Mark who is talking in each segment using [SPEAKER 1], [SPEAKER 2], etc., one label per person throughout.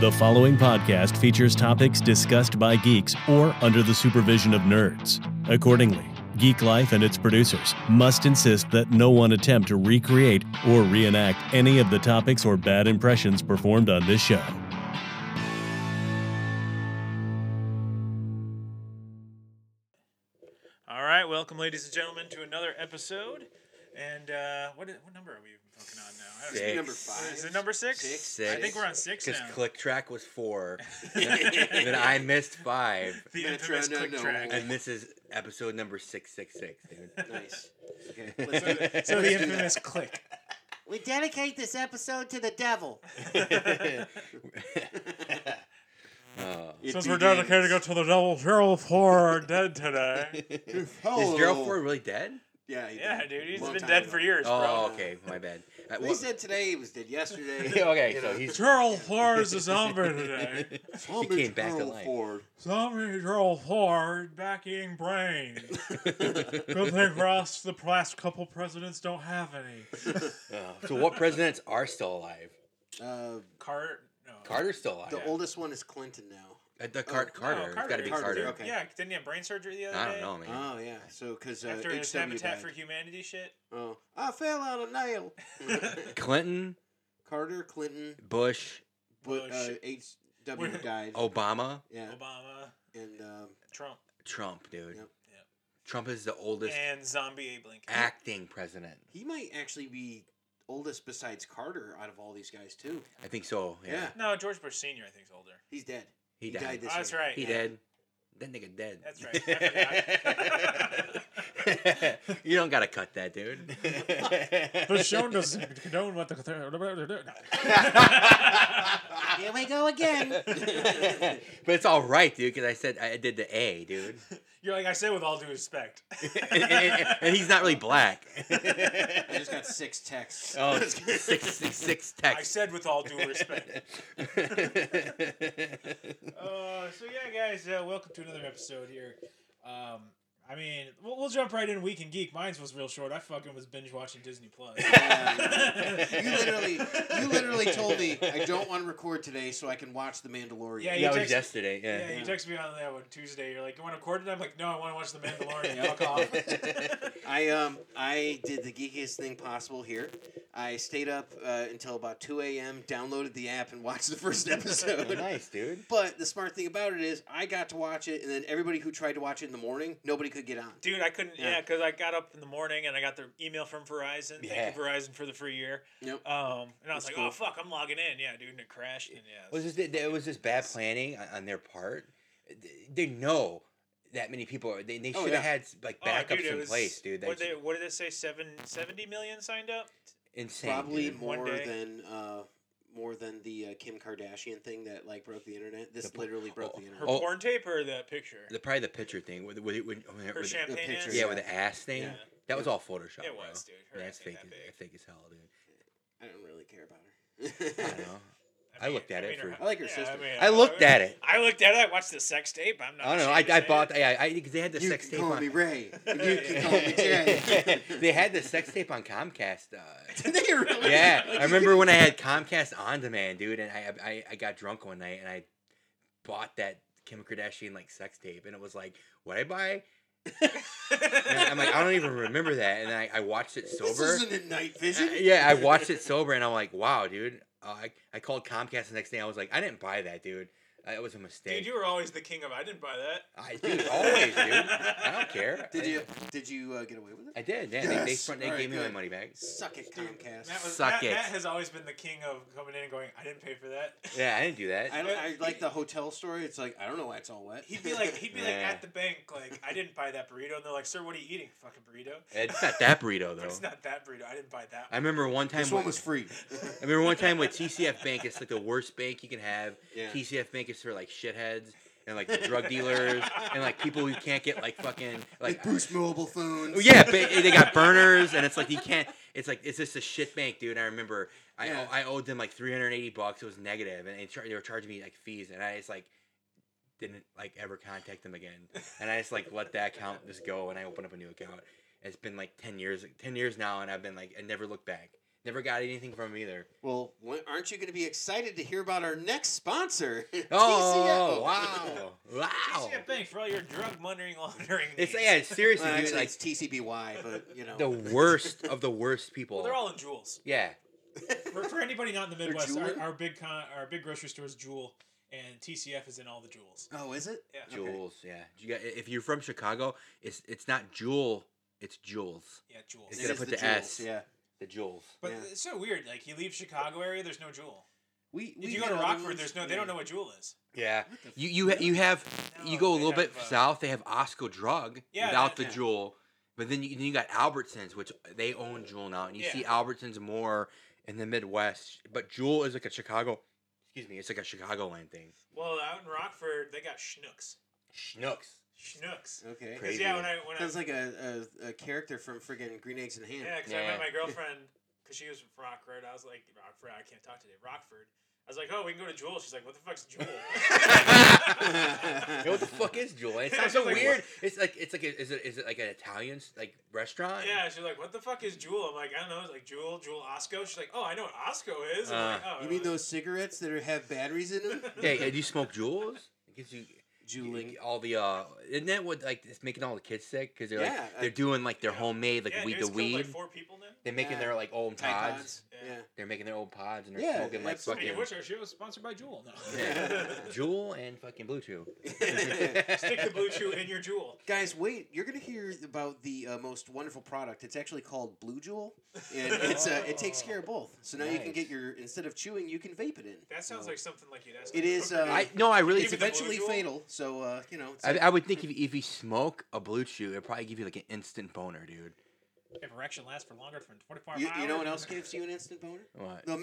[SPEAKER 1] The following podcast features topics discussed by geeks or under the supervision of nerds. Accordingly, Geek Life and its producers must insist that no one attempt to recreate or reenact any of the topics or bad impressions performed on this show.
[SPEAKER 2] All right, welcome, ladies and gentlemen, to another episode. And uh, what, is, what number are we fucking on now? I don't
[SPEAKER 3] Six.
[SPEAKER 2] know.
[SPEAKER 4] Number
[SPEAKER 2] Is
[SPEAKER 4] five.
[SPEAKER 2] it number six?
[SPEAKER 3] Six.
[SPEAKER 2] I think we're on six
[SPEAKER 3] Because
[SPEAKER 2] now.
[SPEAKER 3] click track was four, and then I missed five,
[SPEAKER 2] the
[SPEAKER 4] Metro,
[SPEAKER 2] infamous
[SPEAKER 4] no,
[SPEAKER 2] click
[SPEAKER 4] no.
[SPEAKER 2] track.
[SPEAKER 3] and this is episode number six six six.
[SPEAKER 4] Nice. Okay.
[SPEAKER 2] So the infamous click.
[SPEAKER 5] We dedicate this episode to the devil.
[SPEAKER 3] oh.
[SPEAKER 2] Since we're dedicated to go to the double Gerald Ford dead today.
[SPEAKER 3] Is Gerald Ford really dead?
[SPEAKER 4] "Oh." Yeah, he
[SPEAKER 2] Yeah,
[SPEAKER 4] did.
[SPEAKER 2] dude, he's
[SPEAKER 4] Long
[SPEAKER 2] been
[SPEAKER 4] time
[SPEAKER 2] dead
[SPEAKER 4] ago.
[SPEAKER 2] for years, bro.
[SPEAKER 3] Oh, okay, my bad. Uh,
[SPEAKER 4] They
[SPEAKER 3] well-
[SPEAKER 4] said today he was dead. Yesterday.
[SPEAKER 3] Yeah, okay,
[SPEAKER 4] you
[SPEAKER 3] so
[SPEAKER 4] know.
[SPEAKER 3] he's
[SPEAKER 2] Gerald Ford is a zombie today.
[SPEAKER 4] Homage
[SPEAKER 3] came back to
[SPEAKER 4] Gerald
[SPEAKER 3] life.
[SPEAKER 4] Ford.
[SPEAKER 2] Zombie Gerald Ford back eating brains. Good thing for us, the last couple presidents don't have any.
[SPEAKER 3] oh, so what presidents are still alive?
[SPEAKER 4] Uh,
[SPEAKER 2] Oh, Cart. No.
[SPEAKER 3] Carter's still alive.
[SPEAKER 4] the oldest one is Clinton now.
[SPEAKER 3] Uh, the Car-
[SPEAKER 4] oh,
[SPEAKER 3] Carter. It's got to be
[SPEAKER 2] Carter.
[SPEAKER 3] Carter.
[SPEAKER 4] okay.
[SPEAKER 2] Yeah, didn't he have brain surgery the other
[SPEAKER 3] I
[SPEAKER 2] day?
[SPEAKER 3] don't know, man.
[SPEAKER 4] Oh yeah. So because uh,
[SPEAKER 2] After his
[SPEAKER 4] HW
[SPEAKER 2] Habitat
[SPEAKER 4] died.
[SPEAKER 2] for Humanity shit.
[SPEAKER 4] Oh, I fell out a nail.
[SPEAKER 3] Clinton,
[SPEAKER 4] Carter, Clinton,
[SPEAKER 3] Bush,
[SPEAKER 4] but uh,
[SPEAKER 2] Bush.
[SPEAKER 4] HW
[SPEAKER 2] Wait.
[SPEAKER 4] died.
[SPEAKER 3] Obama,
[SPEAKER 4] Yeah.
[SPEAKER 2] Obama,
[SPEAKER 4] And um,
[SPEAKER 2] Trump,
[SPEAKER 3] Trump, dude.
[SPEAKER 4] Yep.
[SPEAKER 2] Yep.
[SPEAKER 3] Trump is the oldest
[SPEAKER 2] and Zombie Abe Lincoln.
[SPEAKER 3] acting president.
[SPEAKER 4] he might actually be oldest besides Carter out of all these guys too.
[SPEAKER 3] I think so. Yeah,
[SPEAKER 4] Yeah.
[SPEAKER 2] No, George Bush Senior, I think is older.
[SPEAKER 4] He's dead.
[SPEAKER 3] he,
[SPEAKER 4] He
[SPEAKER 3] died.
[SPEAKER 4] died this
[SPEAKER 2] Oh, that's
[SPEAKER 4] year.
[SPEAKER 2] right.
[SPEAKER 3] He
[SPEAKER 2] yeah.
[SPEAKER 3] dead. That nigga dead.
[SPEAKER 2] That's right. I
[SPEAKER 3] you don't gotta cut that, dude.
[SPEAKER 2] The show doesn't condone what the.
[SPEAKER 5] Here we go again.
[SPEAKER 3] but it's all right, dude, because I said I did the A, dude,
[SPEAKER 2] You're like I said, with all due respect.
[SPEAKER 3] and, and- and he's not really black.
[SPEAKER 4] I just got six texts.
[SPEAKER 3] oh, six, six, six
[SPEAKER 2] I
[SPEAKER 3] text.
[SPEAKER 2] said with all due respect. Uh, so yeah, guys, uh, welcome to another episode here. Um, I mean, we'll, we'll jump right in. Week in Geek. Mine's was real short. I fucking was binge watching Disney Plus.
[SPEAKER 4] you literally, you literally told me I don't want to record today so I can watch The Mandalorian.
[SPEAKER 2] Yeah, you
[SPEAKER 3] that was
[SPEAKER 2] text-
[SPEAKER 3] yesterday. Yeah.
[SPEAKER 2] Yeah, you texted me on that one Tuesday. You're like, "You want to record it?" I'm like, "No, I want to watch The Mandalorian." Fuck off.
[SPEAKER 4] I um, I did the geekiest thing possible here. I stayed up uh, until about two a.m. downloaded the app and watched the first episode.
[SPEAKER 3] Nice, dude.
[SPEAKER 4] but the smart thing about it is I got to watch it, and then everybody who tried to watch it in the morning, nobody could get on.
[SPEAKER 2] Dude, I couldn't. Yeah,
[SPEAKER 4] Yeah.
[SPEAKER 2] because I got up in the morning and I got the email from Verizon.
[SPEAKER 3] Yeah.
[SPEAKER 2] Thank you, Verizon, for the free year.
[SPEAKER 4] Nope.
[SPEAKER 2] Um, and I was
[SPEAKER 4] That's
[SPEAKER 2] like,
[SPEAKER 4] cool.
[SPEAKER 2] "Oh fuck, I'm logging in." Yeah, dude, and it crashed. And yeah,
[SPEAKER 3] Was
[SPEAKER 2] it's-
[SPEAKER 3] this it was just bad planning on, on their part? They- They know that many people are. They, they
[SPEAKER 4] Oh,
[SPEAKER 3] should have
[SPEAKER 4] yeah.
[SPEAKER 3] had like
[SPEAKER 2] Oh, dude,
[SPEAKER 3] backups
[SPEAKER 2] it
[SPEAKER 3] in
[SPEAKER 2] was-
[SPEAKER 3] place, dude.
[SPEAKER 2] What
[SPEAKER 3] That's
[SPEAKER 2] did, they, what did it say? Seven, 70 million signed up.
[SPEAKER 3] insane.
[SPEAKER 4] Probably
[SPEAKER 3] dude.
[SPEAKER 2] One
[SPEAKER 4] more
[SPEAKER 2] day.
[SPEAKER 4] than uh, more than the uh, Kim Kardashian thing that like broke the internet. This
[SPEAKER 3] The po-
[SPEAKER 4] literally broke
[SPEAKER 3] oh,
[SPEAKER 4] the
[SPEAKER 2] Her
[SPEAKER 4] internet.
[SPEAKER 3] Oh.
[SPEAKER 2] porn tape or that picture?
[SPEAKER 3] the probably the picture thing with with, with, with,
[SPEAKER 2] Her
[SPEAKER 3] with-
[SPEAKER 2] champagne.
[SPEAKER 4] picture,
[SPEAKER 2] ass?
[SPEAKER 3] yeah
[SPEAKER 4] Yeah.
[SPEAKER 3] with the ass thing.
[SPEAKER 2] Yeah.
[SPEAKER 3] That was all Photoshop.
[SPEAKER 2] It was, dude. Her
[SPEAKER 3] Bro.
[SPEAKER 2] ass ain't
[SPEAKER 3] That's fake.
[SPEAKER 2] that
[SPEAKER 3] as-
[SPEAKER 2] big.
[SPEAKER 3] fake as hell, dude.
[SPEAKER 4] I don't really care about her.
[SPEAKER 3] I don't know. I looked at it
[SPEAKER 2] her-
[SPEAKER 3] for-
[SPEAKER 4] I like her sister.
[SPEAKER 2] mean,
[SPEAKER 3] I looked at it. Oh,
[SPEAKER 2] I looked at it. I watched the sex tape. I'm not.
[SPEAKER 3] I don't know.
[SPEAKER 2] ashamed to
[SPEAKER 3] I, I
[SPEAKER 2] say
[SPEAKER 3] bought
[SPEAKER 2] it.
[SPEAKER 3] that. Yeah, I because they had the
[SPEAKER 4] you
[SPEAKER 3] sex
[SPEAKER 4] can
[SPEAKER 3] tape
[SPEAKER 4] call me
[SPEAKER 3] on.
[SPEAKER 4] Ray. and You can call me Jay.
[SPEAKER 3] they had the sex tape on Comcast. Uh,
[SPEAKER 4] Did they really?
[SPEAKER 3] yeah, I remember when I had Comcast on demand, dude, and I, I I got drunk one night and I bought that Kim Kardashian like sex tape, and it was like, what I buy? And I'm like, "Oh, I don't even remember that, and I, I watched it sober.
[SPEAKER 4] This isn't in night vision.
[SPEAKER 3] I- yeah, I watched it sober, and I'm like, wow, dude. Uh, I I called Comcast the next day. I was like, I didn't buy that, dude. Uh, It was a mistake.
[SPEAKER 2] Dude, you were always the king of. I didn't buy that.
[SPEAKER 3] I, dude always, dude. I don't care.
[SPEAKER 4] Did
[SPEAKER 3] I-
[SPEAKER 4] you did you uh, get away with it?
[SPEAKER 3] I did. Yeah, they, they,
[SPEAKER 4] Yes.
[SPEAKER 3] front, they
[SPEAKER 4] All right,
[SPEAKER 3] gave me my
[SPEAKER 4] good.
[SPEAKER 3] money back.
[SPEAKER 4] Suck it, Comcast.
[SPEAKER 2] Matt, was,
[SPEAKER 3] Suck
[SPEAKER 2] Matt,
[SPEAKER 3] it.
[SPEAKER 2] Matt has always been the king of coming in and going, I didn't pay for that.
[SPEAKER 3] Yeah, I didn't do that.
[SPEAKER 4] I don't. I like the hotel story. It's like I don't know why it's all wet.
[SPEAKER 2] He'd be like, he'd be like
[SPEAKER 3] Yeah.
[SPEAKER 2] at the bank, like, I didn't buy that burrito, and they're like, Sir, what are you eating? Fucking burrito.
[SPEAKER 3] It's not that burrito
[SPEAKER 2] But it's
[SPEAKER 3] though.
[SPEAKER 2] not that burrito. I didn't buy that.
[SPEAKER 3] I remember one time.
[SPEAKER 4] this one
[SPEAKER 3] with-
[SPEAKER 4] was free.
[SPEAKER 3] I remember one time with TCF Bank. It's like the worst bank you can have.
[SPEAKER 4] Yeah.
[SPEAKER 3] TCF Bank is for like shitheads and like drug dealers and like people who can't get like fucking
[SPEAKER 4] like
[SPEAKER 3] like
[SPEAKER 4] Bruce mobile phones.
[SPEAKER 3] Oh, yeah, ba- they got burners, and it's like you can't. It's like it's just a shit bank, dude. I remember I
[SPEAKER 4] Yeah.
[SPEAKER 3] I owed them like three hundred and eighty bucks. It was negative, and they, char- they were charging me like fees, and I just like didn't like ever contact them again, and I just like let that account just go, and I opened up a new account. It's been like ten years, ten years now, and I've been like I never looked back. Never got anything from 'em either.
[SPEAKER 4] Well, when, aren't you going to be excited to hear about our next sponsor?
[SPEAKER 3] Oh,
[SPEAKER 4] TCO.
[SPEAKER 3] wow. Wow.
[SPEAKER 2] TCF Bank for all your drug money laundering.
[SPEAKER 3] It's
[SPEAKER 2] needs.
[SPEAKER 3] yeah, seriously,
[SPEAKER 4] Well,
[SPEAKER 3] dude,
[SPEAKER 4] actually,
[SPEAKER 3] like
[SPEAKER 4] it's TCBY, but you know.
[SPEAKER 3] the worst of the worst people.
[SPEAKER 2] Well, they're all in Jewels.
[SPEAKER 3] yeah.
[SPEAKER 2] For, for anybody not in the
[SPEAKER 4] They're
[SPEAKER 2] Midwest, our,
[SPEAKER 4] Jewel-ing?
[SPEAKER 2] our big con, our big grocery store is Jewel, and TCF is in all the Jewels.
[SPEAKER 4] oh, is it?
[SPEAKER 2] Yeah,
[SPEAKER 4] Jewel.
[SPEAKER 3] Jules, yeah. You got- If you're from Chicago, it's it's not Jewel, it's Jules.
[SPEAKER 2] yeah, Jewels.
[SPEAKER 3] It's
[SPEAKER 4] It
[SPEAKER 3] gotta
[SPEAKER 4] is
[SPEAKER 3] put
[SPEAKER 4] the
[SPEAKER 3] the
[SPEAKER 4] Jewels,
[SPEAKER 3] S.
[SPEAKER 4] Yeah.
[SPEAKER 3] The Jules.
[SPEAKER 2] But
[SPEAKER 4] yeah.
[SPEAKER 2] it's so weird. Like you leave Chicago area, there's no Jewel.
[SPEAKER 4] We,
[SPEAKER 2] If you go to Rockford, there's no. They don't know what Jewel is.
[SPEAKER 3] Yeah. You you ha- you have you
[SPEAKER 2] No,
[SPEAKER 3] go a
[SPEAKER 2] they
[SPEAKER 3] little bit
[SPEAKER 2] have, uh,
[SPEAKER 3] south, they have Osco Drug
[SPEAKER 2] Yeah, that-
[SPEAKER 3] without the
[SPEAKER 2] yeah.
[SPEAKER 3] Jewel. But then you, then you got Albertsons, which they own Jewel now, and you see Albertsons more in the Midwest. But Jewel is like a Chicago, excuse me, it's like a Chicagoland thing.
[SPEAKER 2] Well, out in Rockford, they got Schnooks.
[SPEAKER 3] Schnooks.
[SPEAKER 2] Schnooks.
[SPEAKER 4] Okay.
[SPEAKER 2] Because
[SPEAKER 3] Crazy.
[SPEAKER 2] yeah, when I when I
[SPEAKER 4] Sounds like a, a, a character from friggin' Green Eggs and Ham.
[SPEAKER 2] Yeah, because I
[SPEAKER 3] Yeah.
[SPEAKER 2] met my girlfriend because she was from Rockford. I was like, Rockford, I can't talk today. Rockford. I was like, oh, we can go to Jewel. She's like, what the fuck's Jewel?
[SPEAKER 3] You know what the fuck is Jewel? It sounds so
[SPEAKER 2] Like, what?
[SPEAKER 3] weird. It's like it's like a, is it is it like an Italian s- like restaurant?
[SPEAKER 2] yeah, she's like, what the fuck is Jewel? I'm like, I don't know. It's like Jewel, Jewel Osco. She's like, oh, I know what Osco is. I'm like, oh,
[SPEAKER 4] Uh, You mean those cigarettes that are, have batteries in them?
[SPEAKER 3] Hey, hey, do you smoke Jewels? It gives you
[SPEAKER 4] Juuling.
[SPEAKER 3] all the uh, isn't that what like it's making all the kids sick because they're
[SPEAKER 4] Yeah,
[SPEAKER 3] like
[SPEAKER 4] I-
[SPEAKER 3] they're doing like their
[SPEAKER 2] Yeah.
[SPEAKER 3] homemade like
[SPEAKER 2] yeah,
[SPEAKER 3] weed
[SPEAKER 2] dude's killed,
[SPEAKER 3] the weed.
[SPEAKER 2] Like four people now.
[SPEAKER 3] They're making
[SPEAKER 4] Yeah.
[SPEAKER 3] their like old
[SPEAKER 4] Tide
[SPEAKER 3] pods.
[SPEAKER 4] Pods.
[SPEAKER 2] Yeah.
[SPEAKER 3] They're making their old pods and they're
[SPEAKER 4] Yeah,
[SPEAKER 3] smoking like
[SPEAKER 4] that's- I mean,
[SPEAKER 2] Speaking
[SPEAKER 3] fucking
[SPEAKER 2] of which, our show was sponsored by Jewel now.
[SPEAKER 3] yeah, Jewel and fucking Blue Chew.
[SPEAKER 4] Yeah.
[SPEAKER 2] Stick the blue chew in your Jewel.
[SPEAKER 4] Guys, wait! You're gonna hear about the uh, most wonderful product. It's actually called Blue Jewel, and it's uh, it takes care of both. So now you can
[SPEAKER 3] Nice.
[SPEAKER 4] get your instead of chewing, you can vape it in.
[SPEAKER 2] Oh. That sounds like something like you'd ask.
[SPEAKER 4] It
[SPEAKER 2] a
[SPEAKER 4] is,
[SPEAKER 2] cooker.
[SPEAKER 4] uh,
[SPEAKER 3] I no, I really.
[SPEAKER 4] it's
[SPEAKER 2] Even the Blue
[SPEAKER 4] eventually
[SPEAKER 2] Jewel?
[SPEAKER 4] fatal. So uh, you know, it's
[SPEAKER 3] I, I would think if, if you smoke a Blue Chew, it'd probably give you like an instant boner, dude.
[SPEAKER 2] If erection lasts for longer than 24
[SPEAKER 4] you,
[SPEAKER 2] hours.
[SPEAKER 4] you know what else gives you an instant boner?
[SPEAKER 3] What?
[SPEAKER 4] The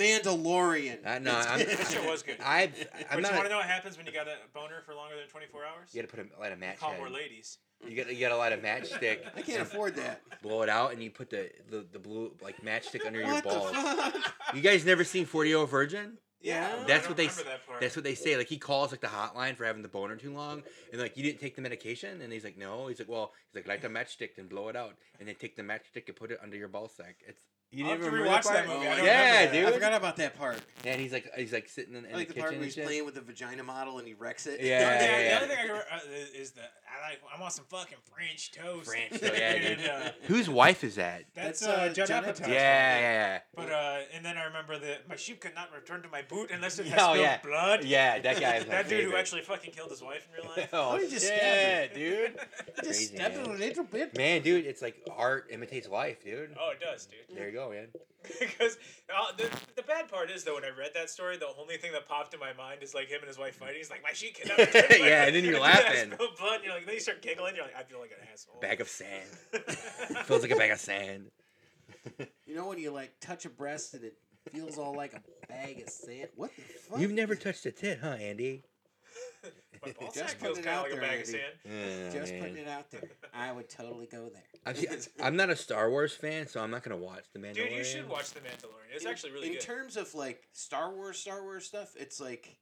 [SPEAKER 4] Mandalorian.
[SPEAKER 3] I, no, I'm,
[SPEAKER 2] That show was good.
[SPEAKER 3] I,
[SPEAKER 2] but
[SPEAKER 3] I'm
[SPEAKER 2] you want
[SPEAKER 3] not.
[SPEAKER 2] to
[SPEAKER 3] A,
[SPEAKER 2] know what happens when you got a boner for longer than 24 hours?
[SPEAKER 3] you gotta put a, light a match.
[SPEAKER 2] Call
[SPEAKER 3] head.
[SPEAKER 2] more ladies.
[SPEAKER 3] You gotta you gotta light a matchstick.
[SPEAKER 4] I can't afford that.
[SPEAKER 3] blow it out and you put the, the, the blue like matchstick under your
[SPEAKER 4] What the
[SPEAKER 3] balls.
[SPEAKER 4] fuck?
[SPEAKER 3] You guys never seen Forty Year Old Virgin?
[SPEAKER 4] Yeah.
[SPEAKER 2] I don't
[SPEAKER 3] That's what they
[SPEAKER 2] remember
[SPEAKER 3] s-
[SPEAKER 2] That part.
[SPEAKER 3] That's what they say. Like he calls like the hotline for having the boner too long, and like you didn't take the medication, and he's like, no. He's like, well, he's like light the matchstick and blow it out, and then take the matchstick and put it under your ball sack. It's you
[SPEAKER 2] I'll
[SPEAKER 3] didn't
[SPEAKER 2] have to
[SPEAKER 3] remember that
[SPEAKER 2] rewatch that
[SPEAKER 3] part?
[SPEAKER 2] movie.
[SPEAKER 4] I
[SPEAKER 3] yeah,
[SPEAKER 4] don't
[SPEAKER 2] remember that.
[SPEAKER 3] dude.
[SPEAKER 4] I forgot about that part.
[SPEAKER 3] And he's like he's like sitting in, in
[SPEAKER 4] I like
[SPEAKER 3] the,
[SPEAKER 4] the part
[SPEAKER 3] kitchen
[SPEAKER 4] where
[SPEAKER 3] and
[SPEAKER 4] he's
[SPEAKER 3] shit.
[SPEAKER 4] playing with the vagina model and he wrecks it.
[SPEAKER 3] Yeah,
[SPEAKER 2] Yeah,
[SPEAKER 3] yeah,
[SPEAKER 2] the
[SPEAKER 3] yeah.
[SPEAKER 2] other thing I remember, uh, is- is the I like I want some fucking French toast.
[SPEAKER 3] French toast, yeah, dude.
[SPEAKER 2] And, uh,
[SPEAKER 3] Whose wife is that?
[SPEAKER 2] that's
[SPEAKER 4] That's,
[SPEAKER 2] uh,
[SPEAKER 4] uh,
[SPEAKER 2] Judd
[SPEAKER 4] Judd
[SPEAKER 2] Apatow.
[SPEAKER 3] Yeah, yeah,
[SPEAKER 2] But uh, and then I remember that my sheep could not return to my boot unless it
[SPEAKER 3] Yeah,
[SPEAKER 2] has
[SPEAKER 3] oh,
[SPEAKER 2] spilled
[SPEAKER 3] yeah.
[SPEAKER 2] blood.
[SPEAKER 3] yeah. That guy is my
[SPEAKER 2] That dude who
[SPEAKER 3] favorite.
[SPEAKER 2] actually fucking killed his wife in real life.
[SPEAKER 3] Oh,
[SPEAKER 4] he
[SPEAKER 3] shit,
[SPEAKER 4] just stabbed
[SPEAKER 3] dude.
[SPEAKER 4] Just
[SPEAKER 3] Crazy,
[SPEAKER 4] step it
[SPEAKER 3] man.
[SPEAKER 4] a little bit.
[SPEAKER 3] Man, dude, it's like art imitates life, dude.
[SPEAKER 2] Oh, it does, dude.
[SPEAKER 3] There you go, man.
[SPEAKER 2] Because uh, the, the bad part is though, when I read that story, the only thing that popped in my mind is like him and his wife fighting. He's like, "My she cannot." return to my-"
[SPEAKER 3] Yeah, and then you're
[SPEAKER 2] Yeah,
[SPEAKER 3] laughing.
[SPEAKER 2] it's real Blood. and You're like, then you start giggling. You're like, I feel like an asshole.
[SPEAKER 3] Bag of sand. Feels like a bag of sand.
[SPEAKER 4] You know when you like touch a breast and it feels all like a bag of sand? What the fuck?
[SPEAKER 3] You've never touched a tit, huh, Andy?
[SPEAKER 2] my ball
[SPEAKER 4] Just
[SPEAKER 2] sack feels
[SPEAKER 4] put it
[SPEAKER 2] kind of
[SPEAKER 4] out
[SPEAKER 2] like a
[SPEAKER 4] there,
[SPEAKER 2] bag of
[SPEAKER 4] Andy.
[SPEAKER 2] sand.
[SPEAKER 4] just putting it out there. I would totally go there.
[SPEAKER 3] I'm, I'm not a Star Wars fan, so I'm not gonna watch the Mandalorian.
[SPEAKER 2] Dude, you should watch The Mandalorian. It's
[SPEAKER 4] In-
[SPEAKER 2] actually really
[SPEAKER 4] in
[SPEAKER 2] good.
[SPEAKER 4] terms of like Star Wars, Star Wars stuff. It's like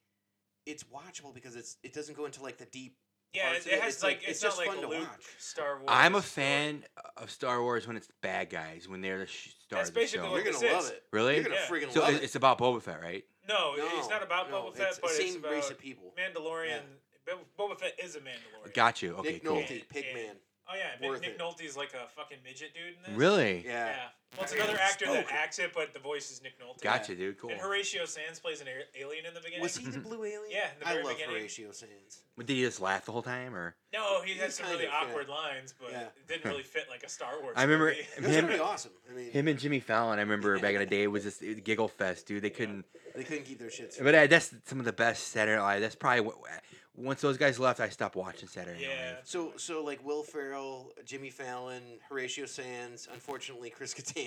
[SPEAKER 4] it's watchable because it's it doesn't go into like the deep.
[SPEAKER 2] yeah,
[SPEAKER 4] parts
[SPEAKER 2] it,
[SPEAKER 4] of
[SPEAKER 2] it has
[SPEAKER 4] It's
[SPEAKER 2] like,
[SPEAKER 4] like-
[SPEAKER 2] it's,
[SPEAKER 4] it's
[SPEAKER 2] not
[SPEAKER 4] just
[SPEAKER 2] like
[SPEAKER 4] fun to
[SPEAKER 2] Luke
[SPEAKER 4] watch.
[SPEAKER 2] Star Wars.
[SPEAKER 3] I'm a
[SPEAKER 2] story.
[SPEAKER 3] fan of Star Wars when it's bad guys, when they're the sh- star
[SPEAKER 2] That's
[SPEAKER 3] of the
[SPEAKER 2] basically
[SPEAKER 3] show.
[SPEAKER 2] what
[SPEAKER 4] You're
[SPEAKER 2] this
[SPEAKER 4] gonna
[SPEAKER 2] Oh, is.
[SPEAKER 4] love it.
[SPEAKER 3] Really?
[SPEAKER 4] You're gonna
[SPEAKER 2] Yeah.
[SPEAKER 4] friggin'
[SPEAKER 3] So
[SPEAKER 4] love
[SPEAKER 3] it-
[SPEAKER 4] it.
[SPEAKER 3] it's about Boba Fett, right?
[SPEAKER 2] No,
[SPEAKER 4] No,
[SPEAKER 2] it's not about
[SPEAKER 4] no,
[SPEAKER 2] Boba Fett,
[SPEAKER 4] it's the
[SPEAKER 2] but it's
[SPEAKER 4] same
[SPEAKER 2] about
[SPEAKER 4] race of people.
[SPEAKER 2] Mandalorian. Bo- Boba Fett is a Mandalorian.
[SPEAKER 3] Got you. Okay,
[SPEAKER 4] Nick
[SPEAKER 3] cool.
[SPEAKER 4] Nolte, Pigman.
[SPEAKER 2] Oh yeah, Nick,
[SPEAKER 4] Worth
[SPEAKER 2] Nick
[SPEAKER 4] it.
[SPEAKER 2] Nolte's like a fucking midget dude in this.
[SPEAKER 3] Really?
[SPEAKER 4] Yeah.
[SPEAKER 2] Yeah. Well, it's another actor that
[SPEAKER 4] Spoken.
[SPEAKER 2] acts it, but the voice is Nick Nolte.
[SPEAKER 3] Gotcha, dude. Cool.
[SPEAKER 2] And Horatio Sands plays an a- alien in the beginning.
[SPEAKER 4] Was he the blue alien?
[SPEAKER 2] Yeah, in the
[SPEAKER 4] I
[SPEAKER 2] very
[SPEAKER 4] love
[SPEAKER 2] beginning.
[SPEAKER 4] Horatio Sands.
[SPEAKER 3] Did he just laugh the whole time, or?
[SPEAKER 2] No, he had
[SPEAKER 4] He's
[SPEAKER 2] some
[SPEAKER 4] kind
[SPEAKER 2] really
[SPEAKER 4] of, yeah.
[SPEAKER 2] awkward lines, but
[SPEAKER 4] Yeah.
[SPEAKER 2] it didn't really fit like a Star Wars.
[SPEAKER 3] I remember
[SPEAKER 2] movie.
[SPEAKER 4] It was
[SPEAKER 3] Him-
[SPEAKER 4] pretty awesome. I mean,
[SPEAKER 3] Him and Jimmy Fallon, I remember back in the day, was this uh, giggle fest, dude. They couldn't.
[SPEAKER 4] they couldn't keep their shit. straight.
[SPEAKER 3] But uh, that's some of the best Saturday Night Live. That's probably what. uh, Once those guys left, I stopped watching Saturday Night
[SPEAKER 2] Yeah.
[SPEAKER 3] Live.
[SPEAKER 4] So, so like Will Ferrell, Jimmy Fallon, Horatio Sands. Unfortunately, Chris Kattan.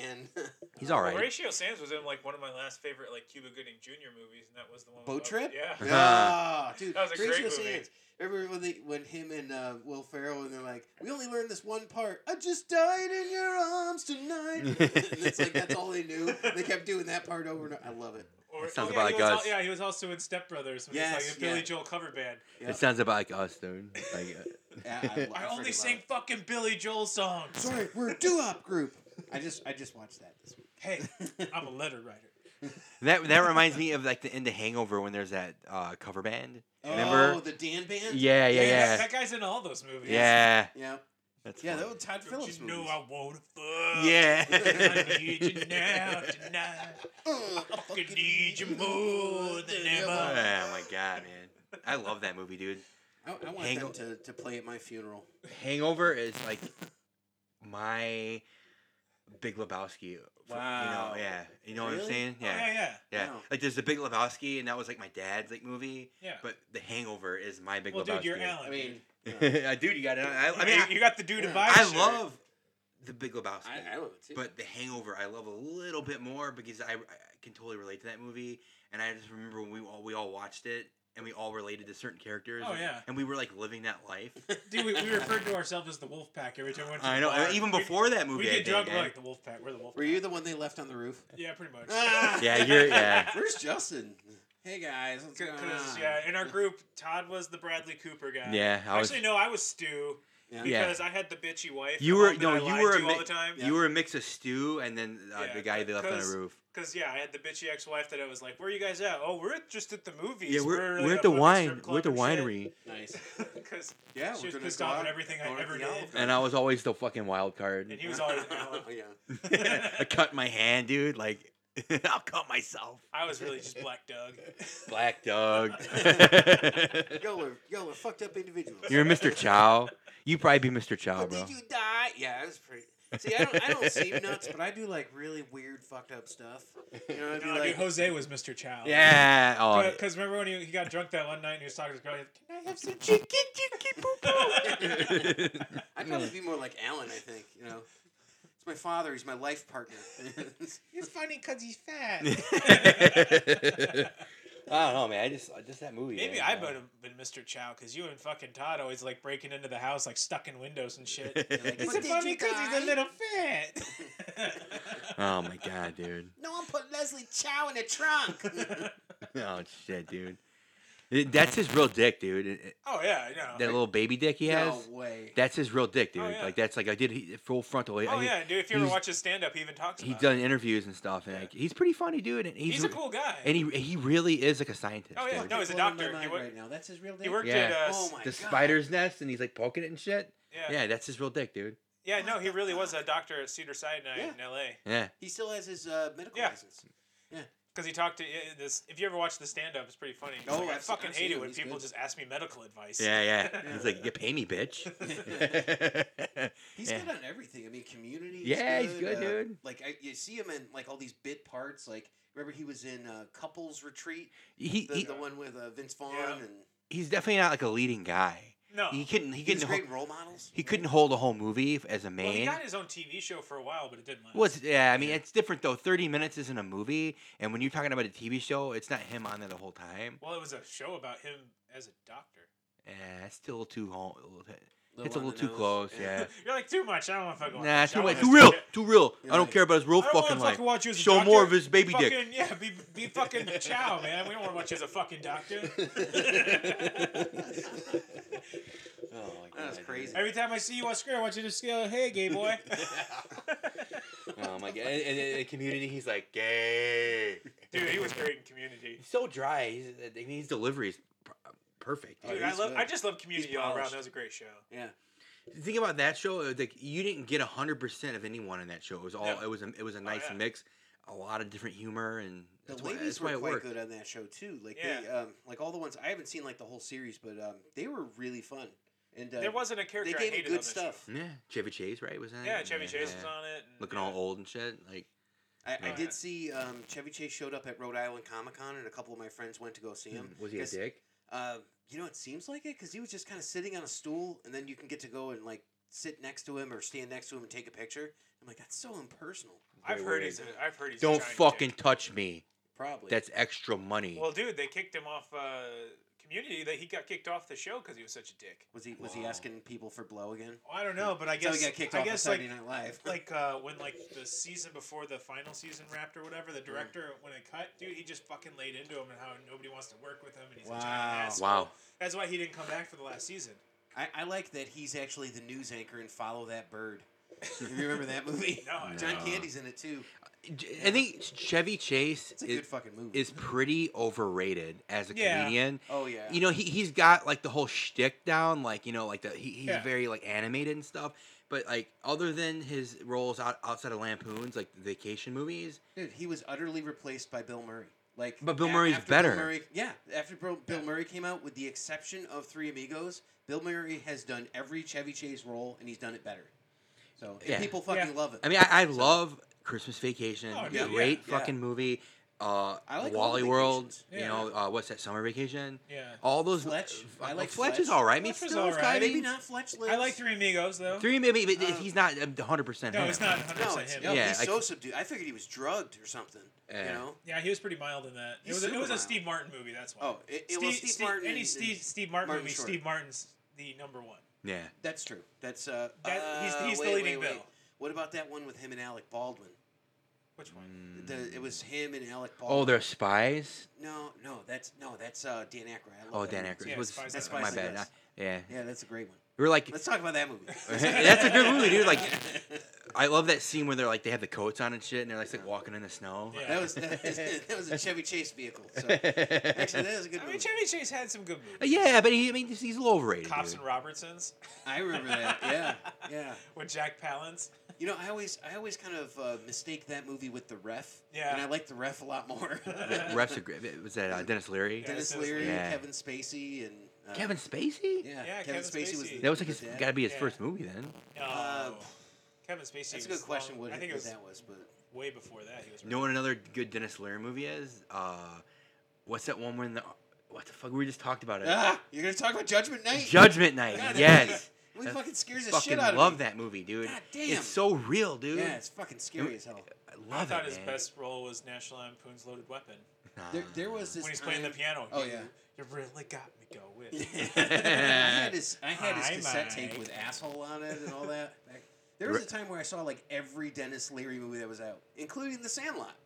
[SPEAKER 3] He's all right.
[SPEAKER 2] Horatio Sands was in like one of my last favorite like Cuba Gooding Jr. movies, and that was the one.
[SPEAKER 4] Boat
[SPEAKER 2] about-
[SPEAKER 4] Trip?
[SPEAKER 2] Yeah. Uh-huh.
[SPEAKER 4] Ah, dude,
[SPEAKER 2] That was a great
[SPEAKER 4] Horatio
[SPEAKER 2] movie.
[SPEAKER 4] Sands. Remember when, they, when him and uh, Will Ferrell and they're like, "We only learned this one part. I just died in your arms tonight." and it's like that's all they knew. They kept doing that part over and over. I love it.
[SPEAKER 2] Or, oh,
[SPEAKER 3] That sounds
[SPEAKER 2] yeah,
[SPEAKER 3] about
[SPEAKER 2] he
[SPEAKER 3] like
[SPEAKER 2] was al-
[SPEAKER 3] us.
[SPEAKER 2] yeah, he was also in Step Brothers, which
[SPEAKER 4] Yes,
[SPEAKER 2] is like a Billy
[SPEAKER 4] yeah.
[SPEAKER 2] Joel cover band.
[SPEAKER 4] Yeah.
[SPEAKER 3] It sounds about like us, dude. Like, uh,
[SPEAKER 4] Yeah, I, lo-
[SPEAKER 2] I,
[SPEAKER 4] freaking
[SPEAKER 2] only
[SPEAKER 4] love
[SPEAKER 2] sing
[SPEAKER 4] it.
[SPEAKER 2] fucking Billy Joel songs.
[SPEAKER 4] Sorry, we're a doo-wop group. I just I just watched that this week.
[SPEAKER 2] Hey, I'm a letter writer.
[SPEAKER 3] That that reminds me of like the end of Hangover when there's that uh, cover band.
[SPEAKER 4] Oh,
[SPEAKER 3] Remember?
[SPEAKER 4] the Dan band?
[SPEAKER 3] yeah, yeah,
[SPEAKER 2] that-
[SPEAKER 3] yeah,
[SPEAKER 2] That guy's in all those movies.
[SPEAKER 3] yeah.
[SPEAKER 4] Yeah.
[SPEAKER 3] That's
[SPEAKER 4] Yeah,
[SPEAKER 3] funny.
[SPEAKER 4] that was Todd
[SPEAKER 2] Don't
[SPEAKER 4] Phillips.
[SPEAKER 2] you know
[SPEAKER 4] movies.
[SPEAKER 2] I want to fuck?
[SPEAKER 4] Oh,
[SPEAKER 2] I
[SPEAKER 3] yeah.
[SPEAKER 2] need you now, tonight.
[SPEAKER 4] Uh, I
[SPEAKER 2] fucking need you more than ever.
[SPEAKER 3] oh my god, man! I love that movie, dude.
[SPEAKER 4] I, I want
[SPEAKER 3] Hang on.
[SPEAKER 4] them to, to play at my funeral.
[SPEAKER 3] Hangover is like my Big Lebowski. f-
[SPEAKER 2] Wow.
[SPEAKER 3] You know, yeah. You know what
[SPEAKER 4] Really?
[SPEAKER 3] I'm saying?
[SPEAKER 2] Oh, yeah,
[SPEAKER 3] Yeah.
[SPEAKER 2] yeah.
[SPEAKER 3] Yeah.
[SPEAKER 4] Wow.
[SPEAKER 3] Like there's the Big Lebowski, and that was like my dad's like movie.
[SPEAKER 2] Yeah.
[SPEAKER 3] But The Hangover is my Big
[SPEAKER 2] well,
[SPEAKER 3] Lebowski.
[SPEAKER 2] Oh, dude, you're Alan.
[SPEAKER 4] I mean,
[SPEAKER 3] dude, you got it. I, I mean,
[SPEAKER 2] you,
[SPEAKER 3] I-
[SPEAKER 2] you got the dude to
[SPEAKER 4] yeah.
[SPEAKER 2] buy.
[SPEAKER 3] I
[SPEAKER 2] shirt.
[SPEAKER 3] love the Big Lebowski,
[SPEAKER 4] I, I love it too.
[SPEAKER 3] but The Hangover I love a little bit more because I, I can totally relate to that movie, and I just remember when we all we all watched it and we all related to certain characters.
[SPEAKER 2] Oh,
[SPEAKER 3] and,
[SPEAKER 2] yeah.
[SPEAKER 3] and we were like living that life.
[SPEAKER 2] Dude, we, we referred to ourselves as the Wolf Pack every time we went to
[SPEAKER 3] I
[SPEAKER 2] the
[SPEAKER 3] know,
[SPEAKER 2] bar.
[SPEAKER 3] and even
[SPEAKER 2] We-
[SPEAKER 3] before that
[SPEAKER 2] We,
[SPEAKER 3] movie,
[SPEAKER 2] get
[SPEAKER 3] I think,
[SPEAKER 2] drunk,
[SPEAKER 3] eh?
[SPEAKER 2] we're like the Wolf Pack. We're the Wolf
[SPEAKER 4] were
[SPEAKER 2] Pack.
[SPEAKER 4] you the one they left on the roof?
[SPEAKER 2] Yeah, pretty much.
[SPEAKER 4] Ah!
[SPEAKER 3] yeah, you're yeah.
[SPEAKER 4] Where's Justin? Hey guys, what's going
[SPEAKER 2] Because,
[SPEAKER 4] on?
[SPEAKER 2] yeah, in our group, Todd was the Bradley Cooper guy.
[SPEAKER 3] Yeah, I was.
[SPEAKER 2] Actually, no, I was Stu
[SPEAKER 4] Yeah.
[SPEAKER 3] Yeah.
[SPEAKER 2] because I had the bitchy wife.
[SPEAKER 3] You
[SPEAKER 2] at
[SPEAKER 3] were
[SPEAKER 2] home that
[SPEAKER 3] no,
[SPEAKER 2] I
[SPEAKER 3] you
[SPEAKER 2] lied
[SPEAKER 3] were a
[SPEAKER 2] to all
[SPEAKER 3] mi-
[SPEAKER 2] the time.
[SPEAKER 3] you were a mix of stew and then uh,
[SPEAKER 2] Yeah,
[SPEAKER 3] the guy they left on the
[SPEAKER 2] 'cause-
[SPEAKER 3] roof.
[SPEAKER 2] Cause yeah, I had the bitchy ex-wife that I was like, "Where are you guys at? Oh, we're at- just at the movies.
[SPEAKER 3] Yeah, we're
[SPEAKER 2] like,
[SPEAKER 3] we're
[SPEAKER 2] up
[SPEAKER 3] at the
[SPEAKER 2] strip
[SPEAKER 3] wine,
[SPEAKER 2] club
[SPEAKER 3] we're at the
[SPEAKER 2] and shit."
[SPEAKER 3] winery,
[SPEAKER 4] Nice.
[SPEAKER 2] 'Cause-
[SPEAKER 4] Yeah,
[SPEAKER 2] She
[SPEAKER 4] we're
[SPEAKER 2] was
[SPEAKER 4] gonna
[SPEAKER 2] pissed
[SPEAKER 4] go
[SPEAKER 2] off
[SPEAKER 4] out
[SPEAKER 2] at everything I
[SPEAKER 4] going to
[SPEAKER 2] ever
[SPEAKER 4] the
[SPEAKER 2] did.
[SPEAKER 4] Olive
[SPEAKER 3] and I was always the fucking wild card.
[SPEAKER 2] and he was always.
[SPEAKER 4] Garden.
[SPEAKER 2] an alien.
[SPEAKER 4] yeah.
[SPEAKER 3] I cut my hand, dude. Like, I'll cut myself.
[SPEAKER 2] I was really just Black Doug.
[SPEAKER 3] Black dog.
[SPEAKER 4] Y'all are y'all are fucked up individuals.
[SPEAKER 3] You're Mr. Chow. You probably be Mr. Chow,
[SPEAKER 4] but
[SPEAKER 3] bro.
[SPEAKER 4] did you die? Yeah, that's pretty. See, I don't, I don't seem nuts, but I do like really weird, fucked up stuff. You know, I'd be
[SPEAKER 2] No, dude,
[SPEAKER 4] like,
[SPEAKER 2] Jose was Mr. Chow.
[SPEAKER 3] Yeah. Oh,
[SPEAKER 2] Because remember when he, he got drunk that one night and he was talking to his girl, he was like, can I have some chicken?
[SPEAKER 4] I'd probably be more like Alan. I think you know, it's my father. He's my life partner.
[SPEAKER 2] It's funny because he's fat.
[SPEAKER 3] I don't know, man. I just just that movie.
[SPEAKER 2] Maybe
[SPEAKER 3] man.
[SPEAKER 2] I would have been Mr. Chow because you and fucking Todd always like breaking into the house, like stuck in windows and shit.
[SPEAKER 4] like,
[SPEAKER 2] Is
[SPEAKER 4] "But
[SPEAKER 2] it
[SPEAKER 4] did
[SPEAKER 2] funny
[SPEAKER 4] you
[SPEAKER 2] because he's
[SPEAKER 4] die?"
[SPEAKER 2] a little fat?
[SPEAKER 3] Oh my god, dude.
[SPEAKER 4] no one put Leslie Chow in a trunk.
[SPEAKER 3] Oh shit, dude. It- That's his real dick, dude. It- it-
[SPEAKER 2] oh yeah, no.
[SPEAKER 3] That little baby dick he has.
[SPEAKER 4] No way.
[SPEAKER 3] That's his real dick, dude.
[SPEAKER 2] Oh, yeah.
[SPEAKER 3] Like that's like I did he, full frontal. I-
[SPEAKER 2] oh
[SPEAKER 3] I-
[SPEAKER 2] yeah, dude. If you ever
[SPEAKER 3] he's-
[SPEAKER 2] watch his stand up, he even talks
[SPEAKER 3] He's
[SPEAKER 2] about.
[SPEAKER 3] done interviews and stuff, and like, he's pretty funny, dude. And
[SPEAKER 2] it.
[SPEAKER 3] he's,
[SPEAKER 2] He's a cool guy.
[SPEAKER 3] and he he really is like a scientist.
[SPEAKER 2] Oh, yeah,
[SPEAKER 3] dude.
[SPEAKER 2] no, he's a
[SPEAKER 4] Blowing my
[SPEAKER 2] doctor. He
[SPEAKER 4] mind
[SPEAKER 2] work-
[SPEAKER 4] right now. That's his real name.
[SPEAKER 2] he worked
[SPEAKER 3] Yeah.
[SPEAKER 2] at. Uh,
[SPEAKER 4] Oh my
[SPEAKER 3] the
[SPEAKER 4] god.
[SPEAKER 3] spider's nest, and he's like poking it and shit.
[SPEAKER 2] Yeah.
[SPEAKER 3] Yeah, that's his real dick, dude.
[SPEAKER 2] Yeah, no, he really was a doctor at Cedar Sinai in
[SPEAKER 4] Yeah.
[SPEAKER 2] L.A.
[SPEAKER 3] Yeah,
[SPEAKER 4] He still has his uh, medical
[SPEAKER 2] Yeah.
[SPEAKER 4] license.
[SPEAKER 2] Because he talked to uh, this. If you ever watch the stand up, it's pretty funny. He's
[SPEAKER 4] Oh,
[SPEAKER 2] like, I
[SPEAKER 4] I've se-
[SPEAKER 2] fucking
[SPEAKER 4] I've
[SPEAKER 2] hate
[SPEAKER 4] seen
[SPEAKER 2] it
[SPEAKER 4] him.
[SPEAKER 2] when
[SPEAKER 4] He's
[SPEAKER 2] people
[SPEAKER 4] good.
[SPEAKER 2] just ask me medical advice.
[SPEAKER 3] yeah, yeah. he's like, you pay me, bitch.
[SPEAKER 4] He's
[SPEAKER 3] Yeah.
[SPEAKER 4] good on everything. I mean, community.
[SPEAKER 3] Yeah, he's good,
[SPEAKER 4] uh,
[SPEAKER 3] dude.
[SPEAKER 4] Like I, you see him in like all these bit parts. Like remember he was in uh, Couples Retreat,
[SPEAKER 3] he,
[SPEAKER 4] the,
[SPEAKER 3] he
[SPEAKER 4] the one with uh, Vince Vaughn,
[SPEAKER 2] Yeah.
[SPEAKER 4] and
[SPEAKER 3] he's definitely not like a leading guy.
[SPEAKER 2] No.
[SPEAKER 3] He couldn't he
[SPEAKER 4] he was
[SPEAKER 3] couldn't
[SPEAKER 4] great
[SPEAKER 3] hold,
[SPEAKER 4] in role models.
[SPEAKER 3] he couldn't hold a whole movie f- as a
[SPEAKER 2] well, he
[SPEAKER 3] man.
[SPEAKER 2] got his own TV show for a while, but it didn't last.
[SPEAKER 3] was yeah, I mean
[SPEAKER 4] Yeah.
[SPEAKER 3] it's different though. Thirty minutes isn't a movie, and when you're talking about a TV show, it's not him on there the whole time.
[SPEAKER 2] Well, it was a show about him as a doctor.
[SPEAKER 3] Yeah, it's still too home. It's a little too close. Yeah,
[SPEAKER 2] You're like too much. I don't want to fucking.
[SPEAKER 3] nah,
[SPEAKER 2] watch
[SPEAKER 3] too
[SPEAKER 2] much.
[SPEAKER 3] much. Too real. Too real.
[SPEAKER 4] Yeah,
[SPEAKER 3] I don't
[SPEAKER 4] like-
[SPEAKER 3] care about his real
[SPEAKER 2] I don't
[SPEAKER 3] fucking
[SPEAKER 2] want to
[SPEAKER 3] life.
[SPEAKER 2] fucking watch you as a
[SPEAKER 3] Show
[SPEAKER 2] doctor.
[SPEAKER 3] more of his baby
[SPEAKER 2] fucking,
[SPEAKER 3] dick.
[SPEAKER 2] Yeah, be, be fucking Chow, man. We don't want to watch you as a fucking doctor.
[SPEAKER 3] Oh my
[SPEAKER 4] That was crazy.
[SPEAKER 2] Every time I see you on screen, I want you to scale. Hey, gay boy. Um,
[SPEAKER 3] Oh my god! And, and in the community, he's like gay.
[SPEAKER 2] Dude, he was great in Community.
[SPEAKER 3] He's so dry. He's, I mean, his delivery's per- perfect.
[SPEAKER 4] Oh,
[SPEAKER 2] Dude,
[SPEAKER 3] Dude.
[SPEAKER 2] I
[SPEAKER 4] he's
[SPEAKER 2] love.
[SPEAKER 4] good.
[SPEAKER 2] I just love Community all around.
[SPEAKER 4] polished.
[SPEAKER 2] That was a great show.
[SPEAKER 4] Yeah.
[SPEAKER 3] Think about that show. it was Like you didn't get hundred percent of anyone in that show. It was all.
[SPEAKER 2] No.
[SPEAKER 3] It was. A, it was a nice
[SPEAKER 2] Oh, yeah.
[SPEAKER 3] mix. A lot of different humor and.
[SPEAKER 4] The
[SPEAKER 3] that's why,
[SPEAKER 4] ladies
[SPEAKER 3] that's why
[SPEAKER 4] were
[SPEAKER 3] it
[SPEAKER 4] quite
[SPEAKER 3] worked.
[SPEAKER 4] good on that show too. Like
[SPEAKER 2] Yeah.
[SPEAKER 4] they, um, like all the ones I haven't seen like the whole series, but um, they were really fun. And uh,
[SPEAKER 2] There wasn't a
[SPEAKER 4] they
[SPEAKER 2] character I
[SPEAKER 4] gave him
[SPEAKER 2] hated on
[SPEAKER 4] good
[SPEAKER 2] that
[SPEAKER 4] stuff.
[SPEAKER 3] Yeah, Chevy Chase, right? Was
[SPEAKER 2] show.
[SPEAKER 3] that? it?
[SPEAKER 2] Yeah, Chevy
[SPEAKER 3] Yeah,
[SPEAKER 2] Chase
[SPEAKER 3] yeah.
[SPEAKER 2] was on it. and-
[SPEAKER 3] Looking
[SPEAKER 2] yeah.
[SPEAKER 3] all old and shit. Like
[SPEAKER 4] I, I
[SPEAKER 2] Oh, Yeah.
[SPEAKER 4] did see um, Chevy Chase showed up at Rhode Island Comic Con, and a couple of my friends went to go see him.
[SPEAKER 3] hmm, was he a
[SPEAKER 4] 'Cause,
[SPEAKER 3] dick?
[SPEAKER 4] Uh, you know, it seems like it because he was just kind of sitting on a stool, and then you can get to go and like sit next to him or stand next to him and take a picture. I'm like, that's so impersonal.
[SPEAKER 2] I've
[SPEAKER 3] Very
[SPEAKER 2] heard
[SPEAKER 3] weird.
[SPEAKER 2] he's. A, I've heard he's. a
[SPEAKER 3] Don't
[SPEAKER 2] giant
[SPEAKER 3] fucking
[SPEAKER 2] dick.
[SPEAKER 3] touch me.
[SPEAKER 4] Probably.
[SPEAKER 3] That's extra money.
[SPEAKER 2] Well, dude, they kicked him off uh, Community. That he got kicked off the show because he was such a dick.
[SPEAKER 4] was he was he
[SPEAKER 3] Wow.
[SPEAKER 4] asking people for blow again?
[SPEAKER 2] Well, I don't know, but I guess
[SPEAKER 4] so he got kicked
[SPEAKER 2] I
[SPEAKER 4] off
[SPEAKER 2] guess
[SPEAKER 4] of
[SPEAKER 2] like
[SPEAKER 4] Saturday Night Live.
[SPEAKER 2] like uh, when like the season before the final season wrapped or whatever,
[SPEAKER 4] Mm.
[SPEAKER 2] the director when it cut, dude, he just fucking laid into him and how nobody wants to work with him and he's a
[SPEAKER 4] Wow.
[SPEAKER 2] giant asshole.
[SPEAKER 3] wow.
[SPEAKER 2] That's why he didn't come back for the last season.
[SPEAKER 4] I, I like that he's actually the news anchor and follow that bird. You remember that movie?
[SPEAKER 2] No, I
[SPEAKER 4] John
[SPEAKER 3] No.
[SPEAKER 4] Candy's in it too.
[SPEAKER 3] I think Chevy Chase
[SPEAKER 4] It's a good
[SPEAKER 3] is,
[SPEAKER 4] fucking movie.
[SPEAKER 3] is pretty overrated as a
[SPEAKER 2] Yeah.
[SPEAKER 3] comedian.
[SPEAKER 4] oh yeah.
[SPEAKER 3] You know, he he's got like the whole shtick down, like you know, like the he, he's
[SPEAKER 2] Yeah.
[SPEAKER 3] very like animated and stuff. But like other than his roles out, outside of Lampoon's, like the vacation movies,
[SPEAKER 4] Dude, he was utterly replaced by Bill Murray. Like,
[SPEAKER 3] But Bill
[SPEAKER 4] a-
[SPEAKER 3] Murray's
[SPEAKER 4] after
[SPEAKER 3] better.
[SPEAKER 4] Bill Murray, yeah, after Bill, Bill Murray came out, with the exception of Three Amigos, Bill Murray has done every Chevy Chase role, and he's done it better. So and
[SPEAKER 3] Yeah.
[SPEAKER 4] people fucking
[SPEAKER 2] Yeah.
[SPEAKER 4] love it.
[SPEAKER 3] I mean, I, I love Christmas Vacation,
[SPEAKER 2] Oh, dude,
[SPEAKER 3] great
[SPEAKER 4] yeah, yeah.
[SPEAKER 3] fucking movie. Uh,
[SPEAKER 4] I like all
[SPEAKER 3] Wally
[SPEAKER 4] the
[SPEAKER 3] World,
[SPEAKER 4] vacations.
[SPEAKER 3] you
[SPEAKER 2] Yeah.
[SPEAKER 3] know, uh, what's that? Summer Vacation.
[SPEAKER 2] Yeah.
[SPEAKER 3] All those. uh,
[SPEAKER 4] Fletch. I like
[SPEAKER 3] Fletch, is
[SPEAKER 4] Fletch.
[SPEAKER 3] all right. I mean,
[SPEAKER 2] Fletch was
[SPEAKER 3] still,
[SPEAKER 2] all
[SPEAKER 3] it's
[SPEAKER 2] right.
[SPEAKER 3] gotta be-
[SPEAKER 4] maybe not Fletch Lives.
[SPEAKER 2] I like Three Amigos though.
[SPEAKER 3] Three, maybe, but
[SPEAKER 4] Uh,
[SPEAKER 3] he's not a hundred percent.
[SPEAKER 2] No,
[SPEAKER 3] him.
[SPEAKER 2] it's not 100
[SPEAKER 4] No,
[SPEAKER 2] percent
[SPEAKER 4] it's,
[SPEAKER 2] him.
[SPEAKER 4] no,
[SPEAKER 3] Yeah,
[SPEAKER 4] he's
[SPEAKER 3] I
[SPEAKER 4] so
[SPEAKER 3] c-
[SPEAKER 4] subdued. I figured he was drugged or something.
[SPEAKER 3] Yeah.
[SPEAKER 4] You know?
[SPEAKER 2] Yeah, he was pretty mild in that. It
[SPEAKER 4] He's
[SPEAKER 2] was, a, it
[SPEAKER 4] super
[SPEAKER 2] was a
[SPEAKER 4] mild.
[SPEAKER 2] Steve Martin movie. That's why.
[SPEAKER 4] Oh, it, it was Steve, Martin.
[SPEAKER 2] Any
[SPEAKER 4] and-
[SPEAKER 2] Steve
[SPEAKER 4] and-
[SPEAKER 2] Steve Martin,
[SPEAKER 4] Martin
[SPEAKER 2] movie.
[SPEAKER 4] Short.
[SPEAKER 2] Steve Martin's the number one.
[SPEAKER 3] Yeah.
[SPEAKER 4] That's true. That's uh.
[SPEAKER 2] That- he's-
[SPEAKER 4] uh,
[SPEAKER 2] he's the
[SPEAKER 4] wait,
[SPEAKER 2] leading
[SPEAKER 4] wait, wait.
[SPEAKER 2] Bill.
[SPEAKER 4] What about that one with him and Alec Baldwin?
[SPEAKER 2] Which
[SPEAKER 4] Mm,
[SPEAKER 2] one? Mm.
[SPEAKER 4] The, it was him and Alec Baldwin.
[SPEAKER 3] Oh, they're spies.
[SPEAKER 4] No, no, that's no, that's uh, Dan Aykroyd. I love
[SPEAKER 3] Oh,
[SPEAKER 4] that
[SPEAKER 3] Dan
[SPEAKER 4] movie.
[SPEAKER 3] Aykroyd.
[SPEAKER 2] Yeah,
[SPEAKER 3] was,
[SPEAKER 2] Spies
[SPEAKER 4] That's
[SPEAKER 3] my
[SPEAKER 4] Spies,
[SPEAKER 3] bad.
[SPEAKER 4] yes.
[SPEAKER 3] Yeah.
[SPEAKER 4] Yeah, that's a great one.
[SPEAKER 3] We were like,
[SPEAKER 4] Let's talk about that movie.
[SPEAKER 3] that's a good movie, dude. Like, I love that scene where they're like, they have the coats on and shit, and they're like, like walking in the snow.
[SPEAKER 2] Yeah.
[SPEAKER 4] that was that, was a Chevy Chase vehicle. So. Actually, that was a good
[SPEAKER 2] I
[SPEAKER 4] movie.
[SPEAKER 2] mean, Chevy Chase had some good movies.
[SPEAKER 3] Yeah, but he, I mean, he's- he's a little overrated.
[SPEAKER 2] Cops
[SPEAKER 3] dude.
[SPEAKER 2] and Robertsons
[SPEAKER 4] I remember that. Yeah, yeah.
[SPEAKER 2] with Jack Palance.
[SPEAKER 4] You know, I always I always kind of uh, mistake that movie with the Ref.
[SPEAKER 2] Yeah.
[SPEAKER 4] And I like the Ref a lot more.
[SPEAKER 2] Yeah,
[SPEAKER 3] Ref's a great. Was that uh, Dennis Leary?
[SPEAKER 2] Yeah.
[SPEAKER 4] Dennis Leary,
[SPEAKER 3] Yeah.
[SPEAKER 4] Kevin Spacey, and uh,
[SPEAKER 3] Kevin Spacey?
[SPEAKER 4] Yeah,
[SPEAKER 2] Yeah,
[SPEAKER 4] Kevin,
[SPEAKER 2] Kevin
[SPEAKER 4] Spacey was
[SPEAKER 2] Spacey.
[SPEAKER 4] the,
[SPEAKER 3] That was like his
[SPEAKER 4] the dad.
[SPEAKER 3] got to be his
[SPEAKER 2] Yeah.
[SPEAKER 3] first movie then.
[SPEAKER 2] No.
[SPEAKER 4] Uh,
[SPEAKER 2] Kevin Spacey.
[SPEAKER 4] That's a
[SPEAKER 2] was
[SPEAKER 4] good question.
[SPEAKER 2] long-
[SPEAKER 4] What,
[SPEAKER 2] I think it
[SPEAKER 4] what
[SPEAKER 2] was
[SPEAKER 4] that was, but
[SPEAKER 2] way before that. He was.
[SPEAKER 3] You know what another good Dennis Leary movie is? Uh, what's that one when the what the fuck we just talked about it?
[SPEAKER 4] ah, you're gonna talk about Judgment Night.
[SPEAKER 3] Judgment Night.
[SPEAKER 4] God, that
[SPEAKER 3] yes.
[SPEAKER 4] movie
[SPEAKER 3] That
[SPEAKER 4] fucking scares the
[SPEAKER 3] fucking
[SPEAKER 4] shit out of
[SPEAKER 3] love
[SPEAKER 4] me.
[SPEAKER 3] that movie, dude.
[SPEAKER 4] God damn.
[SPEAKER 3] It's so real, dude.
[SPEAKER 4] Yeah, it's fucking scary as hell.
[SPEAKER 3] I
[SPEAKER 2] I
[SPEAKER 3] love
[SPEAKER 2] thought
[SPEAKER 3] it.
[SPEAKER 2] his
[SPEAKER 3] man.
[SPEAKER 2] best role was National Lampoon's Loaded Weapon
[SPEAKER 4] There, there was this
[SPEAKER 2] when he's playing the
[SPEAKER 4] time-
[SPEAKER 2] piano.
[SPEAKER 4] Oh,
[SPEAKER 2] You-
[SPEAKER 4] yeah.
[SPEAKER 2] You really got me going.
[SPEAKER 4] I had his I had his
[SPEAKER 2] Hi,
[SPEAKER 4] cassette
[SPEAKER 2] Mike.
[SPEAKER 4] tape with asshole on it and all that. Like, There was a time where I saw like every Dennis Leary movie that was out, including The Sandlot.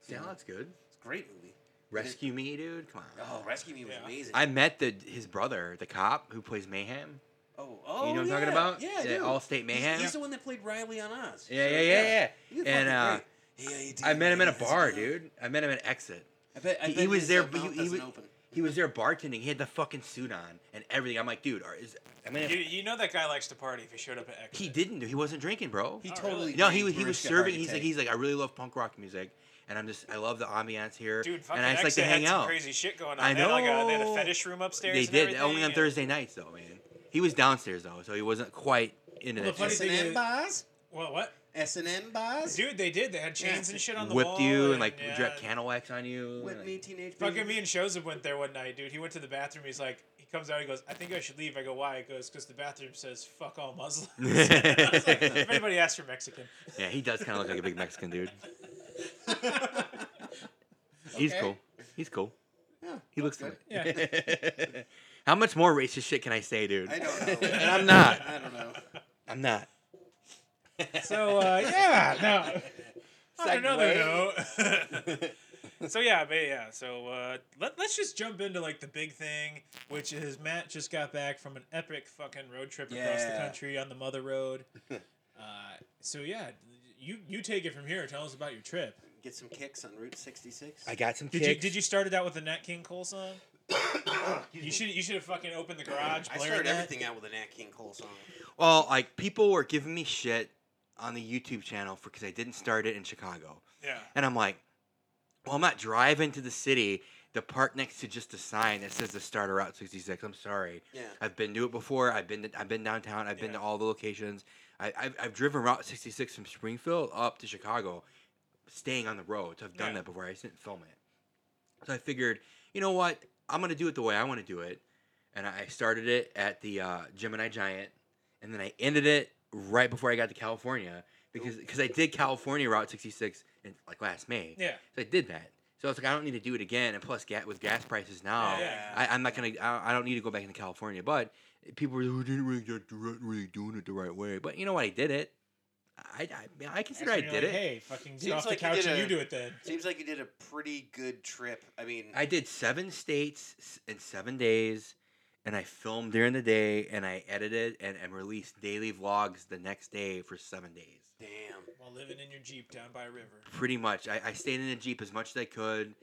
[SPEAKER 3] Sandlot's good.
[SPEAKER 4] It's a great movie.
[SPEAKER 3] Rescue Me, dude. Come on.
[SPEAKER 4] Oh, Rescue Me was
[SPEAKER 2] Yeah.
[SPEAKER 4] amazing.
[SPEAKER 3] I met the his brother, the cop who plays Mayhem.
[SPEAKER 4] oh, oh,
[SPEAKER 3] you know what I'm
[SPEAKER 4] yeah.
[SPEAKER 3] talking about?
[SPEAKER 4] Yeah,
[SPEAKER 3] The
[SPEAKER 4] dude.
[SPEAKER 3] Allstate Mayhem?
[SPEAKER 4] He's, he's the one that played Riley on Oz.
[SPEAKER 3] Yeah,
[SPEAKER 4] So,
[SPEAKER 3] yeah, yeah, yeah.
[SPEAKER 4] He's
[SPEAKER 3] And uh,
[SPEAKER 4] fucking great. Hey, how you
[SPEAKER 3] I
[SPEAKER 4] doing,
[SPEAKER 3] met him at a
[SPEAKER 4] man?
[SPEAKER 3] bar, dude. I met him at Exit.
[SPEAKER 4] I bet, I
[SPEAKER 3] He-
[SPEAKER 4] bet
[SPEAKER 3] he was
[SPEAKER 4] his,
[SPEAKER 3] there,
[SPEAKER 4] uh,
[SPEAKER 3] but he-
[SPEAKER 4] mouth
[SPEAKER 3] he
[SPEAKER 4] doesn't
[SPEAKER 3] was-
[SPEAKER 4] open.
[SPEAKER 3] He was there bartending. He had the fucking suit on and everything. I'm like, dude, are, is I mean,
[SPEAKER 2] You, you know that guy likes to party if he showed up at X.
[SPEAKER 3] he didn't. do. He wasn't drinking, bro.
[SPEAKER 4] He
[SPEAKER 2] Oh,
[SPEAKER 4] totally.
[SPEAKER 2] really?
[SPEAKER 3] no,
[SPEAKER 4] drank
[SPEAKER 3] he, he was
[SPEAKER 4] Mariska
[SPEAKER 3] serving.
[SPEAKER 4] Hargitay.
[SPEAKER 3] He's like, he's like, I really love punk rock music, and I'm just, I love the ambiance here,
[SPEAKER 2] Dude, fucking
[SPEAKER 3] and I just like
[SPEAKER 2] Exit
[SPEAKER 3] to hang
[SPEAKER 2] had some
[SPEAKER 3] out.
[SPEAKER 2] crazy shit going on.
[SPEAKER 3] I
[SPEAKER 2] They had, like, a- they had
[SPEAKER 3] know.
[SPEAKER 2] a fetish room upstairs.
[SPEAKER 3] They
[SPEAKER 2] and
[SPEAKER 3] did only
[SPEAKER 2] everything,
[SPEAKER 3] on
[SPEAKER 2] and-
[SPEAKER 3] Thursday nights though, man. He was downstairs though, so he wasn't quite into
[SPEAKER 2] Well,
[SPEAKER 3] that.
[SPEAKER 2] the funny
[SPEAKER 3] shit.
[SPEAKER 4] S and
[SPEAKER 2] thing
[SPEAKER 4] M
[SPEAKER 2] is-
[SPEAKER 4] bars,
[SPEAKER 2] Well, what?
[SPEAKER 4] S and M bars.
[SPEAKER 2] Dude, they did. They had chains
[SPEAKER 4] Yeah.
[SPEAKER 2] and shit on the wall.
[SPEAKER 3] Whipped you and like
[SPEAKER 2] yeah.
[SPEAKER 3] dropped candle wax on you.
[SPEAKER 4] With
[SPEAKER 3] like-
[SPEAKER 4] me, teenage.
[SPEAKER 2] Fucking
[SPEAKER 4] baby.
[SPEAKER 2] me and Shozab went there one night, dude. He went to the bathroom. He's like, he comes out. He goes, I think I should leave. I go, why? He goes, because the bathroom says fuck all Muslims. I was like, if anybody asks for Mexican,
[SPEAKER 3] Yeah, he does kind of look like a big Mexican dude. He's
[SPEAKER 4] Okay.
[SPEAKER 3] cool. He's cool.
[SPEAKER 4] Yeah,
[SPEAKER 3] He looks
[SPEAKER 4] good.
[SPEAKER 3] like. How much more racist shit can I say, dude?
[SPEAKER 4] I don't know.
[SPEAKER 3] And I'm not.
[SPEAKER 4] I don't know.
[SPEAKER 3] I'm not.
[SPEAKER 2] so uh, yeah, no. On another note. so yeah, but yeah. So uh, let let's just jump into like the big thing, which is Matt just got back from an epic fucking road trip across the
[SPEAKER 4] Yeah.
[SPEAKER 2] country on the mother road. uh, so yeah, you you take it from here. Tell us about your trip.
[SPEAKER 4] Get some kicks on Route 66.
[SPEAKER 3] I got some
[SPEAKER 2] Did
[SPEAKER 3] kicks.
[SPEAKER 2] you did you start it out with the Nat King Cole song? you should you should have fucking opened the garage.
[SPEAKER 4] I
[SPEAKER 2] blaring
[SPEAKER 4] started
[SPEAKER 2] that.
[SPEAKER 4] everything out with an Nat King Cole song.
[SPEAKER 3] Well, like people were giving me shit on the YouTube channel for because I didn't start it in Chicago,
[SPEAKER 2] Yeah.
[SPEAKER 3] and I'm like, well, I'm not driving to the city. The park next to just a sign that says the starter route 66. I'm sorry.
[SPEAKER 4] Yeah.
[SPEAKER 3] I've been to it before. I've been to, I've been downtown. I've been
[SPEAKER 2] Yeah.
[SPEAKER 3] to all the locations. I, I've, I've driven Route 66 from Springfield up to Chicago, staying on the road. So I've done
[SPEAKER 2] Yeah.
[SPEAKER 3] that before. I just didn't film it. So I figured, you know what? I'm gonna do it the way I want to do it, and I started it at the uh, Gemini Giant, and then I ended it right before I got to California because because I did California Route 66 in, like last May.
[SPEAKER 2] Yeah.
[SPEAKER 3] So I did that. So I was like, I don't need to do it again. And plus, ga- with gas prices now,
[SPEAKER 2] Yeah.
[SPEAKER 3] I, I'm not gonna. I, I don't need to go back into California. But people were, like, oh, didn't really, get- weren't really doing it the right way. But you know what? I did it. I I, I consider
[SPEAKER 2] Actually,
[SPEAKER 3] I
[SPEAKER 2] you're
[SPEAKER 3] did
[SPEAKER 2] like,
[SPEAKER 3] it.
[SPEAKER 2] Hey, fucking get
[SPEAKER 4] Seems
[SPEAKER 2] off
[SPEAKER 4] like
[SPEAKER 2] the
[SPEAKER 4] you
[SPEAKER 2] couch
[SPEAKER 4] did
[SPEAKER 2] and
[SPEAKER 4] a-
[SPEAKER 2] you do it then.
[SPEAKER 4] Seems like you did a pretty good trip. I mean,
[SPEAKER 3] I did seven states s- in seven days, and I filmed during the day and I edited and, and released daily vlogs the next day for seven days.
[SPEAKER 4] Damn.
[SPEAKER 2] While living in your Jeep down by a river.
[SPEAKER 3] Pretty much. I, I stayed in the Jeep as much as I could,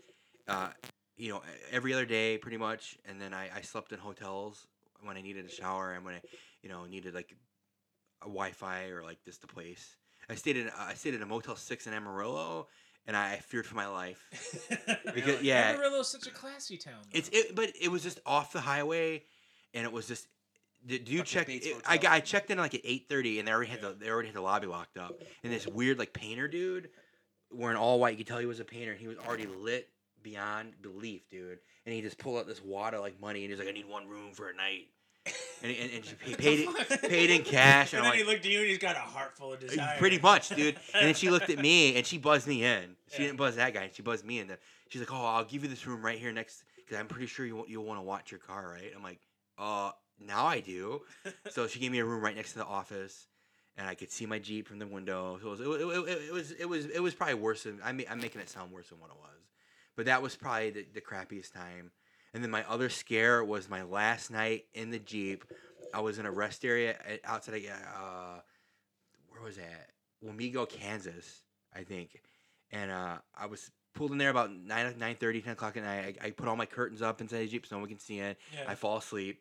[SPEAKER 3] uh, you know, every other day pretty much. And then I, I slept in hotels when I needed a shower and when I, you know, needed like a Wi Fi or like just the place. I stayed in I stayed in a Motel 6 in Amarillo and I, I feared for my life. Because- yeah.
[SPEAKER 2] Amarillo's such a classy town. though.
[SPEAKER 3] It's it, but it was just off the highway, and it was just. d- Do you
[SPEAKER 4] Fucking
[SPEAKER 3] check?
[SPEAKER 4] Bates
[SPEAKER 3] It, I
[SPEAKER 4] Motel.
[SPEAKER 3] got- I checked in like at eight thirty, and they already had
[SPEAKER 2] Yeah.
[SPEAKER 3] the they already had the lobby locked up. And this weird like painter dude, wearing all white, you could tell he was a painter, and he was already lit beyond belief, dude. And he just pulled out this wad of like money, and he's like, "I need one room for a night," and and, and he paid it, paid in cash.
[SPEAKER 2] And
[SPEAKER 3] And
[SPEAKER 2] then
[SPEAKER 3] I'm
[SPEAKER 2] he
[SPEAKER 3] like,
[SPEAKER 2] looked at you and he's got a heart full of desire.
[SPEAKER 3] Pretty much, dude. And then she looked at me and she buzzed me in. She
[SPEAKER 2] Yeah.
[SPEAKER 3] didn't buzz that guy. She buzzed me in. She's like, "Oh, I'll give you this room right here next because I'm pretty sure you won't- you'll want to watch your car, right?" I'm like, "Uh, now I do." so she gave me a room right next to the office, and I could see my Jeep from the window. So it was it, wa- it, wa- it was it was it was probably worse than I mean, I'm making it sound worse than what it was, but that was probably the, the crappiest time. And then my other scare was my last night in the Jeep. I was in a rest area at- outside of uh, where was that? Wamego, Kansas, I think. And uh, I was pulled in there about 9, 9 10 o'clock at night. I, I put all my curtains up inside the Jeep so no one can see it.
[SPEAKER 2] Yeah.
[SPEAKER 3] I fall asleep.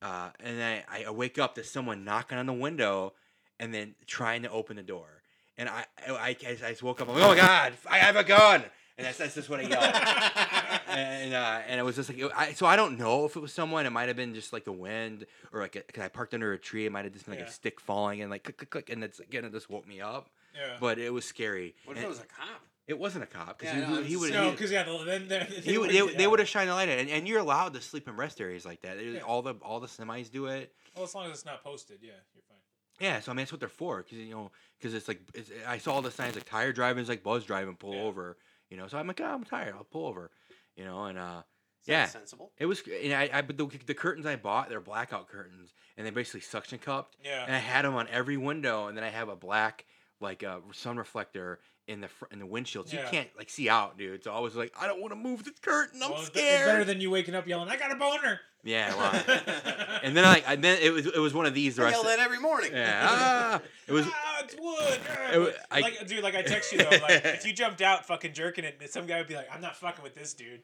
[SPEAKER 3] Uh, and then I, I wake up to someone knocking on the window and then trying to open the door. And I, I, I, I just woke up, I'm like, oh my God, I have a gun. And that's, that's just what I yelled and uh, and it was just like it- I, so I don't know if it was someone. It might have been just like the wind or like because I parked under a tree. It might have just been like
[SPEAKER 2] Yeah.
[SPEAKER 3] a stick falling and like click click click, and it's again it just woke me up.
[SPEAKER 2] yeah.
[SPEAKER 3] But it was scary.
[SPEAKER 4] What if
[SPEAKER 3] And
[SPEAKER 4] it was a cop?
[SPEAKER 3] It wasn't a cop because
[SPEAKER 4] Yeah, no,
[SPEAKER 3] he, would.
[SPEAKER 2] no,
[SPEAKER 3] he-
[SPEAKER 2] because yeah, the- then they're-
[SPEAKER 3] he would,
[SPEAKER 2] would've-
[SPEAKER 3] they, they
[SPEAKER 2] yeah.
[SPEAKER 3] would have shined a light at it, and, and you're allowed to sleep in rest areas like that. There's
[SPEAKER 2] Yeah.
[SPEAKER 3] All the all the semis do it.
[SPEAKER 2] Well, as long as it's not posted, yeah, you're fine.
[SPEAKER 3] Yeah, so I mean that's what they're for, because you know, because it's like it's, I saw all the signs like tire driving is like buzz driving, pull
[SPEAKER 2] Yeah.
[SPEAKER 3] over. You know, so I'm like, oh, I'm tired, I'll pull over. You know, and uh,
[SPEAKER 4] Sounds
[SPEAKER 3] Yeah.
[SPEAKER 4] sensible.
[SPEAKER 3] It was, and I, I but the, the curtains I bought, they're blackout curtains, and they basically suction cupped,
[SPEAKER 2] Yeah.
[SPEAKER 3] and I had them on every window, and then I have a black like uh, sun reflector in the fr- in the windshield, so
[SPEAKER 2] Yeah.
[SPEAKER 3] you can't like see out, dude. So I was like, I don't want to move this curtain, I'm
[SPEAKER 2] Well, it's be- it's
[SPEAKER 3] scared.
[SPEAKER 2] better than you waking up yelling, "I got a boner."
[SPEAKER 3] yeah, well, and then I, I then it was it was one of these. The
[SPEAKER 4] I
[SPEAKER 3] rest
[SPEAKER 4] yell
[SPEAKER 3] of-
[SPEAKER 4] that every morning.
[SPEAKER 3] yeah, ah, it was.
[SPEAKER 2] ah, it's wood. ah."
[SPEAKER 3] It wa- I-
[SPEAKER 2] like, dude, like I text you though, like if you jumped out fucking jerking it, some guy would be like, "I'm not fucking with this dude."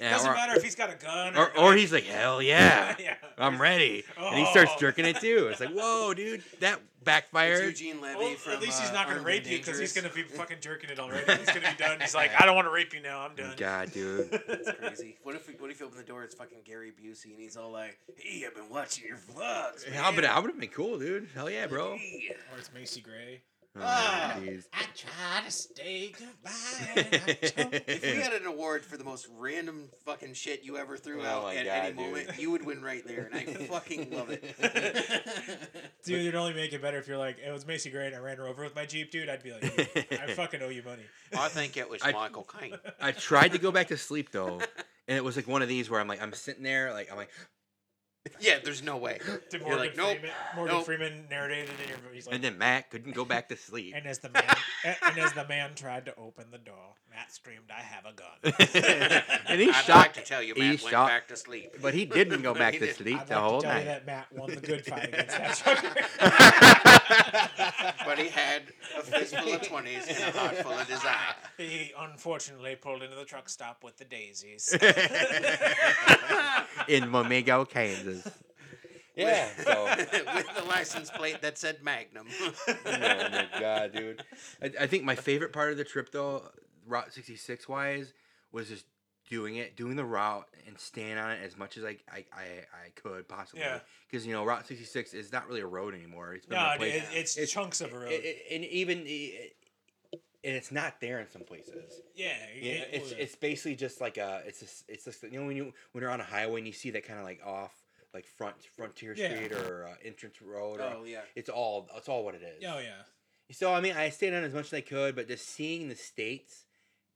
[SPEAKER 3] yeah,
[SPEAKER 2] Doesn't
[SPEAKER 3] or,
[SPEAKER 2] matter if he's got a gun or,
[SPEAKER 3] Or, or he's like, hell yeah,
[SPEAKER 2] yeah.
[SPEAKER 3] I'm ready, and he starts
[SPEAKER 2] Oh.
[SPEAKER 3] jerking it too. It's like, whoa, dude, that
[SPEAKER 4] It's
[SPEAKER 3] backfired.
[SPEAKER 4] Eugene Levy
[SPEAKER 2] Well,
[SPEAKER 4] from.
[SPEAKER 2] at least
[SPEAKER 4] uh,
[SPEAKER 2] he's not gonna
[SPEAKER 4] Armed and
[SPEAKER 2] rape you because he's gonna
[SPEAKER 4] Dangerous.
[SPEAKER 2] be fucking jerking it already. He's gonna be done. He's like, "I don't want to rape you now. I'm done."
[SPEAKER 3] God, dude.
[SPEAKER 4] That's crazy. What if we, what if you open the door? It's fucking Gary Busey, and he's all like, "Hey, I've been watching your vlogs, man."
[SPEAKER 3] Yeah, but I would have been cool, dude. Hell yeah, bro.
[SPEAKER 4] Hey.
[SPEAKER 2] Or it's Macy Gray.
[SPEAKER 3] Oh,
[SPEAKER 4] Ah.
[SPEAKER 3] jeez.
[SPEAKER 5] I try to stay goodbye. and I don't.
[SPEAKER 4] If we had an award for the most random fucking shit you ever threw
[SPEAKER 3] Oh
[SPEAKER 4] out
[SPEAKER 3] my
[SPEAKER 4] at
[SPEAKER 3] God,
[SPEAKER 4] any
[SPEAKER 3] dude.
[SPEAKER 4] moment, you would win right there, and I fucking love it.
[SPEAKER 2] Dude, it'd only make it better if you're like, it was Macy Gray and I ran her over with my Jeep, dude. I'd be like, I fucking owe you money.
[SPEAKER 4] I think it was
[SPEAKER 3] I-
[SPEAKER 4] Michael Caine.
[SPEAKER 3] I tried to go back to sleep though, and it was like one of these where I'm like, I'm sitting there, like I'm like,
[SPEAKER 4] Yeah, there's no way.
[SPEAKER 2] To
[SPEAKER 4] You're
[SPEAKER 2] Morgan
[SPEAKER 4] like, nope,
[SPEAKER 2] Freeman. Morgan
[SPEAKER 4] nope.
[SPEAKER 2] Freeman narrated it in your He's like,
[SPEAKER 3] and
[SPEAKER 2] and,
[SPEAKER 3] then Matt couldn't go back to sleep.
[SPEAKER 2] as the man and, and as the man tried to open the door, Matt screamed, I have a gun.
[SPEAKER 3] and he
[SPEAKER 4] I'd like
[SPEAKER 3] shot,
[SPEAKER 4] to tell you,
[SPEAKER 3] he
[SPEAKER 4] Matt went
[SPEAKER 3] shot-
[SPEAKER 4] back to sleep.
[SPEAKER 3] but he didn't go
[SPEAKER 4] No,
[SPEAKER 3] back
[SPEAKER 4] he
[SPEAKER 3] to
[SPEAKER 4] didn't.
[SPEAKER 3] sleep
[SPEAKER 2] I'd
[SPEAKER 3] the
[SPEAKER 2] like
[SPEAKER 3] whole
[SPEAKER 2] to tell you
[SPEAKER 3] night.
[SPEAKER 2] that Matt won the good fight against that trucker.
[SPEAKER 4] but he had a fistful of twenties and a heart full of desire.
[SPEAKER 2] he unfortunately pulled into the truck stop with the daisies.
[SPEAKER 3] In Momigo, Kansas. Yeah. So.
[SPEAKER 4] with the license plate that said Magnum.
[SPEAKER 3] oh my god, dude! I, I think my favorite part of the trip, though, Route 66 wise, was just doing it, doing the route, and staying on it as much as I I, I, I could possibly.
[SPEAKER 2] Yeah.
[SPEAKER 3] Because you know, Route 66 is not really a road anymore. It's been
[SPEAKER 2] no, dude,
[SPEAKER 3] replaced.
[SPEAKER 2] it, it's,
[SPEAKER 3] It's-
[SPEAKER 2] chunks of a road.
[SPEAKER 3] It- it- and even the- and it's not there in some places.
[SPEAKER 2] yeah,
[SPEAKER 3] Yeah,
[SPEAKER 2] it-
[SPEAKER 3] it's it's basically just like a it's just, it's just you know when you when you're on a highway and you see that kind of like off like front frontier
[SPEAKER 2] Yeah.
[SPEAKER 3] street or uh, entrance road.
[SPEAKER 4] oh
[SPEAKER 3] Or,
[SPEAKER 4] yeah.
[SPEAKER 3] it's all it's all what it is.
[SPEAKER 2] oh yeah.
[SPEAKER 3] So I mean, I stayed on as much as I could, but just seeing the states,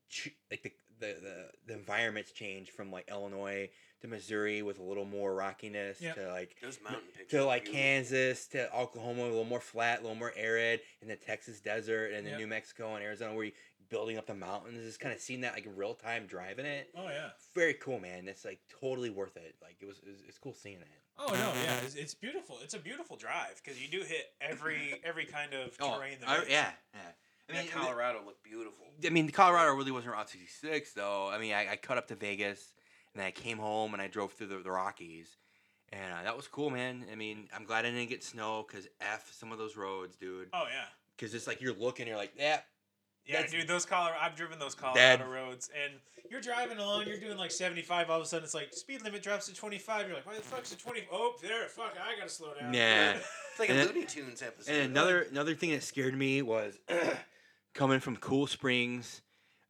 [SPEAKER 3] ch- like the, the the the environments change from like Illinois to Missouri with a little more rockiness
[SPEAKER 2] Yep.
[SPEAKER 3] to like
[SPEAKER 4] Those mountain pictures.
[SPEAKER 3] to like
[SPEAKER 4] are
[SPEAKER 3] Kansas to Oklahoma, a little more flat, a little more arid, and the Texas desert, and then
[SPEAKER 2] Yep.
[SPEAKER 3] New Mexico and Arizona where you building up the mountains, just kind of seeing that like in real time driving it.
[SPEAKER 2] Oh yeah.
[SPEAKER 3] Very cool, man. It's like totally worth it. Like it was, it was it's cool seeing it.
[SPEAKER 2] Oh no, yeah, it's, it's beautiful. It's a beautiful drive because you do hit every every kind of terrain. there
[SPEAKER 3] Oh, I-
[SPEAKER 2] is.
[SPEAKER 3] yeah, yeah. I mean,
[SPEAKER 5] That Colorado looked beautiful.
[SPEAKER 3] I mean, Colorado really wasn't Route 66, though. I mean, I, I cut up to Vegas, and then I came home and I drove through the, the Rockies, and uh, that was cool, man. I mean, I'm glad I didn't get snow because f some of those roads, dude.
[SPEAKER 2] Oh yeah.
[SPEAKER 3] Because it's like you're looking, you're like, yeah,
[SPEAKER 2] Yeah,
[SPEAKER 3] That's-
[SPEAKER 2] dude, those Colorado. I've driven those
[SPEAKER 3] Bad.
[SPEAKER 2] Colorado roads, and you're driving along, you're doing like 75. All of a sudden, it's like speed limit drops to 25. You're like, why the fuck's it 20? Oh, there, fuck, I gotta slow down.
[SPEAKER 3] nah.
[SPEAKER 4] It's like a
[SPEAKER 3] And-
[SPEAKER 4] Looney Tunes episode.
[SPEAKER 3] And another another thing that scared me was coming from Cool Springs,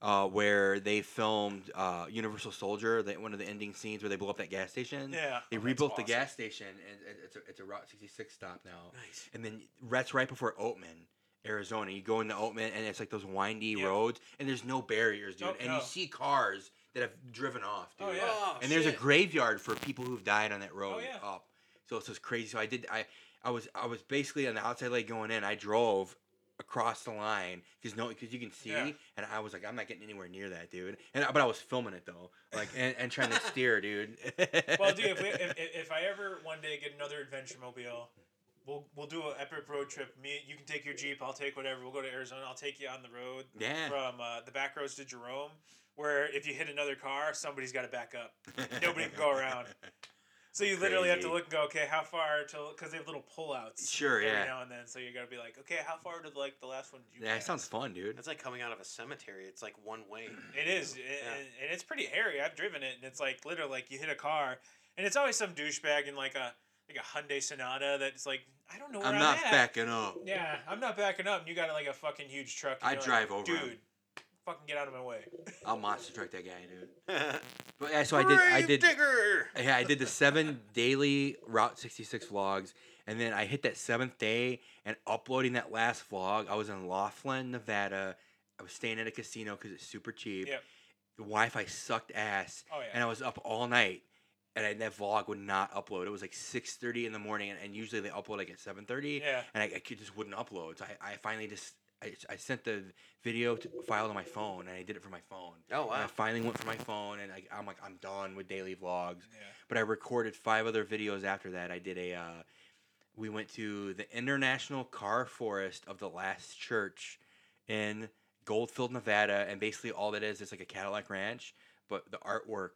[SPEAKER 3] uh, where they filmed uh, Universal Soldier, that one of the ending scenes where they blow up that gas station.
[SPEAKER 2] yeah.
[SPEAKER 3] They
[SPEAKER 2] Oh, that's
[SPEAKER 3] rebuilt
[SPEAKER 2] awesome.
[SPEAKER 3] the gas station, and it- it's a, it's a Route 66 stop now.
[SPEAKER 4] Nice.
[SPEAKER 3] And then that's right before Oatman, Arizona. You go into Oatman, and it's like those windy
[SPEAKER 2] Yeah.
[SPEAKER 3] roads, and there's no barriers, dude.
[SPEAKER 2] Nope,
[SPEAKER 3] and
[SPEAKER 2] no.
[SPEAKER 3] you see cars that have driven off, dude.
[SPEAKER 2] Oh, yeah.
[SPEAKER 3] And there's a
[SPEAKER 4] shit.
[SPEAKER 3] graveyard for people who've died on that road
[SPEAKER 2] yeah.
[SPEAKER 3] up. So it's just crazy. So I did. I I was I was basically on the outside leg going in. I drove across the line because no because you can see
[SPEAKER 2] Yeah.
[SPEAKER 3] and i was like i'm not getting anywhere near that dude and but i was filming it though like and, and trying to steer dude
[SPEAKER 2] Well, dude, if, we, if, if if I ever one day get another adventure mobile, we'll we'll do an epic road trip. Me, you can take your jeep. I'll take whatever. We'll go to Arizona. I'll take you on the road
[SPEAKER 3] yeah
[SPEAKER 2] from uh, the back roads to Jerome, where if you hit another car, somebody's got to back up. Nobody can go around. So you literally have to
[SPEAKER 3] Crazy.
[SPEAKER 2] look and go, okay, how far till? Because they have little pullouts.
[SPEAKER 3] Sure,
[SPEAKER 2] Every
[SPEAKER 3] yeah.
[SPEAKER 2] now and then, so you got to be like, okay, how far did like the last one? Did you
[SPEAKER 3] Yeah, it
[SPEAKER 2] pass?
[SPEAKER 3] sounds fun, dude.
[SPEAKER 4] That's like coming out of a cemetery. It's like one way.
[SPEAKER 2] It is, a-
[SPEAKER 4] Yeah.
[SPEAKER 2] and, and it's pretty hairy. I've driven it, and it's like literally like you hit a car, and it's always some douchebag in like a like a Hyundai Sonata that's like, I don't know where I'm,
[SPEAKER 3] I'm not
[SPEAKER 2] at.
[SPEAKER 3] backing up.
[SPEAKER 2] Yeah, I'm not backing up, and you got like a fucking huge truck. and
[SPEAKER 3] I
[SPEAKER 2] you're
[SPEAKER 3] drive
[SPEAKER 2] like,
[SPEAKER 3] over 'em.
[SPEAKER 2] dude. Fucking get out of my way.
[SPEAKER 3] I'll monster truck that guy, dude. But yeah, so I did. I
[SPEAKER 4] Grave
[SPEAKER 3] did.
[SPEAKER 4] Digger.
[SPEAKER 3] Yeah, I did the seven daily Route 66 vlogs, and then I hit that seventh day and uploading that last vlog. I was in Laughlin, Nevada. I was staying at a casino because it's super cheap.
[SPEAKER 2] Yep.
[SPEAKER 3] The Wi-Fi sucked ass,
[SPEAKER 2] Oh yeah.
[SPEAKER 3] and I was up all night. And I, that vlog would not upload. It was like 6:30 in the morning, and, and usually they upload like at 7:30.
[SPEAKER 2] yeah.
[SPEAKER 3] and I, I could- just wouldn't upload. So I, I finally just I, I sent the video to, file to my phone, and I did it from my phone.
[SPEAKER 4] Oh
[SPEAKER 3] And I
[SPEAKER 4] wow.
[SPEAKER 3] finally went for my phone, and I, I'm like, I'm done with daily vlogs.
[SPEAKER 2] Yeah.
[SPEAKER 3] But I recorded five other videos after that. I did a, uh, we went to the International Car Forest of the Last Church in Goldfield, Nevada, and basically all that is is like a Cadillac Ranch, but the artwork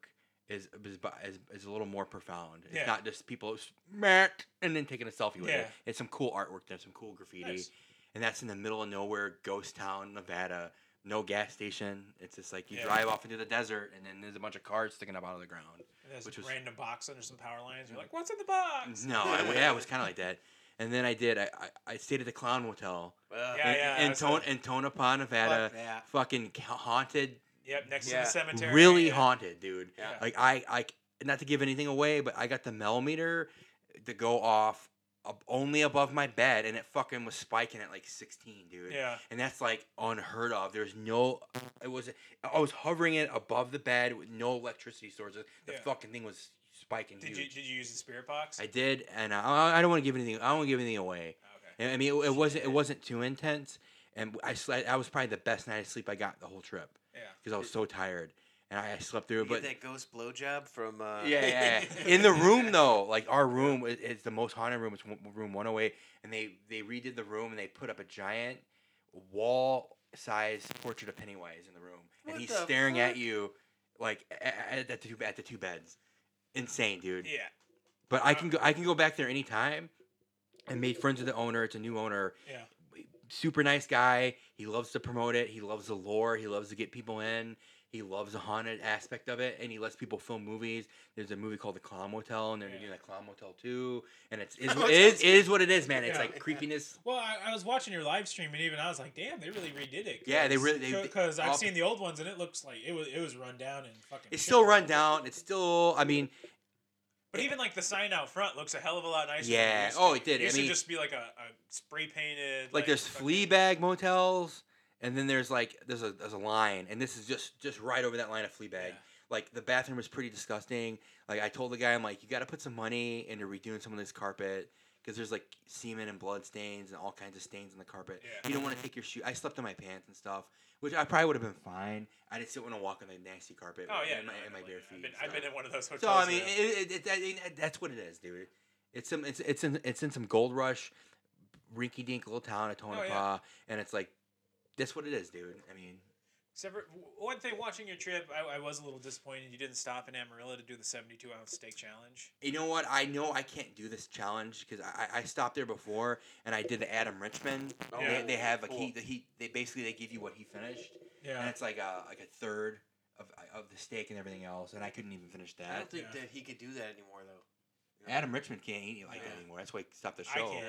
[SPEAKER 3] is is, bu- is, is a little more profound. It's
[SPEAKER 2] Yeah.
[SPEAKER 3] not just people smack and then taking a selfie with it.
[SPEAKER 2] Yeah.
[SPEAKER 3] It's some cool artwork there, some cool graffiti,
[SPEAKER 2] Nice.
[SPEAKER 3] and that's in the middle of nowhere, ghost town, Nevada. No gas station. It's just like you
[SPEAKER 2] Yeah.
[SPEAKER 3] drive off into the desert, and then there's a bunch of cars sticking up out of the ground.
[SPEAKER 2] And there's
[SPEAKER 3] which
[SPEAKER 2] a
[SPEAKER 3] was-
[SPEAKER 2] random box under some power lines. You're like, what's in the box?
[SPEAKER 3] No, I, yeah, it was kind of like that. And then I did. I, I, I stayed at the Clown Motel
[SPEAKER 4] Well,
[SPEAKER 2] Yeah,
[SPEAKER 3] in,
[SPEAKER 2] yeah,
[SPEAKER 3] in,
[SPEAKER 2] that's
[SPEAKER 3] Ton-
[SPEAKER 2] what-
[SPEAKER 3] in Tonopah, Nevada.
[SPEAKER 4] Uh, Fuck that.
[SPEAKER 3] Fucking ca- haunted,
[SPEAKER 2] Yep, next
[SPEAKER 4] Yeah.
[SPEAKER 2] to the cemetery.
[SPEAKER 3] really
[SPEAKER 2] yeah.
[SPEAKER 3] haunted, dude.
[SPEAKER 2] Yeah.
[SPEAKER 3] Like I, I, not to give anything away, but I got the mel meter to go off up only above my bed, and it fucking was spiking at like 16, dude.
[SPEAKER 2] Yeah.
[SPEAKER 3] And that's like unheard of. There's no, it was, I was hovering it above the bed with no electricity sources. The
[SPEAKER 2] Yeah.
[SPEAKER 3] fucking thing was spiking.
[SPEAKER 2] Did
[SPEAKER 3] huge.
[SPEAKER 2] you did you use the spirit box?
[SPEAKER 3] I did, and I, I don't want to give anything. I don't want to give anything away.
[SPEAKER 2] okay.
[SPEAKER 3] I mean, it, it wasn't it wasn't too intense, and I slept. I was probably the best night of sleep I got the whole trip
[SPEAKER 2] Yeah.
[SPEAKER 3] because I was so tired, and I, I slept through.
[SPEAKER 4] you
[SPEAKER 3] it, But
[SPEAKER 4] get that ghost blowjob from. Uh,
[SPEAKER 3] yeah, yeah, yeah. in the room though, like our room is, is the most haunted room. It's w- room one hundred eight, and they they redid the room and they put up a giant wall sized portrait of Pennywise in the room,
[SPEAKER 4] What
[SPEAKER 3] and he's
[SPEAKER 4] the
[SPEAKER 3] staring at
[SPEAKER 4] fuck?
[SPEAKER 3] you like a- a- at the two at the two beds. Insane, dude.
[SPEAKER 2] Yeah.
[SPEAKER 3] But I can go. I can go back there anytime. And made friends with the owner. It's a new owner.
[SPEAKER 2] Yeah.
[SPEAKER 3] Super nice guy. He loves to promote it. He loves the lore. He loves to get people in. He loves the haunted aspect of it, and he lets people film movies. There's a movie called The Clown Motel, and they're
[SPEAKER 2] Yeah.
[SPEAKER 3] doing The Clown Motel too. And it's is,
[SPEAKER 4] Motel's
[SPEAKER 3] is, is what it is, man. It's
[SPEAKER 2] Yeah.
[SPEAKER 3] like creepiness.
[SPEAKER 2] Well, I, I was watching your live stream, and even I was like, "Damn, they really redid it."
[SPEAKER 3] Yeah, they really- they-
[SPEAKER 2] because I've
[SPEAKER 3] up-
[SPEAKER 2] seen the old ones, and it looks like it was it was run down and fucking.
[SPEAKER 3] It's
[SPEAKER 2] shit.
[SPEAKER 3] still run down. It's still. I mean,
[SPEAKER 2] But even like the sign out front looks a hell of a lot nicer. than
[SPEAKER 3] Yeah.
[SPEAKER 2] used to.
[SPEAKER 3] Oh, it did.
[SPEAKER 2] It
[SPEAKER 3] I
[SPEAKER 2] used
[SPEAKER 3] mean-
[SPEAKER 2] to just be like a, a spray painted.
[SPEAKER 3] like there's
[SPEAKER 2] fucking-
[SPEAKER 3] flea bag motels and then there's like there's a there's a line and this is just just right over that line of flea bag
[SPEAKER 2] Yeah.
[SPEAKER 3] like the bathroom was pretty disgusting like i told the guy i'm like you got to put some money into redoing some of this carpet because there's like semen and blood stains and all kinds of stains on the carpet.
[SPEAKER 2] Yeah.
[SPEAKER 3] You don't want to take your shoe. I slept in my pants and stuff, which I probably would have been fine. I just didn't want to walk on the nasty carpet.
[SPEAKER 2] Oh
[SPEAKER 3] with-
[SPEAKER 2] yeah,
[SPEAKER 3] in
[SPEAKER 2] no,
[SPEAKER 3] my,
[SPEAKER 2] I
[SPEAKER 3] in my
[SPEAKER 2] don't
[SPEAKER 3] bare
[SPEAKER 2] blame you.
[SPEAKER 3] feet.
[SPEAKER 2] I've been, I've been
[SPEAKER 3] so.
[SPEAKER 2] in one of those hotels.
[SPEAKER 3] So I mean,
[SPEAKER 2] yeah.
[SPEAKER 3] it, it, it, I mean, that's what it is, dude. It's some it's it's in it's in some gold rush, rinky dink little town of
[SPEAKER 4] Oh,
[SPEAKER 3] Tonopah,
[SPEAKER 2] yeah.
[SPEAKER 3] and it's like that's what it is, dude. I mean,
[SPEAKER 2] Separate, w- one thing watching your trip, I, I was a little disappointed you didn't stop in Amarillo to do the 72 ounce steak challenge.
[SPEAKER 3] you know what? I know I can't do this challenge because I, I- I stopped there before and I did the Adam Richmond.
[SPEAKER 2] Yeah.
[SPEAKER 3] They, they have like
[SPEAKER 4] Oh, Cool.
[SPEAKER 3] he the he they basically they give you what he finished, and
[SPEAKER 2] Yeah.
[SPEAKER 3] it's like a like a third of of the steak and everything else, and I couldn't even finish
[SPEAKER 4] I don't
[SPEAKER 3] that.
[SPEAKER 4] think
[SPEAKER 2] Yeah.
[SPEAKER 4] that he could do that anymore, though.
[SPEAKER 3] Adam Richmond can't eat it like
[SPEAKER 4] Yeah.
[SPEAKER 3] that anymore. That's why he stopped the
[SPEAKER 2] I
[SPEAKER 3] show.
[SPEAKER 2] can't.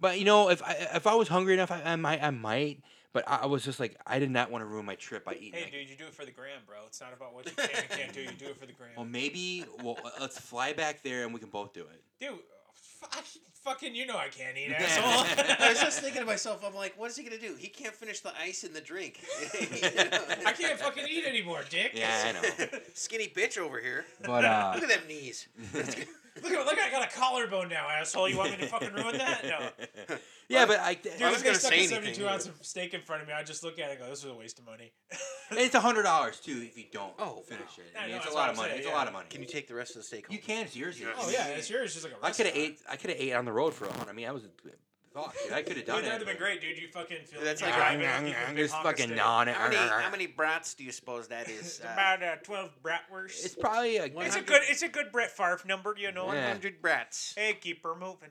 [SPEAKER 3] But you know, if I if I was hungry enough, I, I might I might. But I, I was just like I did not want to ruin my trip by eating.
[SPEAKER 2] Hey,
[SPEAKER 3] like,
[SPEAKER 2] dude, you do it for the gram, bro. It's not about what you can and can't do. You do it for the gram.
[SPEAKER 3] Well, maybe well uh, let's fly back there and we can both do it.
[SPEAKER 2] Dude, fuck, fucking, you know I can't eat, asshole.
[SPEAKER 4] I was just thinking to myself, I'm like, what is he gonna do? He can't finish the ice in the drink. You know?
[SPEAKER 2] I can't fucking eat anymore, dick.
[SPEAKER 3] Yeah, I know.
[SPEAKER 4] Skinny bitch over here.
[SPEAKER 3] But uh,
[SPEAKER 4] Look at them knees.
[SPEAKER 2] Look, at- look, I got a collarbone now, asshole. You want me to fucking ruin that? No.
[SPEAKER 3] yeah, but I,
[SPEAKER 2] Dude,
[SPEAKER 4] I
[SPEAKER 2] if
[SPEAKER 4] was
[SPEAKER 2] they
[SPEAKER 4] gonna
[SPEAKER 2] stuck
[SPEAKER 4] say
[SPEAKER 2] a 72
[SPEAKER 4] anything,
[SPEAKER 2] ounce of steak in front of me, I just look at it and go, this was a waste of money.
[SPEAKER 3] it's a hundred dollars too if you don't
[SPEAKER 4] Oh,
[SPEAKER 3] finish
[SPEAKER 4] wow.
[SPEAKER 3] it.
[SPEAKER 2] I
[SPEAKER 3] I mean,
[SPEAKER 2] know,
[SPEAKER 3] it's a
[SPEAKER 2] that's
[SPEAKER 3] lot
[SPEAKER 2] what
[SPEAKER 3] of
[SPEAKER 2] I'm
[SPEAKER 3] money.
[SPEAKER 2] saying,
[SPEAKER 3] It's a
[SPEAKER 2] yeah.
[SPEAKER 3] lot of money.
[SPEAKER 4] Can you take the rest of the steak home?
[SPEAKER 3] You can. It's yours. dude.
[SPEAKER 2] Oh, yeah, it's uh, yours. Just like a
[SPEAKER 3] I could have
[SPEAKER 2] restaurant.
[SPEAKER 3] ate. I could have ate on the road for a hundred. I mean, I was a fuck. Dude, I could have
[SPEAKER 2] Dude, that
[SPEAKER 3] done
[SPEAKER 2] would
[SPEAKER 3] it.
[SPEAKER 2] have been great, dude. You fucking feel
[SPEAKER 4] That's
[SPEAKER 2] you
[SPEAKER 4] like a-
[SPEAKER 2] drive it up, you get a big
[SPEAKER 3] Just
[SPEAKER 2] honk of
[SPEAKER 3] fucking
[SPEAKER 2] steak.
[SPEAKER 3] gnawing it.
[SPEAKER 4] How many, how many brats do you suppose that is?
[SPEAKER 2] It's
[SPEAKER 4] Uh,
[SPEAKER 2] about uh, 12 bratwursts.
[SPEAKER 3] It's probably a.
[SPEAKER 2] It's a
[SPEAKER 4] 100.
[SPEAKER 2] good it's a good Brett Favre number, you know.
[SPEAKER 3] Yeah.
[SPEAKER 4] 100 brats.
[SPEAKER 2] Hey, keep her moving.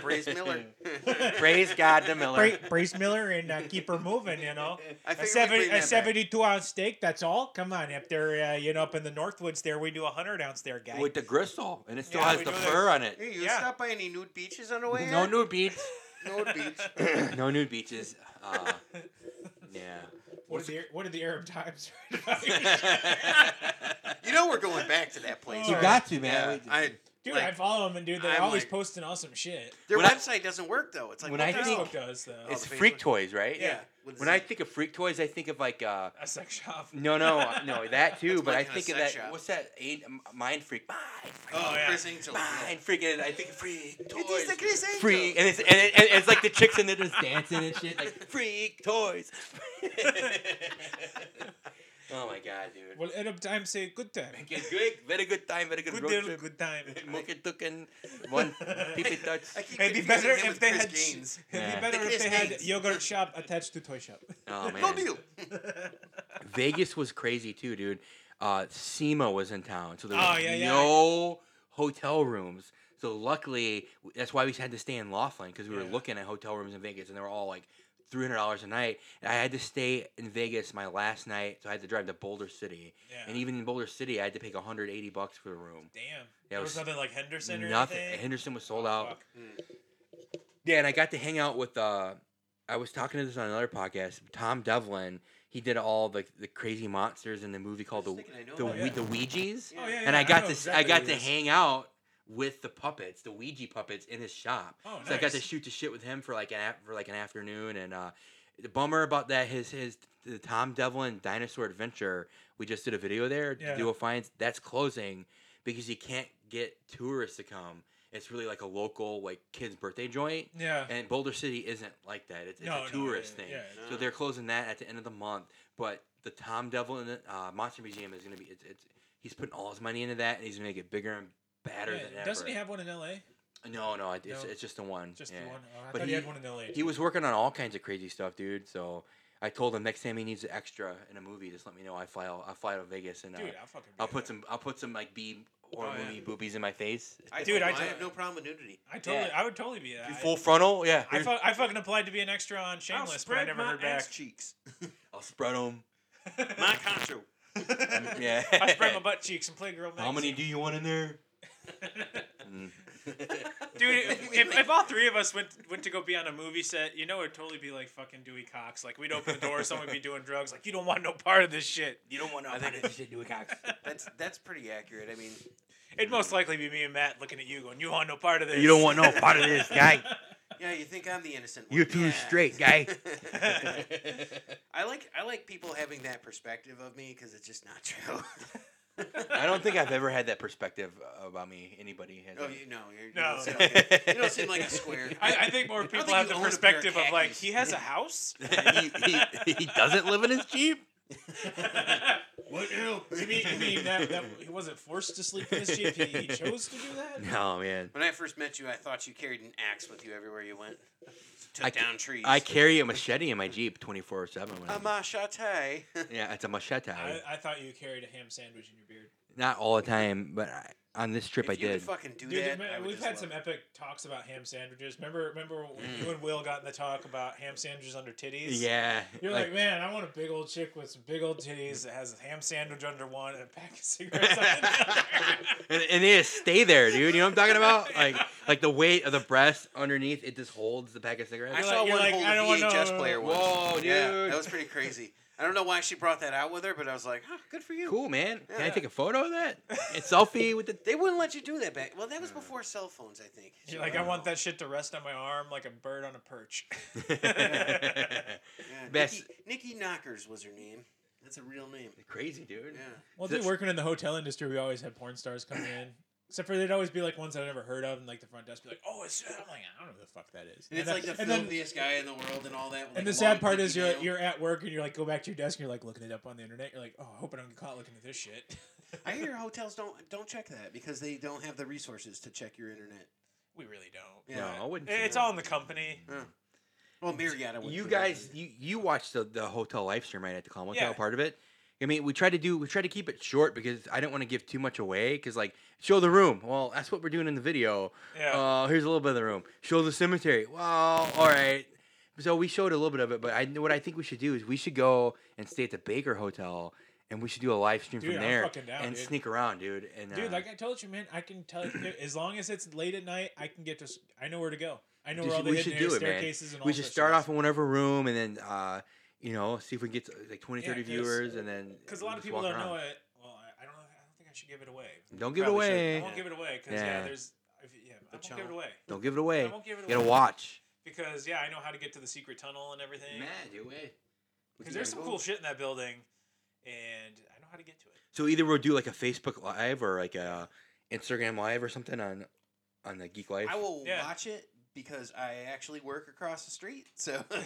[SPEAKER 4] Praise Miller.
[SPEAKER 3] Praise God, the Miller.
[SPEAKER 2] Brace Miller and uh, keep her moving, you know.
[SPEAKER 4] I
[SPEAKER 2] A,
[SPEAKER 4] figured we'd
[SPEAKER 2] seven,
[SPEAKER 4] bring that
[SPEAKER 2] a
[SPEAKER 4] back.
[SPEAKER 2] 72 ounce steak, that's all? Come on, up there, uh, you know, up in the Northwoods there, we do a 100 ounce there, guy.
[SPEAKER 3] with the gristle, and it still
[SPEAKER 2] Yeah,
[SPEAKER 3] has
[SPEAKER 2] we
[SPEAKER 3] the
[SPEAKER 2] do
[SPEAKER 3] fur on it.
[SPEAKER 4] Hey, you
[SPEAKER 2] Yeah.
[SPEAKER 4] stop by any nude beaches on the way?
[SPEAKER 3] No
[SPEAKER 4] out?
[SPEAKER 3] nude beach.
[SPEAKER 4] nude beach.
[SPEAKER 3] no nude beaches. Uh, yeah.
[SPEAKER 2] What are the what are the Arab times?
[SPEAKER 4] You know we're going back to that place.
[SPEAKER 2] You
[SPEAKER 4] right?
[SPEAKER 2] got
[SPEAKER 3] to,
[SPEAKER 4] Yeah, I,
[SPEAKER 2] dude,
[SPEAKER 4] Like,
[SPEAKER 2] I follow them and dude, they're
[SPEAKER 4] I'm
[SPEAKER 2] always
[SPEAKER 4] like-
[SPEAKER 2] posting awesome shit.
[SPEAKER 4] their
[SPEAKER 3] When I-
[SPEAKER 4] website doesn't work though. It's like
[SPEAKER 3] When
[SPEAKER 4] what
[SPEAKER 3] I
[SPEAKER 4] the hell?
[SPEAKER 2] Facebook
[SPEAKER 3] think-
[SPEAKER 2] does though.
[SPEAKER 3] it's
[SPEAKER 4] the
[SPEAKER 3] freak toys,
[SPEAKER 4] Facebook.
[SPEAKER 3] right?
[SPEAKER 4] yeah. with
[SPEAKER 3] When I
[SPEAKER 4] Z.
[SPEAKER 3] think of freak toys, I think of like uh,
[SPEAKER 2] a sex shop.
[SPEAKER 3] no, no, uh, no, that too.
[SPEAKER 4] That's
[SPEAKER 3] but
[SPEAKER 4] my
[SPEAKER 3] I
[SPEAKER 4] kinda
[SPEAKER 3] think of that.
[SPEAKER 4] sex shop.
[SPEAKER 3] What's that? Aid, mind freak. Mind freak.
[SPEAKER 2] Oh yeah.
[SPEAKER 4] Chris Angel.
[SPEAKER 3] Mind freak. And I think of freak toys.
[SPEAKER 4] It is the Chris Angel.
[SPEAKER 3] Freak and it's and, it, and it's like the chicks in there just dancing and shit like freak toys. oh my god, dude!
[SPEAKER 2] Well, Arab time say good time.
[SPEAKER 3] Good, good, very good time, very good,
[SPEAKER 2] Good
[SPEAKER 3] road
[SPEAKER 2] deal,
[SPEAKER 3] trip.
[SPEAKER 2] good time.
[SPEAKER 3] Mocha Tukin, one pipi touch.
[SPEAKER 4] I keep
[SPEAKER 2] It'd be
[SPEAKER 4] confusing
[SPEAKER 2] better
[SPEAKER 4] him
[SPEAKER 2] if
[SPEAKER 4] with
[SPEAKER 2] they
[SPEAKER 4] Chris
[SPEAKER 2] had
[SPEAKER 4] Gaines.
[SPEAKER 2] it'd
[SPEAKER 3] Yeah.
[SPEAKER 2] be better if
[SPEAKER 4] Chris
[SPEAKER 2] they had
[SPEAKER 4] Gaines.
[SPEAKER 2] yogurt shop attached to toy shop.
[SPEAKER 3] Oh man,
[SPEAKER 4] No deal.
[SPEAKER 3] Vegas was crazy too, dude. Uh, SEMA was in town, so there
[SPEAKER 2] Oh,
[SPEAKER 3] was
[SPEAKER 2] yeah, yeah.
[SPEAKER 3] no hotel rooms. So luckily, that's why we had to stay in Laughlin because we were
[SPEAKER 2] Yeah.
[SPEAKER 3] looking at hotel rooms in Vegas, and they were all like three hundred dollars a night. And I had to stay in Vegas my last night, so I had to drive to Boulder City,
[SPEAKER 2] Yeah.
[SPEAKER 3] and even in Boulder City, I had to pay hundred eighty bucks for the room.
[SPEAKER 2] Damn.
[SPEAKER 3] That
[SPEAKER 2] There
[SPEAKER 3] was
[SPEAKER 2] was nothing like Henderson or
[SPEAKER 3] Nothing.
[SPEAKER 2] anything.
[SPEAKER 3] Henderson was sold out.
[SPEAKER 2] Fuck.
[SPEAKER 3] Yeah, and I got to hang out with. uh I was talking to this on another podcast. Tom Devlin, he did all the the crazy monsters in the movie called
[SPEAKER 4] was
[SPEAKER 3] the
[SPEAKER 4] thinking I know
[SPEAKER 3] the,
[SPEAKER 4] that.
[SPEAKER 3] Ouij- the Ouija's,
[SPEAKER 2] Oh, yeah,
[SPEAKER 3] and
[SPEAKER 2] yeah,
[SPEAKER 3] I got
[SPEAKER 2] know
[SPEAKER 3] to
[SPEAKER 2] exactly
[SPEAKER 3] I got
[SPEAKER 2] who
[SPEAKER 3] to
[SPEAKER 2] it is.
[SPEAKER 3] hang out with the puppets, the Ouija puppets, in his shop.
[SPEAKER 2] Oh,
[SPEAKER 3] So I got to
[SPEAKER 2] nice.
[SPEAKER 3] shoot the shit with him for like an af- for like an afternoon. And uh, the bummer about that, his his the Tom Devlin Dinosaur Adventure, we just did a video there.
[SPEAKER 2] Yeah.
[SPEAKER 3] Duo finds that's closing because you can't get tourists to come. It's really like a local like kids birthday joint.
[SPEAKER 2] Yeah.
[SPEAKER 3] And Boulder City isn't like that. It's, it's
[SPEAKER 2] No, no,
[SPEAKER 3] a tourist
[SPEAKER 2] yeah,
[SPEAKER 3] thing.
[SPEAKER 2] yeah,
[SPEAKER 3] So
[SPEAKER 4] no.
[SPEAKER 3] they're closing that at the end of the month. But the Tom Devil in the uh, Monster Museum is going to be. It's, it's he's putting all his money into that, and he's going to make it bigger and badder
[SPEAKER 2] Yeah,
[SPEAKER 3] than ever.
[SPEAKER 2] Doesn't he have one in L.A.?
[SPEAKER 3] No, no, it- it's,
[SPEAKER 2] No?
[SPEAKER 3] it's just the one.
[SPEAKER 2] Just
[SPEAKER 3] yeah.
[SPEAKER 2] the one. Oh, I
[SPEAKER 3] But
[SPEAKER 2] thought he,
[SPEAKER 3] he-
[SPEAKER 2] had one in L.A.
[SPEAKER 3] He was working on all kinds of crazy stuff, dude. So I told him next time he needs an extra in a movie, just let me know. I fly. out- I fly out to Vegas and uh,
[SPEAKER 2] Dude, I'll fucking. be
[SPEAKER 3] I'll
[SPEAKER 2] there.
[SPEAKER 3] put some. I'll put some like B horror
[SPEAKER 2] Oh, yeah.
[SPEAKER 3] movie boobies in my face.
[SPEAKER 4] I,
[SPEAKER 2] Dude,
[SPEAKER 4] Dude,
[SPEAKER 2] I
[SPEAKER 4] I,
[SPEAKER 2] tell-
[SPEAKER 4] have no problem with nudity.
[SPEAKER 2] I totally.
[SPEAKER 3] Yeah.
[SPEAKER 2] I would totally be that.
[SPEAKER 3] Full frontal, yeah.
[SPEAKER 2] I, I,
[SPEAKER 3] here's-
[SPEAKER 2] fu- I fucking applied to be an extra on
[SPEAKER 4] I'll
[SPEAKER 2] Shameless, but I
[SPEAKER 4] spread
[SPEAKER 2] never
[SPEAKER 4] my
[SPEAKER 2] heard back.
[SPEAKER 4] ass cheeks.
[SPEAKER 3] I'll spread them.
[SPEAKER 4] My concho.
[SPEAKER 3] Yeah.
[SPEAKER 2] I spread my butt cheeks and play girl.
[SPEAKER 3] How many do you want in there?
[SPEAKER 2] Dude, if, if, if all three of us went went to go be on a movie set, you know, it'd totally be like fucking Dewey Cox. Like we'd open the door, someone would be doing drugs. Like you don't want no part of this shit.
[SPEAKER 3] You don't want to.
[SPEAKER 4] I think-
[SPEAKER 3] shit do a cock.
[SPEAKER 4] That's that's pretty accurate. I mean,
[SPEAKER 2] It'd most likely be me and Matt looking at you, going, "You want no part of this."
[SPEAKER 3] Mm-hmm. You don't want no part of this, guy.
[SPEAKER 4] yeah, you think I'm the innocent one.
[SPEAKER 3] You're too
[SPEAKER 4] Yeah.
[SPEAKER 3] straight, guy.
[SPEAKER 4] I like I like people having that perspective of me because it's just not true.
[SPEAKER 3] I don't think I've ever had that perspective about me. Anybody has?
[SPEAKER 4] Oh,
[SPEAKER 3] that.
[SPEAKER 4] you, no, you're, you
[SPEAKER 2] No,
[SPEAKER 4] Don't seem
[SPEAKER 2] no.
[SPEAKER 4] like a, you don't seem like a square.
[SPEAKER 2] I, I think more people
[SPEAKER 4] think
[SPEAKER 2] have
[SPEAKER 4] you
[SPEAKER 2] the
[SPEAKER 4] own a pair of
[SPEAKER 2] perspective of like
[SPEAKER 4] khakis.
[SPEAKER 2] he has a house.
[SPEAKER 3] he, he, he doesn't live in his jeep.
[SPEAKER 2] what? Ew. You mean, you mean that, that he wasn't forced to sleep in his jeep? He, he chose to do that.
[SPEAKER 3] No man,
[SPEAKER 4] When I first met you, I thought you carried an axe with you everywhere you went. Took
[SPEAKER 3] I ca-
[SPEAKER 4] down trees.
[SPEAKER 3] I carry a machete in my jeep twenty four seven.
[SPEAKER 4] A machete.
[SPEAKER 3] Yeah, it's a machete.
[SPEAKER 2] I, I thought you carried a ham sandwich in your beard.
[SPEAKER 3] Not all the time, but I, on this trip
[SPEAKER 4] if
[SPEAKER 3] I
[SPEAKER 4] you
[SPEAKER 3] did.
[SPEAKER 4] Could fucking do
[SPEAKER 2] Dude,
[SPEAKER 4] that.
[SPEAKER 2] me-
[SPEAKER 4] I would
[SPEAKER 2] we've
[SPEAKER 4] just
[SPEAKER 2] had
[SPEAKER 4] love
[SPEAKER 2] some
[SPEAKER 4] it. Mm.
[SPEAKER 2] epic talks about ham sandwiches. Remember, remember when you and Will got in the talk about ham sandwiches under titties.
[SPEAKER 3] yeah,
[SPEAKER 2] You're like, man, I want a big old chick with some big old titties that has a ham sandwich under one and a pack of cigarettes under the other.
[SPEAKER 3] and, and they just stay there, dude. You know what I'm talking about? Like, like the weight of the breast underneath it just holds the pack of
[SPEAKER 4] I
[SPEAKER 3] cigarettes.
[SPEAKER 2] You're
[SPEAKER 4] saw
[SPEAKER 2] like-
[SPEAKER 4] one
[SPEAKER 2] you're like,
[SPEAKER 4] hold
[SPEAKER 2] I
[SPEAKER 4] a
[SPEAKER 2] don't wanna-
[SPEAKER 4] VHS player once.
[SPEAKER 3] Whoa,
[SPEAKER 4] Yeah,
[SPEAKER 3] dude.
[SPEAKER 4] that was pretty crazy. I don't know why she brought that out with her, but I was like, huh, good for you.
[SPEAKER 3] Cool, man. Can I
[SPEAKER 4] Yeah.
[SPEAKER 3] take a photo of that? A selfie with the.
[SPEAKER 4] They wouldn't let you do that back. Well, that was before cell phones, I think.
[SPEAKER 2] You're like, I want that shit to rest on my arm like a bird on a perch.
[SPEAKER 4] Yeah,
[SPEAKER 3] Best-
[SPEAKER 4] Nikki, Nikki Knockers was her name. That's a real name.
[SPEAKER 3] Crazy, dude.
[SPEAKER 4] Yeah.
[SPEAKER 2] well,
[SPEAKER 3] That's-
[SPEAKER 2] dude, working in the hotel industry, we always had porn stars come in. Except for they'd always be like ones I never heard of, and like the front desk be like, "Oh, it's," I'm like, "I don't know who the fuck that is."
[SPEAKER 4] And it's
[SPEAKER 2] then-
[SPEAKER 4] like the
[SPEAKER 2] and then-
[SPEAKER 4] filthiest guy in the world and all that. with,
[SPEAKER 2] And the
[SPEAKER 4] like, long
[SPEAKER 2] sad part
[SPEAKER 4] pinky
[SPEAKER 2] is you're
[SPEAKER 4] nail.
[SPEAKER 2] you're at work and you're like go back to your desk and you're like looking it up on the internet. You're like, oh, I hope I don't get caught looking at this shit.
[SPEAKER 4] I hear hotels don't don't check that because they don't have the resources to check your internet.
[SPEAKER 2] we really don't.
[SPEAKER 4] Yeah.
[SPEAKER 3] No, I wouldn't. say
[SPEAKER 2] It's
[SPEAKER 3] that.
[SPEAKER 2] all in the company.
[SPEAKER 4] Well, Marriott. I wouldn't
[SPEAKER 3] You
[SPEAKER 4] do that.
[SPEAKER 3] guys, you, you watched the, the hotel live stream right at the Calm Hotel
[SPEAKER 2] Yeah.
[SPEAKER 3] part of it. I mean, we tried to do we tried to keep it short because I didn't want to give too much away. Because like, show the room. Well, that's what we're doing in the video.
[SPEAKER 2] Yeah.
[SPEAKER 3] Uh, here's a little bit of the room. Show the cemetery. Well, all right. So we showed a little bit of it, but I what I think we should do is we should go and stay at the Baker Hotel, and we should do a live stream
[SPEAKER 2] Dude,
[SPEAKER 3] from
[SPEAKER 2] I'm
[SPEAKER 3] there
[SPEAKER 2] fucking down,
[SPEAKER 3] and
[SPEAKER 2] dude.
[SPEAKER 3] sneak around, dude. And
[SPEAKER 2] Dude,
[SPEAKER 3] uh,
[SPEAKER 2] like I told you, man, I can tell you as long as it's late at night, I can get to. s- I know where to go. I know
[SPEAKER 3] Just-
[SPEAKER 2] where all the
[SPEAKER 3] we
[SPEAKER 2] hidden
[SPEAKER 3] should
[SPEAKER 2] area
[SPEAKER 3] do it, man.
[SPEAKER 2] staircases and all.
[SPEAKER 3] we
[SPEAKER 2] that
[SPEAKER 3] should
[SPEAKER 2] shit
[SPEAKER 3] start
[SPEAKER 2] is.
[SPEAKER 3] off in whatever room and then uh you know see if we can get to, like 20
[SPEAKER 2] Yeah,
[SPEAKER 3] 30
[SPEAKER 2] 'cause-
[SPEAKER 3] viewers and then
[SPEAKER 2] Because a lot of people don't know it. Well, I, I don't. know. I don't think I should give it away.
[SPEAKER 3] don't give it
[SPEAKER 4] Probably shouldn't.
[SPEAKER 2] I
[SPEAKER 3] away
[SPEAKER 2] won't
[SPEAKER 4] Yeah.
[SPEAKER 2] give it away because yeah.
[SPEAKER 3] Yeah.
[SPEAKER 2] there's. If, yeah, I won't give
[SPEAKER 4] channel.
[SPEAKER 2] it away
[SPEAKER 3] don't give it away
[SPEAKER 2] I won't give it
[SPEAKER 3] you gotta
[SPEAKER 2] away.
[SPEAKER 3] watch
[SPEAKER 2] because yeah, I know how to get to the secret tunnel and everything.
[SPEAKER 3] do it
[SPEAKER 2] Because there's some cool shit in that building, and I know how to get to it.
[SPEAKER 3] so either we'll do like a facebook live or like a instagram live or something on on the geek life
[SPEAKER 4] I will
[SPEAKER 2] Yeah.
[SPEAKER 4] watch it because I actually work across the street. So
[SPEAKER 3] oh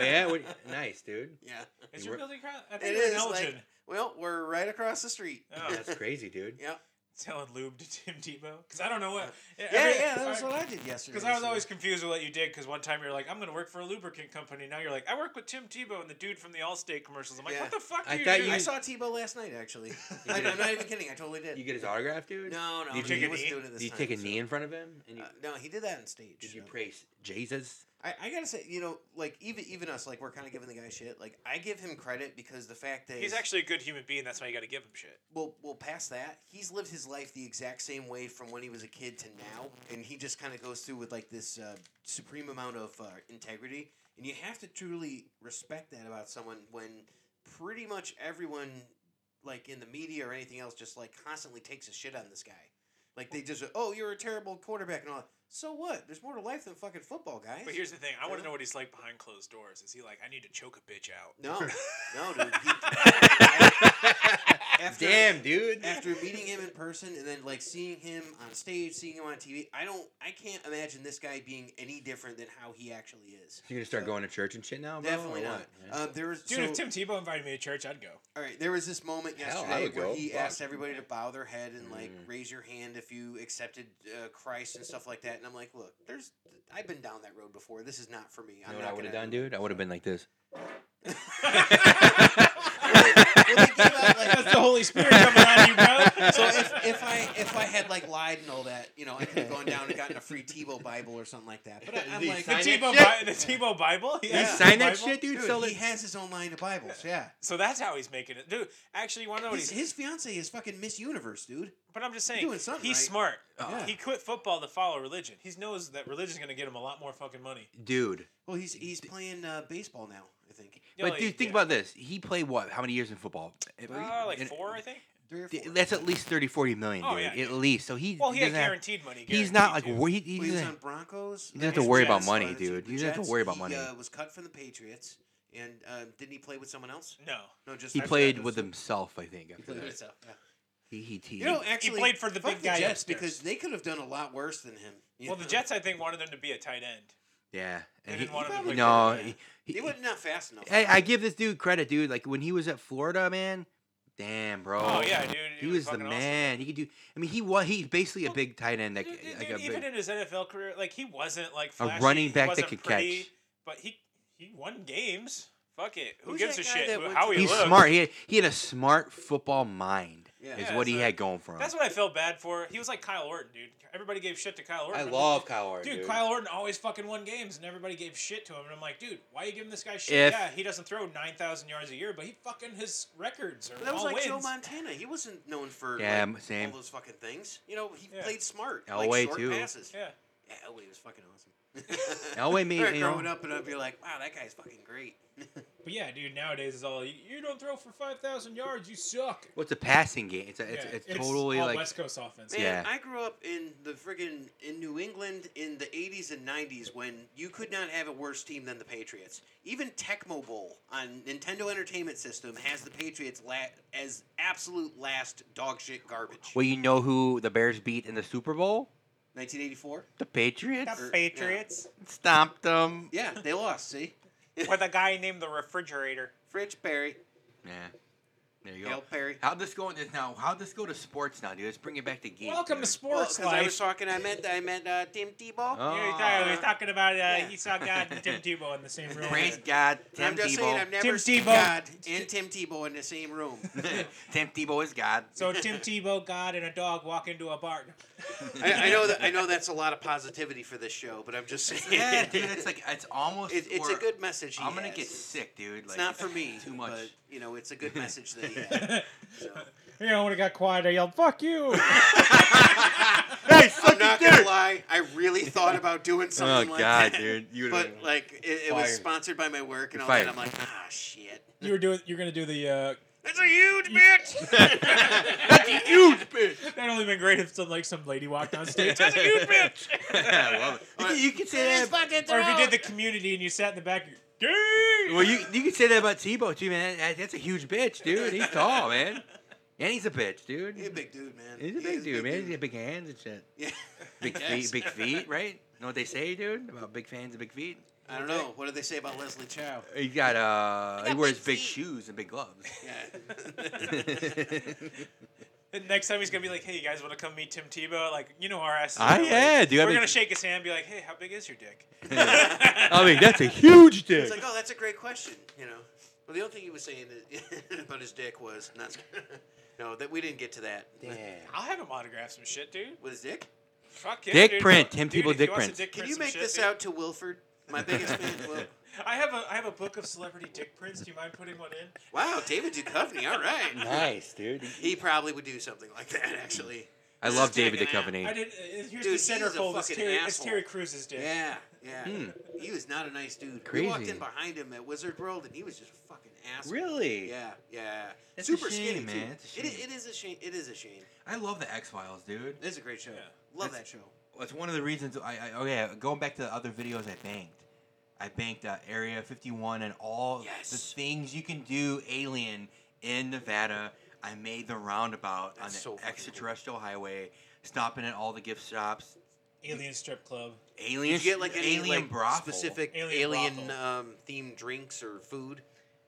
[SPEAKER 3] yeah what, nice dude
[SPEAKER 4] yeah,
[SPEAKER 2] Is
[SPEAKER 3] You
[SPEAKER 2] your
[SPEAKER 3] were-
[SPEAKER 2] building crowd? I
[SPEAKER 4] it
[SPEAKER 2] think we're in
[SPEAKER 4] is
[SPEAKER 2] Elgin.
[SPEAKER 4] like well, we're right across the street.
[SPEAKER 2] Oh.
[SPEAKER 3] that's crazy dude
[SPEAKER 4] yeah,
[SPEAKER 2] Selling lube to Tim Tebow? Because I don't know what.
[SPEAKER 4] yeah, yeah. That was what I did yesterday.
[SPEAKER 2] Because I was
[SPEAKER 4] so-
[SPEAKER 2] always confused with what you did. Because one time you're like, I'm going to work for a lubricant company. Now you're like, I work with Tim Tebow and the dude from the Allstate commercials. I'm like,
[SPEAKER 4] Yeah.
[SPEAKER 2] what the fuck?
[SPEAKER 3] I
[SPEAKER 2] do
[SPEAKER 3] thought
[SPEAKER 2] you. do?
[SPEAKER 4] I
[SPEAKER 3] you-
[SPEAKER 4] saw Tebow last night. Actually, I, am not even kidding. I totally did.
[SPEAKER 3] you get his autograph dude
[SPEAKER 4] no, no,
[SPEAKER 3] Did you
[SPEAKER 4] no,
[SPEAKER 3] take
[SPEAKER 4] he
[SPEAKER 2] a
[SPEAKER 4] wasn't
[SPEAKER 2] knee?
[SPEAKER 4] doing it this
[SPEAKER 3] did you
[SPEAKER 4] time,
[SPEAKER 3] take a
[SPEAKER 4] so-
[SPEAKER 3] knee in front of him and you,
[SPEAKER 4] Uh, no, he did that on stage.
[SPEAKER 3] did you
[SPEAKER 4] so-
[SPEAKER 3] praise jesus
[SPEAKER 4] I, I gotta say, you know, like even even us, like we're kind of giving the guy shit. Like I give him credit because the fact that
[SPEAKER 2] He's actually a good human being. That's why you got to give him shit.
[SPEAKER 4] well, well, past that, he's lived his life the exact same way from when he was a kid to now, and he just kind of goes through with like this uh, supreme amount of uh, integrity, and you have to truly respect that about someone when pretty much everyone, like in the media or anything else, just like constantly takes a shit on this guy. Like they just, oh, you're a terrible quarterback and all. that. So what? There's more to life than fucking football, guys.
[SPEAKER 2] But here's the thing. I want
[SPEAKER 4] Yeah.
[SPEAKER 2] to know what he's like behind closed doors. Is he like, I need to choke a bitch out?
[SPEAKER 4] No, no, dude. He, after,
[SPEAKER 3] damn dude
[SPEAKER 4] After meeting him in person and then like seeing him on stage, seeing him on TV, I don't, I can't imagine this guy being any different than how he actually is.
[SPEAKER 3] You're gonna start going to church and shit now? Bro?
[SPEAKER 4] Definitely
[SPEAKER 3] Or
[SPEAKER 4] not.
[SPEAKER 3] what?
[SPEAKER 4] Um, there was
[SPEAKER 2] Dude,
[SPEAKER 4] so,
[SPEAKER 2] if Tim Tebow invited me to church, I'd go.
[SPEAKER 4] all right. There was this moment
[SPEAKER 3] Hell, I
[SPEAKER 4] yesterday
[SPEAKER 3] would
[SPEAKER 4] where
[SPEAKER 3] go.
[SPEAKER 4] he
[SPEAKER 3] Fuck.
[SPEAKER 4] asked everybody to bow their head and like
[SPEAKER 3] Mm.
[SPEAKER 4] raise your hand if you accepted uh, Christ and stuff like that. And I'm like, look, there's, I've been down that road before. This is not for me.
[SPEAKER 3] You
[SPEAKER 4] I'm
[SPEAKER 3] know what
[SPEAKER 4] not
[SPEAKER 3] I would have
[SPEAKER 4] gonna-
[SPEAKER 3] done, dude? I would have been like this.
[SPEAKER 4] Well, they give out, like,
[SPEAKER 2] That's the Holy Spirit coming on you, bro.
[SPEAKER 4] so if, if I if I had like lied and all that, you know, I could have gone down and gotten a free Tebow Bible or something like that. But I, I'm
[SPEAKER 3] Did he
[SPEAKER 4] like,
[SPEAKER 2] the
[SPEAKER 3] sign that
[SPEAKER 2] Tebow, Bi-
[SPEAKER 3] shit?
[SPEAKER 2] the Tebow Bible. He
[SPEAKER 4] Yeah.
[SPEAKER 2] has
[SPEAKER 4] You
[SPEAKER 2] the
[SPEAKER 3] Sign that
[SPEAKER 2] Bible?
[SPEAKER 3] shit, dude.
[SPEAKER 4] dude,
[SPEAKER 3] Sell
[SPEAKER 4] he
[SPEAKER 3] it.
[SPEAKER 4] has his own line of Bibles. Yeah,
[SPEAKER 2] So that's how he's making it, dude. Actually, you want to know what
[SPEAKER 4] his,
[SPEAKER 2] he's?
[SPEAKER 4] his fiance is fucking Miss Universe, dude.
[SPEAKER 2] but I'm just saying,
[SPEAKER 4] doing something
[SPEAKER 2] he's
[SPEAKER 4] right.
[SPEAKER 2] smart.
[SPEAKER 3] Oh,
[SPEAKER 4] Yeah.
[SPEAKER 2] He quit football to follow religion. He knows that religion's going to get him a lot more fucking money.
[SPEAKER 3] dude.
[SPEAKER 4] Well, he's he's playing uh, baseball now, I think.
[SPEAKER 2] Yeah,
[SPEAKER 3] but
[SPEAKER 2] like-
[SPEAKER 3] dude, think
[SPEAKER 2] yeah.
[SPEAKER 3] about this. He played what? How many years in football?
[SPEAKER 2] Uh, like
[SPEAKER 3] And-
[SPEAKER 2] four, I think.
[SPEAKER 4] Three or four.
[SPEAKER 3] th- That's at least 30, 40 million,
[SPEAKER 2] Oh,
[SPEAKER 3] dude.
[SPEAKER 2] yeah, yeah.
[SPEAKER 3] At least. So he.
[SPEAKER 2] Well, he, had
[SPEAKER 3] doesn't have-
[SPEAKER 2] guaranteed money.
[SPEAKER 3] He's not like
[SPEAKER 2] guaranteed
[SPEAKER 3] wor- he, he
[SPEAKER 4] Well, he was
[SPEAKER 3] doesn't-
[SPEAKER 4] on Broncos.
[SPEAKER 3] you don't have
[SPEAKER 2] to
[SPEAKER 4] He's
[SPEAKER 2] worry
[SPEAKER 4] Jets,
[SPEAKER 2] about
[SPEAKER 3] money,
[SPEAKER 4] uh,
[SPEAKER 3] dude.
[SPEAKER 4] the
[SPEAKER 3] You don't have to
[SPEAKER 4] Jets.
[SPEAKER 3] worry about
[SPEAKER 4] he,
[SPEAKER 3] money.
[SPEAKER 4] Uh, was cut from the Patriots, and uh, didn't he play with someone else?
[SPEAKER 2] to. No.
[SPEAKER 4] No, just
[SPEAKER 3] he
[SPEAKER 4] I've got
[SPEAKER 3] played
[SPEAKER 4] those-
[SPEAKER 3] with himself, I think. after
[SPEAKER 4] Played with
[SPEAKER 3] that.
[SPEAKER 4] himself, yeah.
[SPEAKER 3] He he he.
[SPEAKER 4] You know, actually,
[SPEAKER 2] played for the
[SPEAKER 4] fuck
[SPEAKER 2] big guy
[SPEAKER 4] Jets
[SPEAKER 2] upstairs.
[SPEAKER 4] because they could have done a lot worse than him. you
[SPEAKER 2] Well, the
[SPEAKER 4] know?
[SPEAKER 2] Jets, I think, wanted him to be a tight end.
[SPEAKER 3] yeah,
[SPEAKER 2] They
[SPEAKER 3] and he,
[SPEAKER 2] didn't want him to
[SPEAKER 4] probably
[SPEAKER 2] play
[SPEAKER 3] no,
[SPEAKER 2] quarterback.
[SPEAKER 3] he,
[SPEAKER 4] They
[SPEAKER 3] he,
[SPEAKER 4] were not fast enough.
[SPEAKER 3] I, I give this dude credit, dude. Like when he was at Florida, man. Damn, bro.
[SPEAKER 2] Oh, yeah, dude.
[SPEAKER 3] He was the
[SPEAKER 2] fucking awesome.
[SPEAKER 3] man. He could do. I mean, he was. He's basically a
[SPEAKER 2] Well,
[SPEAKER 3] big tight end, that,
[SPEAKER 2] Dude, dude,
[SPEAKER 3] like a
[SPEAKER 2] dude, even
[SPEAKER 3] big.
[SPEAKER 2] in his NFL career, like he wasn't like
[SPEAKER 3] A
[SPEAKER 2] flashy, he
[SPEAKER 3] running back that
[SPEAKER 2] wasn't
[SPEAKER 3] could
[SPEAKER 2] pretty,
[SPEAKER 3] catch.
[SPEAKER 2] But he he won games. Fuck it. Who
[SPEAKER 4] Who's
[SPEAKER 2] gives a
[SPEAKER 4] that guy
[SPEAKER 2] shit
[SPEAKER 4] that
[SPEAKER 2] who-
[SPEAKER 4] went
[SPEAKER 2] how
[SPEAKER 4] to-
[SPEAKER 2] he
[SPEAKER 3] He's
[SPEAKER 2] looks?
[SPEAKER 3] smart. He had, he had a smart football mind.
[SPEAKER 4] Yeah.
[SPEAKER 3] Is
[SPEAKER 2] Yeah,
[SPEAKER 3] what he
[SPEAKER 2] so-
[SPEAKER 3] had going for him.
[SPEAKER 2] That's what I felt bad for. He was like Kyle Orton, dude. Everybody gave shit to Kyle Orton.
[SPEAKER 3] I
[SPEAKER 2] I'm
[SPEAKER 3] love Kyle Orton,
[SPEAKER 2] like, dude,
[SPEAKER 3] dude.
[SPEAKER 2] Kyle Orton always fucking won games, and everybody gave shit to him. And I'm like, dude, why you giving this guy shit?
[SPEAKER 3] If-
[SPEAKER 2] yeah, he doesn't throw nine thousand yards a year, but he fucking his records are
[SPEAKER 4] But that was
[SPEAKER 2] all
[SPEAKER 4] like
[SPEAKER 2] wins.
[SPEAKER 4] Joe Montana. He wasn't known for
[SPEAKER 3] Yeah,
[SPEAKER 4] like,
[SPEAKER 3] same.
[SPEAKER 4] all those fucking things. You know, he
[SPEAKER 2] Yeah.
[SPEAKER 4] played smart.
[SPEAKER 3] Elway,
[SPEAKER 4] like short
[SPEAKER 3] too.
[SPEAKER 4] passes.
[SPEAKER 2] Yeah.
[SPEAKER 4] Yeah, Elway was fucking awesome.
[SPEAKER 3] Elway made-
[SPEAKER 4] I remember
[SPEAKER 3] you know-
[SPEAKER 4] growing up, and I'd be like, "Wow, that guy's fucking great."
[SPEAKER 2] But yeah, dude, nowadays it's all you you don't throw for five thousand yards, you suck.
[SPEAKER 3] Well, it's a passing game. It's a, it's,
[SPEAKER 2] Yeah,
[SPEAKER 3] it's, totally
[SPEAKER 2] all
[SPEAKER 3] like
[SPEAKER 2] West Coast offense.
[SPEAKER 4] Man,
[SPEAKER 3] Yeah.
[SPEAKER 4] I grew up in the friggin' in New England in the '80s and '90s when you could not have a worse team than the Patriots. Even Tecmo Bowl on Nintendo Entertainment System has the Patriots la- as absolute last dog shit garbage.
[SPEAKER 3] Well, you know who the Bears beat in the Super Bowl?
[SPEAKER 4] 1984.
[SPEAKER 3] The Patriots
[SPEAKER 4] The Patriots.
[SPEAKER 3] stomped them.
[SPEAKER 4] Yeah, they lost. See,
[SPEAKER 2] with a guy named the refrigerator.
[SPEAKER 4] Fritz Perry,
[SPEAKER 3] Yeah. There you go.
[SPEAKER 4] Gail Perry.
[SPEAKER 3] How'd this go this now? How'd this go to sports now, dude? Let's bring it back to games.
[SPEAKER 2] Welcome to
[SPEAKER 3] dude.
[SPEAKER 2] sports
[SPEAKER 4] Well, 'cause I was
[SPEAKER 2] life.
[SPEAKER 4] talking, I meant, I meant uh, Tim Tebow.
[SPEAKER 3] Oh.
[SPEAKER 2] Yeah, we thought- we were talking about uh,
[SPEAKER 4] Yeah.
[SPEAKER 2] he saw God and Tim Tebow in the same room.
[SPEAKER 3] Praise God, Tim
[SPEAKER 4] I'm just
[SPEAKER 3] Tebow.
[SPEAKER 4] saying, I've never
[SPEAKER 2] Tim
[SPEAKER 4] seen
[SPEAKER 2] Tebow.
[SPEAKER 4] God and Tim Tebow in the same room.
[SPEAKER 3] Tim Tebow is God.
[SPEAKER 2] So Tim Tebow, God, and a dog walk into a barn.
[SPEAKER 4] I, I know that I know that's a lot of positivity for this show, but I'm just saying.
[SPEAKER 3] yeah, dude. It's like it's almost.
[SPEAKER 4] It, it's a
[SPEAKER 3] where
[SPEAKER 4] good message. He
[SPEAKER 3] I'm gonna
[SPEAKER 4] has.
[SPEAKER 3] get sick, dude.
[SPEAKER 4] It's
[SPEAKER 3] Like,
[SPEAKER 4] not for me.
[SPEAKER 3] Too much.
[SPEAKER 4] But, you know, it's a good message that he had. So.
[SPEAKER 2] Yeah, when it got quiet, I yelled, "Fuck you!"
[SPEAKER 3] hey,
[SPEAKER 4] I'm not gonna lie. I really thought about doing
[SPEAKER 3] Oh
[SPEAKER 4] something like
[SPEAKER 3] God,
[SPEAKER 4] that.
[SPEAKER 3] dude. You would've
[SPEAKER 4] But
[SPEAKER 3] been-
[SPEAKER 4] like, it, it was
[SPEAKER 3] Fired.
[SPEAKER 4] sponsored by my work and all
[SPEAKER 3] Fired.
[SPEAKER 4] that. I'm like, ah, shit.
[SPEAKER 2] you were doing. You're gonna do the. Uh,
[SPEAKER 4] That's a huge bitch.
[SPEAKER 3] That's a huge bitch.
[SPEAKER 2] that'd only been great if some like some lady walked on stage,
[SPEAKER 3] That's a huge bitch. I love it. You, can- you can say that.
[SPEAKER 2] or if you did the community and you sat in the back. You're, Gay!
[SPEAKER 3] Well, you you can say that about Tebow too, man. That- That's a huge bitch, dude. He's tall, man, and he's a bitch, dude.
[SPEAKER 4] He's a big dude, man.
[SPEAKER 3] He's a
[SPEAKER 4] He
[SPEAKER 3] big
[SPEAKER 4] is
[SPEAKER 3] dude, man. He's got big hands and shit.
[SPEAKER 4] Yeah.
[SPEAKER 3] Big
[SPEAKER 4] Yes.
[SPEAKER 3] feet, big feet, right? Know what they say, dude, about big fans and big feet?
[SPEAKER 4] I don't know. What did they say about Leslie Chow?
[SPEAKER 3] He got uh, he
[SPEAKER 4] got
[SPEAKER 3] wears
[SPEAKER 4] big
[SPEAKER 3] big
[SPEAKER 4] feet.
[SPEAKER 3] shoes and big gloves.
[SPEAKER 2] And next time he's gonna be like, "Hey, you guys want to come meet Tim Tebow?" Like, you know our ass.
[SPEAKER 3] Ah, yeah, dude, I
[SPEAKER 2] We're
[SPEAKER 3] mean-
[SPEAKER 2] gonna shake his hand, and be like, "Hey, how big is your dick?"
[SPEAKER 3] I mean, that's a huge dick.
[SPEAKER 4] It's like, oh, that's a great question. You know. Well, the only thing he was saying is- about his dick was not. no, that we didn't get to that.
[SPEAKER 2] I'll have him autograph some shit, dude.
[SPEAKER 4] With his dick.
[SPEAKER 2] Fuck yeah,
[SPEAKER 3] Dick
[SPEAKER 2] dude.
[SPEAKER 3] print, Tim
[SPEAKER 2] Dude,
[SPEAKER 3] Tebow
[SPEAKER 2] if he
[SPEAKER 3] dick
[SPEAKER 2] wants to
[SPEAKER 3] print.
[SPEAKER 4] Can
[SPEAKER 2] print
[SPEAKER 4] you
[SPEAKER 2] some
[SPEAKER 4] make
[SPEAKER 2] shit,
[SPEAKER 4] this
[SPEAKER 2] dude.
[SPEAKER 4] out to Wilford, my biggest fan? Will?
[SPEAKER 2] I have a I have a book of celebrity dick prints. Do you mind putting one in?
[SPEAKER 4] Wow, David Duchovny. All right.
[SPEAKER 3] Nice, dude.
[SPEAKER 4] He probably would do something like that, actually.
[SPEAKER 3] I love David
[SPEAKER 4] taking out.
[SPEAKER 2] I
[SPEAKER 3] Duchovny.
[SPEAKER 2] did. Uh, here's
[SPEAKER 4] Dude,
[SPEAKER 2] the
[SPEAKER 4] he's a
[SPEAKER 2] centerfold. It's
[SPEAKER 4] fucking
[SPEAKER 2] Terry, it's
[SPEAKER 4] asshole.
[SPEAKER 2] Terry Cruz's dick.
[SPEAKER 4] Yeah, yeah.
[SPEAKER 3] Hmm.
[SPEAKER 4] He was not a nice dude. We walked
[SPEAKER 3] Crazy.
[SPEAKER 4] in behind him at Wizard World, and he was just a fucking asshole.
[SPEAKER 3] Really?
[SPEAKER 4] Yeah, yeah.
[SPEAKER 3] That's a
[SPEAKER 4] Super
[SPEAKER 3] shame,
[SPEAKER 4] skinny,
[SPEAKER 3] man.
[SPEAKER 4] too.
[SPEAKER 3] That's a
[SPEAKER 4] It, i-
[SPEAKER 3] shame.
[SPEAKER 4] it is a shame. It is a shame.
[SPEAKER 3] I love the X Files, dude.
[SPEAKER 4] It is a great show.
[SPEAKER 2] Yeah.
[SPEAKER 4] Love
[SPEAKER 3] That's-
[SPEAKER 4] that show.
[SPEAKER 3] It's one of the reasons I, I oh yeah, going back to the other videos I banked. I banked uh, Area 51 and all the
[SPEAKER 4] Yes.
[SPEAKER 3] things you can do alien in Nevada. I made the roundabout
[SPEAKER 4] That's so
[SPEAKER 3] on the
[SPEAKER 4] fucking cool.
[SPEAKER 3] extraterrestrial highway, stopping at all the gift shops.
[SPEAKER 2] Alien strip club.
[SPEAKER 3] Alien,
[SPEAKER 4] Did you get like any
[SPEAKER 3] alien
[SPEAKER 4] like
[SPEAKER 3] brothel.
[SPEAKER 4] specific
[SPEAKER 2] Alien
[SPEAKER 4] alien,
[SPEAKER 2] brothel.
[SPEAKER 4] um, themed drinks or food?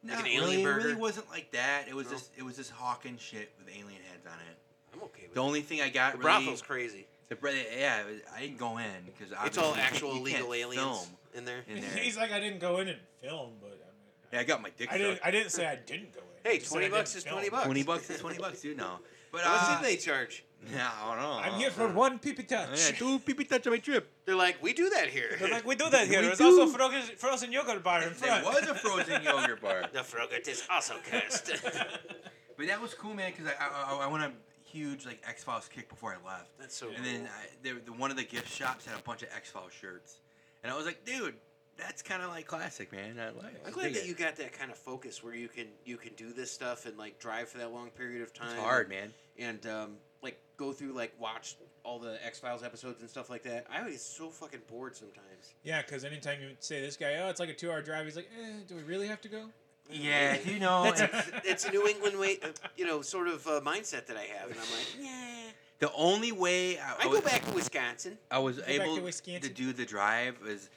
[SPEAKER 3] Not
[SPEAKER 4] an alien
[SPEAKER 3] really, It really
[SPEAKER 4] burger?
[SPEAKER 3] wasn't like that. It was
[SPEAKER 4] No.
[SPEAKER 3] just it was just hawking shit with alien heads on it.
[SPEAKER 4] I'm okay with
[SPEAKER 3] The
[SPEAKER 4] it.
[SPEAKER 3] only thing I got
[SPEAKER 4] The
[SPEAKER 3] really
[SPEAKER 4] brothel's crazy.
[SPEAKER 3] the bre- yeah, it was, I didn't go in because
[SPEAKER 4] It's all actual illegal aliens
[SPEAKER 3] Film
[SPEAKER 4] in there.
[SPEAKER 3] in there.
[SPEAKER 2] He's like, I didn't go in and film, but I, mean,
[SPEAKER 3] Yeah, I got my dick
[SPEAKER 2] I, I didn't.
[SPEAKER 3] sucked.
[SPEAKER 2] I didn't say I didn't go in. I
[SPEAKER 4] Hey,
[SPEAKER 2] just said
[SPEAKER 4] 20
[SPEAKER 2] I
[SPEAKER 4] bucks
[SPEAKER 2] didn't
[SPEAKER 4] is
[SPEAKER 2] film.
[SPEAKER 4] 20 bucks.
[SPEAKER 3] Twenty bucks is twenty bucks, dude. No, but
[SPEAKER 4] What's
[SPEAKER 3] uh,
[SPEAKER 4] it they charge?
[SPEAKER 3] Yeah, I don't know.
[SPEAKER 2] I'm here for one peepee touch.
[SPEAKER 3] Oh, Yeah, two peepee touch on my trip.
[SPEAKER 4] They're like, we do that here.
[SPEAKER 2] They're like, we do that here.
[SPEAKER 3] We
[SPEAKER 2] There's also
[SPEAKER 3] do.
[SPEAKER 2] frozen, frozen yogurt bar in
[SPEAKER 3] There
[SPEAKER 2] front.
[SPEAKER 3] was a frozen yogurt bar,
[SPEAKER 4] the frogurt is also cursed.
[SPEAKER 3] but that was cool, man. Because I, I I I went on a huge like X Files kick before I left.
[SPEAKER 4] That's so
[SPEAKER 3] And then I, there, the one of the gift shops had a bunch of X Files shirts, and I was like, dude, that's kind of like classic, man. I like. I
[SPEAKER 4] I'm glad
[SPEAKER 3] dig
[SPEAKER 4] that
[SPEAKER 3] it.
[SPEAKER 4] you got that kind of focus where you can you can do this stuff and like drive for that long period of time.
[SPEAKER 3] It's hard, man.
[SPEAKER 4] And um, like go through like watch all the X Files episodes and stuff like that. I always get so fucking bored sometimes.
[SPEAKER 2] Yeah, because anytime you say this guy, oh, it's like a two-hour drive, he's like, eh, do we really have to go?
[SPEAKER 6] Yeah, you know.
[SPEAKER 4] That's
[SPEAKER 6] and-
[SPEAKER 4] a, it's a New England way, uh, you know, sort of uh, mindset that I have, and I'm like, yeah.
[SPEAKER 3] The only way I,
[SPEAKER 4] I go
[SPEAKER 3] was,
[SPEAKER 4] back to Wisconsin.
[SPEAKER 3] I was
[SPEAKER 2] back
[SPEAKER 3] able
[SPEAKER 2] to
[SPEAKER 3] to,
[SPEAKER 2] Wisconsin.
[SPEAKER 3] do the drive was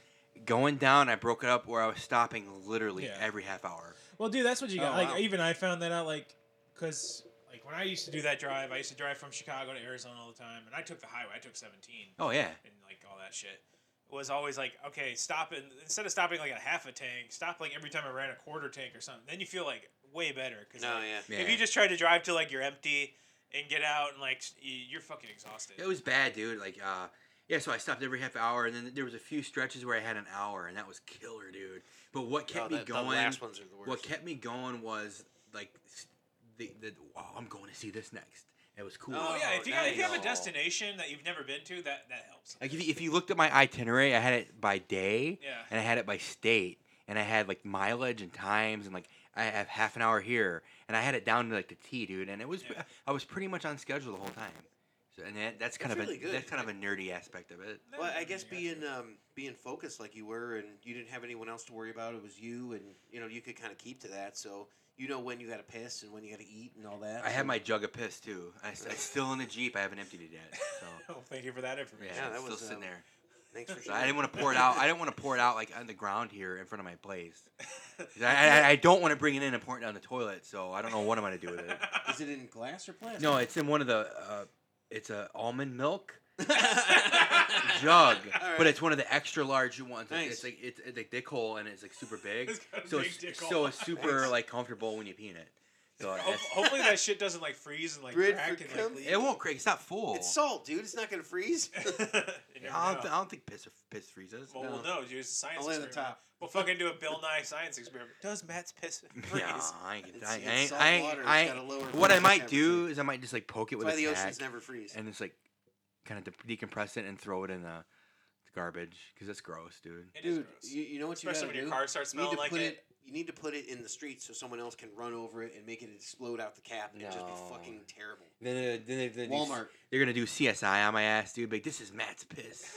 [SPEAKER 3] going down. I broke it up where I was stopping literally
[SPEAKER 2] Yeah.
[SPEAKER 3] every half hour.
[SPEAKER 2] Well, dude, that's what you got.
[SPEAKER 4] Oh,
[SPEAKER 2] like,
[SPEAKER 4] wow.
[SPEAKER 2] even I found that out, like, because, like, when I used to do that drive, I used to drive from Chicago to Arizona all the time, and I took the highway. I took 17
[SPEAKER 3] Oh yeah,
[SPEAKER 2] and, like, all that shit. It was always like, okay, stop and instead of stopping, like, a half a tank, stop, like, every time I ran a quarter tank or something. Then you feel, like, way better. Cause,
[SPEAKER 4] No,
[SPEAKER 2] like,
[SPEAKER 4] yeah. oh,
[SPEAKER 3] yeah.
[SPEAKER 2] If you just try to drive till, like, you're empty and get out and, like, s- y- you're fucking exhausted.
[SPEAKER 3] It was bad, dude. Like, uh, yeah, so I stopped every half hour, and then there was a few stretches where I had an hour, and that was killer, dude. But what kept
[SPEAKER 4] Oh,
[SPEAKER 3] me
[SPEAKER 4] the-
[SPEAKER 3] going?
[SPEAKER 4] The last ones are the worst.
[SPEAKER 3] what kept me going was like s- the the oh, I'm going to see this next. It was cool.
[SPEAKER 2] Oh, yeah,
[SPEAKER 4] Oh,
[SPEAKER 2] if you, got, if you have a
[SPEAKER 4] nice.
[SPEAKER 2] destination that you've never been to, that, that helps.
[SPEAKER 3] Like if you, if you looked at my itinerary, I had it by day,
[SPEAKER 2] Yeah.
[SPEAKER 3] and I had it by state, and I had like mileage and times, and like I have half an hour here, and I had it down to like the T, dude. And it was
[SPEAKER 2] Yeah.
[SPEAKER 3] I was pretty much on schedule the whole time. So, and that, that's kind
[SPEAKER 4] That's
[SPEAKER 3] of
[SPEAKER 4] really
[SPEAKER 3] a
[SPEAKER 4] good.
[SPEAKER 3] that's kind of a nerdy aspect of it.
[SPEAKER 4] Well, I
[SPEAKER 2] Yeah,
[SPEAKER 4] guess being um, being focused like you were, and you didn't have anyone else to worry about. It was you, and you know you could kind of keep to that. So you know when you got to piss and when you got to eat and all that.
[SPEAKER 3] I
[SPEAKER 4] so-
[SPEAKER 3] had my jug of piss too. I, am still in the jeep. I haven't emptied it yet. So
[SPEAKER 2] Oh, thank you for that
[SPEAKER 3] yeah,
[SPEAKER 2] information.
[SPEAKER 4] Yeah,
[SPEAKER 3] it's
[SPEAKER 4] that
[SPEAKER 3] still
[SPEAKER 4] was,
[SPEAKER 3] sitting
[SPEAKER 4] um,
[SPEAKER 3] there.
[SPEAKER 4] Thanks for
[SPEAKER 3] So I
[SPEAKER 4] sharing.
[SPEAKER 3] didn't want to pour it out. I didn't want to pour it out like on the ground here in front of my place. 'Cause I, I, I don't want to bring it in and pour it down the toilet. So I don't know what I'm gonna do with it.
[SPEAKER 4] Is it in glass or plastic?
[SPEAKER 3] No, it's in one of the. Uh, it's a almond milk jug, but it's one of the extra large ones. Like,
[SPEAKER 4] Nice.
[SPEAKER 3] It's like it's, it's like dick hole, and it's like super big.
[SPEAKER 2] It's got a
[SPEAKER 3] so
[SPEAKER 2] big dick
[SPEAKER 3] it's
[SPEAKER 2] hole.
[SPEAKER 3] so it's super like comfortable when you pee in it. So
[SPEAKER 2] Ho-
[SPEAKER 3] that's,
[SPEAKER 2] Hopefully that shit doesn't like freeze and like
[SPEAKER 4] Bread
[SPEAKER 2] crack
[SPEAKER 4] for
[SPEAKER 2] and
[SPEAKER 4] cum?
[SPEAKER 2] like leak.
[SPEAKER 3] it won't crack. It's not full.
[SPEAKER 4] It's salt, dude. It's not gonna freeze.
[SPEAKER 2] You never
[SPEAKER 3] I
[SPEAKER 2] know.
[SPEAKER 3] don't, th- I don't think piss piss freezes.
[SPEAKER 2] well, we'll know. dude, It's a science
[SPEAKER 4] Only on the
[SPEAKER 2] experiment.
[SPEAKER 4] top.
[SPEAKER 2] We'll fucking do a Bill Nye science experiment. Does Matt's piss freeze?
[SPEAKER 3] Yeah, I ain't,
[SPEAKER 4] It's-
[SPEAKER 3] I
[SPEAKER 4] it's
[SPEAKER 3] ain't,
[SPEAKER 4] salt
[SPEAKER 3] I ain't,
[SPEAKER 4] water, it's
[SPEAKER 3] I
[SPEAKER 4] got a lower
[SPEAKER 3] ain't. What I
[SPEAKER 4] freezing
[SPEAKER 3] might do
[SPEAKER 4] temperature.
[SPEAKER 3] is I might just like poke it with
[SPEAKER 4] That's why
[SPEAKER 3] a
[SPEAKER 4] the
[SPEAKER 3] snack
[SPEAKER 4] oceans never freeze.
[SPEAKER 3] and just like kind of de- decompress it and throw it in the garbage because it's gross, dude.
[SPEAKER 2] It is
[SPEAKER 4] Dude,
[SPEAKER 2] gross.
[SPEAKER 4] you, you know what
[SPEAKER 2] Especially
[SPEAKER 4] you gotta
[SPEAKER 2] when your
[SPEAKER 4] do?
[SPEAKER 2] car starts
[SPEAKER 4] You need
[SPEAKER 2] smelling
[SPEAKER 4] to
[SPEAKER 2] like
[SPEAKER 4] put
[SPEAKER 2] it.
[SPEAKER 4] it. You need to put it in the street so someone else can run over it and make it explode out the cap and just be
[SPEAKER 3] No.
[SPEAKER 4] fucking terrible.
[SPEAKER 3] Then, they- then, they- then they do s-
[SPEAKER 4] Walmart.
[SPEAKER 3] They're gonna do CSI on my ass, dude. Like this is Matt's piss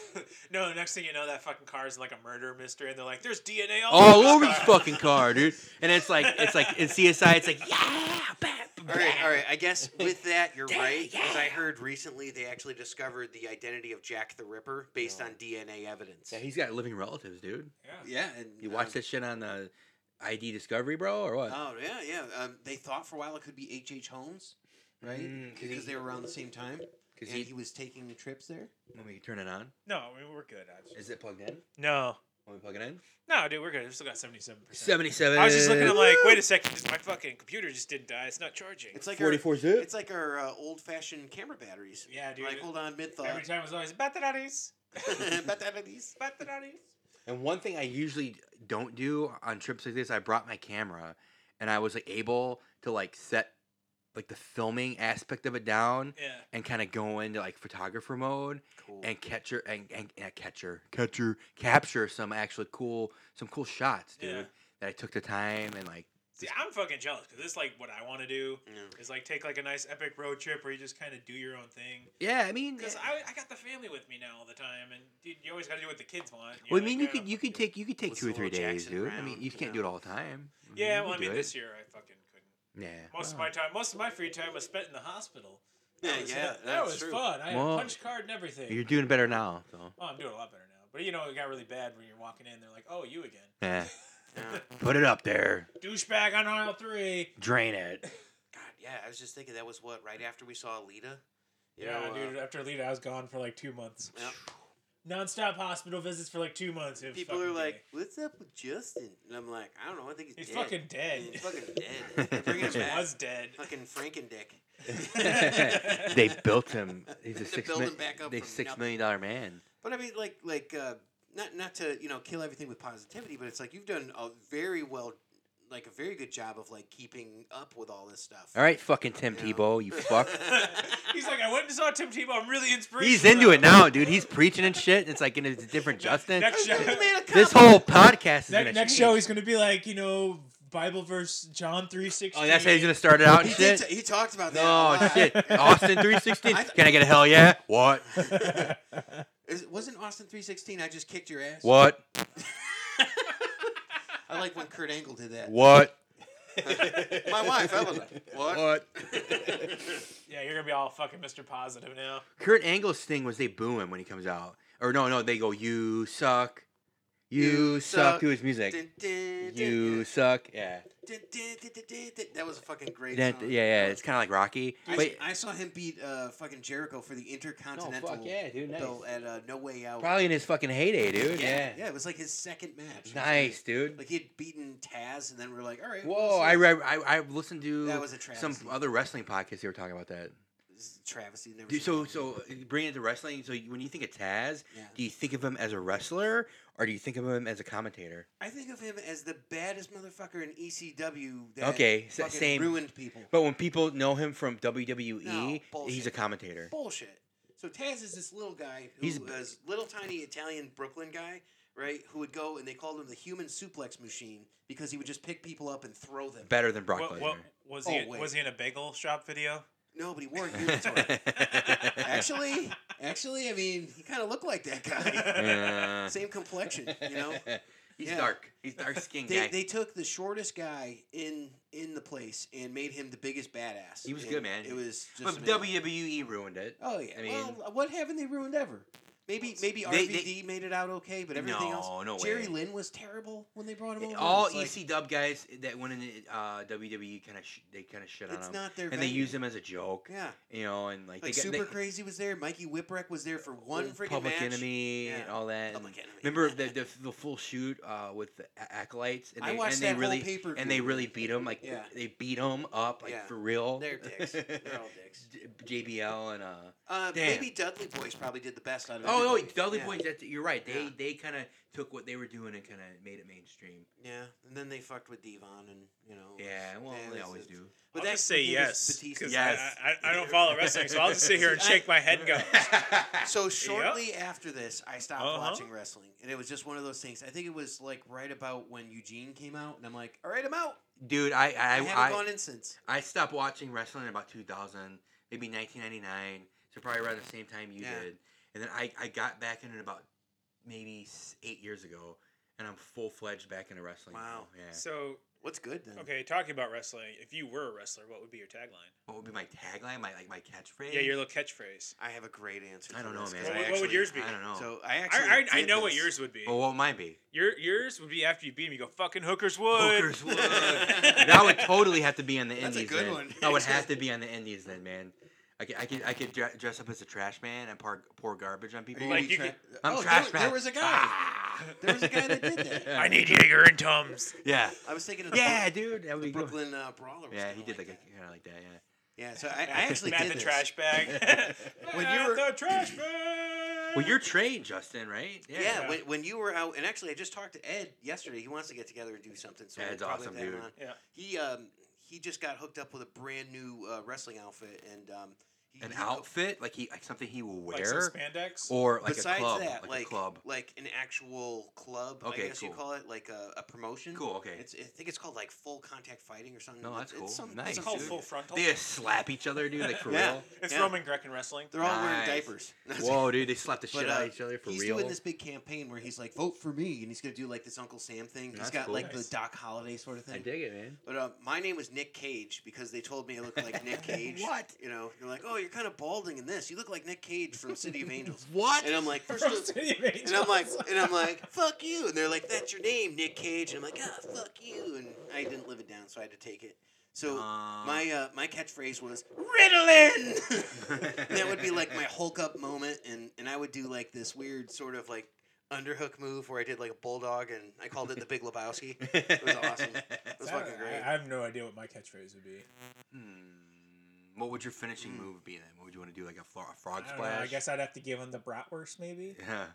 [SPEAKER 2] No, next thing you know, that fucking car is like a murder mystery, and they're like, "There's
[SPEAKER 4] Oh,
[SPEAKER 2] DNA all,
[SPEAKER 3] all
[SPEAKER 2] over
[SPEAKER 3] over
[SPEAKER 2] the
[SPEAKER 3] his
[SPEAKER 2] car."
[SPEAKER 3] fucking car, dude. And it's like it's like in CSI, it's like yeah, bap,
[SPEAKER 4] All right, all right. I guess with that, you're
[SPEAKER 3] Yeah,
[SPEAKER 4] right. Because I
[SPEAKER 3] yeah.
[SPEAKER 4] heard recently they actually discovered the identity of Jack the Ripper based on DNA evidence.
[SPEAKER 3] Yeah, he's got living relatives, dude.
[SPEAKER 2] Yeah.
[SPEAKER 4] Yeah, and
[SPEAKER 3] You watch
[SPEAKER 4] um,
[SPEAKER 3] that shit on the ID Discovery, bro, or what?
[SPEAKER 4] Oh yeah, yeah. Um, they thought for a while it could be H.H. H. Holmes, right?
[SPEAKER 3] Mm, 'cause
[SPEAKER 4] because
[SPEAKER 3] he-
[SPEAKER 4] they were around the same time, and
[SPEAKER 3] Because
[SPEAKER 4] he,
[SPEAKER 3] he,
[SPEAKER 4] was taking trips there.
[SPEAKER 3] Let me turn it on.
[SPEAKER 2] No, I mean, we're good. Actually.
[SPEAKER 3] Is it plugged in?
[SPEAKER 2] No,
[SPEAKER 3] Let me plug it in.
[SPEAKER 2] no, dude, we're good. We still got seventy-seven percent.
[SPEAKER 3] Seventy-seven.
[SPEAKER 2] I was just looking. I'm like, wait a second, just- my fucking computer just didn't die. It's not charging.
[SPEAKER 4] It's like
[SPEAKER 3] Forty-four
[SPEAKER 4] Our,
[SPEAKER 3] zip.
[SPEAKER 4] it's like our uh, old-fashioned camera batteries.
[SPEAKER 2] yeah, dude.
[SPEAKER 4] Like, hold on, mid
[SPEAKER 2] Every
[SPEAKER 4] thought.
[SPEAKER 2] time it was always batteries,
[SPEAKER 4] batteries.
[SPEAKER 2] batteries.
[SPEAKER 3] And one thing I usually don't do on trips like this, I brought my camera, and I was like able to like set like the filming aspect of it down
[SPEAKER 2] Yeah.
[SPEAKER 3] and kind of go into like photographer mode
[SPEAKER 4] Cool.
[SPEAKER 3] and catcher and, and, and catcher catcher capture some actually cool some cool shots, dude.
[SPEAKER 2] Yeah.
[SPEAKER 3] That I took the time and like
[SPEAKER 2] See, I'm fucking jealous because this is like what I want to do
[SPEAKER 4] Yeah.
[SPEAKER 2] is like take like a nice epic road trip where you just kind of do your own thing.
[SPEAKER 3] yeah, I mean, uh,
[SPEAKER 2] Because
[SPEAKER 3] yeah.
[SPEAKER 2] I, I got the family with me now all the time, and dude, you always got to do what the kids want. You're
[SPEAKER 3] well, I
[SPEAKER 2] like, uh,
[SPEAKER 3] mean, you
[SPEAKER 2] "Yeah,
[SPEAKER 3] could you could take you could take
[SPEAKER 4] With
[SPEAKER 3] two or three
[SPEAKER 4] Solo
[SPEAKER 3] days,
[SPEAKER 4] Jackson
[SPEAKER 3] dude. I
[SPEAKER 4] Brown,
[SPEAKER 3] mean, you
[SPEAKER 4] you
[SPEAKER 3] can't
[SPEAKER 4] know.
[SPEAKER 3] do it all the time. I mean,
[SPEAKER 2] Yeah,
[SPEAKER 3] you
[SPEAKER 2] well, I
[SPEAKER 3] could
[SPEAKER 2] mean,
[SPEAKER 3] do it.
[SPEAKER 2] this year I fucking couldn't.
[SPEAKER 3] Yeah.
[SPEAKER 2] Most of
[SPEAKER 3] well.
[SPEAKER 2] my time, most of my free time was spent in the hospital. That
[SPEAKER 4] Yeah,
[SPEAKER 2] was,
[SPEAKER 4] yeah,
[SPEAKER 2] that
[SPEAKER 4] that's
[SPEAKER 2] was
[SPEAKER 4] true.
[SPEAKER 2] fun. I had
[SPEAKER 3] Well,
[SPEAKER 2] a punch card and everything.
[SPEAKER 3] You're doing better now, though.
[SPEAKER 2] Well, I'm doing a lot better now, but you know, it got really bad when you're walking in. They're like, "Oh, you again,
[SPEAKER 3] Yeah.
[SPEAKER 4] Yeah.
[SPEAKER 3] Put it up there.
[SPEAKER 2] douchebag on aisle three.
[SPEAKER 3] Drain it.
[SPEAKER 4] God, yeah. I was just thinking that was what right after we saw Alita. You
[SPEAKER 2] Yeah,
[SPEAKER 4] know, uh,
[SPEAKER 2] dude. After Alita, I was gone for like two months.
[SPEAKER 4] yeah.
[SPEAKER 2] Non-stop hospital visits for like two months. It was
[SPEAKER 4] People are
[SPEAKER 2] fucking
[SPEAKER 4] like,
[SPEAKER 2] gay.
[SPEAKER 4] "What's up with Justin?" And I'm like, "I don't know. I think he's,
[SPEAKER 2] he's
[SPEAKER 4] dead.
[SPEAKER 2] fucking dead.
[SPEAKER 4] He's fucking dead. They're bringing him
[SPEAKER 2] He
[SPEAKER 4] back.
[SPEAKER 2] was dead.
[SPEAKER 4] Fucking Frankendick."
[SPEAKER 3] they built him. He's
[SPEAKER 4] They
[SPEAKER 3] a six
[SPEAKER 4] built
[SPEAKER 3] million.
[SPEAKER 4] him back up
[SPEAKER 3] They
[SPEAKER 4] from
[SPEAKER 3] six
[SPEAKER 4] nothing.
[SPEAKER 3] million dollar man.
[SPEAKER 4] But I mean, like, like uh, not not to you know kill everything with positivity, but it's like you've done a very well, like a very good job of like keeping up with all this stuff.
[SPEAKER 3] All right, fucking Tim
[SPEAKER 4] Yeah.
[SPEAKER 3] Tebow, you fuck.
[SPEAKER 2] he's like, I went and saw Tim Tebow. I'm really inspirational.
[SPEAKER 3] He's into it now, dude. He's preaching and shit. It's like in a different Justin.
[SPEAKER 2] Next show,
[SPEAKER 4] You made a
[SPEAKER 3] This
[SPEAKER 4] compliment.
[SPEAKER 3] whole podcast is
[SPEAKER 2] ne-
[SPEAKER 3] gonna
[SPEAKER 2] next
[SPEAKER 3] change.
[SPEAKER 2] show, he's gonna be like, you know, Bible verse John three sixteen.
[SPEAKER 3] Oh, that's how he's gonna start it out and
[SPEAKER 4] He, did
[SPEAKER 3] shit.
[SPEAKER 4] t- he talked about that. a
[SPEAKER 3] No
[SPEAKER 4] lot.
[SPEAKER 3] shit. Austin three sixteen.
[SPEAKER 4] I th-
[SPEAKER 3] Can I get a hell yeah? What?
[SPEAKER 4] Is- wasn't Austin three sixteen? I just kicked your ass.
[SPEAKER 3] What?
[SPEAKER 4] I like when Kurt Angle did that.
[SPEAKER 3] What?
[SPEAKER 6] My wife, Evelyn. What?
[SPEAKER 3] What?
[SPEAKER 2] Yeah, you're gonna be all fucking Mr. Positive now.
[SPEAKER 3] Kurt Angle's thing was they boo him when he comes out. Or no, no, they go, "You suck, you,
[SPEAKER 6] You
[SPEAKER 3] suck.
[SPEAKER 6] suck.
[SPEAKER 3] to his music.
[SPEAKER 4] Dun, dun, dun,
[SPEAKER 3] you
[SPEAKER 4] yeah.
[SPEAKER 3] suck. Yeah.
[SPEAKER 4] Dun, dun, dun, dun, dun, dun. That was a fucking great
[SPEAKER 3] That- yeah,
[SPEAKER 4] song.
[SPEAKER 3] yeah. It's kind of like Rocky.
[SPEAKER 4] I,
[SPEAKER 3] But
[SPEAKER 4] I saw him beat uh, fucking Jericho for the Intercontinental
[SPEAKER 3] Oh, fuck yeah, dude, nice.
[SPEAKER 4] belt at uh, No Way Out.
[SPEAKER 3] probably in his fucking heyday, dude. Yeah.
[SPEAKER 4] yeah, it was like his second match.
[SPEAKER 3] Nice, dude.
[SPEAKER 4] Like he had beaten Taz, and then we are like, all right.
[SPEAKER 3] Whoa, I read. I I listened to
[SPEAKER 4] That was a
[SPEAKER 3] some
[SPEAKER 4] travesty.
[SPEAKER 3] other wrestling podcast. They were talking about that.
[SPEAKER 4] Travesty. Never
[SPEAKER 3] Dude,
[SPEAKER 4] seen
[SPEAKER 3] so so
[SPEAKER 4] it.
[SPEAKER 3] bringing it to wrestling. So when you think of Taz,
[SPEAKER 4] Yeah.
[SPEAKER 3] do you think of him as a wrestler or do you think of him as a commentator?
[SPEAKER 4] I think of him as the baddest motherfucker in ECW. That
[SPEAKER 3] Okay, s-
[SPEAKER 4] fucking
[SPEAKER 3] same.
[SPEAKER 4] Ruined people.
[SPEAKER 3] But when people know him from WWE,
[SPEAKER 4] No,
[SPEAKER 3] he's a
[SPEAKER 4] bullshit.
[SPEAKER 3] commentator.
[SPEAKER 4] Bullshit. So Taz is this little guy who
[SPEAKER 3] He's-
[SPEAKER 4] was little tiny Italian Brooklyn guy, right? Who would go and they called him the human suplex machine because he would just pick people up and throw them.
[SPEAKER 3] Better than Brock
[SPEAKER 2] What, what
[SPEAKER 3] Lesnar.
[SPEAKER 2] was
[SPEAKER 4] Oh,
[SPEAKER 2] he?
[SPEAKER 4] wait.
[SPEAKER 2] was he in a bagel shop video?
[SPEAKER 4] No, but he wore a unitard. actually, actually, I mean, he kind of looked like that guy.
[SPEAKER 3] Uh,
[SPEAKER 4] Same complexion, you know.
[SPEAKER 3] he's
[SPEAKER 4] Yeah.
[SPEAKER 3] dark. He's dark skinned
[SPEAKER 4] They,
[SPEAKER 3] guy.
[SPEAKER 4] they took the shortest guy in in the place and made him the biggest badass.
[SPEAKER 3] He was
[SPEAKER 4] And
[SPEAKER 3] good, man.
[SPEAKER 4] It was just
[SPEAKER 3] but
[SPEAKER 4] amazing.
[SPEAKER 3] WWE ruined it.
[SPEAKER 4] Oh yeah.
[SPEAKER 3] I mean-
[SPEAKER 4] well, what haven't they ruined ever? Maybe maybe
[SPEAKER 3] They-
[SPEAKER 4] RVD made it out okay, but everything
[SPEAKER 3] No,
[SPEAKER 4] else.
[SPEAKER 3] no
[SPEAKER 4] Jerry
[SPEAKER 3] way.
[SPEAKER 4] Lynn was terrible when they brought him over.
[SPEAKER 3] All E
[SPEAKER 4] It's
[SPEAKER 3] EC
[SPEAKER 4] like,
[SPEAKER 3] Dub guys that went in uh, WWE kind of sh- they kind of shit on
[SPEAKER 4] It's
[SPEAKER 3] him,
[SPEAKER 4] not their
[SPEAKER 3] and they
[SPEAKER 4] venue.
[SPEAKER 3] use him as a joke.
[SPEAKER 4] Yeah,
[SPEAKER 3] You know, and like,
[SPEAKER 4] like
[SPEAKER 3] they get
[SPEAKER 4] Super
[SPEAKER 3] they,
[SPEAKER 4] Crazy was there. Mikey Whipwreck was there for one
[SPEAKER 3] old
[SPEAKER 4] freaking
[SPEAKER 3] Public
[SPEAKER 4] match.
[SPEAKER 3] Enemy
[SPEAKER 4] Yeah.
[SPEAKER 3] and all that.
[SPEAKER 4] Public
[SPEAKER 3] and
[SPEAKER 4] Enemy.
[SPEAKER 3] Remember the, the the full shoot uh, with the a- acolytes, and
[SPEAKER 4] I
[SPEAKER 3] they,
[SPEAKER 4] watched
[SPEAKER 3] and
[SPEAKER 4] that
[SPEAKER 3] they
[SPEAKER 4] whole
[SPEAKER 3] really
[SPEAKER 4] pay-per-view.
[SPEAKER 3] and they really beat him. Like
[SPEAKER 4] Yeah.
[SPEAKER 3] they beat him up, like
[SPEAKER 4] Yeah.
[SPEAKER 3] for real.
[SPEAKER 4] They're dicks. They're all dicks.
[SPEAKER 3] J- JBL and uh.
[SPEAKER 4] Uh,
[SPEAKER 3] Damn.
[SPEAKER 4] maybe Dudley Boys probably did the best out of it.
[SPEAKER 3] Oh no, Dudley Boyz. That's, you're right. They
[SPEAKER 4] Yeah.
[SPEAKER 3] they kind of took what they were doing and kind of made it mainstream.
[SPEAKER 4] Yeah, and then they fucked with Devon, and you know.
[SPEAKER 3] Yeah, well, they
[SPEAKER 4] that's
[SPEAKER 3] always
[SPEAKER 4] it.
[SPEAKER 3] do.
[SPEAKER 2] I'll
[SPEAKER 4] that
[SPEAKER 2] just say
[SPEAKER 4] became his
[SPEAKER 2] yes.
[SPEAKER 4] Batista.
[SPEAKER 2] 'cause
[SPEAKER 3] Yes.
[SPEAKER 2] I, I, I don't follow wrestling, so I'll just sit here and shake my head and go.
[SPEAKER 4] So shortly after this, I stopped
[SPEAKER 2] Uh-huh.
[SPEAKER 4] watching wrestling, and it was just one of those things. I think it was like right about when Eugene came out, and I'm like, all right, I'm out.
[SPEAKER 3] Dude, I
[SPEAKER 4] I,
[SPEAKER 3] I
[SPEAKER 4] haven't
[SPEAKER 3] I,
[SPEAKER 4] gone in since.
[SPEAKER 3] I stopped watching wrestling in about 2000, maybe 1999. So probably around the same time you
[SPEAKER 4] Yeah.
[SPEAKER 3] did. And then I, I got back in it about maybe s- eight years ago, and I'm full fledged back into wrestling. now.
[SPEAKER 4] Wow.
[SPEAKER 3] Yeah.
[SPEAKER 2] So
[SPEAKER 4] What's good then?
[SPEAKER 2] okay, talking about wrestling. If you were a wrestler, what would be your tagline?
[SPEAKER 3] What would be my tagline? My like my catchphrase?
[SPEAKER 2] Yeah, your little catchphrase.
[SPEAKER 4] I have a great answer.
[SPEAKER 3] I
[SPEAKER 4] for
[SPEAKER 3] don't know,
[SPEAKER 4] this,
[SPEAKER 3] man.
[SPEAKER 4] 'cause
[SPEAKER 2] What,
[SPEAKER 3] I
[SPEAKER 2] would-
[SPEAKER 4] I
[SPEAKER 2] what would
[SPEAKER 4] actually-
[SPEAKER 2] yours be?
[SPEAKER 3] I don't know.
[SPEAKER 4] So I actually
[SPEAKER 2] I, I, I
[SPEAKER 4] did
[SPEAKER 2] know what
[SPEAKER 4] this.
[SPEAKER 2] yours would be.
[SPEAKER 3] well, what would mine be?
[SPEAKER 2] Your yours would be after you beat him. You go fucking hookers would.
[SPEAKER 3] Hookers would. that would totally have to be on the
[SPEAKER 4] That's
[SPEAKER 3] Indies.
[SPEAKER 4] a good
[SPEAKER 3] then.
[SPEAKER 4] one.
[SPEAKER 3] That would have to be on the Indies then, man. I could I could I could dre- dress up as a trash man and pour, pour garbage on people.
[SPEAKER 2] Like you
[SPEAKER 4] Tra-
[SPEAKER 2] could-
[SPEAKER 3] I'm
[SPEAKER 4] oh,
[SPEAKER 3] trash
[SPEAKER 4] there,
[SPEAKER 3] man.
[SPEAKER 4] there was a guy.
[SPEAKER 3] Ah!
[SPEAKER 4] There was a guy that did that.
[SPEAKER 2] I need Jaeger and Tums.
[SPEAKER 3] Yeah.
[SPEAKER 4] I was thinking of the
[SPEAKER 3] Yeah,
[SPEAKER 4] Bro-
[SPEAKER 3] dude, that would be
[SPEAKER 4] the
[SPEAKER 3] cool.
[SPEAKER 4] Brooklyn uh, Brawler. was
[SPEAKER 3] Yeah,
[SPEAKER 4] kinda
[SPEAKER 3] he did
[SPEAKER 4] like
[SPEAKER 3] like a
[SPEAKER 4] that.
[SPEAKER 3] kind of like that. Yeah.
[SPEAKER 4] Yeah, so I, I actually
[SPEAKER 2] Matt
[SPEAKER 4] did
[SPEAKER 2] the
[SPEAKER 4] this.
[SPEAKER 2] trash bag.
[SPEAKER 4] When
[SPEAKER 2] Matt
[SPEAKER 4] you were-
[SPEAKER 2] the trash bag.
[SPEAKER 3] Well, you're trained, Justin, right?
[SPEAKER 4] Yeah, When, when you were out, and actually, I just talked to Ed yesterday. He wants to get together and do something. So we'll
[SPEAKER 3] Ed's
[SPEAKER 4] probably
[SPEAKER 3] awesome,
[SPEAKER 4] have him
[SPEAKER 3] dude.
[SPEAKER 4] on.
[SPEAKER 2] Yeah.
[SPEAKER 4] He um he just got hooked up with a brand new uh, wrestling outfit, and um he,
[SPEAKER 3] an
[SPEAKER 4] he-
[SPEAKER 3] outfit, like he like something he will wear,
[SPEAKER 2] like some spandex.
[SPEAKER 3] or like a
[SPEAKER 4] besides
[SPEAKER 3] club,
[SPEAKER 4] that,
[SPEAKER 3] like, a club.
[SPEAKER 4] like an actual club. I
[SPEAKER 3] Okay,
[SPEAKER 4] guess you
[SPEAKER 3] cool.
[SPEAKER 4] call it like a, a promotion.
[SPEAKER 3] Cool. Okay.
[SPEAKER 4] It's, I think it's called like full contact fighting or something.
[SPEAKER 3] No,
[SPEAKER 4] It's-
[SPEAKER 3] that's cool.
[SPEAKER 4] It's, some,
[SPEAKER 3] Nice,
[SPEAKER 2] it's
[SPEAKER 4] some
[SPEAKER 2] called
[SPEAKER 4] shit.
[SPEAKER 2] full frontal.
[SPEAKER 3] They just slap each other, dude. Like for
[SPEAKER 4] Yeah.
[SPEAKER 3] real.
[SPEAKER 2] It's
[SPEAKER 4] yeah.
[SPEAKER 2] Roman Greek and wrestling.
[SPEAKER 4] They're all
[SPEAKER 3] Nice.
[SPEAKER 4] wearing diapers.
[SPEAKER 3] Whoa, dude! They slap the shit
[SPEAKER 4] But,
[SPEAKER 3] out
[SPEAKER 4] uh,
[SPEAKER 3] of each other for
[SPEAKER 4] he's
[SPEAKER 3] real.
[SPEAKER 4] doing this big campaign where he's like, "Vote for me," and he's gonna do like this Uncle Sam thing. He's
[SPEAKER 3] That's
[SPEAKER 4] got
[SPEAKER 3] cool.
[SPEAKER 4] like
[SPEAKER 2] Nice.
[SPEAKER 4] the Doc Holiday sort of
[SPEAKER 3] I
[SPEAKER 4] thing.
[SPEAKER 3] dig it, man.
[SPEAKER 4] But uh, my name was Nick Cage because they told me I looked like Nick Cage.
[SPEAKER 3] What?
[SPEAKER 4] You know, they're like, "Oh, you're kind of balding in this. You look like Nick Cage from City of Angels."
[SPEAKER 3] What?
[SPEAKER 4] And I'm like, first of- and I'm like, and I'm like, fuck you. And they're like, that's your name, Nick Cage. And I'm like, ah, fuck you. And I didn't live it down, so I had to take it. So
[SPEAKER 3] Um.
[SPEAKER 4] my uh, my catchphrase was Ritalin. And that would be like my Hulk up moment, and and I would do like this weird sort of like underhook move where I did like a bulldog, and I called it the Big Lebowski. It was awesome. It was fucking great.
[SPEAKER 2] I have no idea what my catchphrase would be.
[SPEAKER 3] Hmm. What would your finishing move be then? What would you want to do? Like a, fro- a frog
[SPEAKER 2] I, don't know,
[SPEAKER 3] splash?
[SPEAKER 2] I guess I'd have to give him the bratwurst, maybe.
[SPEAKER 3] Yeah.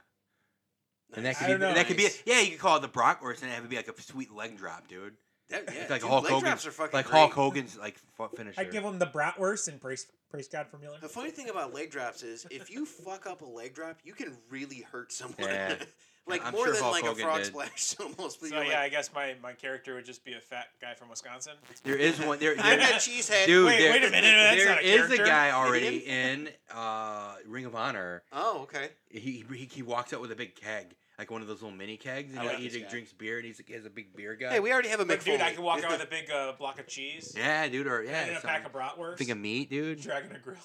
[SPEAKER 3] And that
[SPEAKER 4] Nice.
[SPEAKER 3] could
[SPEAKER 2] I
[SPEAKER 3] be
[SPEAKER 2] don't know.
[SPEAKER 3] that could be
[SPEAKER 4] Nice.
[SPEAKER 3] yeah. You could call it the Brock, or it's gonna have it be like a sweet leg drop, dude.
[SPEAKER 4] That- yeah,
[SPEAKER 3] It's like
[SPEAKER 4] dude,
[SPEAKER 3] Hulk
[SPEAKER 4] leg
[SPEAKER 3] Hogan's,
[SPEAKER 4] drops are fucking
[SPEAKER 3] like
[SPEAKER 4] great.
[SPEAKER 3] Hulk Hogan's like fu- finisher.
[SPEAKER 2] I'd give him the bratwurst and praise praise God for Mueller.
[SPEAKER 4] The funny thing about leg drops is if you fuck up a leg drop, you can really hurt someone.
[SPEAKER 3] Yeah.
[SPEAKER 4] Like
[SPEAKER 3] I'm
[SPEAKER 4] more
[SPEAKER 3] sure
[SPEAKER 4] than
[SPEAKER 3] Hulk
[SPEAKER 4] like a
[SPEAKER 3] Hogan
[SPEAKER 4] frog
[SPEAKER 3] did.
[SPEAKER 4] splash almost. But
[SPEAKER 2] So
[SPEAKER 4] you're
[SPEAKER 2] yeah, I
[SPEAKER 4] like,
[SPEAKER 2] guess my, my character would just be a fat guy from Wisconsin.
[SPEAKER 3] There is one. There,
[SPEAKER 4] I'm
[SPEAKER 3] there-
[SPEAKER 4] a cheesehead.
[SPEAKER 3] dude.
[SPEAKER 2] Wait,
[SPEAKER 3] there-
[SPEAKER 2] wait a minute, that's
[SPEAKER 3] there
[SPEAKER 2] not a
[SPEAKER 3] is
[SPEAKER 2] character.
[SPEAKER 3] guy already in uh, Ring of Honor.
[SPEAKER 4] Oh, okay.
[SPEAKER 3] He, he he walks out with a big keg, like one of those little mini kegs, and
[SPEAKER 4] I
[SPEAKER 3] like
[SPEAKER 4] like
[SPEAKER 3] he
[SPEAKER 4] this guy.
[SPEAKER 3] drinks beer and he's, he has a big beer guy.
[SPEAKER 4] Hey, we already have a
[SPEAKER 2] Like, dude, I
[SPEAKER 4] McFoley.
[SPEAKER 2] could walk out with a big uh, block of cheese
[SPEAKER 3] yeah, dude, or yeah,
[SPEAKER 2] and a
[SPEAKER 3] something.
[SPEAKER 2] pack of bratwurst,
[SPEAKER 3] Think of meat, dude.
[SPEAKER 2] dragon a grill.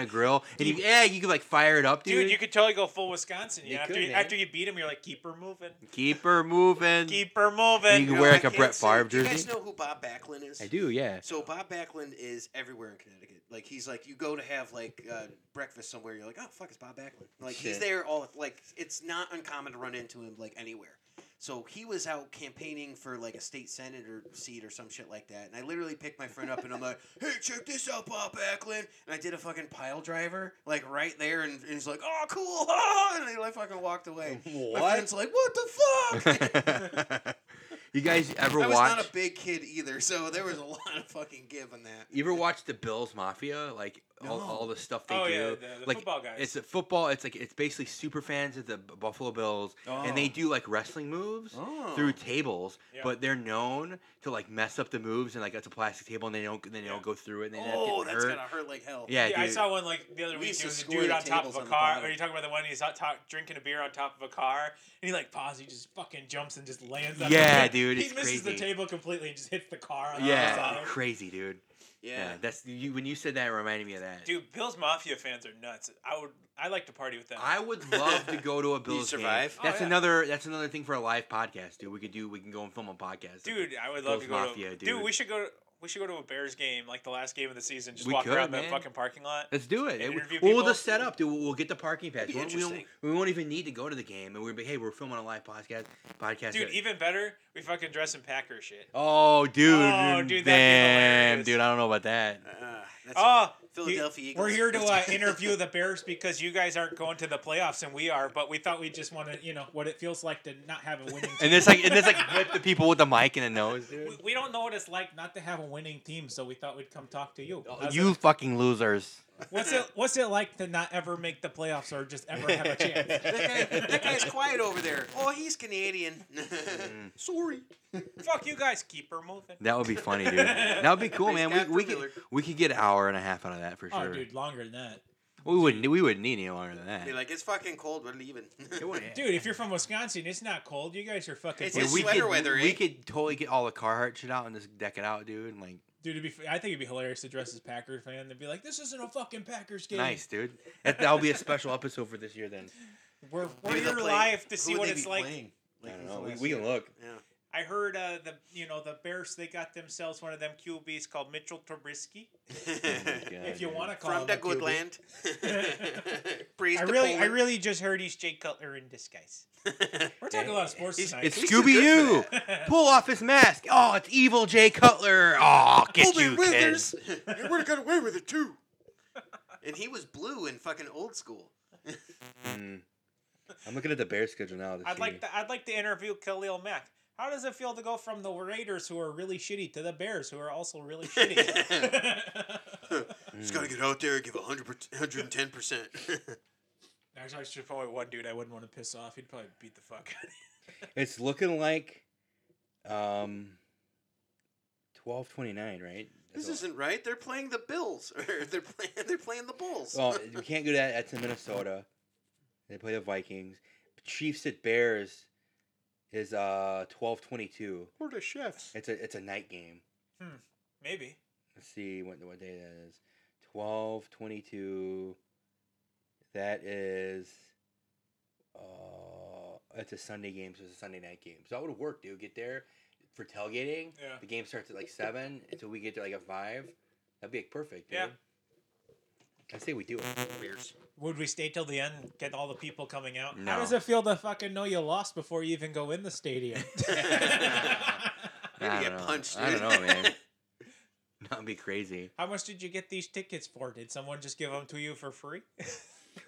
[SPEAKER 3] a grill, and you, yeah, you could like fire it up,
[SPEAKER 2] Dude,
[SPEAKER 3] dude.
[SPEAKER 2] you could totally go full Wisconsin. You
[SPEAKER 3] You
[SPEAKER 2] know, after
[SPEAKER 3] could, eh?
[SPEAKER 2] you,
[SPEAKER 3] man.
[SPEAKER 2] after you beat him, you're like, keep her moving,
[SPEAKER 3] keep her moving.
[SPEAKER 2] keep her
[SPEAKER 3] You
[SPEAKER 2] moving.
[SPEAKER 3] can
[SPEAKER 4] know,
[SPEAKER 3] wear
[SPEAKER 4] I
[SPEAKER 3] like a
[SPEAKER 4] can't
[SPEAKER 3] Brett
[SPEAKER 4] see-
[SPEAKER 3] Favre
[SPEAKER 4] Do you guys
[SPEAKER 3] jersey.
[SPEAKER 4] know who Bob Backlund is?
[SPEAKER 3] I do, yeah.
[SPEAKER 4] So Bob Backlund is everywhere in Connecticut. Like he's like you go to have like uh, breakfast somewhere, you're like, oh fuck, it's Bob Backlund. Like he's
[SPEAKER 3] Shit.
[SPEAKER 4] there all like it's not uncommon to run into him like anywhere. So he was out campaigning for like a state senator seat or some shit like that, and I literally picked my friend up and I'm like, "Hey, check this out, Bob Backlund!" And I did a fucking pile driver like right there, and, and he's like, "Oh, cool!" ah," and I fucking walked away. My friend's like, "What the fuck?"
[SPEAKER 3] you guys ever
[SPEAKER 4] I was
[SPEAKER 3] watch?
[SPEAKER 4] not a big kid either, so there was a lot of fucking give on that.
[SPEAKER 3] You ever watch the Bills Mafia? Like all,
[SPEAKER 4] No.
[SPEAKER 3] all the stuff they
[SPEAKER 2] Oh
[SPEAKER 3] do.
[SPEAKER 2] yeah, the, the
[SPEAKER 3] like
[SPEAKER 2] football guys.
[SPEAKER 3] it's a football. It's like it's basically super fans of the B- Buffalo Bills, and they do like wrestling moves
[SPEAKER 4] Oh.
[SPEAKER 3] through tables.
[SPEAKER 2] Oh. Yeah.
[SPEAKER 3] But they're known to like mess up the moves, and like it's a plastic table, and they don't they
[SPEAKER 2] Yeah.
[SPEAKER 3] don't go through it. And they end up
[SPEAKER 4] Oh,
[SPEAKER 3] getting
[SPEAKER 4] that's
[SPEAKER 3] hurt.
[SPEAKER 4] gonna hurt like hell.
[SPEAKER 3] Yeah,
[SPEAKER 2] yeah, I
[SPEAKER 3] dude.
[SPEAKER 2] saw one like the other
[SPEAKER 4] We
[SPEAKER 2] week.
[SPEAKER 4] used
[SPEAKER 2] There
[SPEAKER 4] to
[SPEAKER 2] was a
[SPEAKER 4] score
[SPEAKER 2] dude
[SPEAKER 4] the
[SPEAKER 2] on top
[SPEAKER 4] tables
[SPEAKER 2] of a
[SPEAKER 4] on the
[SPEAKER 2] car.
[SPEAKER 4] bottom.
[SPEAKER 2] Are you talking about the one he's out top, drinking a beer on top of a car, and he like paws, he just fucking jumps and just lands. on
[SPEAKER 3] Yeah,
[SPEAKER 2] the
[SPEAKER 3] dude,
[SPEAKER 2] he
[SPEAKER 3] it's
[SPEAKER 2] misses the
[SPEAKER 3] crazy.
[SPEAKER 2] table completely and just hits the car. On the other
[SPEAKER 3] yeah,
[SPEAKER 2] side.
[SPEAKER 3] crazy dude. Yeah. that's you. When you said that, it reminded me of that.
[SPEAKER 2] dude, Bills Mafia fans are nuts. I would, I like to party with them.
[SPEAKER 3] I would love to go to a Bills
[SPEAKER 6] survive?
[SPEAKER 3] game.
[SPEAKER 6] Oh,
[SPEAKER 3] That's
[SPEAKER 2] yeah.
[SPEAKER 3] another. That's another thing for a live podcast, dude. We could do. We can go and film a podcast,
[SPEAKER 2] Dude, I would love
[SPEAKER 3] Bills
[SPEAKER 2] to go.
[SPEAKER 3] Mafia,
[SPEAKER 2] to, dude.
[SPEAKER 3] dude.
[SPEAKER 2] we should go. We should go to a Bears game, like the last game of the season. Just
[SPEAKER 3] We
[SPEAKER 2] walk
[SPEAKER 3] could,
[SPEAKER 2] around
[SPEAKER 3] man.
[SPEAKER 2] that fucking parking lot.
[SPEAKER 3] Let's do
[SPEAKER 2] And
[SPEAKER 3] it. It-
[SPEAKER 2] interview
[SPEAKER 3] We'll
[SPEAKER 2] people?
[SPEAKER 3] just set up, dude. We'll, we'll get the parking pass.
[SPEAKER 4] be
[SPEAKER 3] We won't, we, won't,
[SPEAKER 4] interesting.
[SPEAKER 3] we won't even need to go to the game, and we'll be hey, we're filming a live podcast. Podcast,
[SPEAKER 2] Dude, even better, we fucking dress in Packer shit.
[SPEAKER 3] Oh, dude,
[SPEAKER 2] Oh, dude, that'd be
[SPEAKER 3] damn,
[SPEAKER 2] hilarious.
[SPEAKER 3] dude, I don't know about that.
[SPEAKER 4] Ah, that's
[SPEAKER 2] Oh,
[SPEAKER 4] Philadelphia
[SPEAKER 2] you-
[SPEAKER 4] Eagles.
[SPEAKER 2] We're here to uh, interview the Bears because you guys aren't going to the playoffs and we are, but we thought we just want to, you know, what it feels like to not have a winning team.
[SPEAKER 3] And it's like, and it's like, whip the people with the mic and the nose,
[SPEAKER 2] we,
[SPEAKER 3] dude.
[SPEAKER 2] we don't know what it's like not to have a winning team, so we thought we'd come talk to you.
[SPEAKER 4] Oh,
[SPEAKER 2] How's
[SPEAKER 3] You
[SPEAKER 2] it-
[SPEAKER 3] fucking losers.
[SPEAKER 2] what's it? What's it like to not ever make the playoffs or just ever have a chance?
[SPEAKER 4] that, guy, that guy's quiet over there. Oh, he's Canadian. Sorry.
[SPEAKER 2] Fuck you guys, keep her moving.
[SPEAKER 3] That would be funny, dude. That would be cool,
[SPEAKER 4] Praise
[SPEAKER 3] man. We,
[SPEAKER 4] God for
[SPEAKER 3] we could
[SPEAKER 4] Miller.
[SPEAKER 3] we could get an hour and a half out of that for
[SPEAKER 2] Oh,
[SPEAKER 3] sure.
[SPEAKER 2] dude, longer than that.
[SPEAKER 3] We wouldn't we wouldn't need any longer than that.
[SPEAKER 4] Be like, it's fucking cold. We're leaving.
[SPEAKER 3] It wouldn't-
[SPEAKER 2] Dude, if you're from Wisconsin, it's not cold. You guys are fucking.
[SPEAKER 4] It's
[SPEAKER 3] Yeah,
[SPEAKER 4] It's
[SPEAKER 2] dude,
[SPEAKER 3] we
[SPEAKER 4] sweater
[SPEAKER 3] could,
[SPEAKER 4] weather,
[SPEAKER 3] we
[SPEAKER 4] eh?
[SPEAKER 3] could totally get all the Carhartt shit out and just deck it out, dude. And like,
[SPEAKER 2] it'd be. I think it'd be hilarious to dress as Packer fan. They'd be like, "This isn't a fucking Packers game.
[SPEAKER 3] nice, dude. That, that'll be a special episode for this year. Then
[SPEAKER 2] We're we're
[SPEAKER 4] Maybe they'll
[SPEAKER 2] here
[SPEAKER 4] play-
[SPEAKER 2] live to
[SPEAKER 4] who
[SPEAKER 2] see
[SPEAKER 4] would
[SPEAKER 2] what
[SPEAKER 4] they
[SPEAKER 2] it's
[SPEAKER 4] be
[SPEAKER 2] like."
[SPEAKER 4] playing?
[SPEAKER 3] I don't
[SPEAKER 4] Like, who's
[SPEAKER 3] know.
[SPEAKER 4] the
[SPEAKER 3] We,
[SPEAKER 4] last
[SPEAKER 3] we
[SPEAKER 4] year?
[SPEAKER 3] can look.
[SPEAKER 4] Yeah.
[SPEAKER 2] I heard uh, the you know the Bears they got themselves one of them QBs called Mitchell Trubisky.
[SPEAKER 3] Oh
[SPEAKER 2] if you want to call
[SPEAKER 4] From
[SPEAKER 2] him
[SPEAKER 4] the
[SPEAKER 2] a
[SPEAKER 4] good
[SPEAKER 2] QB.
[SPEAKER 4] land. Praise
[SPEAKER 2] I
[SPEAKER 4] the
[SPEAKER 2] really, I
[SPEAKER 4] Poland.
[SPEAKER 2] really just heard he's Jay Cutler in disguise. We're talking a lot of sports
[SPEAKER 4] He's-
[SPEAKER 2] tonight.
[SPEAKER 3] It's
[SPEAKER 4] He's too
[SPEAKER 3] Scooby
[SPEAKER 4] good
[SPEAKER 3] Doo. Pull off his mask. Oh, it's evil Jay Cutler. Oh, get
[SPEAKER 4] Obi
[SPEAKER 3] you, kids.
[SPEAKER 4] you would have got away with it too. And he was blue and fucking old school.
[SPEAKER 3] Mm. I'm looking at the Bear schedule now. to
[SPEAKER 2] I'd
[SPEAKER 3] see.
[SPEAKER 2] like to, I'd like to interview Khalil Mack. How does it feel to go from the Raiders, who are really shitty, to the Bears, who are also really shitty?
[SPEAKER 4] He's got to get out there and give 110 percent.
[SPEAKER 2] Actually, there's probably one dude I wouldn't want to piss off. He'd probably beat the fuck out of me.
[SPEAKER 3] It's looking like, um, twelve twenty nine, right?
[SPEAKER 4] This
[SPEAKER 3] That's all-
[SPEAKER 4] isn't right. They're playing the Bills, or they're playing they're playing the Bulls.
[SPEAKER 3] Well, we can't do that. That's in Minnesota. They play the Vikings. Chiefs at Bears is uh twelve twenty two.
[SPEAKER 4] What the chefs?
[SPEAKER 3] It's a it's a night game.
[SPEAKER 2] Maybe.
[SPEAKER 3] Let's see what what day that is. Twelve twenty two. That is. Uh, it's a Sunday game, so it's a Sunday night game. So that would work, dude. Get there for tailgating.
[SPEAKER 2] Yeah.
[SPEAKER 3] The game starts at like seven, until we get there like at five. That'd be perfect. Dude.
[SPEAKER 2] Yeah.
[SPEAKER 3] I say we do it.
[SPEAKER 2] Would we stay till the end? Get all the people coming out?
[SPEAKER 3] No.
[SPEAKER 2] How does it feel to fucking know you lost before you even go in the stadium?
[SPEAKER 4] You're gonna
[SPEAKER 3] I
[SPEAKER 4] get
[SPEAKER 3] don't know.
[SPEAKER 4] punched,
[SPEAKER 3] I
[SPEAKER 4] dude.
[SPEAKER 3] don't know, man. That'd be crazy.
[SPEAKER 2] How much did you get these tickets for? Did someone just give them to you for free?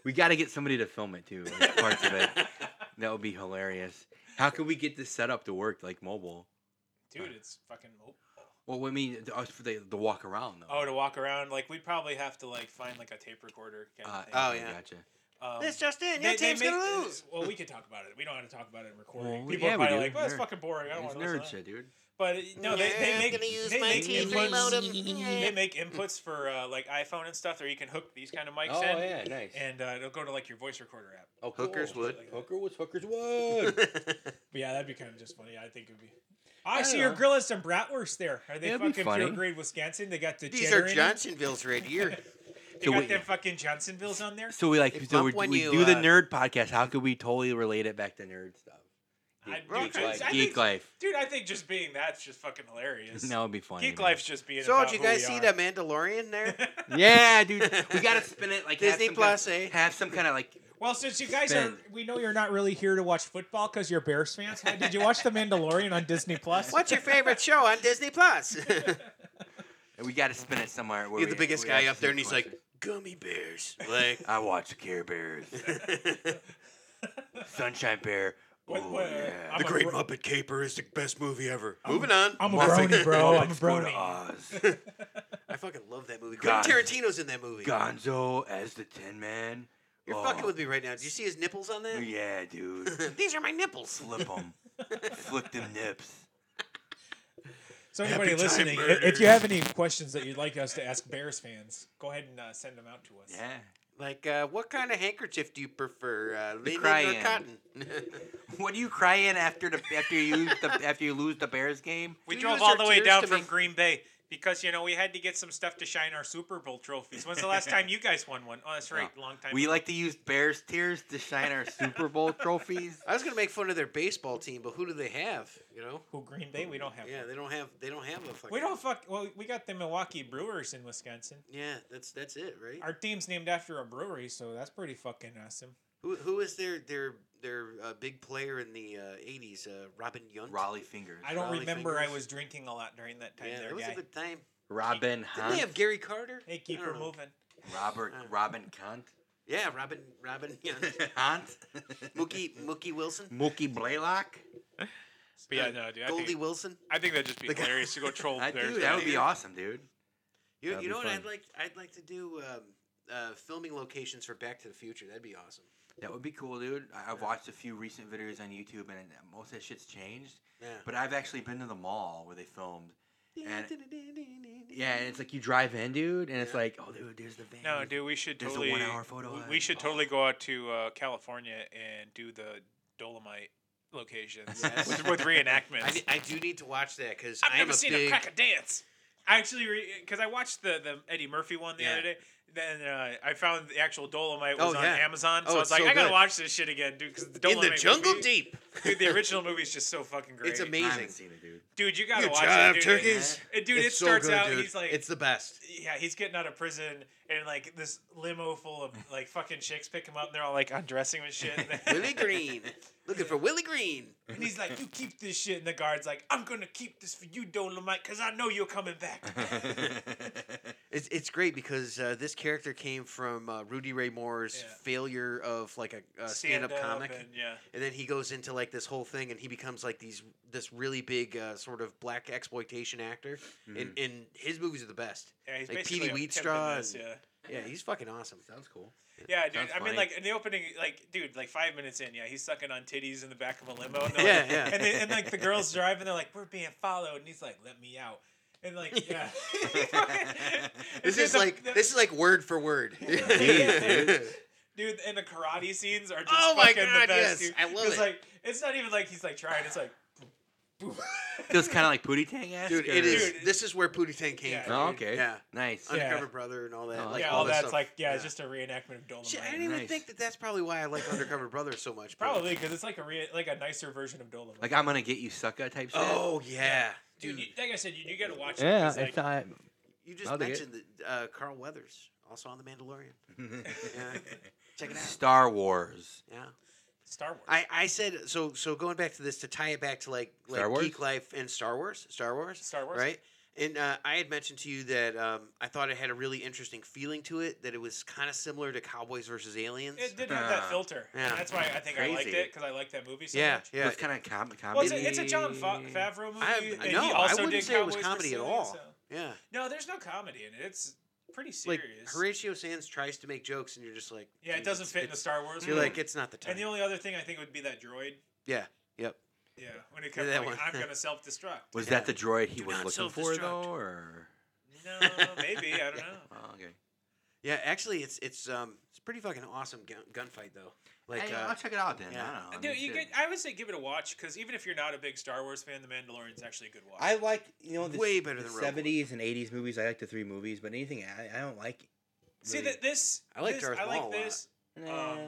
[SPEAKER 3] We got to get somebody to film it too. like, parts of it. That would be hilarious. How can we get this setup to work like mobile?
[SPEAKER 2] Dude, it's fucking.
[SPEAKER 3] Well, I mean, the, us- the, the walk around though.
[SPEAKER 2] Oh, to walk around like we'd probably have to like find like a tape recorder. Kind
[SPEAKER 3] Uh,
[SPEAKER 2] of thing.
[SPEAKER 4] Oh,
[SPEAKER 3] okay,
[SPEAKER 4] yeah.
[SPEAKER 3] Gotcha.
[SPEAKER 2] Um,
[SPEAKER 7] This just in,
[SPEAKER 2] they- they
[SPEAKER 7] your team's
[SPEAKER 2] make- uh,
[SPEAKER 7] gonna lose.
[SPEAKER 2] Well, we can talk about it. We don't have to talk about it in recording.
[SPEAKER 8] Well, we-
[SPEAKER 2] People
[SPEAKER 8] yeah,
[SPEAKER 2] are
[SPEAKER 8] we
[SPEAKER 2] probably
[SPEAKER 8] do.
[SPEAKER 2] like, "Well, it's
[SPEAKER 8] Nerd.
[SPEAKER 2] fucking boring. I don't
[SPEAKER 3] It's
[SPEAKER 2] want to listen."
[SPEAKER 3] nerd
[SPEAKER 2] to that."
[SPEAKER 3] shit, dude.
[SPEAKER 2] But no, they, they
[SPEAKER 7] Yeah,
[SPEAKER 2] make
[SPEAKER 7] I'm gonna use
[SPEAKER 2] they
[SPEAKER 7] my
[SPEAKER 2] make
[SPEAKER 7] T3
[SPEAKER 2] inputs-
[SPEAKER 7] modem.
[SPEAKER 2] They make inputs for uh, like iPhone and stuff, or you can hook these kind of mics
[SPEAKER 3] Oh
[SPEAKER 2] in,
[SPEAKER 3] yeah, nice.
[SPEAKER 2] and uh, it'll go to like your voice recorder app.
[SPEAKER 3] oh,
[SPEAKER 4] Hookers would.
[SPEAKER 3] Hooker was hookers would.
[SPEAKER 2] But yeah, that'd be kind of just funny. I think it'd be. I,
[SPEAKER 3] I
[SPEAKER 2] see
[SPEAKER 3] don't
[SPEAKER 2] your
[SPEAKER 3] know.
[SPEAKER 2] grill has some bratwurst there. Are they
[SPEAKER 8] It'd be
[SPEAKER 2] fucking pure
[SPEAKER 8] funny.
[SPEAKER 2] grade Wisconsin? They got the
[SPEAKER 4] These
[SPEAKER 2] cheddar
[SPEAKER 4] are
[SPEAKER 2] in 'em?
[SPEAKER 4] Johnsonville's right here.
[SPEAKER 2] They
[SPEAKER 3] So
[SPEAKER 2] got
[SPEAKER 3] wait.
[SPEAKER 2] them fucking Johnsonville's on there.
[SPEAKER 3] so we like
[SPEAKER 4] They
[SPEAKER 3] so we,
[SPEAKER 4] bump when
[SPEAKER 3] we
[SPEAKER 4] you,
[SPEAKER 3] do the
[SPEAKER 4] uh,
[SPEAKER 3] nerd podcast. How could we totally relate it back to nerd stuff?
[SPEAKER 2] I-
[SPEAKER 3] Geek,
[SPEAKER 2] bro,
[SPEAKER 3] geek
[SPEAKER 2] I-
[SPEAKER 3] life.
[SPEAKER 2] I
[SPEAKER 3] geek
[SPEAKER 2] think-
[SPEAKER 3] life.
[SPEAKER 2] Dude, I think just being that's just fucking hilarious.
[SPEAKER 3] That would be funny.
[SPEAKER 2] Geek
[SPEAKER 3] man.
[SPEAKER 2] Life's just being.
[SPEAKER 4] So
[SPEAKER 2] about
[SPEAKER 4] did you
[SPEAKER 2] who
[SPEAKER 4] guys
[SPEAKER 2] we
[SPEAKER 4] see
[SPEAKER 2] are.
[SPEAKER 4] the Mandalorian there?
[SPEAKER 3] Yeah, dude. We gotta spin it like
[SPEAKER 4] Disney
[SPEAKER 3] have some
[SPEAKER 4] Plus,
[SPEAKER 3] Kind
[SPEAKER 4] eh?
[SPEAKER 3] of, have some kind of like.
[SPEAKER 2] Well, since you guys are,
[SPEAKER 3] Spin.
[SPEAKER 2] we know you're not really here to watch football because you're Bears fans. Why Did you watch The Mandalorian on Disney Plus?
[SPEAKER 4] What's your favorite show on Disney Plus?
[SPEAKER 3] We gotta spin it somewhere. Where
[SPEAKER 4] You're
[SPEAKER 3] we-
[SPEAKER 4] the biggest
[SPEAKER 3] where we
[SPEAKER 4] guy
[SPEAKER 3] ask
[SPEAKER 4] up there, and
[SPEAKER 3] these
[SPEAKER 4] he's like,
[SPEAKER 3] questions.
[SPEAKER 4] "Gummy bears." Like,
[SPEAKER 3] I watch Care Bears, Sunshine Bear. Oh
[SPEAKER 2] What- what-
[SPEAKER 3] yeah.
[SPEAKER 2] I'm a gro-
[SPEAKER 4] Muppet Caper is the best movie ever. Moving on.
[SPEAKER 2] I'm a
[SPEAKER 3] Muppet-
[SPEAKER 2] brony, bro. I'm a
[SPEAKER 3] Muppets Go to
[SPEAKER 2] brony.
[SPEAKER 3] Oz.
[SPEAKER 4] I fucking love that movie.
[SPEAKER 3] God.
[SPEAKER 4] Quentin Tarantino's in that movie.
[SPEAKER 3] Gonzo as the Tin Man.
[SPEAKER 4] You're
[SPEAKER 3] Oh,
[SPEAKER 4] fucking with me right now. Do you see his nipples on that?
[SPEAKER 3] Yeah, dude.
[SPEAKER 4] These are my nipples.
[SPEAKER 3] Flip them. Flick them nips.
[SPEAKER 2] So anybody listening, i- if you have any questions that you'd like us to ask Bears fans, go ahead and uh, send them out to us.
[SPEAKER 3] Yeah.
[SPEAKER 4] Like, uh, what kind of handkerchief do you prefer, uh, linen
[SPEAKER 3] cry
[SPEAKER 4] or
[SPEAKER 3] in.
[SPEAKER 4] cotton?
[SPEAKER 3] What do you cry in after the after you lose the after you lose the Bears game?
[SPEAKER 2] We
[SPEAKER 4] You
[SPEAKER 2] drove
[SPEAKER 4] used
[SPEAKER 2] all
[SPEAKER 4] your
[SPEAKER 2] the way
[SPEAKER 4] tears
[SPEAKER 2] down
[SPEAKER 4] to
[SPEAKER 2] from
[SPEAKER 4] make-
[SPEAKER 2] Green Bay because you know we had to get some stuff to shine our Super Bowl trophies. When's the last time you guys won one? Oh, that's right,
[SPEAKER 3] No.
[SPEAKER 2] long time.
[SPEAKER 3] We
[SPEAKER 2] ago.
[SPEAKER 3] like to use Bears tears to shine our Super Bowl trophies.
[SPEAKER 4] I was gonna make fun of their baseball team, but who do they have? You know?
[SPEAKER 2] Who Green Bay? We don't have.
[SPEAKER 4] Yeah,
[SPEAKER 2] one.
[SPEAKER 4] they don't have. They don't have a fucking.
[SPEAKER 2] We don't fuck. Well, we got the Milwaukee Brewers in Wisconsin.
[SPEAKER 4] Yeah, that's that's it, right?
[SPEAKER 2] Our team's named after a brewery, so that's pretty fucking awesome.
[SPEAKER 4] Who who is their their their uh, big player in the uh, '80s? Uh, Robin Yount.
[SPEAKER 3] Raleigh fingers.
[SPEAKER 2] I don't
[SPEAKER 4] Raleigh
[SPEAKER 2] remember. I
[SPEAKER 4] fingers.
[SPEAKER 2] was drinking a lot during that time.
[SPEAKER 4] Yeah,
[SPEAKER 2] there,
[SPEAKER 4] it was
[SPEAKER 2] guy.
[SPEAKER 4] a good time.
[SPEAKER 3] Robin
[SPEAKER 4] Didn't they have
[SPEAKER 3] Hunt.
[SPEAKER 4] Gary Carter?
[SPEAKER 2] Hey, keep
[SPEAKER 4] I
[SPEAKER 2] her
[SPEAKER 4] don't know.
[SPEAKER 2] moving.
[SPEAKER 3] Robert Robin Cunt.
[SPEAKER 4] Yeah, Robin Robin Yount.
[SPEAKER 3] Hunt.
[SPEAKER 4] Mookie Mookie Wilson.
[SPEAKER 3] Mookie Blaylock.
[SPEAKER 2] But yeah, no, dude. I
[SPEAKER 4] uh, Goldie
[SPEAKER 2] think,
[SPEAKER 4] Wilson.
[SPEAKER 2] I think that'd just be hilarious to go troll
[SPEAKER 3] I,
[SPEAKER 2] Bears.
[SPEAKER 3] dude, that would be awesome, dude.
[SPEAKER 4] You,
[SPEAKER 3] That'd
[SPEAKER 4] you
[SPEAKER 3] be
[SPEAKER 4] know what
[SPEAKER 3] fun.
[SPEAKER 4] I'd like I'd like to do um, uh, filming locations for Back to the Future. That'd be awesome.
[SPEAKER 3] That would be cool, dude. I- I've watched a few recent videos on YouTube, and most of that shit's changed.
[SPEAKER 4] Yeah.
[SPEAKER 3] But I've actually been to the mall where they filmed. And yeah, and it's like you drive in, dude, and it's
[SPEAKER 4] Yeah.
[SPEAKER 3] like, oh, dude, there's the van.
[SPEAKER 2] No,
[SPEAKER 3] there's-
[SPEAKER 2] dude, we should
[SPEAKER 3] There's a
[SPEAKER 2] totally.
[SPEAKER 3] one-hour photo
[SPEAKER 2] we-
[SPEAKER 3] on
[SPEAKER 2] We
[SPEAKER 3] it.
[SPEAKER 2] should totally go out to uh, California and do the Dolomite locations
[SPEAKER 4] Yes.
[SPEAKER 2] with, with reenactments.
[SPEAKER 4] I, I do need to watch that because
[SPEAKER 2] I've
[SPEAKER 4] I am
[SPEAKER 2] never
[SPEAKER 4] a
[SPEAKER 2] seen
[SPEAKER 4] big.
[SPEAKER 2] a crack a dance. I actually because I watched the the Eddie Murphy one the
[SPEAKER 4] Yeah.
[SPEAKER 2] other day. Then uh, I found the actual Dolomite
[SPEAKER 4] Oh,
[SPEAKER 2] was on
[SPEAKER 4] yeah.
[SPEAKER 2] Amazon, so
[SPEAKER 4] Oh,
[SPEAKER 2] I was
[SPEAKER 4] it's
[SPEAKER 2] like,
[SPEAKER 4] so
[SPEAKER 2] I gotta
[SPEAKER 4] good.
[SPEAKER 2] watch this shit again, dude. Because the
[SPEAKER 4] in
[SPEAKER 2] Dolomite
[SPEAKER 4] the jungle
[SPEAKER 2] movie,
[SPEAKER 4] deep.
[SPEAKER 2] dude, the original movie is just so fucking great.
[SPEAKER 4] It's
[SPEAKER 3] I haven't
[SPEAKER 4] amazing.
[SPEAKER 3] seen it, dude.
[SPEAKER 2] dude. You gotta
[SPEAKER 4] You
[SPEAKER 2] watch
[SPEAKER 4] jive
[SPEAKER 2] it, dude.
[SPEAKER 4] turkeys.
[SPEAKER 2] It- dude,
[SPEAKER 4] It's
[SPEAKER 2] it
[SPEAKER 4] so
[SPEAKER 2] starts
[SPEAKER 4] good,
[SPEAKER 2] out
[SPEAKER 4] dude.
[SPEAKER 2] and he's like,
[SPEAKER 4] it's the best.
[SPEAKER 2] yeah, he's getting out of prison, and like this limo full of like fucking chicks pick him up, and they're all like undressing him and shit. And then-
[SPEAKER 4] Willie Green, looking for Willie Green.
[SPEAKER 2] and he's like, "You keep this shit," and the guard's like, "I'm gonna keep this for you, Dolomite, because I know you're coming back."
[SPEAKER 4] It's it's great because uh, this character came from uh, Rudy Ray Moore's
[SPEAKER 2] Yeah.
[SPEAKER 4] failure of like a, a
[SPEAKER 2] Stand
[SPEAKER 4] stand-up
[SPEAKER 2] up
[SPEAKER 4] comic, and,
[SPEAKER 2] and, yeah.
[SPEAKER 4] then he goes into like this whole thing, and he becomes like these this really big uh, sort of black exploitation actor, and, and his movies are the best.
[SPEAKER 2] Yeah, he's
[SPEAKER 4] Like
[SPEAKER 2] basically a
[SPEAKER 4] Petey
[SPEAKER 2] pimp in
[SPEAKER 4] Wheatstraw
[SPEAKER 2] this,
[SPEAKER 4] and-
[SPEAKER 2] Yeah.
[SPEAKER 4] Yeah, he's fucking awesome.
[SPEAKER 3] Sounds cool.
[SPEAKER 2] Yeah, dude.
[SPEAKER 3] Sounds
[SPEAKER 2] I mean,
[SPEAKER 3] funny.
[SPEAKER 2] like in the opening, like, dude, like five minutes in, yeah, he's sucking on titties in the back of a limo. And they're
[SPEAKER 4] Yeah,
[SPEAKER 2] like,
[SPEAKER 4] yeah.
[SPEAKER 2] And, then, and like the girls drive, and they're like, "We're being followed," and he's like, "Let me out." And like, yeah.
[SPEAKER 4] This is like this is like word for word.
[SPEAKER 2] dude, and the karate scenes are just
[SPEAKER 4] Oh my
[SPEAKER 2] fucking the
[SPEAKER 4] God,
[SPEAKER 2] best.
[SPEAKER 4] yes,
[SPEAKER 2] dude.
[SPEAKER 4] I love
[SPEAKER 2] 'Cause,
[SPEAKER 4] it.
[SPEAKER 2] Like, it's not even like he's like trying. It's like, boom, boom.
[SPEAKER 3] Feels kind of like Pootie Tang ass.
[SPEAKER 4] Dude, it is.
[SPEAKER 2] Dude.
[SPEAKER 4] This is where Pootie Tang came
[SPEAKER 2] Yeah.
[SPEAKER 4] from.
[SPEAKER 3] Oh, okay.
[SPEAKER 4] Yeah.
[SPEAKER 3] Nice.
[SPEAKER 2] Yeah.
[SPEAKER 4] Undercover Brother and all that.
[SPEAKER 3] Oh,
[SPEAKER 4] like,
[SPEAKER 2] yeah, all,
[SPEAKER 4] that
[SPEAKER 2] that's
[SPEAKER 4] stuff.
[SPEAKER 2] like, yeah, it's just a reenactment of Dolomite.
[SPEAKER 4] Shit, I didn't even
[SPEAKER 3] Nice.
[SPEAKER 4] think that that's probably why I like Undercover Brother so much. but-
[SPEAKER 2] Probably because it's like a re- like a nicer version of Dolomite.
[SPEAKER 3] Like I'm gonna get you sucker type shit.
[SPEAKER 4] Oh yeah,
[SPEAKER 2] dude,
[SPEAKER 4] dude.
[SPEAKER 2] you, like I said, you, you gotta watch it.
[SPEAKER 3] yeah,
[SPEAKER 2] 'cause, Like,
[SPEAKER 3] it's not.
[SPEAKER 4] You just
[SPEAKER 3] I'll dig it.
[SPEAKER 4] mentioned that uh, Carl Weathers also on The Mandalorian. Yeah. Check it out.
[SPEAKER 3] Star Wars.
[SPEAKER 4] Yeah.
[SPEAKER 2] Star Wars.
[SPEAKER 4] I, I said so so going back to this to tie it back to like like
[SPEAKER 3] Star Wars?
[SPEAKER 4] Geek Life and Star Wars. Star Wars.
[SPEAKER 2] Star Wars.
[SPEAKER 4] Right? And uh, I had mentioned to you that um, I thought it had a really interesting feeling to it, that it was kind of similar to Cowboys versus Aliens.
[SPEAKER 2] It did have that
[SPEAKER 3] Uh,
[SPEAKER 2] filter.
[SPEAKER 4] yeah.
[SPEAKER 2] That's why I think I liked
[SPEAKER 3] Crazy.
[SPEAKER 2] it because I liked that movie so
[SPEAKER 4] yeah,
[SPEAKER 2] much.
[SPEAKER 4] yeah.
[SPEAKER 3] It's kind of com- comedy.
[SPEAKER 2] Well, it's a, it's a John Fa- Favreau movie.
[SPEAKER 4] I,
[SPEAKER 2] and
[SPEAKER 4] no,
[SPEAKER 2] he
[SPEAKER 4] I
[SPEAKER 2] also
[SPEAKER 4] wouldn't
[SPEAKER 2] did
[SPEAKER 4] say it was
[SPEAKER 2] Cowboys
[SPEAKER 4] comedy at
[SPEAKER 2] Pursuit,
[SPEAKER 4] all.
[SPEAKER 2] so-
[SPEAKER 4] Yeah.
[SPEAKER 2] No, there's no comedy in it. It's pretty
[SPEAKER 4] like
[SPEAKER 2] serious.
[SPEAKER 4] Horatio Sands tries to make jokes, and you're just like,
[SPEAKER 2] yeah, it
[SPEAKER 4] dude,
[SPEAKER 2] doesn't
[SPEAKER 4] it's-
[SPEAKER 2] fit in the
[SPEAKER 4] it's-
[SPEAKER 2] Star Wars.
[SPEAKER 4] You're
[SPEAKER 2] one.
[SPEAKER 4] like, it's not the time.
[SPEAKER 2] and the only other thing I think would be that droid.
[SPEAKER 4] yeah, yep.
[SPEAKER 2] Yeah, when it comes,
[SPEAKER 4] that
[SPEAKER 2] like,
[SPEAKER 4] one.
[SPEAKER 2] I'm gonna self destruct.
[SPEAKER 3] Was
[SPEAKER 4] Yeah.
[SPEAKER 3] that the droid he
[SPEAKER 4] Do
[SPEAKER 3] was
[SPEAKER 4] not
[SPEAKER 3] looking for
[SPEAKER 4] self-destruct.
[SPEAKER 3] though, or?
[SPEAKER 2] No, maybe I don't know.
[SPEAKER 3] Oh, okay.
[SPEAKER 4] Yeah, actually, it's it's um it's pretty fucking awesome gun, gunfight though. Like,
[SPEAKER 3] Hey,
[SPEAKER 4] uh,
[SPEAKER 3] I'll check it out then.
[SPEAKER 4] yeah.
[SPEAKER 3] I don't know. I
[SPEAKER 2] Dude,
[SPEAKER 3] mean,
[SPEAKER 2] you
[SPEAKER 3] shit.
[SPEAKER 2] get. I would say give it a watch because even if you're not a big Star Wars fan, The Mandalorian's actually a good watch.
[SPEAKER 3] I like you know the,
[SPEAKER 4] Way better
[SPEAKER 3] the
[SPEAKER 4] than Rogue One.
[SPEAKER 3] seventies and eighties movies. I like the three movies, but anything I, I don't like.
[SPEAKER 2] see
[SPEAKER 3] really.
[SPEAKER 2] that this.
[SPEAKER 4] I like
[SPEAKER 2] this,
[SPEAKER 4] Darth
[SPEAKER 2] I like
[SPEAKER 4] Maul a lot.
[SPEAKER 2] this.
[SPEAKER 3] Nah.
[SPEAKER 2] um,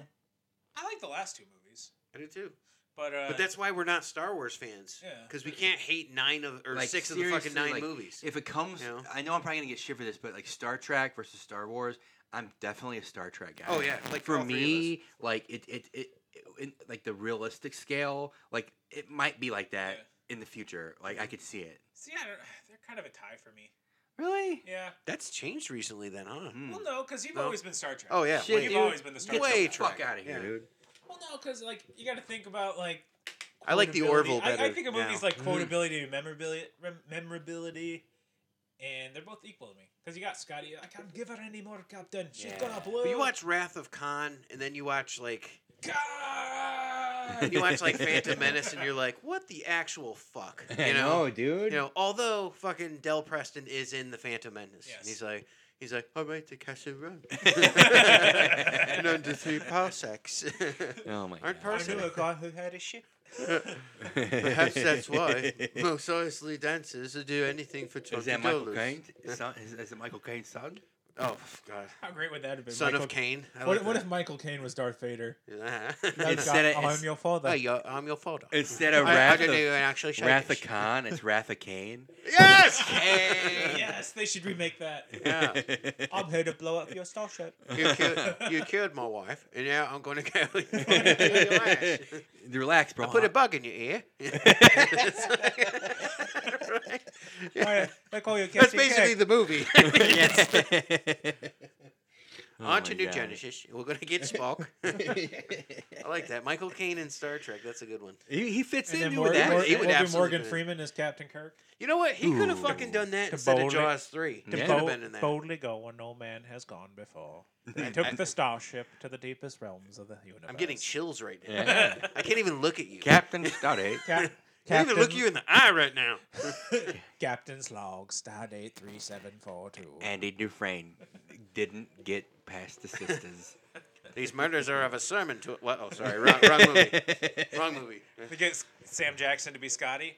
[SPEAKER 2] I like the last two movies,
[SPEAKER 4] I do too.
[SPEAKER 2] but uh,
[SPEAKER 4] But that's why we're not Star Wars fans.
[SPEAKER 2] Yeah.
[SPEAKER 4] Because we can't hate nine of or
[SPEAKER 3] Like,
[SPEAKER 4] six of the fucking
[SPEAKER 3] seriously,
[SPEAKER 4] nine
[SPEAKER 3] like,
[SPEAKER 4] movies.
[SPEAKER 3] if it comes,
[SPEAKER 4] You know?
[SPEAKER 3] I know I'm probably gonna get shit for this, but like Star Trek versus Star Wars, I'm definitely a Star Trek guy.
[SPEAKER 4] Oh, yeah, like,
[SPEAKER 3] for
[SPEAKER 4] all three
[SPEAKER 3] me, like it, it, it, in, like the realistic scale, like it might be like that
[SPEAKER 2] Yeah.
[SPEAKER 3] in the future. Like I could see it.
[SPEAKER 2] see, I don't, they're kind of a tie for me.
[SPEAKER 3] Really?
[SPEAKER 2] Yeah.
[SPEAKER 4] That's changed recently, then, huh?
[SPEAKER 3] Hmm.
[SPEAKER 2] Well, no, because you've
[SPEAKER 4] No.
[SPEAKER 2] always been Star Trek.
[SPEAKER 4] Oh yeah,
[SPEAKER 3] Shit,
[SPEAKER 4] wait.
[SPEAKER 2] You've
[SPEAKER 3] dude.
[SPEAKER 2] always been the Star
[SPEAKER 3] Get
[SPEAKER 2] Trek.
[SPEAKER 4] way
[SPEAKER 3] the
[SPEAKER 2] guy.
[SPEAKER 4] Trek.
[SPEAKER 3] fuck out of here,
[SPEAKER 4] Yeah.
[SPEAKER 3] dude.
[SPEAKER 2] Well, no, because like you got to think about like.
[SPEAKER 4] I like the
[SPEAKER 2] quotability.
[SPEAKER 4] Orville
[SPEAKER 2] I, I
[SPEAKER 4] better
[SPEAKER 2] think of
[SPEAKER 4] now. Mm-hmm.
[SPEAKER 2] movies like quotability and memorability, rem- memorability, and they're both equal to me. Because you got Scotty, I can't give her any more, Captain. She's
[SPEAKER 3] Yeah.
[SPEAKER 2] gonna blow.
[SPEAKER 4] But you watch Wrath of Khan, and then you watch like
[SPEAKER 2] God!
[SPEAKER 4] and you watch like Phantom Menace, and you're like, what the actual fuck?
[SPEAKER 3] I
[SPEAKER 4] You know?
[SPEAKER 3] dude.
[SPEAKER 4] You know, although fucking Del Preston is in the Phantom Menace,
[SPEAKER 2] Yes.
[SPEAKER 4] and he's like, he's like, all right, the castle run,
[SPEAKER 2] And
[SPEAKER 4] none to three parsecs.
[SPEAKER 3] oh my
[SPEAKER 4] Aren't
[SPEAKER 3] god.
[SPEAKER 2] I knew a guy who had a ship.
[SPEAKER 4] Perhaps that's why most honestly dancers will do anything for twenty
[SPEAKER 3] Is that Michael
[SPEAKER 4] dollars.
[SPEAKER 3] Caine? Son- Is, is it Michael Caine's son?
[SPEAKER 4] Oh God,
[SPEAKER 2] How great would that have been?
[SPEAKER 4] son
[SPEAKER 2] Michael,
[SPEAKER 4] of Cain. I
[SPEAKER 2] What,
[SPEAKER 4] like
[SPEAKER 2] what
[SPEAKER 4] that.
[SPEAKER 2] if Michael Caine was Darth Vader?
[SPEAKER 4] Yeah.
[SPEAKER 2] Hey,
[SPEAKER 3] Instead
[SPEAKER 2] God,
[SPEAKER 3] of-
[SPEAKER 2] I'm your father.
[SPEAKER 4] Hey, yo, I'm your father.
[SPEAKER 3] Instead of
[SPEAKER 4] I, I
[SPEAKER 3] Wrath
[SPEAKER 4] can do
[SPEAKER 3] of,
[SPEAKER 4] an actual shake.
[SPEAKER 3] Wrath of Khan, it's Wrath of Cain.
[SPEAKER 4] Yes.
[SPEAKER 2] yes, they should remake that.
[SPEAKER 4] Yeah.
[SPEAKER 2] I'm here to blow up your Oh, starship.
[SPEAKER 4] You killed, you killed my wife, and now I'm going to go and kill your ass.
[SPEAKER 3] Relax, bro.
[SPEAKER 4] Put a bug in your ear.
[SPEAKER 2] Alright, they call you
[SPEAKER 4] That's
[SPEAKER 2] Captain
[SPEAKER 4] basically
[SPEAKER 2] Jack.
[SPEAKER 4] the movie.
[SPEAKER 3] Oh
[SPEAKER 4] On to
[SPEAKER 3] my
[SPEAKER 4] New
[SPEAKER 3] God.
[SPEAKER 4] Genesis. We're going to get Spock. I like that. Michael Caine in Star Trek. That's a good one.
[SPEAKER 3] He, he fits
[SPEAKER 2] And then
[SPEAKER 3] in
[SPEAKER 2] Mor-
[SPEAKER 3] with
[SPEAKER 2] Mor-
[SPEAKER 3] that.
[SPEAKER 4] Mor-
[SPEAKER 3] He
[SPEAKER 2] we'll
[SPEAKER 3] would
[SPEAKER 2] do
[SPEAKER 4] absolutely
[SPEAKER 2] Morgan
[SPEAKER 4] do it.
[SPEAKER 2] Freeman as Captain Kirk.
[SPEAKER 4] You know what? He could have
[SPEAKER 3] Ooh.
[SPEAKER 4] fucking done that
[SPEAKER 2] To
[SPEAKER 4] instead of
[SPEAKER 2] boldly-
[SPEAKER 4] Jaws
[SPEAKER 3] to
[SPEAKER 4] 3. He could
[SPEAKER 3] bold-
[SPEAKER 4] have been in that.
[SPEAKER 2] Boldly go where no man has gone before. I took the starship to the deepest realms of the universe.
[SPEAKER 4] I'm getting chills right now.
[SPEAKER 3] Yeah.
[SPEAKER 4] I can't even look at you.
[SPEAKER 3] Captain Stoddard.
[SPEAKER 2] Cap-
[SPEAKER 4] I can't even look you in the eye right now.
[SPEAKER 2] Captain's log, stardate three seven four two.
[SPEAKER 3] Andy Dufresne didn't get past the sisters.
[SPEAKER 4] These murders are of a sermon to. What? Oh, sorry. Wrong, wrong movie. Wrong movie.
[SPEAKER 2] They get Sam Jackson to be Scotty.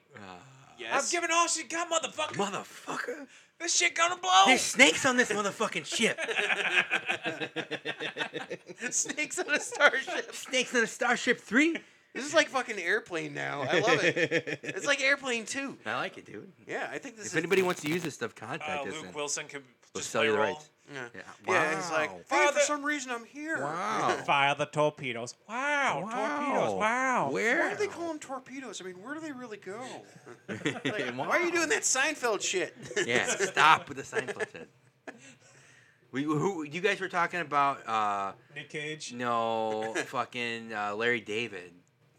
[SPEAKER 4] Yes.
[SPEAKER 2] I've given all she got, motherfucker.
[SPEAKER 3] Motherfucker.
[SPEAKER 2] this shit gonna blow.
[SPEAKER 3] There's snakes on this motherfucking ship.
[SPEAKER 4] snakes on a starship.
[SPEAKER 3] snakes on a Starship 3.
[SPEAKER 4] This is like fucking airplane now. I love it. It's like airplane too.
[SPEAKER 3] I like it, dude.
[SPEAKER 4] Yeah, I think this
[SPEAKER 3] If
[SPEAKER 4] is.
[SPEAKER 3] anybody wants to use this stuff, contact
[SPEAKER 2] uh,
[SPEAKER 3] us.
[SPEAKER 2] Luke
[SPEAKER 3] and
[SPEAKER 2] Wilson could
[SPEAKER 3] we'll
[SPEAKER 2] just
[SPEAKER 3] sell
[SPEAKER 2] play
[SPEAKER 3] you
[SPEAKER 2] a
[SPEAKER 3] the
[SPEAKER 2] role.
[SPEAKER 3] rights.
[SPEAKER 4] Yeah.
[SPEAKER 3] Yeah,
[SPEAKER 4] yeah, it's like,
[SPEAKER 3] wow.
[SPEAKER 4] hey,
[SPEAKER 2] Father-
[SPEAKER 4] for some reason I'm here.
[SPEAKER 3] Wow.
[SPEAKER 2] Fire the torpedoes! Wow, torpedoes! Wow.
[SPEAKER 3] Where?
[SPEAKER 4] Why do they call them torpedoes? I mean, where do they really go? Like, Why are you doing that Seinfeld shit?
[SPEAKER 3] yeah, stop with the Seinfeld shit. We, who, you guys were talking about, uh,
[SPEAKER 2] Nick Cage.
[SPEAKER 3] no, fucking uh, Larry David.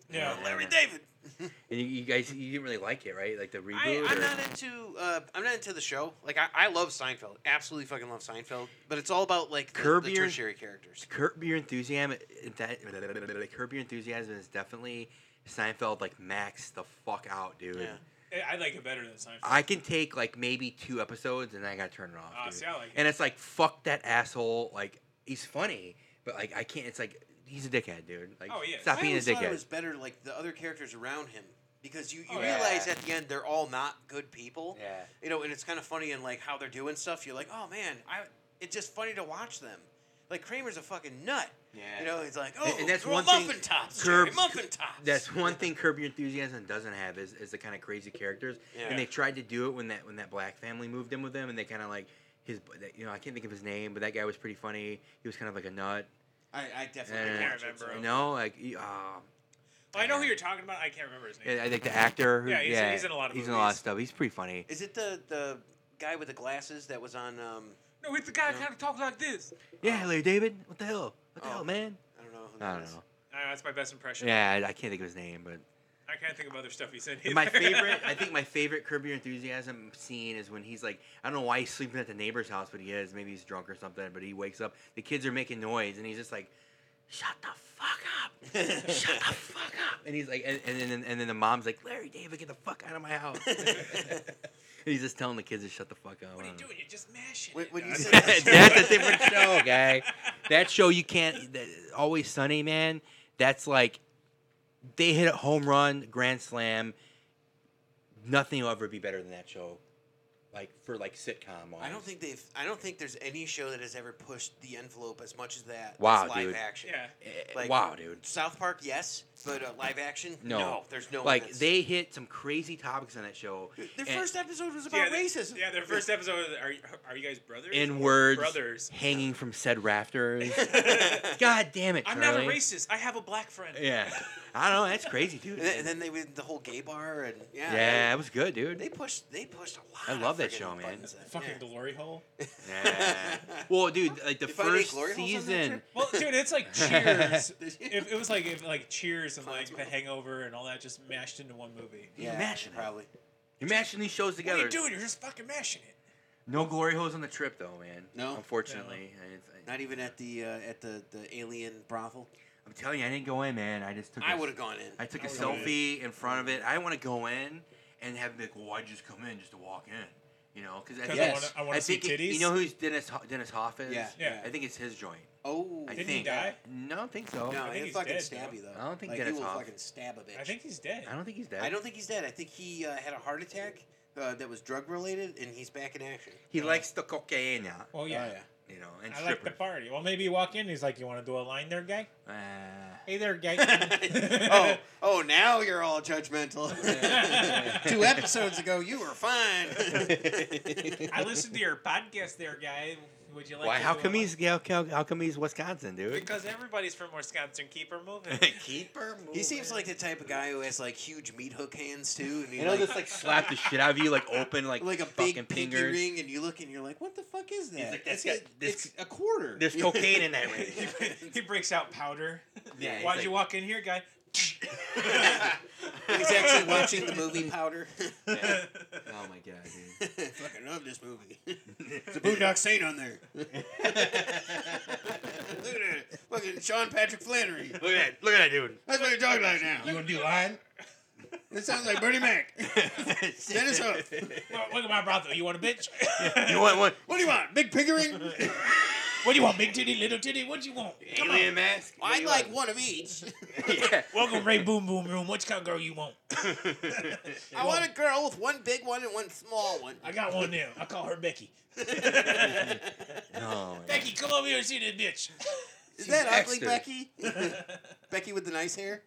[SPEAKER 2] Yeah.
[SPEAKER 4] Larry David.
[SPEAKER 3] And you, you guys, you didn't really like it, right? Like the reboot?
[SPEAKER 4] I,
[SPEAKER 3] or-
[SPEAKER 4] I'm not into. Uh, I'm not into the show. Like I, I love Seinfeld. Absolutely fucking love Seinfeld. But it's all about like the,
[SPEAKER 3] Curb
[SPEAKER 4] the
[SPEAKER 3] Your-
[SPEAKER 4] tertiary characters.
[SPEAKER 3] Curb Your Enthusiasm. That Curb Your Enthusiasm is definitely Seinfeld. Like max the fuck out, dude.
[SPEAKER 4] Yeah.
[SPEAKER 2] I like it better than Seinfeld.
[SPEAKER 3] I can take like maybe two episodes and I gotta turn it off.
[SPEAKER 2] Ah,
[SPEAKER 3] dude.
[SPEAKER 2] see, I like it.
[SPEAKER 3] and it's like fuck that asshole. Like he's funny, but like I can't. It's like he's a dickhead, dude. Like
[SPEAKER 2] Oh, yeah.
[SPEAKER 3] stop
[SPEAKER 4] I
[SPEAKER 3] being a
[SPEAKER 4] always thought
[SPEAKER 3] dickhead.
[SPEAKER 4] it was better like the other characters around him because you, you
[SPEAKER 2] Oh, yeah.
[SPEAKER 4] realize at the end they're all not good people.
[SPEAKER 3] Yeah.
[SPEAKER 4] You know, and it's kind of funny in like how they're doing stuff. You're like, oh man, I. It's just funny to watch them. Like Kramer's a fucking nut.
[SPEAKER 3] Yeah.
[SPEAKER 4] You know, he's like, oh,
[SPEAKER 3] And- and that's
[SPEAKER 4] you're a
[SPEAKER 3] one thing-
[SPEAKER 4] muffin tops,
[SPEAKER 3] Curb-
[SPEAKER 4] Jerry, muffin tops.
[SPEAKER 3] That's one thing Curb Your Enthusiasm doesn't have is, is the kind of crazy characters.
[SPEAKER 4] Yeah.
[SPEAKER 3] And they tried to do it when that when that black family moved in with them, and they kind of like his that- you know I can't think of his name, but that guy was pretty funny. He was kind of like a nut.
[SPEAKER 9] I, I definitely can't
[SPEAKER 3] Yeah.
[SPEAKER 2] Can't
[SPEAKER 9] remember.
[SPEAKER 2] remember.
[SPEAKER 3] You know, like he- ah,
[SPEAKER 2] I know who you're talking about. I can't remember his name.
[SPEAKER 3] I think the actor. Who,
[SPEAKER 2] Yeah, he's- he's in a lot of
[SPEAKER 3] He's in a lot of
[SPEAKER 2] movies.
[SPEAKER 3] stuff. He's pretty funny.
[SPEAKER 4] Is it the the guy with the glasses that was on? Um,
[SPEAKER 2] No, it's the guy kind of talks like this. Uh,
[SPEAKER 3] Yeah, hello, David. What the hell? What the
[SPEAKER 4] Oh.
[SPEAKER 3] hell, man?
[SPEAKER 4] I don't know. Who that
[SPEAKER 3] I don't
[SPEAKER 4] is.
[SPEAKER 3] know.
[SPEAKER 2] Uh, that's my best impression.
[SPEAKER 3] Yeah, I, I can't think of his name, but
[SPEAKER 2] I can't can't think of other stuff he's in.
[SPEAKER 3] But my
[SPEAKER 2] either.
[SPEAKER 3] favorite, I think my favorite Curb Your Enthusiasm scene is when he's like, I don't know why he's sleeping at the neighbor's house, but he is. Maybe he's drunk or something. But he wakes up, the kids are making noise, and he's just like, "Shut the fuck up! Shut the fuck up!" And he's like, and and then and then the mom's like, "Larry David, get the fuck out of my house!" and he's just telling the kids to shut the fuck up.
[SPEAKER 2] What
[SPEAKER 3] I
[SPEAKER 2] are you
[SPEAKER 3] don't know.
[SPEAKER 2] doing? You're just mashing.
[SPEAKER 4] When-
[SPEAKER 2] it,
[SPEAKER 4] when you
[SPEAKER 2] dog.
[SPEAKER 4] said
[SPEAKER 3] That's a different show, guy. That show you can't. that- Always Sunny, man. That's like they hit a home run, grand slam. Nothing will ever be better than that show, like for like sitcom. Wise.
[SPEAKER 4] I don't think they've. I don't think there's any show that has ever pushed the envelope as much as that. that's
[SPEAKER 3] Wow,
[SPEAKER 4] live
[SPEAKER 3] dude.
[SPEAKER 4] action.
[SPEAKER 2] yeah.
[SPEAKER 3] Eh,
[SPEAKER 4] like-
[SPEAKER 3] wow, dude.
[SPEAKER 4] South Park, yes, but uh, live action,
[SPEAKER 3] No.
[SPEAKER 4] no. there's no one
[SPEAKER 3] Like
[SPEAKER 4] that's-
[SPEAKER 3] they hit some crazy topics on that show.
[SPEAKER 4] Their
[SPEAKER 3] and-
[SPEAKER 4] first episode was
[SPEAKER 2] yeah,
[SPEAKER 4] about
[SPEAKER 2] the-
[SPEAKER 4] racism.
[SPEAKER 2] Yeah, their first episode. was, Are you- are you guys brothers?
[SPEAKER 3] in
[SPEAKER 2] Or
[SPEAKER 3] words,
[SPEAKER 2] Brothers.
[SPEAKER 3] hanging from said rafters. God damn it,
[SPEAKER 2] I'm not a
[SPEAKER 3] Charlie.
[SPEAKER 2] racist. I have a black friend.
[SPEAKER 3] Yeah, I don't know. That's crazy, dude.
[SPEAKER 4] and, then, and then they went the whole gay bar and yeah.
[SPEAKER 3] yeah, it was good,
[SPEAKER 4] They,
[SPEAKER 3] dude.
[SPEAKER 4] they pushed. They pushed a lot.
[SPEAKER 3] I love
[SPEAKER 4] of
[SPEAKER 3] that
[SPEAKER 4] friggin'
[SPEAKER 3] show, man.
[SPEAKER 4] buttons then,
[SPEAKER 2] Fucking
[SPEAKER 4] yeah.
[SPEAKER 2] glory hole.
[SPEAKER 3] Yeah. Well, dude, like the
[SPEAKER 4] You find any
[SPEAKER 3] first
[SPEAKER 4] glory holes on that
[SPEAKER 3] season.
[SPEAKER 4] trip?
[SPEAKER 2] Well, dude, it's like Cheers. if, it was like if, like Cheers and like The Hangover and all that just mashed into one movie.
[SPEAKER 4] Yeah,
[SPEAKER 3] mashing it.
[SPEAKER 4] probably.
[SPEAKER 3] You're mashing these
[SPEAKER 2] What
[SPEAKER 3] shows
[SPEAKER 2] are
[SPEAKER 3] together.
[SPEAKER 2] you doing? You're just fucking mashing it.
[SPEAKER 3] No glory holes on the trip, though, man.
[SPEAKER 4] No?
[SPEAKER 3] unfortunately, I- it's- I,
[SPEAKER 4] Not even at the uh, at the, the alien brothel.
[SPEAKER 3] am telling you, I didn't go in, man. I just took.
[SPEAKER 4] I
[SPEAKER 3] a-
[SPEAKER 4] would have gone in.
[SPEAKER 3] I took a
[SPEAKER 2] I would've-
[SPEAKER 3] selfie in front of it. I want to go in and have be like, well, I just come in just to walk in, you know? Because
[SPEAKER 2] 'Cause I wanna- I wanna see
[SPEAKER 3] think it- you
[SPEAKER 2] titties?
[SPEAKER 3] know who's Dennis Ho- Dennis Hoff is.
[SPEAKER 4] Yeah.
[SPEAKER 2] Yeah.
[SPEAKER 3] I think it's his joint.
[SPEAKER 4] Oh,
[SPEAKER 3] I
[SPEAKER 2] Didn't he
[SPEAKER 3] think.
[SPEAKER 2] die?
[SPEAKER 3] No, I don't think so.
[SPEAKER 4] No,
[SPEAKER 2] think
[SPEAKER 4] he's
[SPEAKER 2] he's
[SPEAKER 4] fucking
[SPEAKER 2] dead,
[SPEAKER 4] stabby though.
[SPEAKER 3] I don't think
[SPEAKER 4] like, he
[SPEAKER 3] Dennis
[SPEAKER 4] will
[SPEAKER 3] Hoff-
[SPEAKER 4] fucking stab a bitch.
[SPEAKER 2] I think he's dead.
[SPEAKER 3] I don't think he's dead.
[SPEAKER 4] I don't think he's dead. I think he uh, had a heart attack uh, that was drug related, and he's back in action.
[SPEAKER 3] He likes the cocaine, yeah,
[SPEAKER 2] Oh yeah.
[SPEAKER 3] you know, and
[SPEAKER 2] I like the
[SPEAKER 3] strippers.
[SPEAKER 2] party. Well, maybe you walk in. He's like, "You want to do a line there, guy?
[SPEAKER 3] Uh,
[SPEAKER 2] Hey there, guy."
[SPEAKER 4] oh, oh! Now you're all judgmental. Two episodes ago, you were fine.
[SPEAKER 3] Ah.
[SPEAKER 2] I listened to your podcast there, guy. Would you like?
[SPEAKER 3] Why?
[SPEAKER 2] to
[SPEAKER 3] How
[SPEAKER 2] do a
[SPEAKER 3] come
[SPEAKER 2] line-
[SPEAKER 3] he's how, how, how come he's Wisconsin, dude?
[SPEAKER 2] Because everybody's from Wisconsin. Keep her moving.
[SPEAKER 3] Keeper.
[SPEAKER 4] he seems like the type of guy who has like huge meat hook hands too, and he
[SPEAKER 3] You know,
[SPEAKER 4] like,
[SPEAKER 3] just like slap the shit out of you, like open, like
[SPEAKER 4] like a
[SPEAKER 3] fucking
[SPEAKER 4] big pinky
[SPEAKER 3] fingers.
[SPEAKER 4] ring, and you look and you're like, "What the fuck is that?"
[SPEAKER 3] like, "That's
[SPEAKER 4] it's, a,
[SPEAKER 3] got- this-
[SPEAKER 4] it's a quarter.
[SPEAKER 3] There's cocaine in that ring.
[SPEAKER 2] he, he breaks out powder.
[SPEAKER 3] Yeah, he's
[SPEAKER 2] Why'd
[SPEAKER 3] like-
[SPEAKER 2] you walk in here, guy?
[SPEAKER 4] He's actually watching the movie Powder.
[SPEAKER 3] Oh my god, dude.
[SPEAKER 4] fucking love this movie. it's a Boondock Saint on there. look at it. Fucking Sean Patrick Flannery.
[SPEAKER 3] Look at that, look at
[SPEAKER 4] That's what you're talking like now.
[SPEAKER 5] You gonna do line?
[SPEAKER 4] It sounds like Bernie Mac.
[SPEAKER 3] that dude.
[SPEAKER 4] Dennis Huff.
[SPEAKER 2] Look look at my brothel. You want a bitch?
[SPEAKER 3] you want one?
[SPEAKER 4] What do you want? Big pickering?
[SPEAKER 2] what do you want? Big titty, little titty? What do you want? Come on.
[SPEAKER 3] Alien mask? What do
[SPEAKER 4] I'd
[SPEAKER 3] you
[SPEAKER 4] like one of each.
[SPEAKER 3] Yeah.
[SPEAKER 2] Welcome, Ray Boom Boom Room. Which kind of girl you want?
[SPEAKER 4] I want a girl with one big one and one small one.
[SPEAKER 2] I got one now. I call her Becky.
[SPEAKER 3] No. man.
[SPEAKER 2] Becky, come over here and see this bitch.
[SPEAKER 4] Is that ugly
[SPEAKER 3] extra.
[SPEAKER 4] Becky? Becky with the nice hair?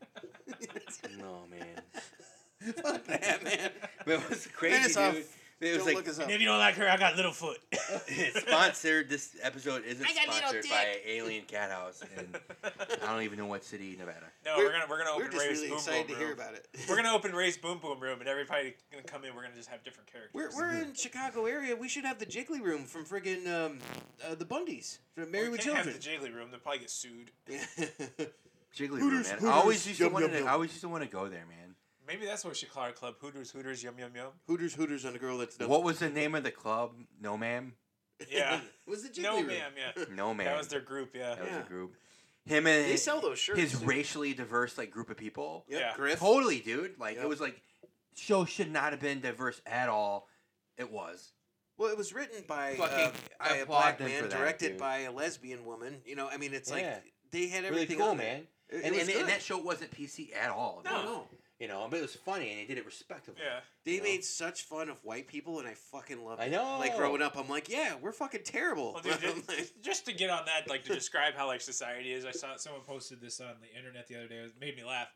[SPEAKER 3] No man.
[SPEAKER 4] Fuck that, man.
[SPEAKER 3] But it was crazy,
[SPEAKER 4] Dennis
[SPEAKER 3] dude.
[SPEAKER 4] Huff.
[SPEAKER 3] It was
[SPEAKER 4] Don't
[SPEAKER 3] like
[SPEAKER 4] look us up.
[SPEAKER 2] And if you don't like her, I got Littlefoot.
[SPEAKER 3] sponsored. This episode isn't
[SPEAKER 4] I got little
[SPEAKER 3] sponsored
[SPEAKER 4] dick.
[SPEAKER 3] by Alien Cat House, and I don't even know what city, Nevada.
[SPEAKER 2] no,
[SPEAKER 4] We're-
[SPEAKER 2] we're, gonna we're gonna
[SPEAKER 4] We're
[SPEAKER 2] open
[SPEAKER 4] just
[SPEAKER 2] Ray's
[SPEAKER 4] really
[SPEAKER 2] Boom
[SPEAKER 4] excited to
[SPEAKER 2] Boom
[SPEAKER 4] hear
[SPEAKER 2] Room.
[SPEAKER 4] about it.
[SPEAKER 2] We're gonna open Ray's Boom Boom Room, and everybody gonna come in. We're gonna just have different characters.
[SPEAKER 4] We're, we're in Chicago area. We should have the Jiggly Room from friggin' um, uh, the Bundys from Married
[SPEAKER 2] we
[SPEAKER 4] with
[SPEAKER 2] can't
[SPEAKER 4] Children.
[SPEAKER 2] have the Jiggly Room. They'll probably get sued.
[SPEAKER 3] Jiggly Room,
[SPEAKER 4] Hooters,
[SPEAKER 3] man. I
[SPEAKER 4] Hooters,
[SPEAKER 3] always used to
[SPEAKER 4] yum,
[SPEAKER 3] want
[SPEAKER 4] yum,
[SPEAKER 3] to.
[SPEAKER 4] yum.
[SPEAKER 3] I always used to want to go there, man.
[SPEAKER 2] Maybe that's what Chicago Club Hooters Hooters Yum Yum Yum.
[SPEAKER 4] Hooters, Hooters on a girl that's dumb.
[SPEAKER 3] What was the name of the club? No, ma'am.
[SPEAKER 2] Yeah.
[SPEAKER 4] was the Jiggly
[SPEAKER 2] no,
[SPEAKER 4] Room?
[SPEAKER 2] ma'am. Yeah.
[SPEAKER 3] No, ma'am.
[SPEAKER 2] That was their group. Yeah.
[SPEAKER 3] That was
[SPEAKER 4] Yeah.
[SPEAKER 3] a group. Him and
[SPEAKER 4] They sell those shirts.
[SPEAKER 3] his
[SPEAKER 4] too.
[SPEAKER 3] racially diverse like group of people.
[SPEAKER 4] Yep,
[SPEAKER 2] Yeah.
[SPEAKER 4] Griff.
[SPEAKER 3] Totally, dude. Like it
[SPEAKER 4] Yep.
[SPEAKER 3] was like show should not have been diverse at all. It was.
[SPEAKER 4] Well, it was written by,
[SPEAKER 3] Fucking-
[SPEAKER 4] uh,
[SPEAKER 3] I
[SPEAKER 4] by a
[SPEAKER 3] applaud
[SPEAKER 4] black
[SPEAKER 3] them for
[SPEAKER 4] man,
[SPEAKER 3] that,
[SPEAKER 4] directed
[SPEAKER 3] dude.
[SPEAKER 4] by a lesbian woman. You know, I mean, it's
[SPEAKER 3] Yeah.
[SPEAKER 4] like they had
[SPEAKER 3] Really
[SPEAKER 4] everything
[SPEAKER 3] cool,
[SPEAKER 4] on there.
[SPEAKER 3] man.
[SPEAKER 4] It- it
[SPEAKER 3] and,
[SPEAKER 4] was
[SPEAKER 3] and, and
[SPEAKER 4] good.
[SPEAKER 3] that show wasn't PC at all.
[SPEAKER 2] No.
[SPEAKER 3] dude. You know, but it was funny and they did it respectfully.
[SPEAKER 2] Yeah.
[SPEAKER 4] They
[SPEAKER 3] Yeah.
[SPEAKER 4] made such fun of white people, and I fucking love it.
[SPEAKER 3] I know.
[SPEAKER 4] Like growing up, I'm like, yeah, we're fucking terrible.
[SPEAKER 2] Well, dude,
[SPEAKER 4] I'm
[SPEAKER 2] just,
[SPEAKER 4] like,
[SPEAKER 2] just to get on that, like to describe how like society is, I saw someone posted this on the internet the other day. It made me laugh.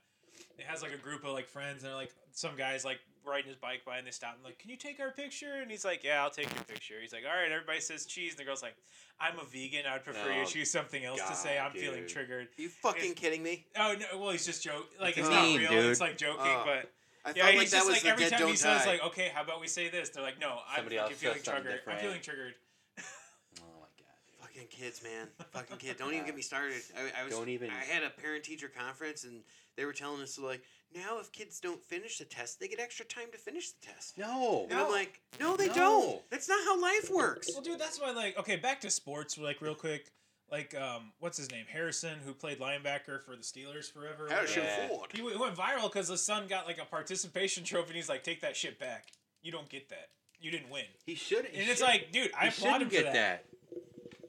[SPEAKER 2] It has like a group of like friends, and they're like some guys like riding his bike by, and they stop and like, "Can you take our picture?" And he's like, "Yeah, I'll take your picture." He's like, "All right, everybody says cheese," and the girl's like, "I'm a vegan. I'd prefer
[SPEAKER 3] Oh,
[SPEAKER 2] you choose something else to say."
[SPEAKER 3] God,
[SPEAKER 2] I'm feeling
[SPEAKER 3] dude.
[SPEAKER 2] triggered.
[SPEAKER 4] you fucking kidding me?
[SPEAKER 2] Oh no! Well, he's just joking. Like
[SPEAKER 3] a
[SPEAKER 2] it's,
[SPEAKER 3] meme,
[SPEAKER 2] not real.
[SPEAKER 3] dude.
[SPEAKER 2] It's like joking,
[SPEAKER 4] Oh.
[SPEAKER 2] but
[SPEAKER 4] I
[SPEAKER 2] yeah,
[SPEAKER 4] felt
[SPEAKER 2] he's
[SPEAKER 4] like that
[SPEAKER 2] just
[SPEAKER 4] was
[SPEAKER 2] like
[SPEAKER 4] the
[SPEAKER 2] every
[SPEAKER 4] dead
[SPEAKER 2] time
[SPEAKER 4] don't
[SPEAKER 2] he
[SPEAKER 4] die.
[SPEAKER 2] says like, oh. "Okay, how about we say this?" They're like, "No, I'm
[SPEAKER 3] Somebody
[SPEAKER 2] fucking
[SPEAKER 3] else
[SPEAKER 2] feeling
[SPEAKER 3] says something
[SPEAKER 2] triggered. I'm
[SPEAKER 3] different."
[SPEAKER 2] feeling triggered."
[SPEAKER 3] Oh my god.
[SPEAKER 4] fucking Fucking kids, man. Fucking kid. Don't even get me started. I, I was.
[SPEAKER 3] Don't even-
[SPEAKER 4] I had a parent teacher conference, and they were telling us like, now if kids don't finish the test, they get extra time to finish the test.
[SPEAKER 3] No.
[SPEAKER 4] And I'm like, no, they
[SPEAKER 3] No.
[SPEAKER 4] don't. That's not how life works.
[SPEAKER 2] Well, dude, that's why. Like, okay, back to sports, like real quick. Like, um, what's his name? Harrison, who played linebacker for the Steelers forever. or
[SPEAKER 4] Harrison
[SPEAKER 2] whatever.
[SPEAKER 3] Yeah.
[SPEAKER 4] Ford.
[SPEAKER 2] He w- went viral because the son got like a participation trophy, and he's like, "Take that shit back. You don't get that. You didn't win."
[SPEAKER 3] He should. he
[SPEAKER 2] And it's
[SPEAKER 3] should-
[SPEAKER 2] like, dude, I
[SPEAKER 3] he
[SPEAKER 2] applaud him
[SPEAKER 3] shouldn't
[SPEAKER 2] for
[SPEAKER 3] get
[SPEAKER 2] that.
[SPEAKER 3] that.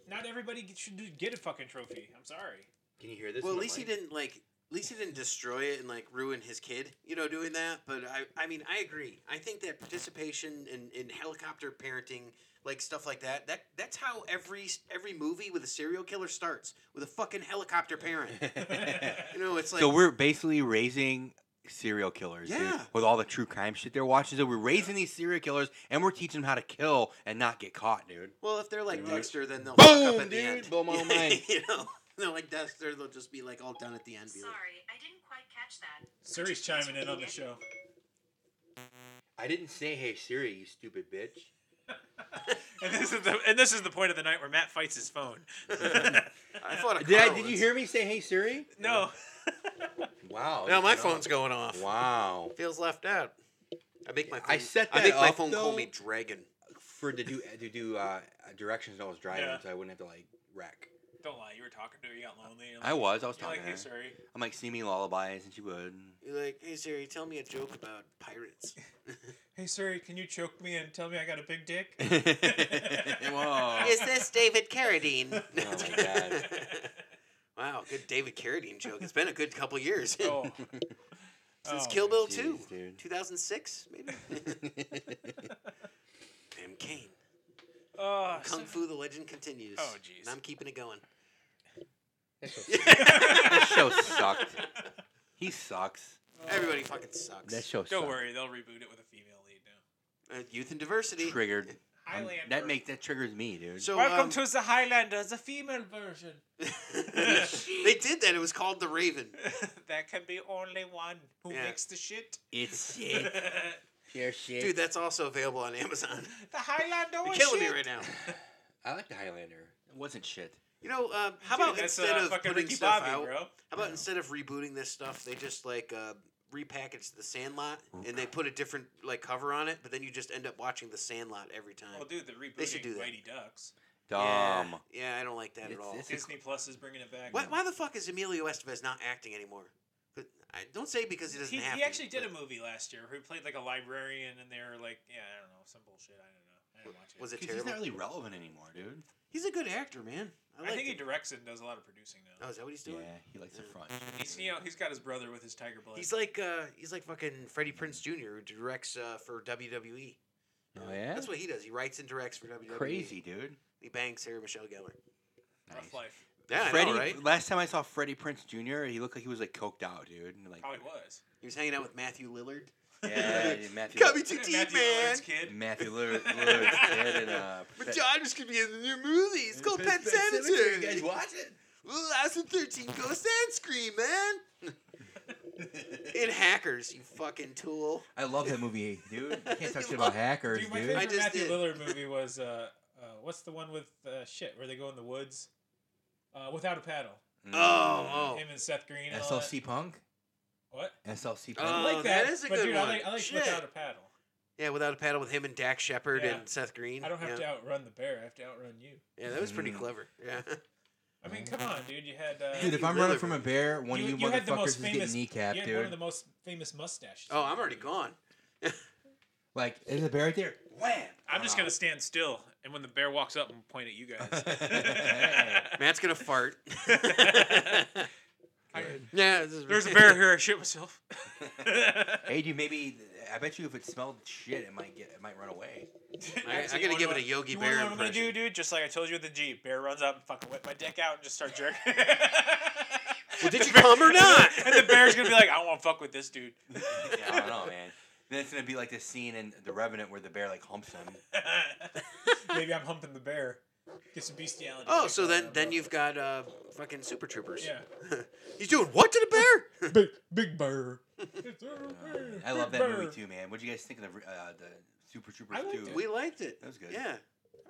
[SPEAKER 2] Not everybody get- should get a fucking trophy. I'm sorry.
[SPEAKER 3] Can you hear this?
[SPEAKER 4] Well, at
[SPEAKER 3] in the
[SPEAKER 4] least he
[SPEAKER 3] mic?
[SPEAKER 4] didn't like. At least he didn't destroy it and like ruin his kid, you know, doing that. But I, I mean, I agree. I think that participation in, in helicopter parenting, like stuff like that, that that's how every every movie with a serial killer starts with a fucking helicopter parent. you know, it's like
[SPEAKER 3] so we're basically raising serial killers dude,
[SPEAKER 4] Yeah.
[SPEAKER 3] with all the true crime shit they're watching so we're raising these serial killers and we're teaching them how to kill and not get caught dude
[SPEAKER 4] well, if they're like
[SPEAKER 3] Dude.
[SPEAKER 4] Dexter, then they'll
[SPEAKER 3] Boom,
[SPEAKER 4] fuck up at
[SPEAKER 3] dude.
[SPEAKER 4] the end.
[SPEAKER 3] Blow my own mind.
[SPEAKER 4] you know, they're like Dexter, they'll just be like all done at the end. be like,
[SPEAKER 7] Sorry, I didn't quite catch that.
[SPEAKER 2] Suri's chiming in on the show.
[SPEAKER 3] i didn't say hey siri you stupid bitch
[SPEAKER 2] And this is the and this is the point of the night where Matt fights his phone.
[SPEAKER 4] I fought a
[SPEAKER 3] did, I,
[SPEAKER 4] car
[SPEAKER 3] did you
[SPEAKER 4] once."
[SPEAKER 3] hear me say hey siri
[SPEAKER 2] no.
[SPEAKER 3] wow
[SPEAKER 4] Now my
[SPEAKER 3] no.
[SPEAKER 4] phone's going off.
[SPEAKER 3] wow
[SPEAKER 4] feels left out. I make my phone,
[SPEAKER 3] I set
[SPEAKER 4] I make
[SPEAKER 3] that
[SPEAKER 4] my
[SPEAKER 3] up,
[SPEAKER 4] phone call
[SPEAKER 3] though.
[SPEAKER 4] me Dragon.
[SPEAKER 3] for to do to do uh, directions when i was driving
[SPEAKER 2] Yeah.
[SPEAKER 3] so i wouldn't have to like wreck
[SPEAKER 2] Don't lie. You were talking to her. You got lonely. You're
[SPEAKER 3] i was i was
[SPEAKER 2] You're
[SPEAKER 3] talking
[SPEAKER 2] like, hey,
[SPEAKER 3] to her
[SPEAKER 2] Suri.
[SPEAKER 3] i'm like singing lullabies and she would
[SPEAKER 4] You're like, hey Siri, tell me a joke about pirates.
[SPEAKER 2] Hey, Suri, can you choke me and tell me I got a big dick?
[SPEAKER 3] Whoa.
[SPEAKER 4] Is this David Carradine?
[SPEAKER 3] Oh my god.
[SPEAKER 4] wow, good David Carradine joke. It's been a good couple years
[SPEAKER 2] Oh.
[SPEAKER 4] since
[SPEAKER 2] Oh,
[SPEAKER 4] Kill Bill
[SPEAKER 3] jeez,
[SPEAKER 4] Two,
[SPEAKER 3] dude.
[SPEAKER 4] 2006 maybe. I'm Kane.
[SPEAKER 2] Oh, so-
[SPEAKER 4] Kung Fu: The Legend Continues.
[SPEAKER 2] Oh, jeez.
[SPEAKER 4] And I'm keeping it going.
[SPEAKER 3] That show sucked. He sucks.
[SPEAKER 4] Everybody fucking sucks.
[SPEAKER 3] That show
[SPEAKER 2] don't
[SPEAKER 3] sucked.
[SPEAKER 2] worry. They'll reboot it with a female lead now.
[SPEAKER 4] Uh, youth and diversity.
[SPEAKER 3] Triggered. I'm-
[SPEAKER 2] Highlander.
[SPEAKER 3] that makes that triggers me, dude.
[SPEAKER 4] So
[SPEAKER 2] Welcome
[SPEAKER 4] um,
[SPEAKER 2] to the Highlanders, the female version.
[SPEAKER 4] they did that. It was called The Raven.
[SPEAKER 2] there can be only one who
[SPEAKER 4] Yeah.
[SPEAKER 2] makes the shit.
[SPEAKER 3] it's
[SPEAKER 2] the
[SPEAKER 3] shit. Pure shit.
[SPEAKER 4] Dude, that's also available on Amazon.
[SPEAKER 2] Highlander
[SPEAKER 4] You're
[SPEAKER 2] was
[SPEAKER 4] killing
[SPEAKER 2] shit.
[SPEAKER 4] me right now.
[SPEAKER 3] I like the Highlander. It wasn't shit.
[SPEAKER 4] You know, um, how
[SPEAKER 2] Dude,
[SPEAKER 4] about
[SPEAKER 2] that's, uh,
[SPEAKER 4] instead of
[SPEAKER 2] fucking
[SPEAKER 4] putting
[SPEAKER 2] Ricky
[SPEAKER 4] stuff
[SPEAKER 2] Bobby,
[SPEAKER 4] out,
[SPEAKER 2] bro.
[SPEAKER 4] how about instead of rebooting this stuff, they just like uh, repackage the Sandlot and they put a different like cover on it, but then you just end up watching the Sandlot every time.
[SPEAKER 2] Well, dude, the rebooting
[SPEAKER 4] They should do that.
[SPEAKER 2] Mighty Ducks.
[SPEAKER 4] yeah,
[SPEAKER 3] Dumb.
[SPEAKER 4] yeah, I don't like that at
[SPEAKER 3] It's-
[SPEAKER 4] all.
[SPEAKER 3] it's-
[SPEAKER 2] Disney Plus is bringing it back.
[SPEAKER 4] why, why the fuck is Emilio Estevez not acting anymore? But I don't say because he doesn't
[SPEAKER 2] He,
[SPEAKER 4] have
[SPEAKER 2] he
[SPEAKER 4] to,
[SPEAKER 2] actually did a
[SPEAKER 4] but
[SPEAKER 2] movie last year where he played like a librarian, and they were like, yeah, I don't know, some bullshit. I don't know. I didn't watch it.
[SPEAKER 4] Was it
[SPEAKER 3] 'Cause he's
[SPEAKER 4] terrible?
[SPEAKER 3] not really relevant anymore, dude.
[SPEAKER 4] He's a good actor, man. I,
[SPEAKER 2] I,
[SPEAKER 4] liked
[SPEAKER 2] think he
[SPEAKER 4] him.
[SPEAKER 2] directs it and does a lot of producing now.
[SPEAKER 4] Oh, is that what he's
[SPEAKER 3] Yeah,
[SPEAKER 4] doing?
[SPEAKER 3] he likes the
[SPEAKER 4] Yeah.
[SPEAKER 3] front.
[SPEAKER 2] He's you know he's got his brother with his tiger blood.
[SPEAKER 4] He's like uh, he's like fucking Freddie Prince Jr. who directs uh, for WWE.
[SPEAKER 3] Oh yeah.
[SPEAKER 4] That's what he does. He writes and directs for WWE.
[SPEAKER 3] crazy, dude.
[SPEAKER 4] He bangs Sarah Michelle Gellar.
[SPEAKER 2] rough life.
[SPEAKER 4] Yeah, I
[SPEAKER 3] Freddie.
[SPEAKER 4] know, right?
[SPEAKER 3] Last time I saw Freddie Prince Jr., he looked like he was like coked out, dude. And, like,
[SPEAKER 2] Probably Oh, was.
[SPEAKER 4] He was hanging out with Matthew Lillard.
[SPEAKER 3] yeah, Matthew.
[SPEAKER 4] Cut me to
[SPEAKER 2] Isn't it
[SPEAKER 4] deep,
[SPEAKER 2] Matthew
[SPEAKER 4] man.
[SPEAKER 2] Lillard's kid.
[SPEAKER 3] Matthew Lillard, Lillard's kid and uh.
[SPEAKER 4] But Dodgers could be in the new movie. It's called Pet
[SPEAKER 3] You guys
[SPEAKER 4] Sematary.
[SPEAKER 3] watch it?
[SPEAKER 4] Little House on 13 Ghost and Scream, man. in Hackers, you fucking tool.
[SPEAKER 3] I love that movie, dude. You can't talk shit
[SPEAKER 4] love-
[SPEAKER 3] about hackers,
[SPEAKER 2] Dude, my
[SPEAKER 3] dude.
[SPEAKER 2] favorite
[SPEAKER 4] I just
[SPEAKER 2] Matthew
[SPEAKER 4] did.
[SPEAKER 2] Lillard movie was uh, uh, what's the one with uh, shit where they go in the woods uh, without a paddle?
[SPEAKER 3] Mm.
[SPEAKER 4] Oh, oh.
[SPEAKER 2] Him and Seth Green. And all that.
[SPEAKER 3] SLC Punk?
[SPEAKER 2] What?
[SPEAKER 3] SLC
[SPEAKER 2] I
[SPEAKER 4] Oh,
[SPEAKER 3] Punk?
[SPEAKER 2] like
[SPEAKER 4] that
[SPEAKER 2] that.
[SPEAKER 4] is a
[SPEAKER 2] but
[SPEAKER 4] good
[SPEAKER 2] dude, I
[SPEAKER 4] one.
[SPEAKER 2] like, I like
[SPEAKER 4] Shit.
[SPEAKER 2] without a paddle.
[SPEAKER 4] Yeah, without a paddle with him and Dak Shepard
[SPEAKER 2] Yeah.
[SPEAKER 4] and Seth Green.
[SPEAKER 2] I don't have
[SPEAKER 4] yeah.
[SPEAKER 2] to outrun the bear. I have to outrun you.
[SPEAKER 4] Yeah, that was pretty
[SPEAKER 3] Mm.
[SPEAKER 4] clever. Yeah.
[SPEAKER 2] I mean, come on, dude. You had uh,
[SPEAKER 3] dude, if
[SPEAKER 4] you
[SPEAKER 3] I'm
[SPEAKER 4] really
[SPEAKER 3] running from
[SPEAKER 4] were-
[SPEAKER 3] a bear, one
[SPEAKER 2] you,
[SPEAKER 3] of you,
[SPEAKER 2] you had the
[SPEAKER 3] motherfuckers
[SPEAKER 2] most
[SPEAKER 3] is getting
[SPEAKER 2] famous. you had
[SPEAKER 3] kneecapped,
[SPEAKER 2] one of
[SPEAKER 3] dude.
[SPEAKER 2] the most famous mustaches.
[SPEAKER 4] Oh, I'm already gone.
[SPEAKER 3] Like, there's a bear right there. Wham!
[SPEAKER 2] I'm just
[SPEAKER 3] Wow.
[SPEAKER 2] gonna stand still, and when the bear walks up, and point at you guys.
[SPEAKER 4] Matt's gonna fart.
[SPEAKER 2] I-
[SPEAKER 4] yeah, this is-
[SPEAKER 2] There's a bear here. I shit myself.
[SPEAKER 3] Hey, dude, maybe I bet you if it smelled shit, it might get, it might run away.
[SPEAKER 4] I, I
[SPEAKER 2] Actually,
[SPEAKER 4] gotta
[SPEAKER 2] you
[SPEAKER 4] give it
[SPEAKER 2] wanna
[SPEAKER 4] a
[SPEAKER 2] know-
[SPEAKER 4] Yogi
[SPEAKER 2] you wanna
[SPEAKER 4] Bear
[SPEAKER 2] know what I'm gonna
[SPEAKER 4] impression.
[SPEAKER 2] do, dude? Just like I told you with the Jeep, bear runs up and fucking whip my dick out and just start jerking.
[SPEAKER 4] Well, did you come or not?
[SPEAKER 2] and the bear's gonna be like, I don't want to fuck with this dude.
[SPEAKER 3] Yeah, I don't know, man. Then it's gonna be like this scene in The Revenant where the bear like humps him. Oh,
[SPEAKER 2] Maybe I'm humping the bear. Get some bestiality.
[SPEAKER 4] Oh, so then then you've got uh fucking super troopers.
[SPEAKER 2] Yeah.
[SPEAKER 4] He's doing what to the bear?
[SPEAKER 2] Big, big bear.
[SPEAKER 3] I love that movie too, man. What would you guys think of the uh, the Super Troopers
[SPEAKER 2] I liked
[SPEAKER 3] two?
[SPEAKER 2] it.
[SPEAKER 4] we liked it.
[SPEAKER 3] That was good.
[SPEAKER 4] Yeah.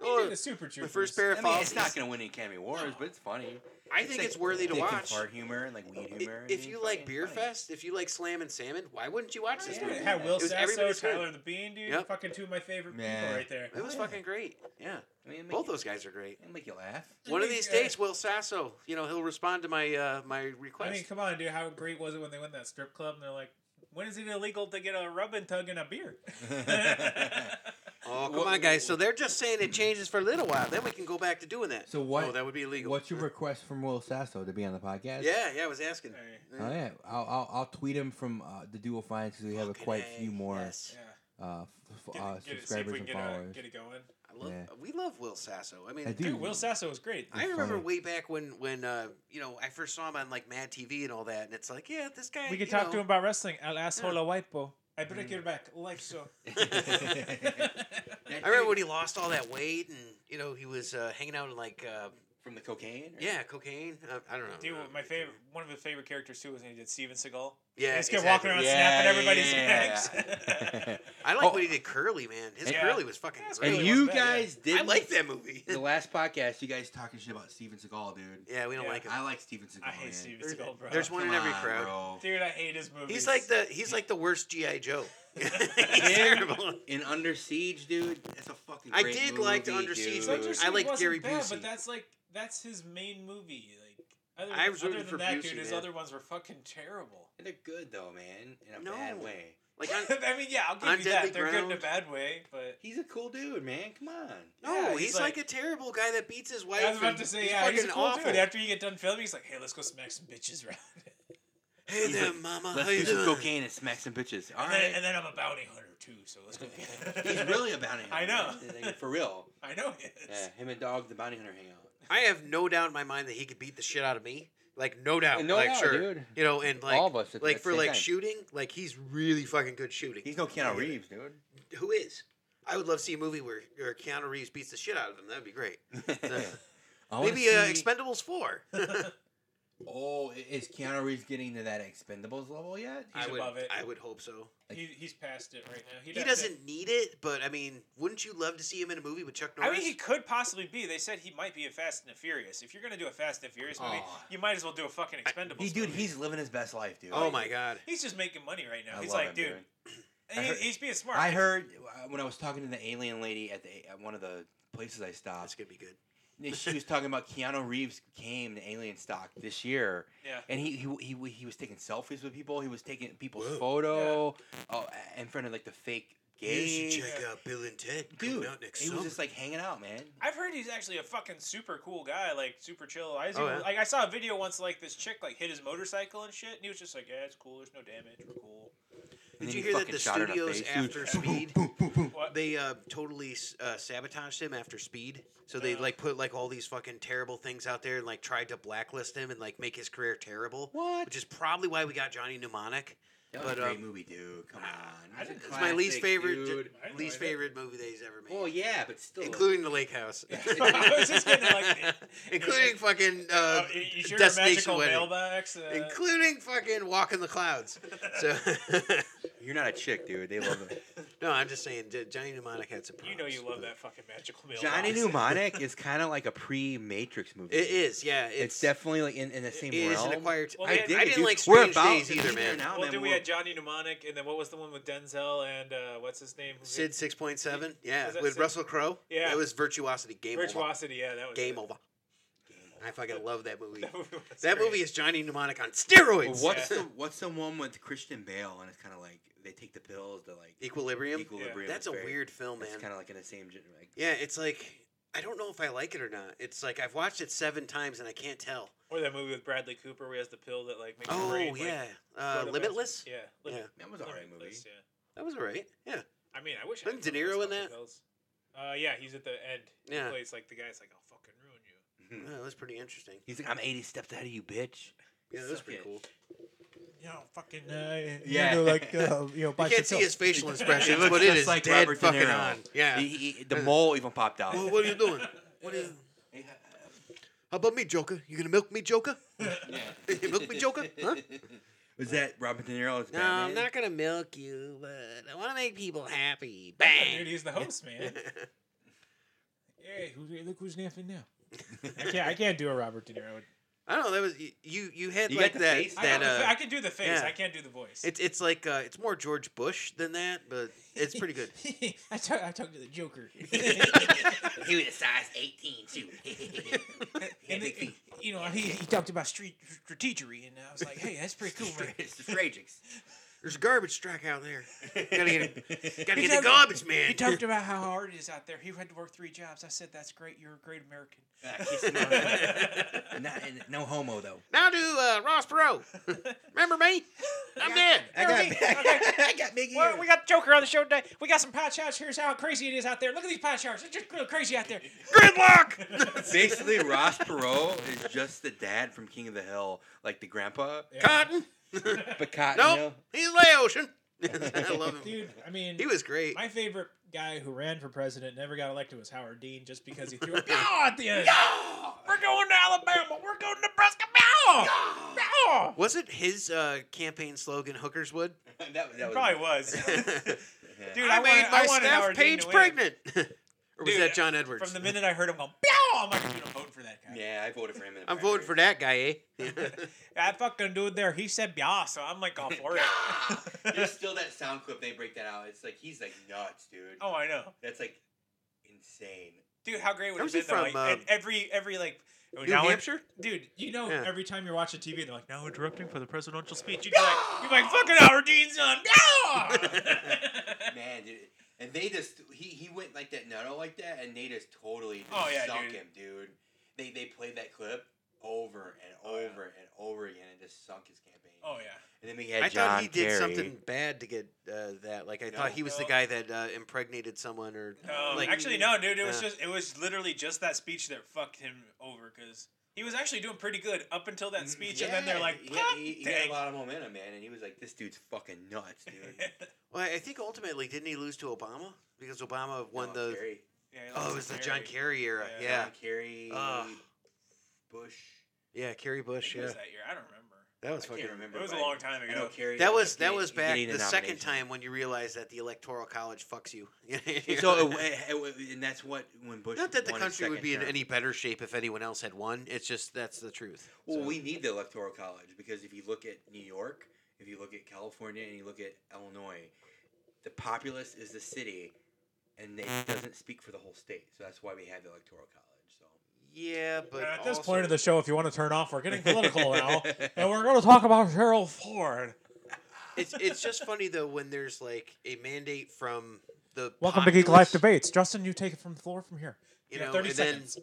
[SPEAKER 2] He did the Super
[SPEAKER 4] Oh, the
[SPEAKER 2] Troopers.
[SPEAKER 4] first pair of
[SPEAKER 3] I mean,
[SPEAKER 4] fogs.
[SPEAKER 3] it's not going to win any Academy Awards, but it's funny.
[SPEAKER 4] I think
[SPEAKER 3] like
[SPEAKER 4] it's worthy to
[SPEAKER 3] dick and
[SPEAKER 4] watch.
[SPEAKER 3] Fart humor and like weed
[SPEAKER 4] I-
[SPEAKER 3] humor.
[SPEAKER 4] If
[SPEAKER 3] and
[SPEAKER 4] you like
[SPEAKER 3] fucking
[SPEAKER 4] Beer
[SPEAKER 3] funny.
[SPEAKER 4] Fest, if you like Slam and Salmon, why wouldn't you watch this
[SPEAKER 2] Yeah,
[SPEAKER 4] movie?
[SPEAKER 2] it had Will
[SPEAKER 4] It was
[SPEAKER 2] Sasso,
[SPEAKER 4] everybody's
[SPEAKER 2] Tyler
[SPEAKER 4] favorite.
[SPEAKER 2] the Bean, dude.
[SPEAKER 4] Yep.
[SPEAKER 2] Fucking two of my favorite
[SPEAKER 3] Yeah.
[SPEAKER 2] people right there.
[SPEAKER 4] It was
[SPEAKER 3] Oh, yeah.
[SPEAKER 4] fucking great. Yeah,
[SPEAKER 3] I mean,
[SPEAKER 4] both those guys are great.
[SPEAKER 3] It'll make you laugh.
[SPEAKER 4] One of
[SPEAKER 2] make,
[SPEAKER 4] these
[SPEAKER 2] uh,
[SPEAKER 4] days, Will Sasso, you know, he'll respond to my uh, my request.
[SPEAKER 2] I mean, come on, dude. How great was it when they went to that strip club and they're like, when is it illegal to get a rub and tug and a beer?
[SPEAKER 4] oh, come
[SPEAKER 3] What-
[SPEAKER 4] on, guys. So they're just saying it changes for a little while. Then we can go back to doing that.
[SPEAKER 10] So what-
[SPEAKER 4] Oh, that would be illegal.
[SPEAKER 10] What's your request from Will Sasso to be on the podcast?
[SPEAKER 4] Yeah, yeah. I was asking.
[SPEAKER 2] Hey,
[SPEAKER 10] Oh yeah, I'll I'll, I'll tweet him from uh, the dual finds because we have a
[SPEAKER 4] Fucking
[SPEAKER 10] quite
[SPEAKER 4] A,
[SPEAKER 10] few more
[SPEAKER 4] yes.
[SPEAKER 2] yeah.
[SPEAKER 10] uh, f-
[SPEAKER 2] Get,
[SPEAKER 10] uh,
[SPEAKER 2] it- get it, see if
[SPEAKER 10] subscribers
[SPEAKER 2] we
[SPEAKER 10] and
[SPEAKER 2] can get, a,
[SPEAKER 10] followers.
[SPEAKER 2] get it going.
[SPEAKER 4] I love.
[SPEAKER 10] Yeah.
[SPEAKER 4] We love Will Sasso. I mean,
[SPEAKER 10] I do.
[SPEAKER 2] Dude, Will Sasso was great.
[SPEAKER 4] I
[SPEAKER 10] It's
[SPEAKER 4] remember
[SPEAKER 10] funny.
[SPEAKER 4] way back when when uh, you know I first saw him on like Mad TV and all that, and it's like, yeah, this guy.
[SPEAKER 2] We could
[SPEAKER 4] you
[SPEAKER 2] talk
[SPEAKER 4] know,
[SPEAKER 2] to him about wrestling. El asshole a white boy. I break your back like so.
[SPEAKER 4] I remember when he lost all that weight, and you know he was uh, hanging out in like uh,
[SPEAKER 3] From the cocaine? or-
[SPEAKER 4] yeah, cocaine. Uh, I don't know.
[SPEAKER 2] Dude,
[SPEAKER 4] Uh,
[SPEAKER 2] my favorite, one of his favorite characters too was when he did Steven Seagal.
[SPEAKER 4] Yeah,
[SPEAKER 2] he just kept walking
[SPEAKER 4] exactly.
[SPEAKER 2] around
[SPEAKER 3] Yeah,
[SPEAKER 2] snapping everybody's
[SPEAKER 3] yeah,
[SPEAKER 2] necks.
[SPEAKER 4] I like
[SPEAKER 3] Oh.
[SPEAKER 4] when he did Curly, man. His
[SPEAKER 2] Yeah.
[SPEAKER 4] Curly was fucking
[SPEAKER 2] That's
[SPEAKER 4] great.
[SPEAKER 3] And
[SPEAKER 2] Really
[SPEAKER 3] you
[SPEAKER 2] wasn't bad, yeah.
[SPEAKER 3] guys did
[SPEAKER 4] I like that movie.
[SPEAKER 3] The last podcast, you guys talking shit about Steven Seagal, dude.
[SPEAKER 4] yeah, we don't
[SPEAKER 2] Yeah.
[SPEAKER 4] like him.
[SPEAKER 3] I like Steven Seagal.
[SPEAKER 2] I hate
[SPEAKER 3] man.
[SPEAKER 2] Steven
[SPEAKER 4] There's-
[SPEAKER 2] Seagal, bro.
[SPEAKER 4] there's one in
[SPEAKER 3] Come
[SPEAKER 4] every
[SPEAKER 3] on,
[SPEAKER 4] crowd.
[SPEAKER 3] bro.
[SPEAKER 2] Dude, I hate his movies.
[SPEAKER 4] He's like the he's like the worst GI Joe. He's terrible.
[SPEAKER 3] In Under Siege, dude, that's a fucking.
[SPEAKER 4] I
[SPEAKER 3] great
[SPEAKER 4] did like the
[SPEAKER 3] movie,
[SPEAKER 4] Under Siege
[SPEAKER 3] dude.
[SPEAKER 4] one.
[SPEAKER 2] Doctor
[SPEAKER 4] I
[SPEAKER 2] Sleep
[SPEAKER 4] like
[SPEAKER 2] wasn't
[SPEAKER 4] Gary
[SPEAKER 2] bad,
[SPEAKER 4] Busey.
[SPEAKER 2] But that's like that's his main movie. Like other,
[SPEAKER 4] I was
[SPEAKER 2] other
[SPEAKER 4] rooting
[SPEAKER 2] than
[SPEAKER 4] for
[SPEAKER 2] that,
[SPEAKER 4] Busey,
[SPEAKER 2] dude, his
[SPEAKER 4] man.
[SPEAKER 2] other ones were fucking terrible.
[SPEAKER 3] They're good though, man. In a
[SPEAKER 4] No.
[SPEAKER 3] bad way.
[SPEAKER 4] Like on,
[SPEAKER 2] I mean, yeah, I'll give
[SPEAKER 4] On
[SPEAKER 2] you
[SPEAKER 4] Deadly
[SPEAKER 2] that. They're good in
[SPEAKER 4] Ground.
[SPEAKER 2] a bad way, but
[SPEAKER 3] He's a cool dude, man. Come on.
[SPEAKER 4] no,
[SPEAKER 2] Yeah,
[SPEAKER 4] he's,
[SPEAKER 2] he's
[SPEAKER 4] like,
[SPEAKER 2] like-
[SPEAKER 4] a terrible guy that beats his wife.
[SPEAKER 2] I was about
[SPEAKER 4] and
[SPEAKER 2] to say, yeah, he's a
[SPEAKER 4] fucking
[SPEAKER 2] cool
[SPEAKER 4] awful.
[SPEAKER 2] dude. After you get done filming, he's like, hey, let's go smack some bitches around.
[SPEAKER 4] Hey
[SPEAKER 3] He's
[SPEAKER 4] there,
[SPEAKER 3] like,
[SPEAKER 4] mama.
[SPEAKER 3] Let's
[SPEAKER 4] how you
[SPEAKER 3] do some
[SPEAKER 4] doing?"
[SPEAKER 3] cocaine and smack some bitches. All
[SPEAKER 2] and, then,
[SPEAKER 3] right.
[SPEAKER 2] and then I'm a bounty hunter too, so let's go. get
[SPEAKER 3] He's really a bounty hunter.
[SPEAKER 2] I know.
[SPEAKER 3] man. Like, for real.
[SPEAKER 2] I know he is.
[SPEAKER 3] Yeah, him and Dog, the bounty hunter, hang out.
[SPEAKER 4] I have no doubt in my mind that he could beat the shit out of me. Like no doubt.
[SPEAKER 10] No
[SPEAKER 4] like
[SPEAKER 10] doubt,
[SPEAKER 4] sure.
[SPEAKER 10] dude.
[SPEAKER 4] You know, and like
[SPEAKER 10] All of us at
[SPEAKER 4] like
[SPEAKER 10] the
[SPEAKER 4] for
[SPEAKER 10] same
[SPEAKER 4] like
[SPEAKER 10] time.
[SPEAKER 4] shooting, like he's really fucking good shooting.
[SPEAKER 3] He's no Keanu Reeves, dude.
[SPEAKER 4] Who is? I would love to see a movie where, where Keanu Reeves beats the shit out of him. That'd be great.
[SPEAKER 10] I wanna
[SPEAKER 4] Maybe uh,
[SPEAKER 10] see-
[SPEAKER 4] Expendables Four.
[SPEAKER 10] Oh, i- is Keanu Reeves getting to that Expendables level yet?
[SPEAKER 2] He's
[SPEAKER 4] I would,
[SPEAKER 2] above it.
[SPEAKER 4] I would hope so.
[SPEAKER 2] He, he's past it right now. He'd
[SPEAKER 4] He
[SPEAKER 2] have to-
[SPEAKER 4] doesn't need it, but I mean, wouldn't you love to see him in a movie with Chuck
[SPEAKER 2] I
[SPEAKER 4] Norris?
[SPEAKER 2] mean, he could possibly be. They said he might be a Fast and the Furious. If you're gonna do a Fast and the Furious movie,
[SPEAKER 3] Aw.
[SPEAKER 2] you might as well do a fucking Expendables.
[SPEAKER 3] He, dude,
[SPEAKER 2] movie.
[SPEAKER 3] he's living his best life, dude.
[SPEAKER 4] oh my god!
[SPEAKER 2] he's just making money right now.
[SPEAKER 3] I
[SPEAKER 2] he's
[SPEAKER 3] love
[SPEAKER 2] like,
[SPEAKER 3] him,
[SPEAKER 2] dude,
[SPEAKER 3] I
[SPEAKER 2] and he,
[SPEAKER 3] heard-
[SPEAKER 2] he's being smart.
[SPEAKER 3] I heard uh, when I was talking to the alien lady at the at one of the places I
[SPEAKER 4] That's
[SPEAKER 3] stopped.
[SPEAKER 4] gonna be good.
[SPEAKER 3] She was talking about Keanu Reeves came to Alien Stock this year,
[SPEAKER 2] Yeah.
[SPEAKER 3] and he he, he, he was taking selfies with people. He was taking people's photo oh, a- in front of like the fake
[SPEAKER 4] You
[SPEAKER 3] gay
[SPEAKER 4] should check out Bill and Ted.
[SPEAKER 3] dude.
[SPEAKER 4] coming out next
[SPEAKER 3] he
[SPEAKER 4] summer.
[SPEAKER 3] was just like hanging out, man.
[SPEAKER 2] I've heard he's actually a fucking super cool guy, like super chill. I
[SPEAKER 4] Oh, yeah.
[SPEAKER 2] like I saw a video once, like this chick like hit his motorcycle and shit, and he was just like, "Yeah, it's cool. There's no damage. We're cool."
[SPEAKER 3] And then
[SPEAKER 4] Did you
[SPEAKER 3] he
[SPEAKER 4] hear that
[SPEAKER 3] fucking
[SPEAKER 4] the
[SPEAKER 3] shot her in
[SPEAKER 4] studios
[SPEAKER 3] face, dude.
[SPEAKER 4] after Speed,
[SPEAKER 2] What?
[SPEAKER 4] they uh, totally uh, sabotaged him after Speed? So they
[SPEAKER 2] Uh.
[SPEAKER 4] like put like all these fucking terrible things out there and like tried to blacklist him and like make his career terrible.
[SPEAKER 3] What?
[SPEAKER 4] Which is probably why we got Johnny Mnemonic.
[SPEAKER 3] That was
[SPEAKER 4] But,
[SPEAKER 3] a great
[SPEAKER 4] um,
[SPEAKER 3] movie, dude. Come on.
[SPEAKER 2] I didn't-
[SPEAKER 4] It's my least
[SPEAKER 3] Classic,
[SPEAKER 4] favorite,
[SPEAKER 3] dude.
[SPEAKER 2] I enjoyed
[SPEAKER 4] least
[SPEAKER 2] it.
[SPEAKER 4] favorite movie that he's ever made.
[SPEAKER 3] Well, yeah, but still,
[SPEAKER 4] including the Lake House.
[SPEAKER 2] I was just gonna like,
[SPEAKER 4] including fucking uh,
[SPEAKER 2] uh, is your
[SPEAKER 4] Destination
[SPEAKER 2] magical
[SPEAKER 4] Wedding.
[SPEAKER 2] mailbox? Uh,
[SPEAKER 4] Including fucking Walk in the Clouds. So,
[SPEAKER 3] you're not a chick, dude. They love it.
[SPEAKER 4] no, I'm just saying, J- Johnny Mnemonic had some
[SPEAKER 2] you
[SPEAKER 4] problems.
[SPEAKER 2] know you love
[SPEAKER 4] but-
[SPEAKER 2] that fucking magical mailbox.
[SPEAKER 3] Johnny Mnemonic is kind of like a pre-Matrix movie.
[SPEAKER 4] It is, yeah.
[SPEAKER 3] It's,
[SPEAKER 4] It's,
[SPEAKER 3] definitely like in, in the
[SPEAKER 4] It
[SPEAKER 3] same
[SPEAKER 4] is
[SPEAKER 3] realm.
[SPEAKER 4] an acquired.
[SPEAKER 2] Well,
[SPEAKER 4] I,
[SPEAKER 2] man,
[SPEAKER 4] I
[SPEAKER 3] dig it,
[SPEAKER 4] didn't
[SPEAKER 3] dude.
[SPEAKER 4] like
[SPEAKER 3] We're
[SPEAKER 4] Strange
[SPEAKER 3] about
[SPEAKER 4] Days
[SPEAKER 3] to
[SPEAKER 4] either,
[SPEAKER 3] be there
[SPEAKER 4] man.
[SPEAKER 3] now,
[SPEAKER 2] Well,
[SPEAKER 3] man.
[SPEAKER 2] dude, we
[SPEAKER 3] We're-
[SPEAKER 2] had Johnny Mnemonic, and then what was the one with Denzel and uh, what's his name? Who
[SPEAKER 4] Sid
[SPEAKER 2] did-
[SPEAKER 4] six point seven, yeah,
[SPEAKER 2] Was that
[SPEAKER 4] with
[SPEAKER 2] Sid?
[SPEAKER 4] Russell Crowe.
[SPEAKER 2] Yeah.
[SPEAKER 4] it was Virtuosity. Game over.
[SPEAKER 2] Virtuosity. Yeah, that was
[SPEAKER 4] Game
[SPEAKER 2] it.
[SPEAKER 4] over. I fucking love that movie.
[SPEAKER 2] That movie was
[SPEAKER 4] that
[SPEAKER 2] great.
[SPEAKER 4] movie is Johnny Mnemonic on
[SPEAKER 3] Well,
[SPEAKER 4] steroids.
[SPEAKER 3] what's
[SPEAKER 2] Yeah.
[SPEAKER 3] the what's the one with Christian Bale and it's kind of like they take the pills to like
[SPEAKER 4] Equilibrium.
[SPEAKER 3] equilibrium.
[SPEAKER 4] That's a
[SPEAKER 3] It's very-
[SPEAKER 4] weird film, man.
[SPEAKER 3] It's kind of like in the same gen- like.
[SPEAKER 4] Yeah, it's like I don't know if I like it or not. It's like I've watched it seven times and I can't tell.
[SPEAKER 2] Or that movie with Bradley Cooper, where he has the pill that like makes
[SPEAKER 4] Oh
[SPEAKER 2] your brain, like,
[SPEAKER 4] yeah,
[SPEAKER 2] go
[SPEAKER 4] uh,
[SPEAKER 2] to
[SPEAKER 4] Limitless.
[SPEAKER 2] best- Yeah, Lim-
[SPEAKER 4] Yeah.
[SPEAKER 3] That was an alright movie.
[SPEAKER 2] Limitless, Yeah.
[SPEAKER 4] That was alright. Yeah,
[SPEAKER 2] I mean, I wish.
[SPEAKER 4] Wasn't
[SPEAKER 2] I could
[SPEAKER 4] De Niro
[SPEAKER 2] remember
[SPEAKER 4] in
[SPEAKER 2] stuff
[SPEAKER 4] that?
[SPEAKER 2] like those. Uh, yeah, he's at the end.
[SPEAKER 4] Yeah.
[SPEAKER 2] He plays like the guy's like, "I'll fucking ruin you."
[SPEAKER 4] Yeah, that was pretty interesting.
[SPEAKER 3] He's like, I'm 80 steps ahead of you, bitch.
[SPEAKER 4] Yeah, that was
[SPEAKER 3] Suck
[SPEAKER 4] pretty
[SPEAKER 3] it.
[SPEAKER 4] cool.
[SPEAKER 2] You know, fucking.
[SPEAKER 3] Yeah. know, like, uh,
[SPEAKER 10] you know,
[SPEAKER 4] You can't see his facial
[SPEAKER 3] He
[SPEAKER 4] expressions,
[SPEAKER 3] looks
[SPEAKER 4] but it
[SPEAKER 3] just
[SPEAKER 4] is
[SPEAKER 3] like
[SPEAKER 4] dead
[SPEAKER 3] Robert De
[SPEAKER 4] fucking
[SPEAKER 3] Niro.
[SPEAKER 4] on. Yeah.
[SPEAKER 3] He, he- the mole even popped out.
[SPEAKER 4] Well, what are you doing? What is? How about me, Joker? You gonna milk me, Joker? you milk me, Joker? Huh?
[SPEAKER 3] Was that Robert De Niro as
[SPEAKER 4] No,
[SPEAKER 3] Batman?
[SPEAKER 4] I'm not gonna milk you, but I want to make people happy.
[SPEAKER 2] Dude,
[SPEAKER 4] Bang!
[SPEAKER 2] he's the host, man. Hey, who, look who's napping now. I can't. I can't do a Robert De Niro.
[SPEAKER 4] I don't know. That was you. You, you had
[SPEAKER 3] You got
[SPEAKER 4] like
[SPEAKER 3] the
[SPEAKER 4] that.
[SPEAKER 3] face
[SPEAKER 2] I, got
[SPEAKER 4] that
[SPEAKER 2] the fa- I
[SPEAKER 4] uh,
[SPEAKER 2] can do the face.
[SPEAKER 4] yeah.
[SPEAKER 2] I can't do the voice.
[SPEAKER 4] it's it's like uh, it's more George Bush than that, but it's pretty good.
[SPEAKER 2] I talk. I talk to the Joker.
[SPEAKER 3] He was a size 18 too.
[SPEAKER 2] and
[SPEAKER 3] big
[SPEAKER 2] then, you know, he, he talked about street strategery, and I was like, hey, that's pretty cool, man.
[SPEAKER 3] It's Strategix.
[SPEAKER 4] There's a garbage strike out there. Gotta get, gotta
[SPEAKER 2] He
[SPEAKER 4] get the
[SPEAKER 2] talked-
[SPEAKER 4] garbage man.
[SPEAKER 2] He talked about how hard it is out there. He had to work three jobs. I said, that's great. You're a great American.
[SPEAKER 11] Not, and no homo though.
[SPEAKER 4] now do uh, Ross Perot. Remember me? I'm dead.
[SPEAKER 11] I got,
[SPEAKER 2] Okay,
[SPEAKER 11] I got, I got big ears.
[SPEAKER 2] Well, we got Joker on the show today. We got some pie charts. Here's how crazy it is out there. Look at these pie charts. It's just real crazy out there.
[SPEAKER 4] Gridlock.
[SPEAKER 3] Basically, Ross Perot is just the dad from King of the Hill, like the grandpa.
[SPEAKER 4] Cotton.
[SPEAKER 3] But Cotton,
[SPEAKER 4] Nope.
[SPEAKER 3] you know,
[SPEAKER 4] He's Laotian. I love him.
[SPEAKER 2] Dude, I mean,
[SPEAKER 4] He was great.
[SPEAKER 2] my favorite guy who ran for president never got elected was Howard Dean just because he threw a "Yaw" at the end. We're going to Alabama. We're going to Nebraska. Yaw! Yaw!
[SPEAKER 4] Was it his uh, campaign slogan, Hookers Would?
[SPEAKER 3] that, that was
[SPEAKER 2] Probably was.
[SPEAKER 3] yeah.
[SPEAKER 2] Dude,
[SPEAKER 4] I,
[SPEAKER 2] I,
[SPEAKER 4] made
[SPEAKER 2] wanted-
[SPEAKER 4] my
[SPEAKER 2] I wanted
[SPEAKER 4] staff
[SPEAKER 2] Howard Dean
[SPEAKER 4] page
[SPEAKER 2] to win.
[SPEAKER 4] pregnant. or was
[SPEAKER 2] Dude,
[SPEAKER 4] that John Edwards?
[SPEAKER 2] From the minute I heard him going, "Yaw," I'm like, I'm going to vote for that guy.
[SPEAKER 3] Yeah, I voted for him. in the
[SPEAKER 4] I'm voting for
[SPEAKER 3] primary.
[SPEAKER 4] that guy, eh?
[SPEAKER 2] That fucking dude there, he said "Yaw," so I'm like, all for it.
[SPEAKER 3] There's still that sound clip they break that out. It's like he's like nuts, dude.
[SPEAKER 2] oh, I know.
[SPEAKER 3] That's like insane.
[SPEAKER 2] Dude, how great would
[SPEAKER 4] Where
[SPEAKER 2] it
[SPEAKER 4] was
[SPEAKER 2] be
[SPEAKER 4] he
[SPEAKER 2] though? Like,
[SPEAKER 4] from, uh,
[SPEAKER 2] and every every like
[SPEAKER 4] New
[SPEAKER 2] now it-
[SPEAKER 4] Hampshire?
[SPEAKER 2] dude, you know
[SPEAKER 4] Yeah.
[SPEAKER 2] every time you're watching TV, they're like, now interrupting for the presidential speech. You'd be like, you're like, fucking Howard Dean's on.
[SPEAKER 3] Man, dude. And they just he he went like that nutto like that, and they just totally just
[SPEAKER 2] Oh, yeah,
[SPEAKER 3] sunk
[SPEAKER 2] dude.
[SPEAKER 3] him, dude. They they played that clip over and over and over again, and just sunk his campaign.
[SPEAKER 2] oh yeah,
[SPEAKER 3] And then we had
[SPEAKER 4] I
[SPEAKER 3] John
[SPEAKER 4] thought he did
[SPEAKER 3] Kerry.
[SPEAKER 4] something bad to get uh, that. Like I thought
[SPEAKER 3] No.
[SPEAKER 4] he was the
[SPEAKER 2] No.
[SPEAKER 4] guy that uh, impregnated someone or
[SPEAKER 2] no,
[SPEAKER 4] like
[SPEAKER 2] Um, actually no, dude. It was
[SPEAKER 4] Yeah.
[SPEAKER 2] just it was literally just that speech that fucked him over because he was actually doing pretty good up until
[SPEAKER 4] Mm-hmm.
[SPEAKER 2] that speech, and then they're
[SPEAKER 3] Mm, Yeah,
[SPEAKER 2] like,
[SPEAKER 3] he, had- he, he had
[SPEAKER 2] "Fuck,
[SPEAKER 3] a lot of momentum, man, and he was like, "This dude's fucking nuts, dude."
[SPEAKER 2] dang."
[SPEAKER 4] Well, I think ultimately didn't he lose to Obama because Obama won
[SPEAKER 3] John
[SPEAKER 4] the
[SPEAKER 3] Kerry,
[SPEAKER 2] Yeah, he
[SPEAKER 4] oh
[SPEAKER 2] lost
[SPEAKER 4] it was
[SPEAKER 2] to
[SPEAKER 4] the John Kerry era.
[SPEAKER 2] Yeah.
[SPEAKER 4] Yeah, yeah,
[SPEAKER 3] John Kerry,
[SPEAKER 4] Ugh.
[SPEAKER 3] Bush.
[SPEAKER 4] Kerry
[SPEAKER 2] I think
[SPEAKER 4] Bush.
[SPEAKER 2] it
[SPEAKER 4] Yeah,
[SPEAKER 2] was that year. I don't remember.
[SPEAKER 4] that was
[SPEAKER 3] I
[SPEAKER 4] fucking.
[SPEAKER 3] can't remember.
[SPEAKER 2] It was a
[SPEAKER 3] but
[SPEAKER 2] long time
[SPEAKER 3] I know
[SPEAKER 2] ago.
[SPEAKER 3] Kerry.
[SPEAKER 4] That
[SPEAKER 3] was
[SPEAKER 4] was that
[SPEAKER 3] getting-
[SPEAKER 4] was back
[SPEAKER 3] getting
[SPEAKER 4] the second
[SPEAKER 3] nomination.
[SPEAKER 4] time when you realized that the electoral college fucks you. uh,
[SPEAKER 3] so it, it, it- and that's what when Bush.
[SPEAKER 4] not that the
[SPEAKER 3] won his
[SPEAKER 4] country would
[SPEAKER 3] second
[SPEAKER 4] be in
[SPEAKER 3] term.
[SPEAKER 4] any better shape if anyone else had won. It's just that's the truth.
[SPEAKER 3] Well,
[SPEAKER 4] So-
[SPEAKER 3] we need the electoral college because if you look at New York, if you look at California, and you look at Illinois, the populace is the city, and it doesn't speak for the whole state. So that's why we have the electoral college. So.
[SPEAKER 4] yeah, but
[SPEAKER 2] at this
[SPEAKER 4] also-
[SPEAKER 2] point of the show, if you want to turn off, we're getting political now, and we're going to talk about Cheryl Ford.
[SPEAKER 4] it's it's just funny though when there's like a mandate from the
[SPEAKER 2] Welcome to Geek Life
[SPEAKER 4] populace,
[SPEAKER 2] Debates, Justin. You take it from the floor from here.
[SPEAKER 4] You
[SPEAKER 2] Yeah,
[SPEAKER 4] know,
[SPEAKER 2] 30
[SPEAKER 4] and then
[SPEAKER 2] seconds.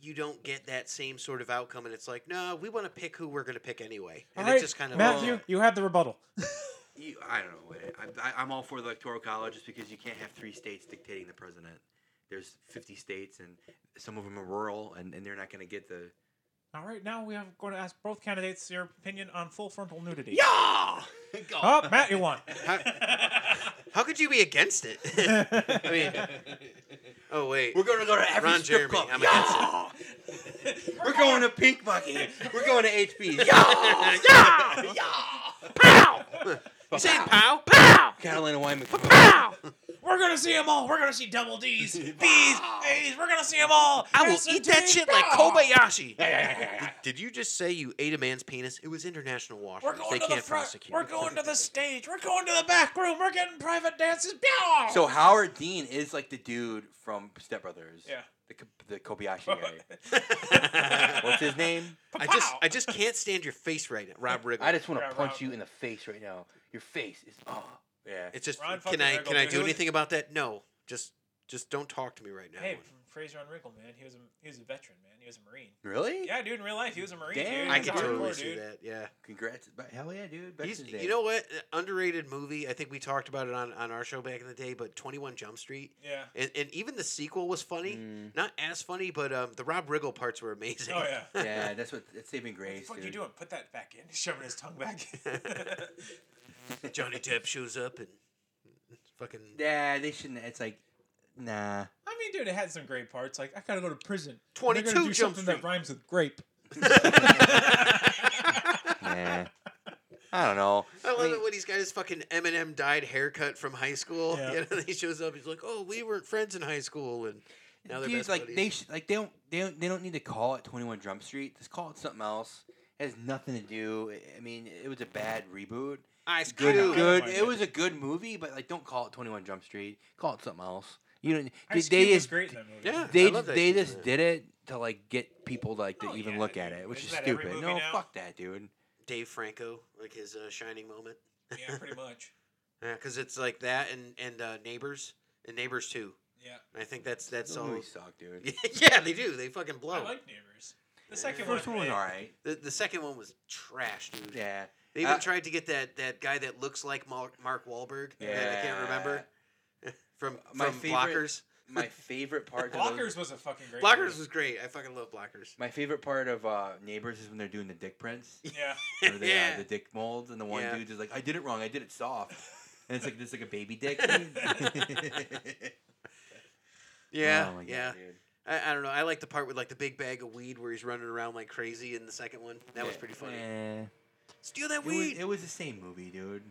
[SPEAKER 4] you don't get that same sort of outcome, and it's like, no, we want to pick who we're going to pick anyway,
[SPEAKER 2] All
[SPEAKER 4] and
[SPEAKER 2] right,
[SPEAKER 4] it's just kind of
[SPEAKER 2] Matthew, you have the rebuttal.
[SPEAKER 3] You, I don't know. I, I, I'm all for the electoral college just because you can't have three states dictating the president. There's 50 states, and some of them are rural, and, and they're not going to get the.
[SPEAKER 2] All right, now we are going to ask both candidates your opinion on full frontal nudity.
[SPEAKER 3] Yeah!
[SPEAKER 2] Oh, Matt, you won.
[SPEAKER 4] How could you be against it? I mean, oh wait,
[SPEAKER 3] We're going to go to every
[SPEAKER 4] Ron
[SPEAKER 3] strip
[SPEAKER 4] Jeremy,
[SPEAKER 3] club.
[SPEAKER 4] I'm
[SPEAKER 3] Yeah! We're going to Pink Monkey. We're going to HB. Yeah! Yeah! Yeah! Pow!
[SPEAKER 4] you saying pow pow?
[SPEAKER 3] Catalina Wyman. Pow!
[SPEAKER 2] We're going to see them all. We're going to see double D's, B's, A's. We're going to see them all.
[SPEAKER 4] I will
[SPEAKER 2] S and Ah!
[SPEAKER 4] eat that
[SPEAKER 2] T's.
[SPEAKER 4] shit like
[SPEAKER 2] Bah!
[SPEAKER 4] Kobayashi. Did you just say you ate a man's penis? It was international washers.
[SPEAKER 2] We're going
[SPEAKER 4] they
[SPEAKER 2] to
[SPEAKER 4] can't
[SPEAKER 2] the front.
[SPEAKER 4] prosecute.
[SPEAKER 2] We're going to the stage. We're going to the back room. We're getting private dances. Bah!
[SPEAKER 3] So Howard Dean is like the dude from Step Brothers.
[SPEAKER 2] Yeah.
[SPEAKER 3] The, Ko- the Kobayashi guy. What's his name?
[SPEAKER 4] I just
[SPEAKER 2] Pow!
[SPEAKER 4] I just can't stand your face right now, Rob Riggle.
[SPEAKER 3] I just want
[SPEAKER 2] Yeah,
[SPEAKER 3] to punch
[SPEAKER 2] Rob.
[SPEAKER 3] you in the face right now. Your face is oh yeah.
[SPEAKER 4] It's just
[SPEAKER 2] Ron fucking
[SPEAKER 4] can I
[SPEAKER 2] Riggle,
[SPEAKER 4] can I
[SPEAKER 2] dude. He
[SPEAKER 4] do
[SPEAKER 2] was-
[SPEAKER 4] anything about that? No. Just just don't talk to me right now.
[SPEAKER 2] Hey, from Fraser on Wrinkle, man. He was a he was a veteran, man. He was a Marine.
[SPEAKER 3] really?
[SPEAKER 2] Yeah, dude, in real life, he was a Marine.
[SPEAKER 3] Damn.
[SPEAKER 2] dude.
[SPEAKER 4] I
[SPEAKER 2] He's
[SPEAKER 4] can
[SPEAKER 2] hardcore,
[SPEAKER 4] totally see
[SPEAKER 2] dude.
[SPEAKER 4] that. Yeah.
[SPEAKER 3] Congrats, but hell yeah, dude. Back
[SPEAKER 4] He's,
[SPEAKER 3] in the day.
[SPEAKER 4] you know what? Underrated movie. I think we talked about it on, on our show back in the day, but 21 Jump Street.
[SPEAKER 2] Yeah.
[SPEAKER 4] And, and even the sequel was funny.
[SPEAKER 3] Mm.
[SPEAKER 4] Not as funny, but um, the Rob Riggle parts were amazing.
[SPEAKER 2] Oh yeah.
[SPEAKER 3] yeah, that's what that's saving
[SPEAKER 2] What the
[SPEAKER 3] grace.
[SPEAKER 2] fuck
[SPEAKER 3] dude.
[SPEAKER 2] you doing? Put that back in. He's shoving his tongue back.
[SPEAKER 4] Johnny Depp shows up and fucking.
[SPEAKER 3] Yeah, they shouldn't. It's like, nah.
[SPEAKER 2] I mean, dude, it had some great parts. Like, I gotta go to prison. and
[SPEAKER 4] 22
[SPEAKER 2] They're gonna do
[SPEAKER 4] Jump
[SPEAKER 2] something that
[SPEAKER 4] Street.
[SPEAKER 2] rhymes with grape.
[SPEAKER 3] nah. I don't know.
[SPEAKER 4] I love
[SPEAKER 3] mean-
[SPEAKER 4] it when he's got his fucking Eminem dyed haircut from high school.
[SPEAKER 2] Yeah.
[SPEAKER 4] You know, and he shows up. He's like, "Oh, we weren't friends in high school," and Now they're
[SPEAKER 3] Dudes,
[SPEAKER 4] best
[SPEAKER 3] like they
[SPEAKER 4] buddies.
[SPEAKER 3] sh- like they don't they don't they don't need to call it Twenty One Jump Street. Just call it something else. It has nothing to do. I- I mean, it was a bad reboot.
[SPEAKER 4] Ice
[SPEAKER 3] Good,
[SPEAKER 2] kinda
[SPEAKER 4] Cube.
[SPEAKER 3] good.
[SPEAKER 2] like
[SPEAKER 3] It
[SPEAKER 2] it.
[SPEAKER 3] was a good movie, but like, don't call it Twenty One Jump Street. Call it something else. You don't. They,
[SPEAKER 2] Ice
[SPEAKER 3] they
[SPEAKER 2] Cube was
[SPEAKER 3] just
[SPEAKER 2] great in that movie.
[SPEAKER 4] Yeah. I
[SPEAKER 3] they
[SPEAKER 4] love that
[SPEAKER 3] they
[SPEAKER 4] shit,
[SPEAKER 3] just
[SPEAKER 4] man.
[SPEAKER 3] did it to like get people like to
[SPEAKER 2] Oh,
[SPEAKER 3] even
[SPEAKER 2] yeah,
[SPEAKER 3] look at
[SPEAKER 2] dude.
[SPEAKER 3] it, which
[SPEAKER 2] Isn't
[SPEAKER 3] is
[SPEAKER 2] that every
[SPEAKER 3] stupid.
[SPEAKER 2] movie
[SPEAKER 3] No,
[SPEAKER 2] now?
[SPEAKER 3] fuck that, dude.
[SPEAKER 4] Dave Franco, like his uh, shining moment.
[SPEAKER 2] Yeah, pretty much.
[SPEAKER 4] Yeah, because it's like that and and uh, Neighbors and Neighbors too.
[SPEAKER 2] Yeah.
[SPEAKER 4] I think that's that's
[SPEAKER 3] Those
[SPEAKER 4] all.
[SPEAKER 3] movies suck, dude.
[SPEAKER 4] yeah, they do. They fucking blow.
[SPEAKER 2] I like Neighbors. The second
[SPEAKER 3] First one was
[SPEAKER 2] eh,
[SPEAKER 3] alright.
[SPEAKER 4] the, the second one was trash, dude.
[SPEAKER 3] Yeah.
[SPEAKER 4] They even
[SPEAKER 3] Uh,
[SPEAKER 4] tried to get that that guy that looks like Mark, Mark Wahlberg. that I can't remember from
[SPEAKER 3] My
[SPEAKER 4] from
[SPEAKER 3] favorite-
[SPEAKER 4] Blockers.
[SPEAKER 3] My favorite part. to those-
[SPEAKER 2] Blockers was a fucking great.
[SPEAKER 4] Blockers
[SPEAKER 2] movie.
[SPEAKER 4] was great. I fucking love Blockers.
[SPEAKER 3] My favorite part of uh, Neighbors is when they're doing the dick prints,
[SPEAKER 2] Yeah.
[SPEAKER 3] or the,
[SPEAKER 4] Yeah.
[SPEAKER 3] uh, the dick molds, and the one
[SPEAKER 4] Yeah.
[SPEAKER 3] dude's is like, "I did it wrong. I did it soft," and it's like this like a baby dick. oh
[SPEAKER 4] Yeah,
[SPEAKER 3] my God,
[SPEAKER 4] yeah.
[SPEAKER 3] dude.
[SPEAKER 4] I, I don't know. I like the part with like the big bag of weed where he's running around like crazy in the second one. That was
[SPEAKER 3] Yeah.
[SPEAKER 4] pretty funny.
[SPEAKER 3] Eh,
[SPEAKER 4] Steal that
[SPEAKER 3] it, was,
[SPEAKER 4] weed.
[SPEAKER 3] it was the same movie, dude.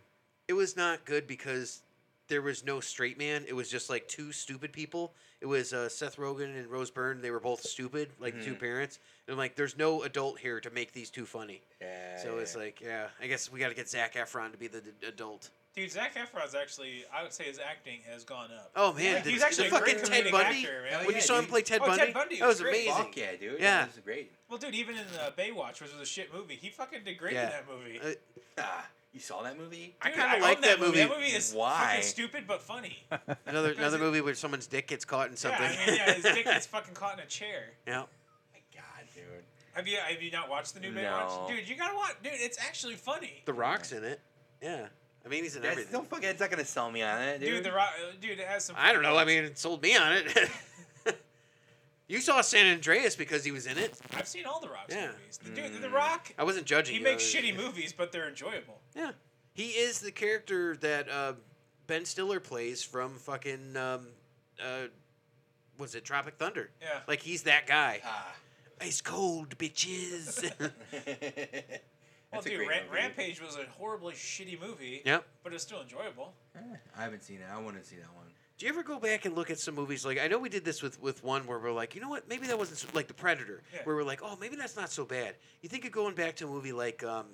[SPEAKER 4] it was not good because there was no straight man. It was just like two stupid people. It was uh, Seth Rogen and Rose Byrne. They were both stupid, like
[SPEAKER 3] Mm-hmm.
[SPEAKER 4] the two parents. And I'm like, there's no adult here to make these two funny.
[SPEAKER 3] Yeah.
[SPEAKER 4] so it's like, yeah, I guess we got to get Zach Efron to be the d- adult.
[SPEAKER 2] Dude, Zach Efron's actually, I would say his acting has gone up.
[SPEAKER 4] Oh man,
[SPEAKER 2] Yeah,
[SPEAKER 4] the,
[SPEAKER 2] he's
[SPEAKER 4] the
[SPEAKER 2] actually a
[SPEAKER 4] fucking
[SPEAKER 2] great
[SPEAKER 4] Ted
[SPEAKER 2] comedic
[SPEAKER 4] Bundy.
[SPEAKER 2] actor, man.
[SPEAKER 4] When
[SPEAKER 3] Yeah,
[SPEAKER 4] you saw him
[SPEAKER 3] dude.
[SPEAKER 4] play Ted
[SPEAKER 2] Oh, Ted
[SPEAKER 4] Bundy,
[SPEAKER 2] Bundy
[SPEAKER 4] that
[SPEAKER 2] was
[SPEAKER 4] was
[SPEAKER 2] great.
[SPEAKER 4] amazing.
[SPEAKER 3] fuck yeah, dude.
[SPEAKER 4] Yeah.
[SPEAKER 3] Yeah, this is great.
[SPEAKER 2] Well, dude, even in uh, Baywatch, which was a shit movie, he fucking did great
[SPEAKER 4] Yeah.
[SPEAKER 2] in that movie.
[SPEAKER 4] Uh,
[SPEAKER 3] Ah, you saw that movie?
[SPEAKER 2] Dude,
[SPEAKER 4] kinda
[SPEAKER 2] own
[SPEAKER 4] like that movie.
[SPEAKER 2] That movie is
[SPEAKER 3] Why?
[SPEAKER 2] fucking stupid but funny.
[SPEAKER 4] Another
[SPEAKER 2] Because
[SPEAKER 4] another
[SPEAKER 2] it-
[SPEAKER 4] movie where someone's dick gets caught in something.
[SPEAKER 2] Yeah, I mean, yeah, his dick gets fucking caught in a chair.
[SPEAKER 4] Yeah.
[SPEAKER 3] My God, dude.
[SPEAKER 2] Have you have you not watched the new
[SPEAKER 3] No.
[SPEAKER 2] Baywatch? Dude, you gotta watch. Dude, it's actually funny.
[SPEAKER 4] The Rock's in it. Yeah, I mean he's in
[SPEAKER 3] That's,
[SPEAKER 4] everything.
[SPEAKER 3] don't fucking. It's not gonna sell me on it,
[SPEAKER 2] Dude,
[SPEAKER 3] dude.
[SPEAKER 2] the rock. uh, Dude, it has some.
[SPEAKER 4] I don't know. I mean, it sold me on it. you saw San Andreas because he was in it.
[SPEAKER 2] I've seen all the Rock's
[SPEAKER 4] Yeah. Mm.
[SPEAKER 2] movies. The, dude, the Rock.
[SPEAKER 4] I wasn't judging.
[SPEAKER 2] He
[SPEAKER 4] you.
[SPEAKER 2] makes
[SPEAKER 4] I was-
[SPEAKER 2] shitty movies, but they're enjoyable.
[SPEAKER 4] Yeah, he is the character that uh, Ben Stiller plays from fucking um, uh, was it Tropic Thunder?
[SPEAKER 2] Yeah.
[SPEAKER 4] Like he's that guy.
[SPEAKER 3] Ah.
[SPEAKER 4] Ice cold bitches.
[SPEAKER 2] Well,
[SPEAKER 3] That's a
[SPEAKER 2] dude,
[SPEAKER 3] great
[SPEAKER 2] Ra-
[SPEAKER 3] movie.
[SPEAKER 2] Rampage was a horribly shitty movie.
[SPEAKER 4] yep.
[SPEAKER 2] But it's still enjoyable.
[SPEAKER 3] I haven't seen it. I want to see that one.
[SPEAKER 4] Do you ever go back and look at some movies? Like I know we did this with with one where we're like, you know what? Maybe that wasn't so, like the Predator,
[SPEAKER 2] Yeah.
[SPEAKER 4] where we're like, oh, maybe that's not so bad. You think of going back to a movie like um,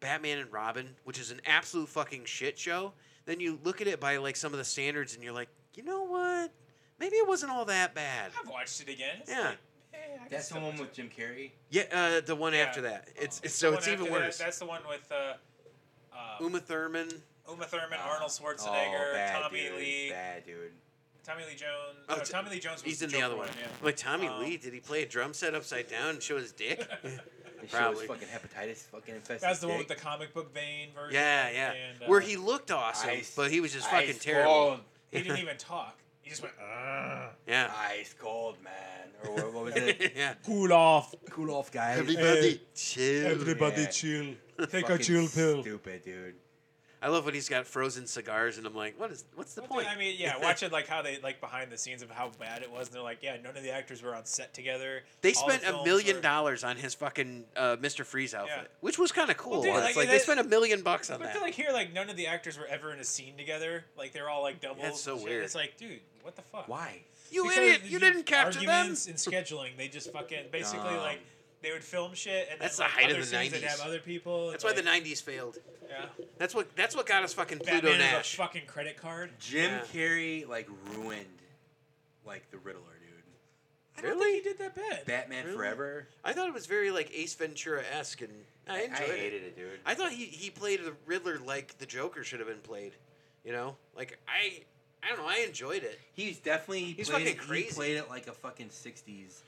[SPEAKER 4] Batman and Robin, which is an absolute fucking shit show. Then you look at it by like some of the standards, and you're like, you know what? Maybe it wasn't all that bad.
[SPEAKER 2] I've watched it again. It's
[SPEAKER 4] Yeah.
[SPEAKER 2] like, eh, I can
[SPEAKER 3] That's the
[SPEAKER 2] still
[SPEAKER 3] one
[SPEAKER 2] watch
[SPEAKER 3] with
[SPEAKER 2] it.
[SPEAKER 3] Jim Carrey.
[SPEAKER 4] Yeah, uh, the one
[SPEAKER 2] Yeah.
[SPEAKER 4] after that. It's, it's
[SPEAKER 2] The
[SPEAKER 4] so
[SPEAKER 2] one
[SPEAKER 4] it's even
[SPEAKER 2] after that-
[SPEAKER 4] worse.
[SPEAKER 2] that's the one with uh, uh,
[SPEAKER 4] Uma Ah. Thurman.
[SPEAKER 2] Uma Thurman,
[SPEAKER 3] Uh,
[SPEAKER 2] Arnold Schwarzenegger,
[SPEAKER 3] oh, bad
[SPEAKER 2] Tommy
[SPEAKER 3] dude,
[SPEAKER 2] Lee,
[SPEAKER 3] Bad dude.
[SPEAKER 2] Tommy Lee Jones.
[SPEAKER 4] Oh,
[SPEAKER 2] no,
[SPEAKER 4] t-
[SPEAKER 2] Tommy Lee Jones was
[SPEAKER 4] He's in the
[SPEAKER 2] Joker
[SPEAKER 4] other one.
[SPEAKER 2] yeah.
[SPEAKER 4] Like Tommy
[SPEAKER 2] Um,
[SPEAKER 4] Lee, did he play a drum set upside down and show his dick?
[SPEAKER 3] It shows
[SPEAKER 4] Probably.
[SPEAKER 3] fucking hepatitis, fucking infested.
[SPEAKER 2] That's the one with the
[SPEAKER 3] dick.
[SPEAKER 2] comic book vein version.
[SPEAKER 4] yeah, yeah.
[SPEAKER 2] And, uh,
[SPEAKER 4] Where he looked awesome,
[SPEAKER 3] Ice-
[SPEAKER 4] but he was just fucking
[SPEAKER 3] Ice
[SPEAKER 4] terrible.
[SPEAKER 3] Cold.
[SPEAKER 2] he didn't even talk. He just went "Ah."
[SPEAKER 4] Yeah.
[SPEAKER 3] Ice cold, man. Or what, what was it?
[SPEAKER 4] yeah.
[SPEAKER 2] cool off.
[SPEAKER 3] cool off, guys.
[SPEAKER 2] Everybody
[SPEAKER 4] chill.
[SPEAKER 3] Yeah.
[SPEAKER 2] chill. Take
[SPEAKER 3] Fucking Stupid, dude.
[SPEAKER 4] I love when he's got frozen cigars, and I'm like, what is? What's the
[SPEAKER 2] Well,
[SPEAKER 4] point?
[SPEAKER 2] dude, I mean, yeah, watching like how they like behind the scenes of how bad it was, and they're like, yeah, none of the actors were on set together.
[SPEAKER 4] they
[SPEAKER 2] All the
[SPEAKER 4] spent a
[SPEAKER 2] films
[SPEAKER 4] million
[SPEAKER 2] were-
[SPEAKER 4] dollars on his fucking uh, Mr. Freeze outfit,
[SPEAKER 2] Yeah.
[SPEAKER 4] which was kind of cool.
[SPEAKER 2] dude,
[SPEAKER 4] it's
[SPEAKER 2] like,
[SPEAKER 4] like,
[SPEAKER 2] it
[SPEAKER 4] they
[SPEAKER 2] is-
[SPEAKER 4] spent a million bucks on
[SPEAKER 2] But I
[SPEAKER 4] that.
[SPEAKER 2] feel like here, like none of the actors were ever in a scene together. Like they're all like doubles.
[SPEAKER 4] That's so
[SPEAKER 2] and shit.
[SPEAKER 4] weird.
[SPEAKER 2] It's like, dude, what the fuck?
[SPEAKER 3] Why?
[SPEAKER 4] you
[SPEAKER 2] Because
[SPEAKER 4] idiot!
[SPEAKER 2] of
[SPEAKER 4] You
[SPEAKER 2] the
[SPEAKER 4] didn't capture them.
[SPEAKER 2] arguments and scheduling. They just fucking basically
[SPEAKER 3] Dumb.
[SPEAKER 2] like they would film shit and
[SPEAKER 4] That's the
[SPEAKER 2] then, like,
[SPEAKER 4] height of
[SPEAKER 2] other
[SPEAKER 4] the
[SPEAKER 2] scenes they'd
[SPEAKER 4] 90s.
[SPEAKER 2] have other people.
[SPEAKER 4] That's why the '90s failed.
[SPEAKER 2] the yeah.
[SPEAKER 4] That's what. That's what got us fucking Pluto
[SPEAKER 2] Batman is
[SPEAKER 4] Nash.
[SPEAKER 2] a fucking credit card.
[SPEAKER 3] Jim
[SPEAKER 4] Yeah.
[SPEAKER 3] Carrey like ruined like the Riddler, dude.
[SPEAKER 2] I don't think he did that bad.
[SPEAKER 3] Batman
[SPEAKER 4] Really?
[SPEAKER 3] Forever.
[SPEAKER 4] I thought it was very like Ace Ventura esque, and I enjoyed
[SPEAKER 3] I
[SPEAKER 4] it.
[SPEAKER 3] hated it, dude.
[SPEAKER 4] I thought he, he played the Riddler like the Joker should have been played. You know, like I I don't know. I enjoyed it.
[SPEAKER 3] He's definitely he
[SPEAKER 4] He's
[SPEAKER 3] played
[SPEAKER 4] fucking
[SPEAKER 3] it,
[SPEAKER 4] crazy.
[SPEAKER 3] He played it like a fucking '60s,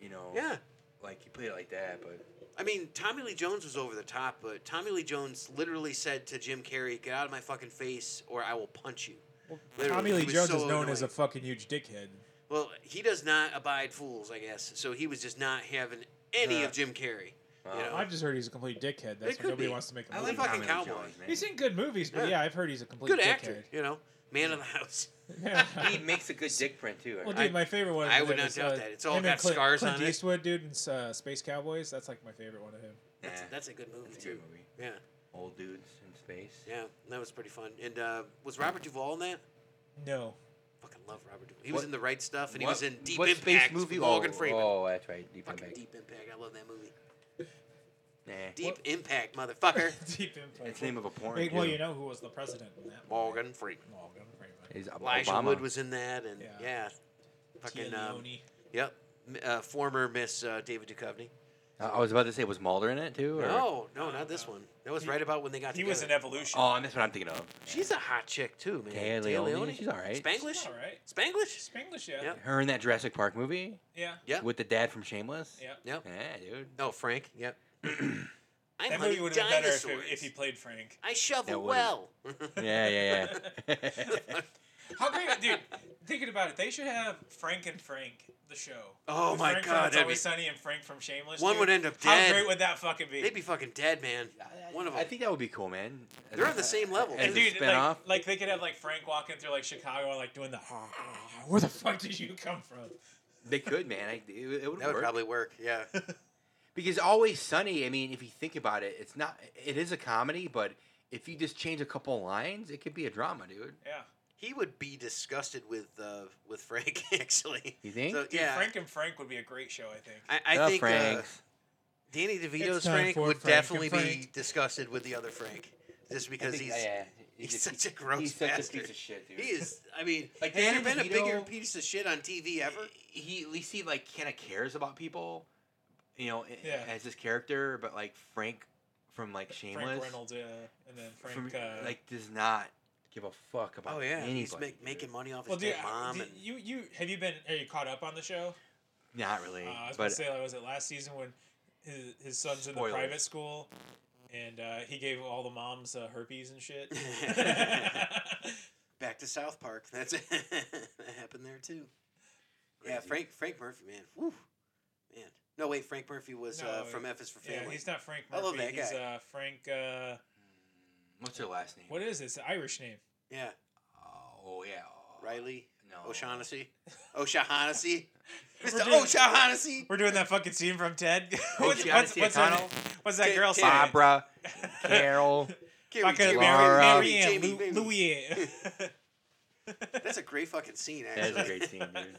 [SPEAKER 3] you know.
[SPEAKER 4] Yeah.
[SPEAKER 3] Like he played it like that, but
[SPEAKER 4] I mean, Tommy Lee Jones was over the top, but Tommy Lee Jones literally said to Jim Carrey, "Get out of my fucking face, or I will punch you." Literally,
[SPEAKER 2] Tommy
[SPEAKER 4] he
[SPEAKER 2] Lee
[SPEAKER 4] was
[SPEAKER 2] Jones
[SPEAKER 4] so
[SPEAKER 2] is known
[SPEAKER 4] annoying.
[SPEAKER 2] as a fucking huge dickhead.
[SPEAKER 4] well. He does not abide fools, I guess. So he was just not having any of Jim Carrey. You
[SPEAKER 3] Wow.
[SPEAKER 4] know,
[SPEAKER 2] I've just heard he's a complete dickhead. That's
[SPEAKER 4] It
[SPEAKER 2] why
[SPEAKER 4] could
[SPEAKER 2] nobody
[SPEAKER 4] be.
[SPEAKER 2] wants to make a
[SPEAKER 4] I
[SPEAKER 2] movie.
[SPEAKER 4] like fucking
[SPEAKER 3] Tommy Lee
[SPEAKER 4] cowboy.
[SPEAKER 3] Jones, man.
[SPEAKER 2] He's in good movies, but
[SPEAKER 4] Yeah.
[SPEAKER 2] yeah, I've heard he's a complete
[SPEAKER 4] good
[SPEAKER 2] dickhead.
[SPEAKER 4] actor. You know, man of the house.
[SPEAKER 2] Yeah.
[SPEAKER 3] he makes a good dick print too.
[SPEAKER 2] well,
[SPEAKER 3] I-
[SPEAKER 2] dude, my favorite one.
[SPEAKER 4] I
[SPEAKER 2] of
[SPEAKER 4] would
[SPEAKER 2] him
[SPEAKER 4] not
[SPEAKER 2] is,
[SPEAKER 4] doubt
[SPEAKER 2] uh,
[SPEAKER 4] that. It's all
[SPEAKER 2] him and
[SPEAKER 4] got
[SPEAKER 2] Clint,
[SPEAKER 4] scars
[SPEAKER 2] Clint
[SPEAKER 4] on it.
[SPEAKER 2] Eastwood, dude, in uh, Space Cowboys. That's like my favorite one of him.
[SPEAKER 3] nah,
[SPEAKER 4] That's, that's a good movie
[SPEAKER 3] it's a
[SPEAKER 4] too.
[SPEAKER 3] good movie.
[SPEAKER 4] Yeah,
[SPEAKER 3] Old dudes in space.
[SPEAKER 4] yeah, that was pretty fun. And uh, was Robert Duvall in that?
[SPEAKER 2] No,
[SPEAKER 4] fucking love Robert Duvall. He was in the right stuff, and he was
[SPEAKER 3] what-
[SPEAKER 4] in Deep
[SPEAKER 3] what
[SPEAKER 4] Impact.
[SPEAKER 3] space movie?
[SPEAKER 4] with Morgan
[SPEAKER 3] oh,
[SPEAKER 4] Freeman.
[SPEAKER 3] Oh, that's right. Deep
[SPEAKER 4] fucking
[SPEAKER 3] Impact.
[SPEAKER 4] Deep Impact. I love that movie.
[SPEAKER 3] Nah.
[SPEAKER 4] Deep Impact, motherfucker.
[SPEAKER 2] Deep impact.
[SPEAKER 3] It's the name of a porn.
[SPEAKER 2] Wait, well,
[SPEAKER 3] too.
[SPEAKER 2] you know who was the president in that?
[SPEAKER 4] Morgan Freeman.
[SPEAKER 2] Morgan Freeman.
[SPEAKER 3] Is Ob-
[SPEAKER 4] Elijah
[SPEAKER 3] Obama.
[SPEAKER 4] Wood was in that, and
[SPEAKER 2] Yeah.
[SPEAKER 4] yeah, fucking
[SPEAKER 2] Tia
[SPEAKER 4] um,
[SPEAKER 2] Leone.
[SPEAKER 4] yep, M- uh, former Miss uh, David Duchovny.
[SPEAKER 3] I I was about to say, was Mulder in it too? Or?
[SPEAKER 4] No, no, not this one. That was right about when they got
[SPEAKER 2] He
[SPEAKER 4] together.
[SPEAKER 2] was in Evolution.
[SPEAKER 3] Oh, that's what I'm thinking of.
[SPEAKER 4] She's a hot chick too, man.
[SPEAKER 3] Taya Leone, she's all right.
[SPEAKER 4] Spanglish.
[SPEAKER 2] All right.
[SPEAKER 4] Spanglish.
[SPEAKER 2] Spanglish, yeah.
[SPEAKER 4] Yep.
[SPEAKER 3] Her in that Jurassic Park movie
[SPEAKER 2] Yeah.
[SPEAKER 4] Yeah.
[SPEAKER 3] with the dad from Shameless.
[SPEAKER 2] Yeah.
[SPEAKER 4] Yep.
[SPEAKER 3] Yeah, dude.
[SPEAKER 4] No, Frank. Yep. I'm
[SPEAKER 2] That
[SPEAKER 4] hunting
[SPEAKER 2] movie would have been better
[SPEAKER 4] dinosaurs.
[SPEAKER 2] if, it- if he played Frank.
[SPEAKER 4] I
[SPEAKER 3] That
[SPEAKER 4] shovel
[SPEAKER 3] would've-
[SPEAKER 4] well.
[SPEAKER 3] Yeah, yeah, yeah.
[SPEAKER 2] How great, dude! Thinking about it, they should have Frank and Frank the show.
[SPEAKER 4] Oh
[SPEAKER 2] With
[SPEAKER 4] my
[SPEAKER 2] Frank
[SPEAKER 4] God,
[SPEAKER 2] from It's
[SPEAKER 4] that'd
[SPEAKER 2] always
[SPEAKER 4] be-
[SPEAKER 2] Sunny and Frank from Shameless.
[SPEAKER 4] One
[SPEAKER 2] dude.
[SPEAKER 4] would end up
[SPEAKER 2] How
[SPEAKER 4] dead.
[SPEAKER 2] great would that fucking be?
[SPEAKER 4] They'd be fucking dead, man. One of
[SPEAKER 3] I
[SPEAKER 4] them.
[SPEAKER 3] think that would be cool, man. As
[SPEAKER 4] They're
[SPEAKER 3] a-
[SPEAKER 4] on the same level.
[SPEAKER 3] As
[SPEAKER 2] and
[SPEAKER 3] a
[SPEAKER 2] dude, like,
[SPEAKER 3] spinoff.
[SPEAKER 2] like they could have like Frank walking through like Chicago, like doing the "Ah, ah, ah, where the fuck did you come from?
[SPEAKER 3] They could, man. I, it, it would
[SPEAKER 4] That would
[SPEAKER 3] work.
[SPEAKER 4] probably work. Yeah.
[SPEAKER 3] Because always sunny. I mean, if you think about it, it's not. It is a comedy, but if you just change a couple lines, it could be a drama, dude.
[SPEAKER 2] Yeah,
[SPEAKER 4] He would be disgusted with uh, with Frank actually.
[SPEAKER 3] You think?
[SPEAKER 4] So,
[SPEAKER 2] dude,
[SPEAKER 4] yeah,
[SPEAKER 2] Frank and Frank would be a great show. I think.
[SPEAKER 4] I, I
[SPEAKER 3] The
[SPEAKER 4] think uh,
[SPEAKER 3] Franks.
[SPEAKER 4] Danny DeVito's
[SPEAKER 2] It's time
[SPEAKER 4] Frank
[SPEAKER 2] for
[SPEAKER 4] would
[SPEAKER 2] Frank and
[SPEAKER 4] definitely be
[SPEAKER 2] Frank.
[SPEAKER 4] disgusted with the other Frank, just
[SPEAKER 3] I
[SPEAKER 4] because
[SPEAKER 3] think- uh,
[SPEAKER 4] he's
[SPEAKER 3] yeah,
[SPEAKER 4] he's,
[SPEAKER 3] a piece-
[SPEAKER 4] such a gross
[SPEAKER 3] He's such
[SPEAKER 4] bastard.
[SPEAKER 3] a piece of shit, dude.
[SPEAKER 4] He is. I mean,
[SPEAKER 3] Like,
[SPEAKER 4] has there
[SPEAKER 3] Danny
[SPEAKER 4] been a bigger
[SPEAKER 3] DeVito-
[SPEAKER 4] piece of shit on TV ever?
[SPEAKER 3] He at least he like kind of cares about people, you know, i-
[SPEAKER 2] Yeah.
[SPEAKER 3] as his character. But like Frank from like Shameless,
[SPEAKER 2] Frank Reynolds, yeah, and then Frank.
[SPEAKER 3] from-
[SPEAKER 2] uh,
[SPEAKER 3] like does not give a fuck about.
[SPEAKER 4] Oh yeah,
[SPEAKER 3] anybody,
[SPEAKER 4] he's make,
[SPEAKER 3] dude.
[SPEAKER 4] making money off his
[SPEAKER 2] well, dude,
[SPEAKER 4] dead
[SPEAKER 2] I-
[SPEAKER 4] mom.
[SPEAKER 2] did
[SPEAKER 4] and
[SPEAKER 2] you you have you been? Are you caught up on the show?
[SPEAKER 3] Not really,
[SPEAKER 2] Uh, I was going
[SPEAKER 3] but
[SPEAKER 2] to say, like, was it last season when his, his son's in
[SPEAKER 3] Spoilers.
[SPEAKER 2] the private school and uh, he gave all the moms uh, herpes and shit?
[SPEAKER 4] back to South Park. That's it. that happened there too. Yeah, Frank Frank Murphy, man. Whew. man. No wait, Frank Murphy was uh,
[SPEAKER 2] No,
[SPEAKER 4] from F is for
[SPEAKER 2] yeah,
[SPEAKER 4] Family.
[SPEAKER 2] he's not Frank
[SPEAKER 4] I
[SPEAKER 2] Murphy.
[SPEAKER 4] love that
[SPEAKER 2] He's
[SPEAKER 4] guy.
[SPEAKER 2] uh, Frank. Uh,
[SPEAKER 3] what's her last name?
[SPEAKER 2] what is this? Irish name.
[SPEAKER 4] yeah,
[SPEAKER 3] Oh yeah, oh,
[SPEAKER 4] Riley
[SPEAKER 3] No,
[SPEAKER 4] O'Shaughnessy. O'Shaughnessy. Mr.
[SPEAKER 2] doing-
[SPEAKER 4] O'Shaughnessy.
[SPEAKER 2] We're doing that fucking scene from Ted. what's, what's,
[SPEAKER 3] O'Shaughnessy
[SPEAKER 2] what's, that,
[SPEAKER 3] O'Connell?
[SPEAKER 2] what's that
[SPEAKER 4] Ted-
[SPEAKER 2] girl
[SPEAKER 4] Ted.
[SPEAKER 2] saying?
[SPEAKER 3] Barbara, Carol.
[SPEAKER 4] Gary,
[SPEAKER 2] Fucking
[SPEAKER 4] Jamie,
[SPEAKER 2] Mary,
[SPEAKER 3] Laura.
[SPEAKER 2] Mary Ann,
[SPEAKER 4] Jamie,
[SPEAKER 2] Lou-
[SPEAKER 4] baby.
[SPEAKER 2] Louis Ann.
[SPEAKER 4] That's a great fucking scene,
[SPEAKER 3] That
[SPEAKER 4] actually.
[SPEAKER 3] is a great scene, dude.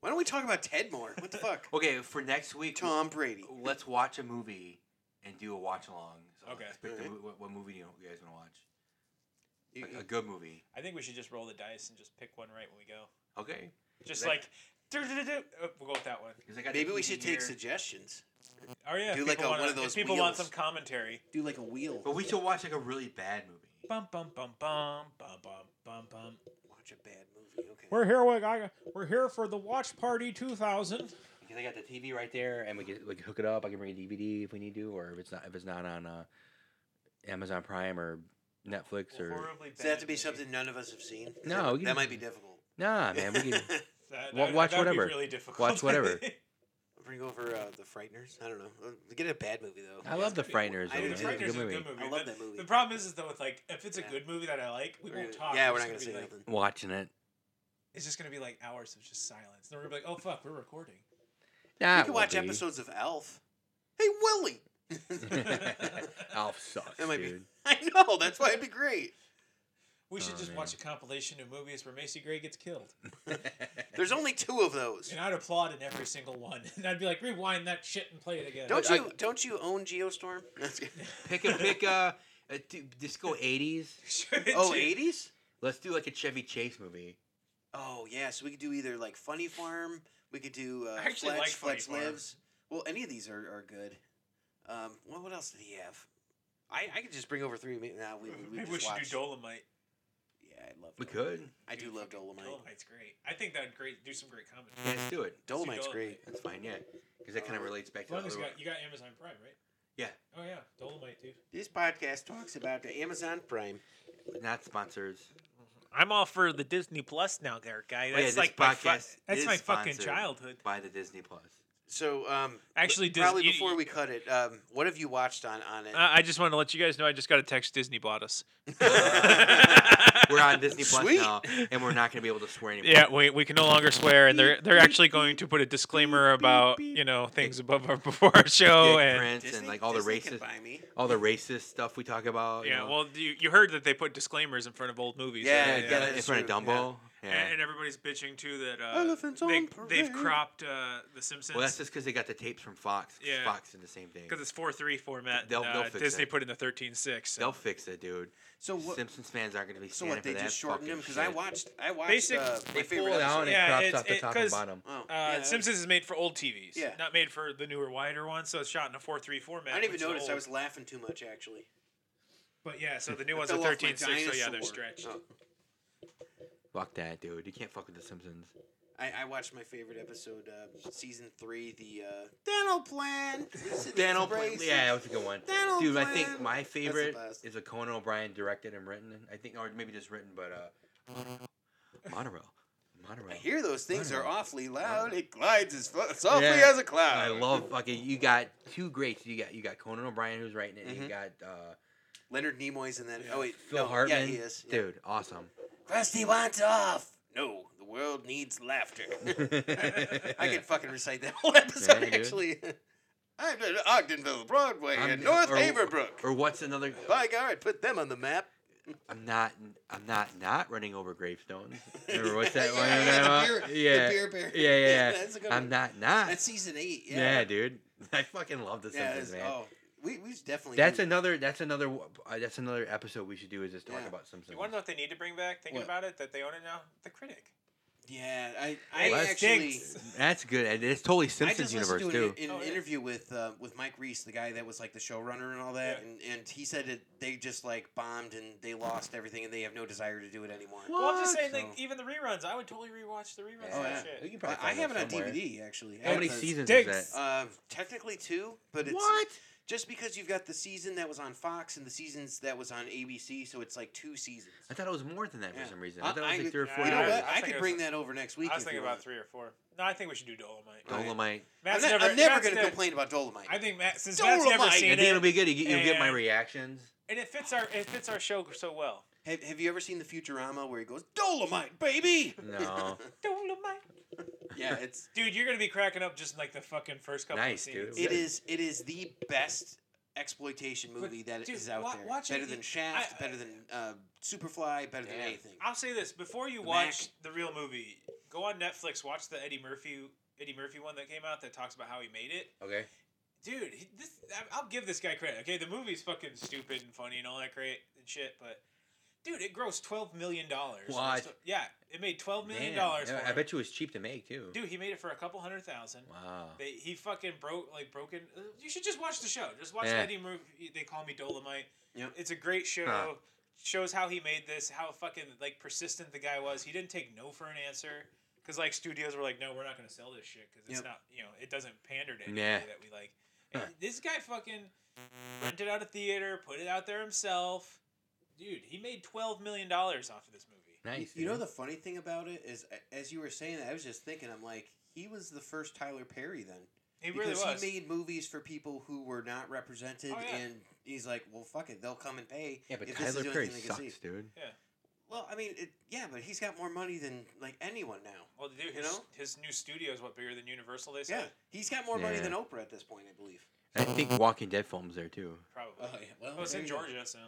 [SPEAKER 4] Why don't we talk about Ted more? What the fuck?
[SPEAKER 3] Okay, for next week,
[SPEAKER 4] Tom Brady.
[SPEAKER 2] oh,
[SPEAKER 3] let's watch a movie and do a watch along. So
[SPEAKER 2] Okay.
[SPEAKER 3] let's pick the
[SPEAKER 4] Alright.
[SPEAKER 3] mo- what, what movie do you you guys want to
[SPEAKER 4] You-
[SPEAKER 3] watch? A, a good movie.
[SPEAKER 2] I think we should just roll the dice and just pick one right when we go.
[SPEAKER 3] Okay.
[SPEAKER 2] Just
[SPEAKER 3] That-
[SPEAKER 2] like, "Dur-dur-dur-dur." Oh, we'll go with that one.
[SPEAKER 3] 'Cause I got the
[SPEAKER 4] Maybe we
[SPEAKER 3] TV
[SPEAKER 4] should take
[SPEAKER 3] here.
[SPEAKER 4] suggestions.
[SPEAKER 2] Oh yeah,
[SPEAKER 4] Do
[SPEAKER 2] if
[SPEAKER 4] like
[SPEAKER 2] people
[SPEAKER 4] a-
[SPEAKER 2] wanna-
[SPEAKER 4] one of those
[SPEAKER 2] If people want
[SPEAKER 4] wheels.
[SPEAKER 2] some commentary.
[SPEAKER 12] Do like a wheel.
[SPEAKER 3] But we should watch like a really bad movie.
[SPEAKER 2] Bum bum bum bum bum bum bum bum.
[SPEAKER 4] Watch a bad movie. Okay.
[SPEAKER 2] We're here. We're, we're here for the watch party 2000.
[SPEAKER 3] Because I got the TV right there, and we can like hook it up. I can bring a DVD if we need to, or if it's not if it's not on uh, Amazon Prime or Netflix or
[SPEAKER 2] Horribly bad.
[SPEAKER 4] Does that have to be
[SPEAKER 2] movie.
[SPEAKER 4] something none of us have seen?
[SPEAKER 3] No,
[SPEAKER 4] That,
[SPEAKER 3] we
[SPEAKER 4] that
[SPEAKER 3] can-
[SPEAKER 4] might be difficult.
[SPEAKER 3] Nah, man, we can
[SPEAKER 2] That,
[SPEAKER 3] Wa-
[SPEAKER 2] that-
[SPEAKER 3] watch
[SPEAKER 2] that would be
[SPEAKER 3] whatever.
[SPEAKER 2] really difficult.
[SPEAKER 3] Watch whatever.
[SPEAKER 4] Bring over uh, the Frighteners. I don't know. Uh, Get a bad movie though.
[SPEAKER 3] I love The Frighteners.
[SPEAKER 4] I
[SPEAKER 2] The
[SPEAKER 3] Though, man.
[SPEAKER 4] do
[SPEAKER 3] It's
[SPEAKER 4] too.
[SPEAKER 3] a
[SPEAKER 2] Frighteners
[SPEAKER 3] good
[SPEAKER 2] is a
[SPEAKER 3] movie.
[SPEAKER 2] good movie.
[SPEAKER 4] I love
[SPEAKER 2] but
[SPEAKER 4] that movie.
[SPEAKER 2] The problem is, is though, with like if it's a
[SPEAKER 4] Yeah.
[SPEAKER 2] good movie that I like, we
[SPEAKER 4] We're
[SPEAKER 2] won't
[SPEAKER 4] gonna-
[SPEAKER 2] talk.
[SPEAKER 4] Yeah, we're
[SPEAKER 2] It's
[SPEAKER 4] not gonna
[SPEAKER 2] be
[SPEAKER 4] say
[SPEAKER 2] like-
[SPEAKER 4] nothing.
[SPEAKER 3] Watching it.
[SPEAKER 2] It's just gonna be like hours of just silence. Then we're gonna be like, oh fuck, we're recording.
[SPEAKER 3] Nah,
[SPEAKER 4] We
[SPEAKER 3] it
[SPEAKER 4] can
[SPEAKER 3] won't
[SPEAKER 4] watch
[SPEAKER 3] be.
[SPEAKER 4] episodes of Elf. Hey Willie.
[SPEAKER 3] Alf sucks,
[SPEAKER 4] That might be.
[SPEAKER 3] dude.
[SPEAKER 4] I know. That's why it'd be great.
[SPEAKER 2] We should
[SPEAKER 3] Oh,
[SPEAKER 2] just
[SPEAKER 3] man.
[SPEAKER 2] watch a compilation of movies where Macy Gray gets killed,
[SPEAKER 4] There's only two of those.
[SPEAKER 2] and I'd applaud in every single one, and I'd be like, rewind that shit and play it again.
[SPEAKER 4] Don't
[SPEAKER 3] I-
[SPEAKER 4] you? Don't you own Geostorm? That's good.
[SPEAKER 3] pick a pick a, a d- just go eighties.
[SPEAKER 4] Oh, 80s?
[SPEAKER 3] Let's do like a Chevy Chase movie.
[SPEAKER 4] Oh yeah, so we could do either like Funny Farm, we could do uh,
[SPEAKER 2] I actually
[SPEAKER 4] Fletch,
[SPEAKER 2] like Funny
[SPEAKER 4] Fletch
[SPEAKER 2] Farm.
[SPEAKER 4] Lives. Well, any of these are, are good. Um, what, what else did he have? I, I could just bring over three. Now nah, we we, we
[SPEAKER 2] Maybe
[SPEAKER 4] just
[SPEAKER 2] we should
[SPEAKER 4] watch.
[SPEAKER 2] do Dolomite.
[SPEAKER 4] yeah, I love.
[SPEAKER 3] We
[SPEAKER 4] Dolomite.
[SPEAKER 3] could.
[SPEAKER 4] I do
[SPEAKER 2] Dude,
[SPEAKER 4] love
[SPEAKER 2] fucking
[SPEAKER 4] Dolomite.
[SPEAKER 2] Dolomite's great. I think that'd great do some great comedy.
[SPEAKER 3] Yeah, let's do it.
[SPEAKER 4] Dolomite's
[SPEAKER 2] Dolomite.
[SPEAKER 4] great.
[SPEAKER 3] That's fine. Yeah, because that kind of relates back
[SPEAKER 2] As
[SPEAKER 3] to the
[SPEAKER 2] long as
[SPEAKER 3] other
[SPEAKER 2] you
[SPEAKER 3] one.
[SPEAKER 2] got you got Amazon Prime, right?
[SPEAKER 3] Yeah,
[SPEAKER 2] Oh yeah, Dolomite, dude.
[SPEAKER 4] This podcast talks about the Amazon Prime.
[SPEAKER 3] not sponsors.
[SPEAKER 2] I'm all for the Disney Plus now, there, guy.
[SPEAKER 3] Oh, yeah, this podcast
[SPEAKER 2] that's
[SPEAKER 3] is
[SPEAKER 2] my fucking
[SPEAKER 3] sponsored
[SPEAKER 2] childhood.
[SPEAKER 3] by the Disney Plus.
[SPEAKER 4] So um,
[SPEAKER 2] Actually, Uh, Dis-
[SPEAKER 4] probably
[SPEAKER 2] you-
[SPEAKER 4] before
[SPEAKER 2] you-
[SPEAKER 4] we cut it, um, what have you watched on on it?
[SPEAKER 2] I just want to let you guys know I just got a text. Disney bought us.
[SPEAKER 3] We're on Disney Plus
[SPEAKER 4] Sweet.
[SPEAKER 3] now, and we're not gonna be able to swear anymore.
[SPEAKER 2] Yeah, we, we can no longer swear, and they're they're actually going to put a disclaimer about you know things above our before our show,
[SPEAKER 3] Dick
[SPEAKER 2] and
[SPEAKER 3] Prince and like all the
[SPEAKER 4] Disney can
[SPEAKER 3] racist,
[SPEAKER 4] buy me.
[SPEAKER 3] all the racist stuff we talk about. you
[SPEAKER 2] yeah.
[SPEAKER 3] know?
[SPEAKER 2] Well, you, you heard that they put disclaimers in front of old movies.
[SPEAKER 4] Yeah,
[SPEAKER 2] right?
[SPEAKER 3] yeah,
[SPEAKER 4] yeah,
[SPEAKER 3] yeah, in
[SPEAKER 4] that's
[SPEAKER 3] front of
[SPEAKER 4] true,
[SPEAKER 3] Dumbo.
[SPEAKER 2] And,
[SPEAKER 3] Yeah.
[SPEAKER 2] and everybody's bitching too that
[SPEAKER 3] Elephants
[SPEAKER 2] uh,
[SPEAKER 3] on
[SPEAKER 2] they, they've
[SPEAKER 3] parade.
[SPEAKER 2] cropped uh, the Simpsons
[SPEAKER 3] Well, that's just because they got the tapes from Fox. 'cause
[SPEAKER 2] Yeah.
[SPEAKER 3] Fox did the same thing.
[SPEAKER 2] because it's four three format.
[SPEAKER 3] They'll-
[SPEAKER 2] and,
[SPEAKER 3] they'll
[SPEAKER 2] uh,
[SPEAKER 3] fix
[SPEAKER 2] Disney
[SPEAKER 3] it.
[SPEAKER 2] put in the thirteen six.
[SPEAKER 3] They'll fix it, dude.
[SPEAKER 4] So what?
[SPEAKER 3] Simpsons fans aren't going to be
[SPEAKER 4] So
[SPEAKER 3] standing
[SPEAKER 4] what? They
[SPEAKER 3] for that
[SPEAKER 4] just shortened
[SPEAKER 3] fucking
[SPEAKER 4] them because I
[SPEAKER 3] shit.
[SPEAKER 4] watched. I watched.
[SPEAKER 2] Basic-
[SPEAKER 4] uh,
[SPEAKER 3] They
[SPEAKER 4] my
[SPEAKER 3] pull
[SPEAKER 4] favorite
[SPEAKER 3] it out
[SPEAKER 4] episode.
[SPEAKER 3] and it
[SPEAKER 2] Yeah,
[SPEAKER 3] crops
[SPEAKER 2] it's-
[SPEAKER 3] off the
[SPEAKER 2] it-
[SPEAKER 3] top and
[SPEAKER 2] 'cause-
[SPEAKER 3] bottom.
[SPEAKER 4] Oh,
[SPEAKER 2] Uh,
[SPEAKER 4] yeah, that-
[SPEAKER 2] Simpsons is made for old TVs,
[SPEAKER 4] Yeah.
[SPEAKER 2] not made for the newer, wider one. So it's shot in a four three format.
[SPEAKER 4] I didn't even
[SPEAKER 2] which is
[SPEAKER 4] notice. I
[SPEAKER 2] old.
[SPEAKER 4] was laughing too much actually.
[SPEAKER 2] But yeah, so the new ones
[SPEAKER 4] fell
[SPEAKER 2] are
[SPEAKER 4] off my
[SPEAKER 2] thirteen six. So yeah, they're
[SPEAKER 4] dinosaur.
[SPEAKER 2] stretched.
[SPEAKER 4] Oh.
[SPEAKER 3] Fuck that, dude. You can't fuck with the Simpsons.
[SPEAKER 4] I, I watched my favorite episode, uh, season three, the uh, dental plan.
[SPEAKER 3] Daniel Bryan. Yeah, that was a good one.
[SPEAKER 4] Daniel
[SPEAKER 3] Dude, I
[SPEAKER 4] Bryan.
[SPEAKER 3] think my favorite
[SPEAKER 4] best.
[SPEAKER 3] is a Conan O'Brien directed and written. I think, or maybe just written, but uh, Monorail. Monorail.
[SPEAKER 4] I hear those things are
[SPEAKER 3] Monorail.
[SPEAKER 4] awfully loud. It glides as fu- softly as a cloud.
[SPEAKER 3] I love fucking. You got two greats. You got you got Conan O'Brien who's writing it. and You got uh,
[SPEAKER 4] Leonard Nimoy's in that. Oh wait,
[SPEAKER 3] Phil
[SPEAKER 4] no,
[SPEAKER 3] Hartman.
[SPEAKER 4] Mm-hmm. Yeah, he is. Yeah.
[SPEAKER 3] Dude, awesome.
[SPEAKER 4] Krusty wants off. No, the world needs laughter. I
[SPEAKER 3] I
[SPEAKER 4] can fucking recite that whole episode
[SPEAKER 3] Yeah, dude.
[SPEAKER 4] actually. I'm at Ogdenville, Broadway,
[SPEAKER 3] I'm-
[SPEAKER 4] and North
[SPEAKER 3] or-
[SPEAKER 4] Haverbrook.
[SPEAKER 3] Or what's another?
[SPEAKER 4] By God, I put them on the map.
[SPEAKER 3] I'm not. I'm not not running over gravestones. Remember what's that one?
[SPEAKER 4] Yeah,
[SPEAKER 3] you're talking
[SPEAKER 4] yeah, the
[SPEAKER 3] about?
[SPEAKER 4] beer-
[SPEAKER 3] yeah.
[SPEAKER 4] the beer bear.
[SPEAKER 3] yeah, yeah, yeah.
[SPEAKER 4] That's a good
[SPEAKER 3] I'm
[SPEAKER 4] one.
[SPEAKER 3] not not.
[SPEAKER 4] That's season eight.
[SPEAKER 3] yeah.
[SPEAKER 4] Yeah,
[SPEAKER 3] dude. I fucking love the
[SPEAKER 4] Yeah,
[SPEAKER 3] Simpsons,
[SPEAKER 4] it's-
[SPEAKER 3] man.
[SPEAKER 4] oh, we we should definitely.
[SPEAKER 3] That's
[SPEAKER 4] do-
[SPEAKER 3] another. That's another. Uh, that's another episode we should do is just talk
[SPEAKER 4] Yeah.
[SPEAKER 3] about Simpsons.
[SPEAKER 2] You want to know what they need to bring back? Thinking
[SPEAKER 4] What?
[SPEAKER 2] about it, that they own it now. The critic.
[SPEAKER 4] Yeah, I
[SPEAKER 2] Well,
[SPEAKER 4] I
[SPEAKER 3] that's-
[SPEAKER 4] actually.
[SPEAKER 3] That's good. And it's totally
[SPEAKER 4] I
[SPEAKER 3] Simpsons
[SPEAKER 4] just
[SPEAKER 3] universe
[SPEAKER 4] listened to
[SPEAKER 3] too.
[SPEAKER 4] an, in,
[SPEAKER 2] Oh,
[SPEAKER 4] an
[SPEAKER 2] yeah.
[SPEAKER 4] interview with uh, with Mike Reese, the guy that was like the showrunner and all that,
[SPEAKER 2] Yeah.
[SPEAKER 4] and, and he said that they just like bombed and they lost everything and they have no desire to do it anymore.
[SPEAKER 2] Well, I'm just saying,
[SPEAKER 4] So-
[SPEAKER 2] like even the reruns, I would totally rewatch the reruns.
[SPEAKER 4] Oh,
[SPEAKER 2] and
[SPEAKER 4] yeah.
[SPEAKER 2] shit.
[SPEAKER 3] We can probably
[SPEAKER 4] I, I
[SPEAKER 3] find
[SPEAKER 4] have it
[SPEAKER 3] that
[SPEAKER 4] on
[SPEAKER 3] somewhere.
[SPEAKER 4] DVD actually. I
[SPEAKER 3] How
[SPEAKER 4] have
[SPEAKER 3] many
[SPEAKER 4] the-
[SPEAKER 3] seasons
[SPEAKER 2] Diggs.
[SPEAKER 3] is that?
[SPEAKER 4] Uh, technically two, but it's
[SPEAKER 3] what?
[SPEAKER 4] just because you've got the season that was on Fox and the seasons that was on ABC, so it's like two seasons.
[SPEAKER 3] I thought it was more than that for
[SPEAKER 4] Yeah.
[SPEAKER 3] some reason. I
[SPEAKER 4] I-
[SPEAKER 3] thought it was
[SPEAKER 4] I-
[SPEAKER 3] like three or
[SPEAKER 2] yeah,
[SPEAKER 3] four.
[SPEAKER 4] you know
[SPEAKER 2] I was-
[SPEAKER 4] what?
[SPEAKER 2] I was
[SPEAKER 4] I, could
[SPEAKER 2] thinking
[SPEAKER 4] bring
[SPEAKER 2] it
[SPEAKER 4] that over next week.
[SPEAKER 2] I was
[SPEAKER 4] if you
[SPEAKER 2] thinking about
[SPEAKER 4] want.
[SPEAKER 2] three or four. No, I think we should do Dolomite.
[SPEAKER 4] Dol-
[SPEAKER 3] Dolomite.
[SPEAKER 4] I'm
[SPEAKER 2] Matt's
[SPEAKER 4] not,
[SPEAKER 2] never,
[SPEAKER 4] I'm never
[SPEAKER 2] Matt's
[SPEAKER 4] going to
[SPEAKER 2] never-
[SPEAKER 4] complain about Dolomite.
[SPEAKER 2] I think Matt, since Matt's never
[SPEAKER 4] Dolomite!
[SPEAKER 3] I
[SPEAKER 2] seen
[SPEAKER 3] think
[SPEAKER 2] it,
[SPEAKER 3] it'll be good. You- You'll get my
[SPEAKER 2] and-
[SPEAKER 3] reactions.
[SPEAKER 2] and it fits our it fits our show so well.
[SPEAKER 4] have, have you ever seen the Futurama where he goes Dolomite, baby?
[SPEAKER 3] No.
[SPEAKER 2] Dolomite,
[SPEAKER 4] Yeah, it's
[SPEAKER 2] dude, you're gonna be cracking up just like the fucking first couple
[SPEAKER 3] Nice,
[SPEAKER 2] of
[SPEAKER 3] dude.
[SPEAKER 2] scenes.
[SPEAKER 4] it is it is the best exploitation movie that is
[SPEAKER 2] dude,
[SPEAKER 4] out
[SPEAKER 2] wa-
[SPEAKER 4] there.
[SPEAKER 2] watching
[SPEAKER 4] Better
[SPEAKER 2] it-
[SPEAKER 4] than Shaft.
[SPEAKER 2] I-
[SPEAKER 4] better than uh, Superfly. Better than
[SPEAKER 3] Yeah.
[SPEAKER 4] anything.
[SPEAKER 2] I'll say this before you
[SPEAKER 4] The
[SPEAKER 2] watch the real movie, go on Netflix, watch the Eddie Murphy Eddie Murphy one that came out that talks about how he made it.
[SPEAKER 3] Okay.
[SPEAKER 2] Dude, he, this I- I'll give this guy credit. Okay, the movie's fucking stupid and funny and all that great and shit, but dude, it grossed twelve million dollars.
[SPEAKER 3] What?
[SPEAKER 2] Yeah, it made twelve million
[SPEAKER 3] Damn.
[SPEAKER 2] dollars.
[SPEAKER 3] Yeah,
[SPEAKER 2] for
[SPEAKER 3] I
[SPEAKER 2] it.
[SPEAKER 3] bet you it was cheap to make too.
[SPEAKER 2] Dude, he made it for a couple hundred thousand.
[SPEAKER 3] Wow.
[SPEAKER 2] They, he fucking broke like broken. uh, You should just watch the show. Just watch
[SPEAKER 3] Yeah.
[SPEAKER 2] Eddie Murphy. They call me Dolomite.
[SPEAKER 4] Yep.
[SPEAKER 2] It's a great show.
[SPEAKER 3] Huh.
[SPEAKER 2] Shows how he made this. How fucking like persistent the guy was. He didn't take no for an answer. Cause like studios were like, no, we're not gonna sell this shit because it's
[SPEAKER 4] Yep.
[SPEAKER 2] not you know it doesn't pander to anybody
[SPEAKER 3] Yeah.
[SPEAKER 2] that we like. And This guy fucking rented out a theater, put it out there himself. Dude, he made twelve million dollars off of this movie.
[SPEAKER 3] Nice.
[SPEAKER 4] You know
[SPEAKER 3] dude.
[SPEAKER 4] the funny thing about it is, a- as you were saying that, I was just thinking, I'm like, he was the first Tyler Perry then.
[SPEAKER 2] He really
[SPEAKER 4] because
[SPEAKER 2] was.
[SPEAKER 4] he made movies for people who were not represented,
[SPEAKER 2] Oh, yeah.
[SPEAKER 4] and he's like, well, fuck it, they'll come and pay.
[SPEAKER 3] Yeah, but
[SPEAKER 4] if this is
[SPEAKER 3] Tyler
[SPEAKER 4] the only
[SPEAKER 3] Perry
[SPEAKER 4] thing they can see."
[SPEAKER 3] sucks, dude.
[SPEAKER 4] Well, I mean, it, yeah, but he's got more money than like anyone now.
[SPEAKER 2] well, dude, his,
[SPEAKER 4] you know?
[SPEAKER 2] his new studio is what bigger than Universal. They said.
[SPEAKER 4] Yeah, he's got more money
[SPEAKER 3] Yeah.
[SPEAKER 4] than Oprah at this point, I believe.
[SPEAKER 3] I think Walking Dead films there too.
[SPEAKER 2] Probably.
[SPEAKER 4] Oh, yeah, well,
[SPEAKER 2] Oh, Well, it's
[SPEAKER 4] there
[SPEAKER 2] in
[SPEAKER 4] you go.
[SPEAKER 2] Georgia, so.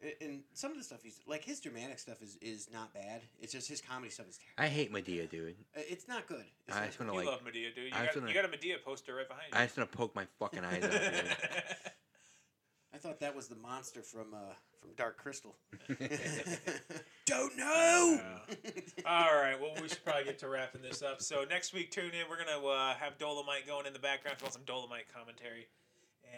[SPEAKER 4] And, and some of the stuff he's like his dramatic stuff is is not bad. It's just his comedy stuff is
[SPEAKER 3] I
[SPEAKER 4] terrible.
[SPEAKER 3] hate Medea, dude.
[SPEAKER 4] Uh, It's not good. It's
[SPEAKER 3] I
[SPEAKER 4] not
[SPEAKER 3] just
[SPEAKER 4] good.
[SPEAKER 3] want to
[SPEAKER 2] you
[SPEAKER 3] like.
[SPEAKER 2] love Medea, dude. You
[SPEAKER 3] I
[SPEAKER 2] got,
[SPEAKER 3] was gonna-
[SPEAKER 2] you got a Medea poster right behind you.
[SPEAKER 3] I just want to poke my fucking eyes out. Dude.
[SPEAKER 4] I thought that was the monster from uh from Dark Crystal.
[SPEAKER 3] Don't know.
[SPEAKER 2] Uh, All right, well, we should probably get to wrapping this up. So next week, tune in. We're gonna uh, have Dolomite going in the background for some Dolomite commentary,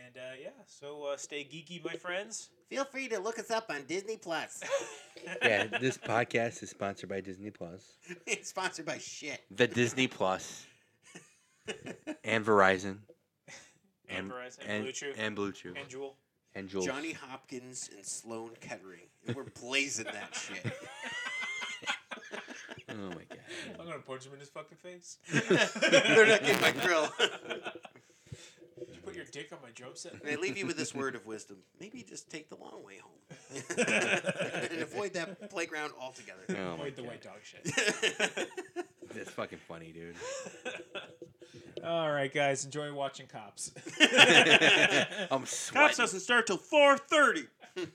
[SPEAKER 2] and uh, yeah. So uh, stay geeky, my friends.
[SPEAKER 4] Feel free to look us up on Disney Plus.
[SPEAKER 3] yeah, this podcast is sponsored by Disney Plus,
[SPEAKER 4] it's sponsored by shit.
[SPEAKER 3] the Disney Plus, and Verizon,
[SPEAKER 2] And Verizon, and Blue Chew.
[SPEAKER 3] and Blue Chew,
[SPEAKER 2] And Jewel.
[SPEAKER 3] and Jules.
[SPEAKER 4] Johnny Hopkins and Sloan Kettering. And we're blazing that shit.
[SPEAKER 3] Oh my god.
[SPEAKER 2] I'm gonna punch him in his fucking face.
[SPEAKER 4] They're not getting my grill.
[SPEAKER 2] Did you put your dick on my drum set?
[SPEAKER 4] And I leave you with this word of wisdom. Maybe just take the long way home. and avoid that playground altogether.
[SPEAKER 3] Oh my
[SPEAKER 2] Avoid the
[SPEAKER 3] god.
[SPEAKER 2] white dog shit.
[SPEAKER 3] That's fucking funny, dude.
[SPEAKER 2] All right, guys, enjoy watching Cops.
[SPEAKER 3] I'm sweating.
[SPEAKER 4] start till 4.30.
[SPEAKER 2] All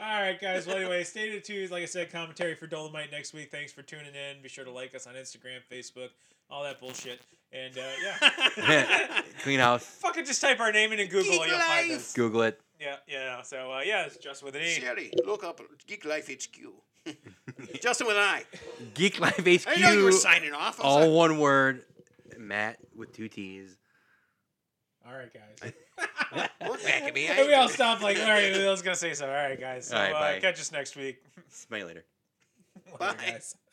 [SPEAKER 2] right, guys. Well, anyway, stay tuned. to, Like I said, commentary for Dolomite next week. Thanks for tuning in. Be sure to like us on Instagram, Facebook, all that bullshit. And uh, yeah,
[SPEAKER 3] Clean house.
[SPEAKER 2] fucking just type our name in and Google,
[SPEAKER 4] Geek
[SPEAKER 2] and you'll find
[SPEAKER 4] Life.
[SPEAKER 2] us.
[SPEAKER 3] Google it.
[SPEAKER 2] Yeah, yeah. So uh, yeah, it's just with an E.
[SPEAKER 4] Sherry, look up Geek Life HQ. Justin with an I.
[SPEAKER 3] Geek Life HQ.
[SPEAKER 4] I know you were signing off. I was
[SPEAKER 3] all
[SPEAKER 4] like,
[SPEAKER 3] one word. Matt with two T's.
[SPEAKER 2] All right, guys.
[SPEAKER 4] look back at me. I
[SPEAKER 2] And we all
[SPEAKER 4] ain't-
[SPEAKER 2] stopped. Like, all right, I was gonna say so. All right, guys. So
[SPEAKER 3] All right,
[SPEAKER 2] uh,
[SPEAKER 3] bye.
[SPEAKER 2] catch us next week.
[SPEAKER 3] Smell you later.
[SPEAKER 2] Later,
[SPEAKER 4] Bye.
[SPEAKER 2] guys.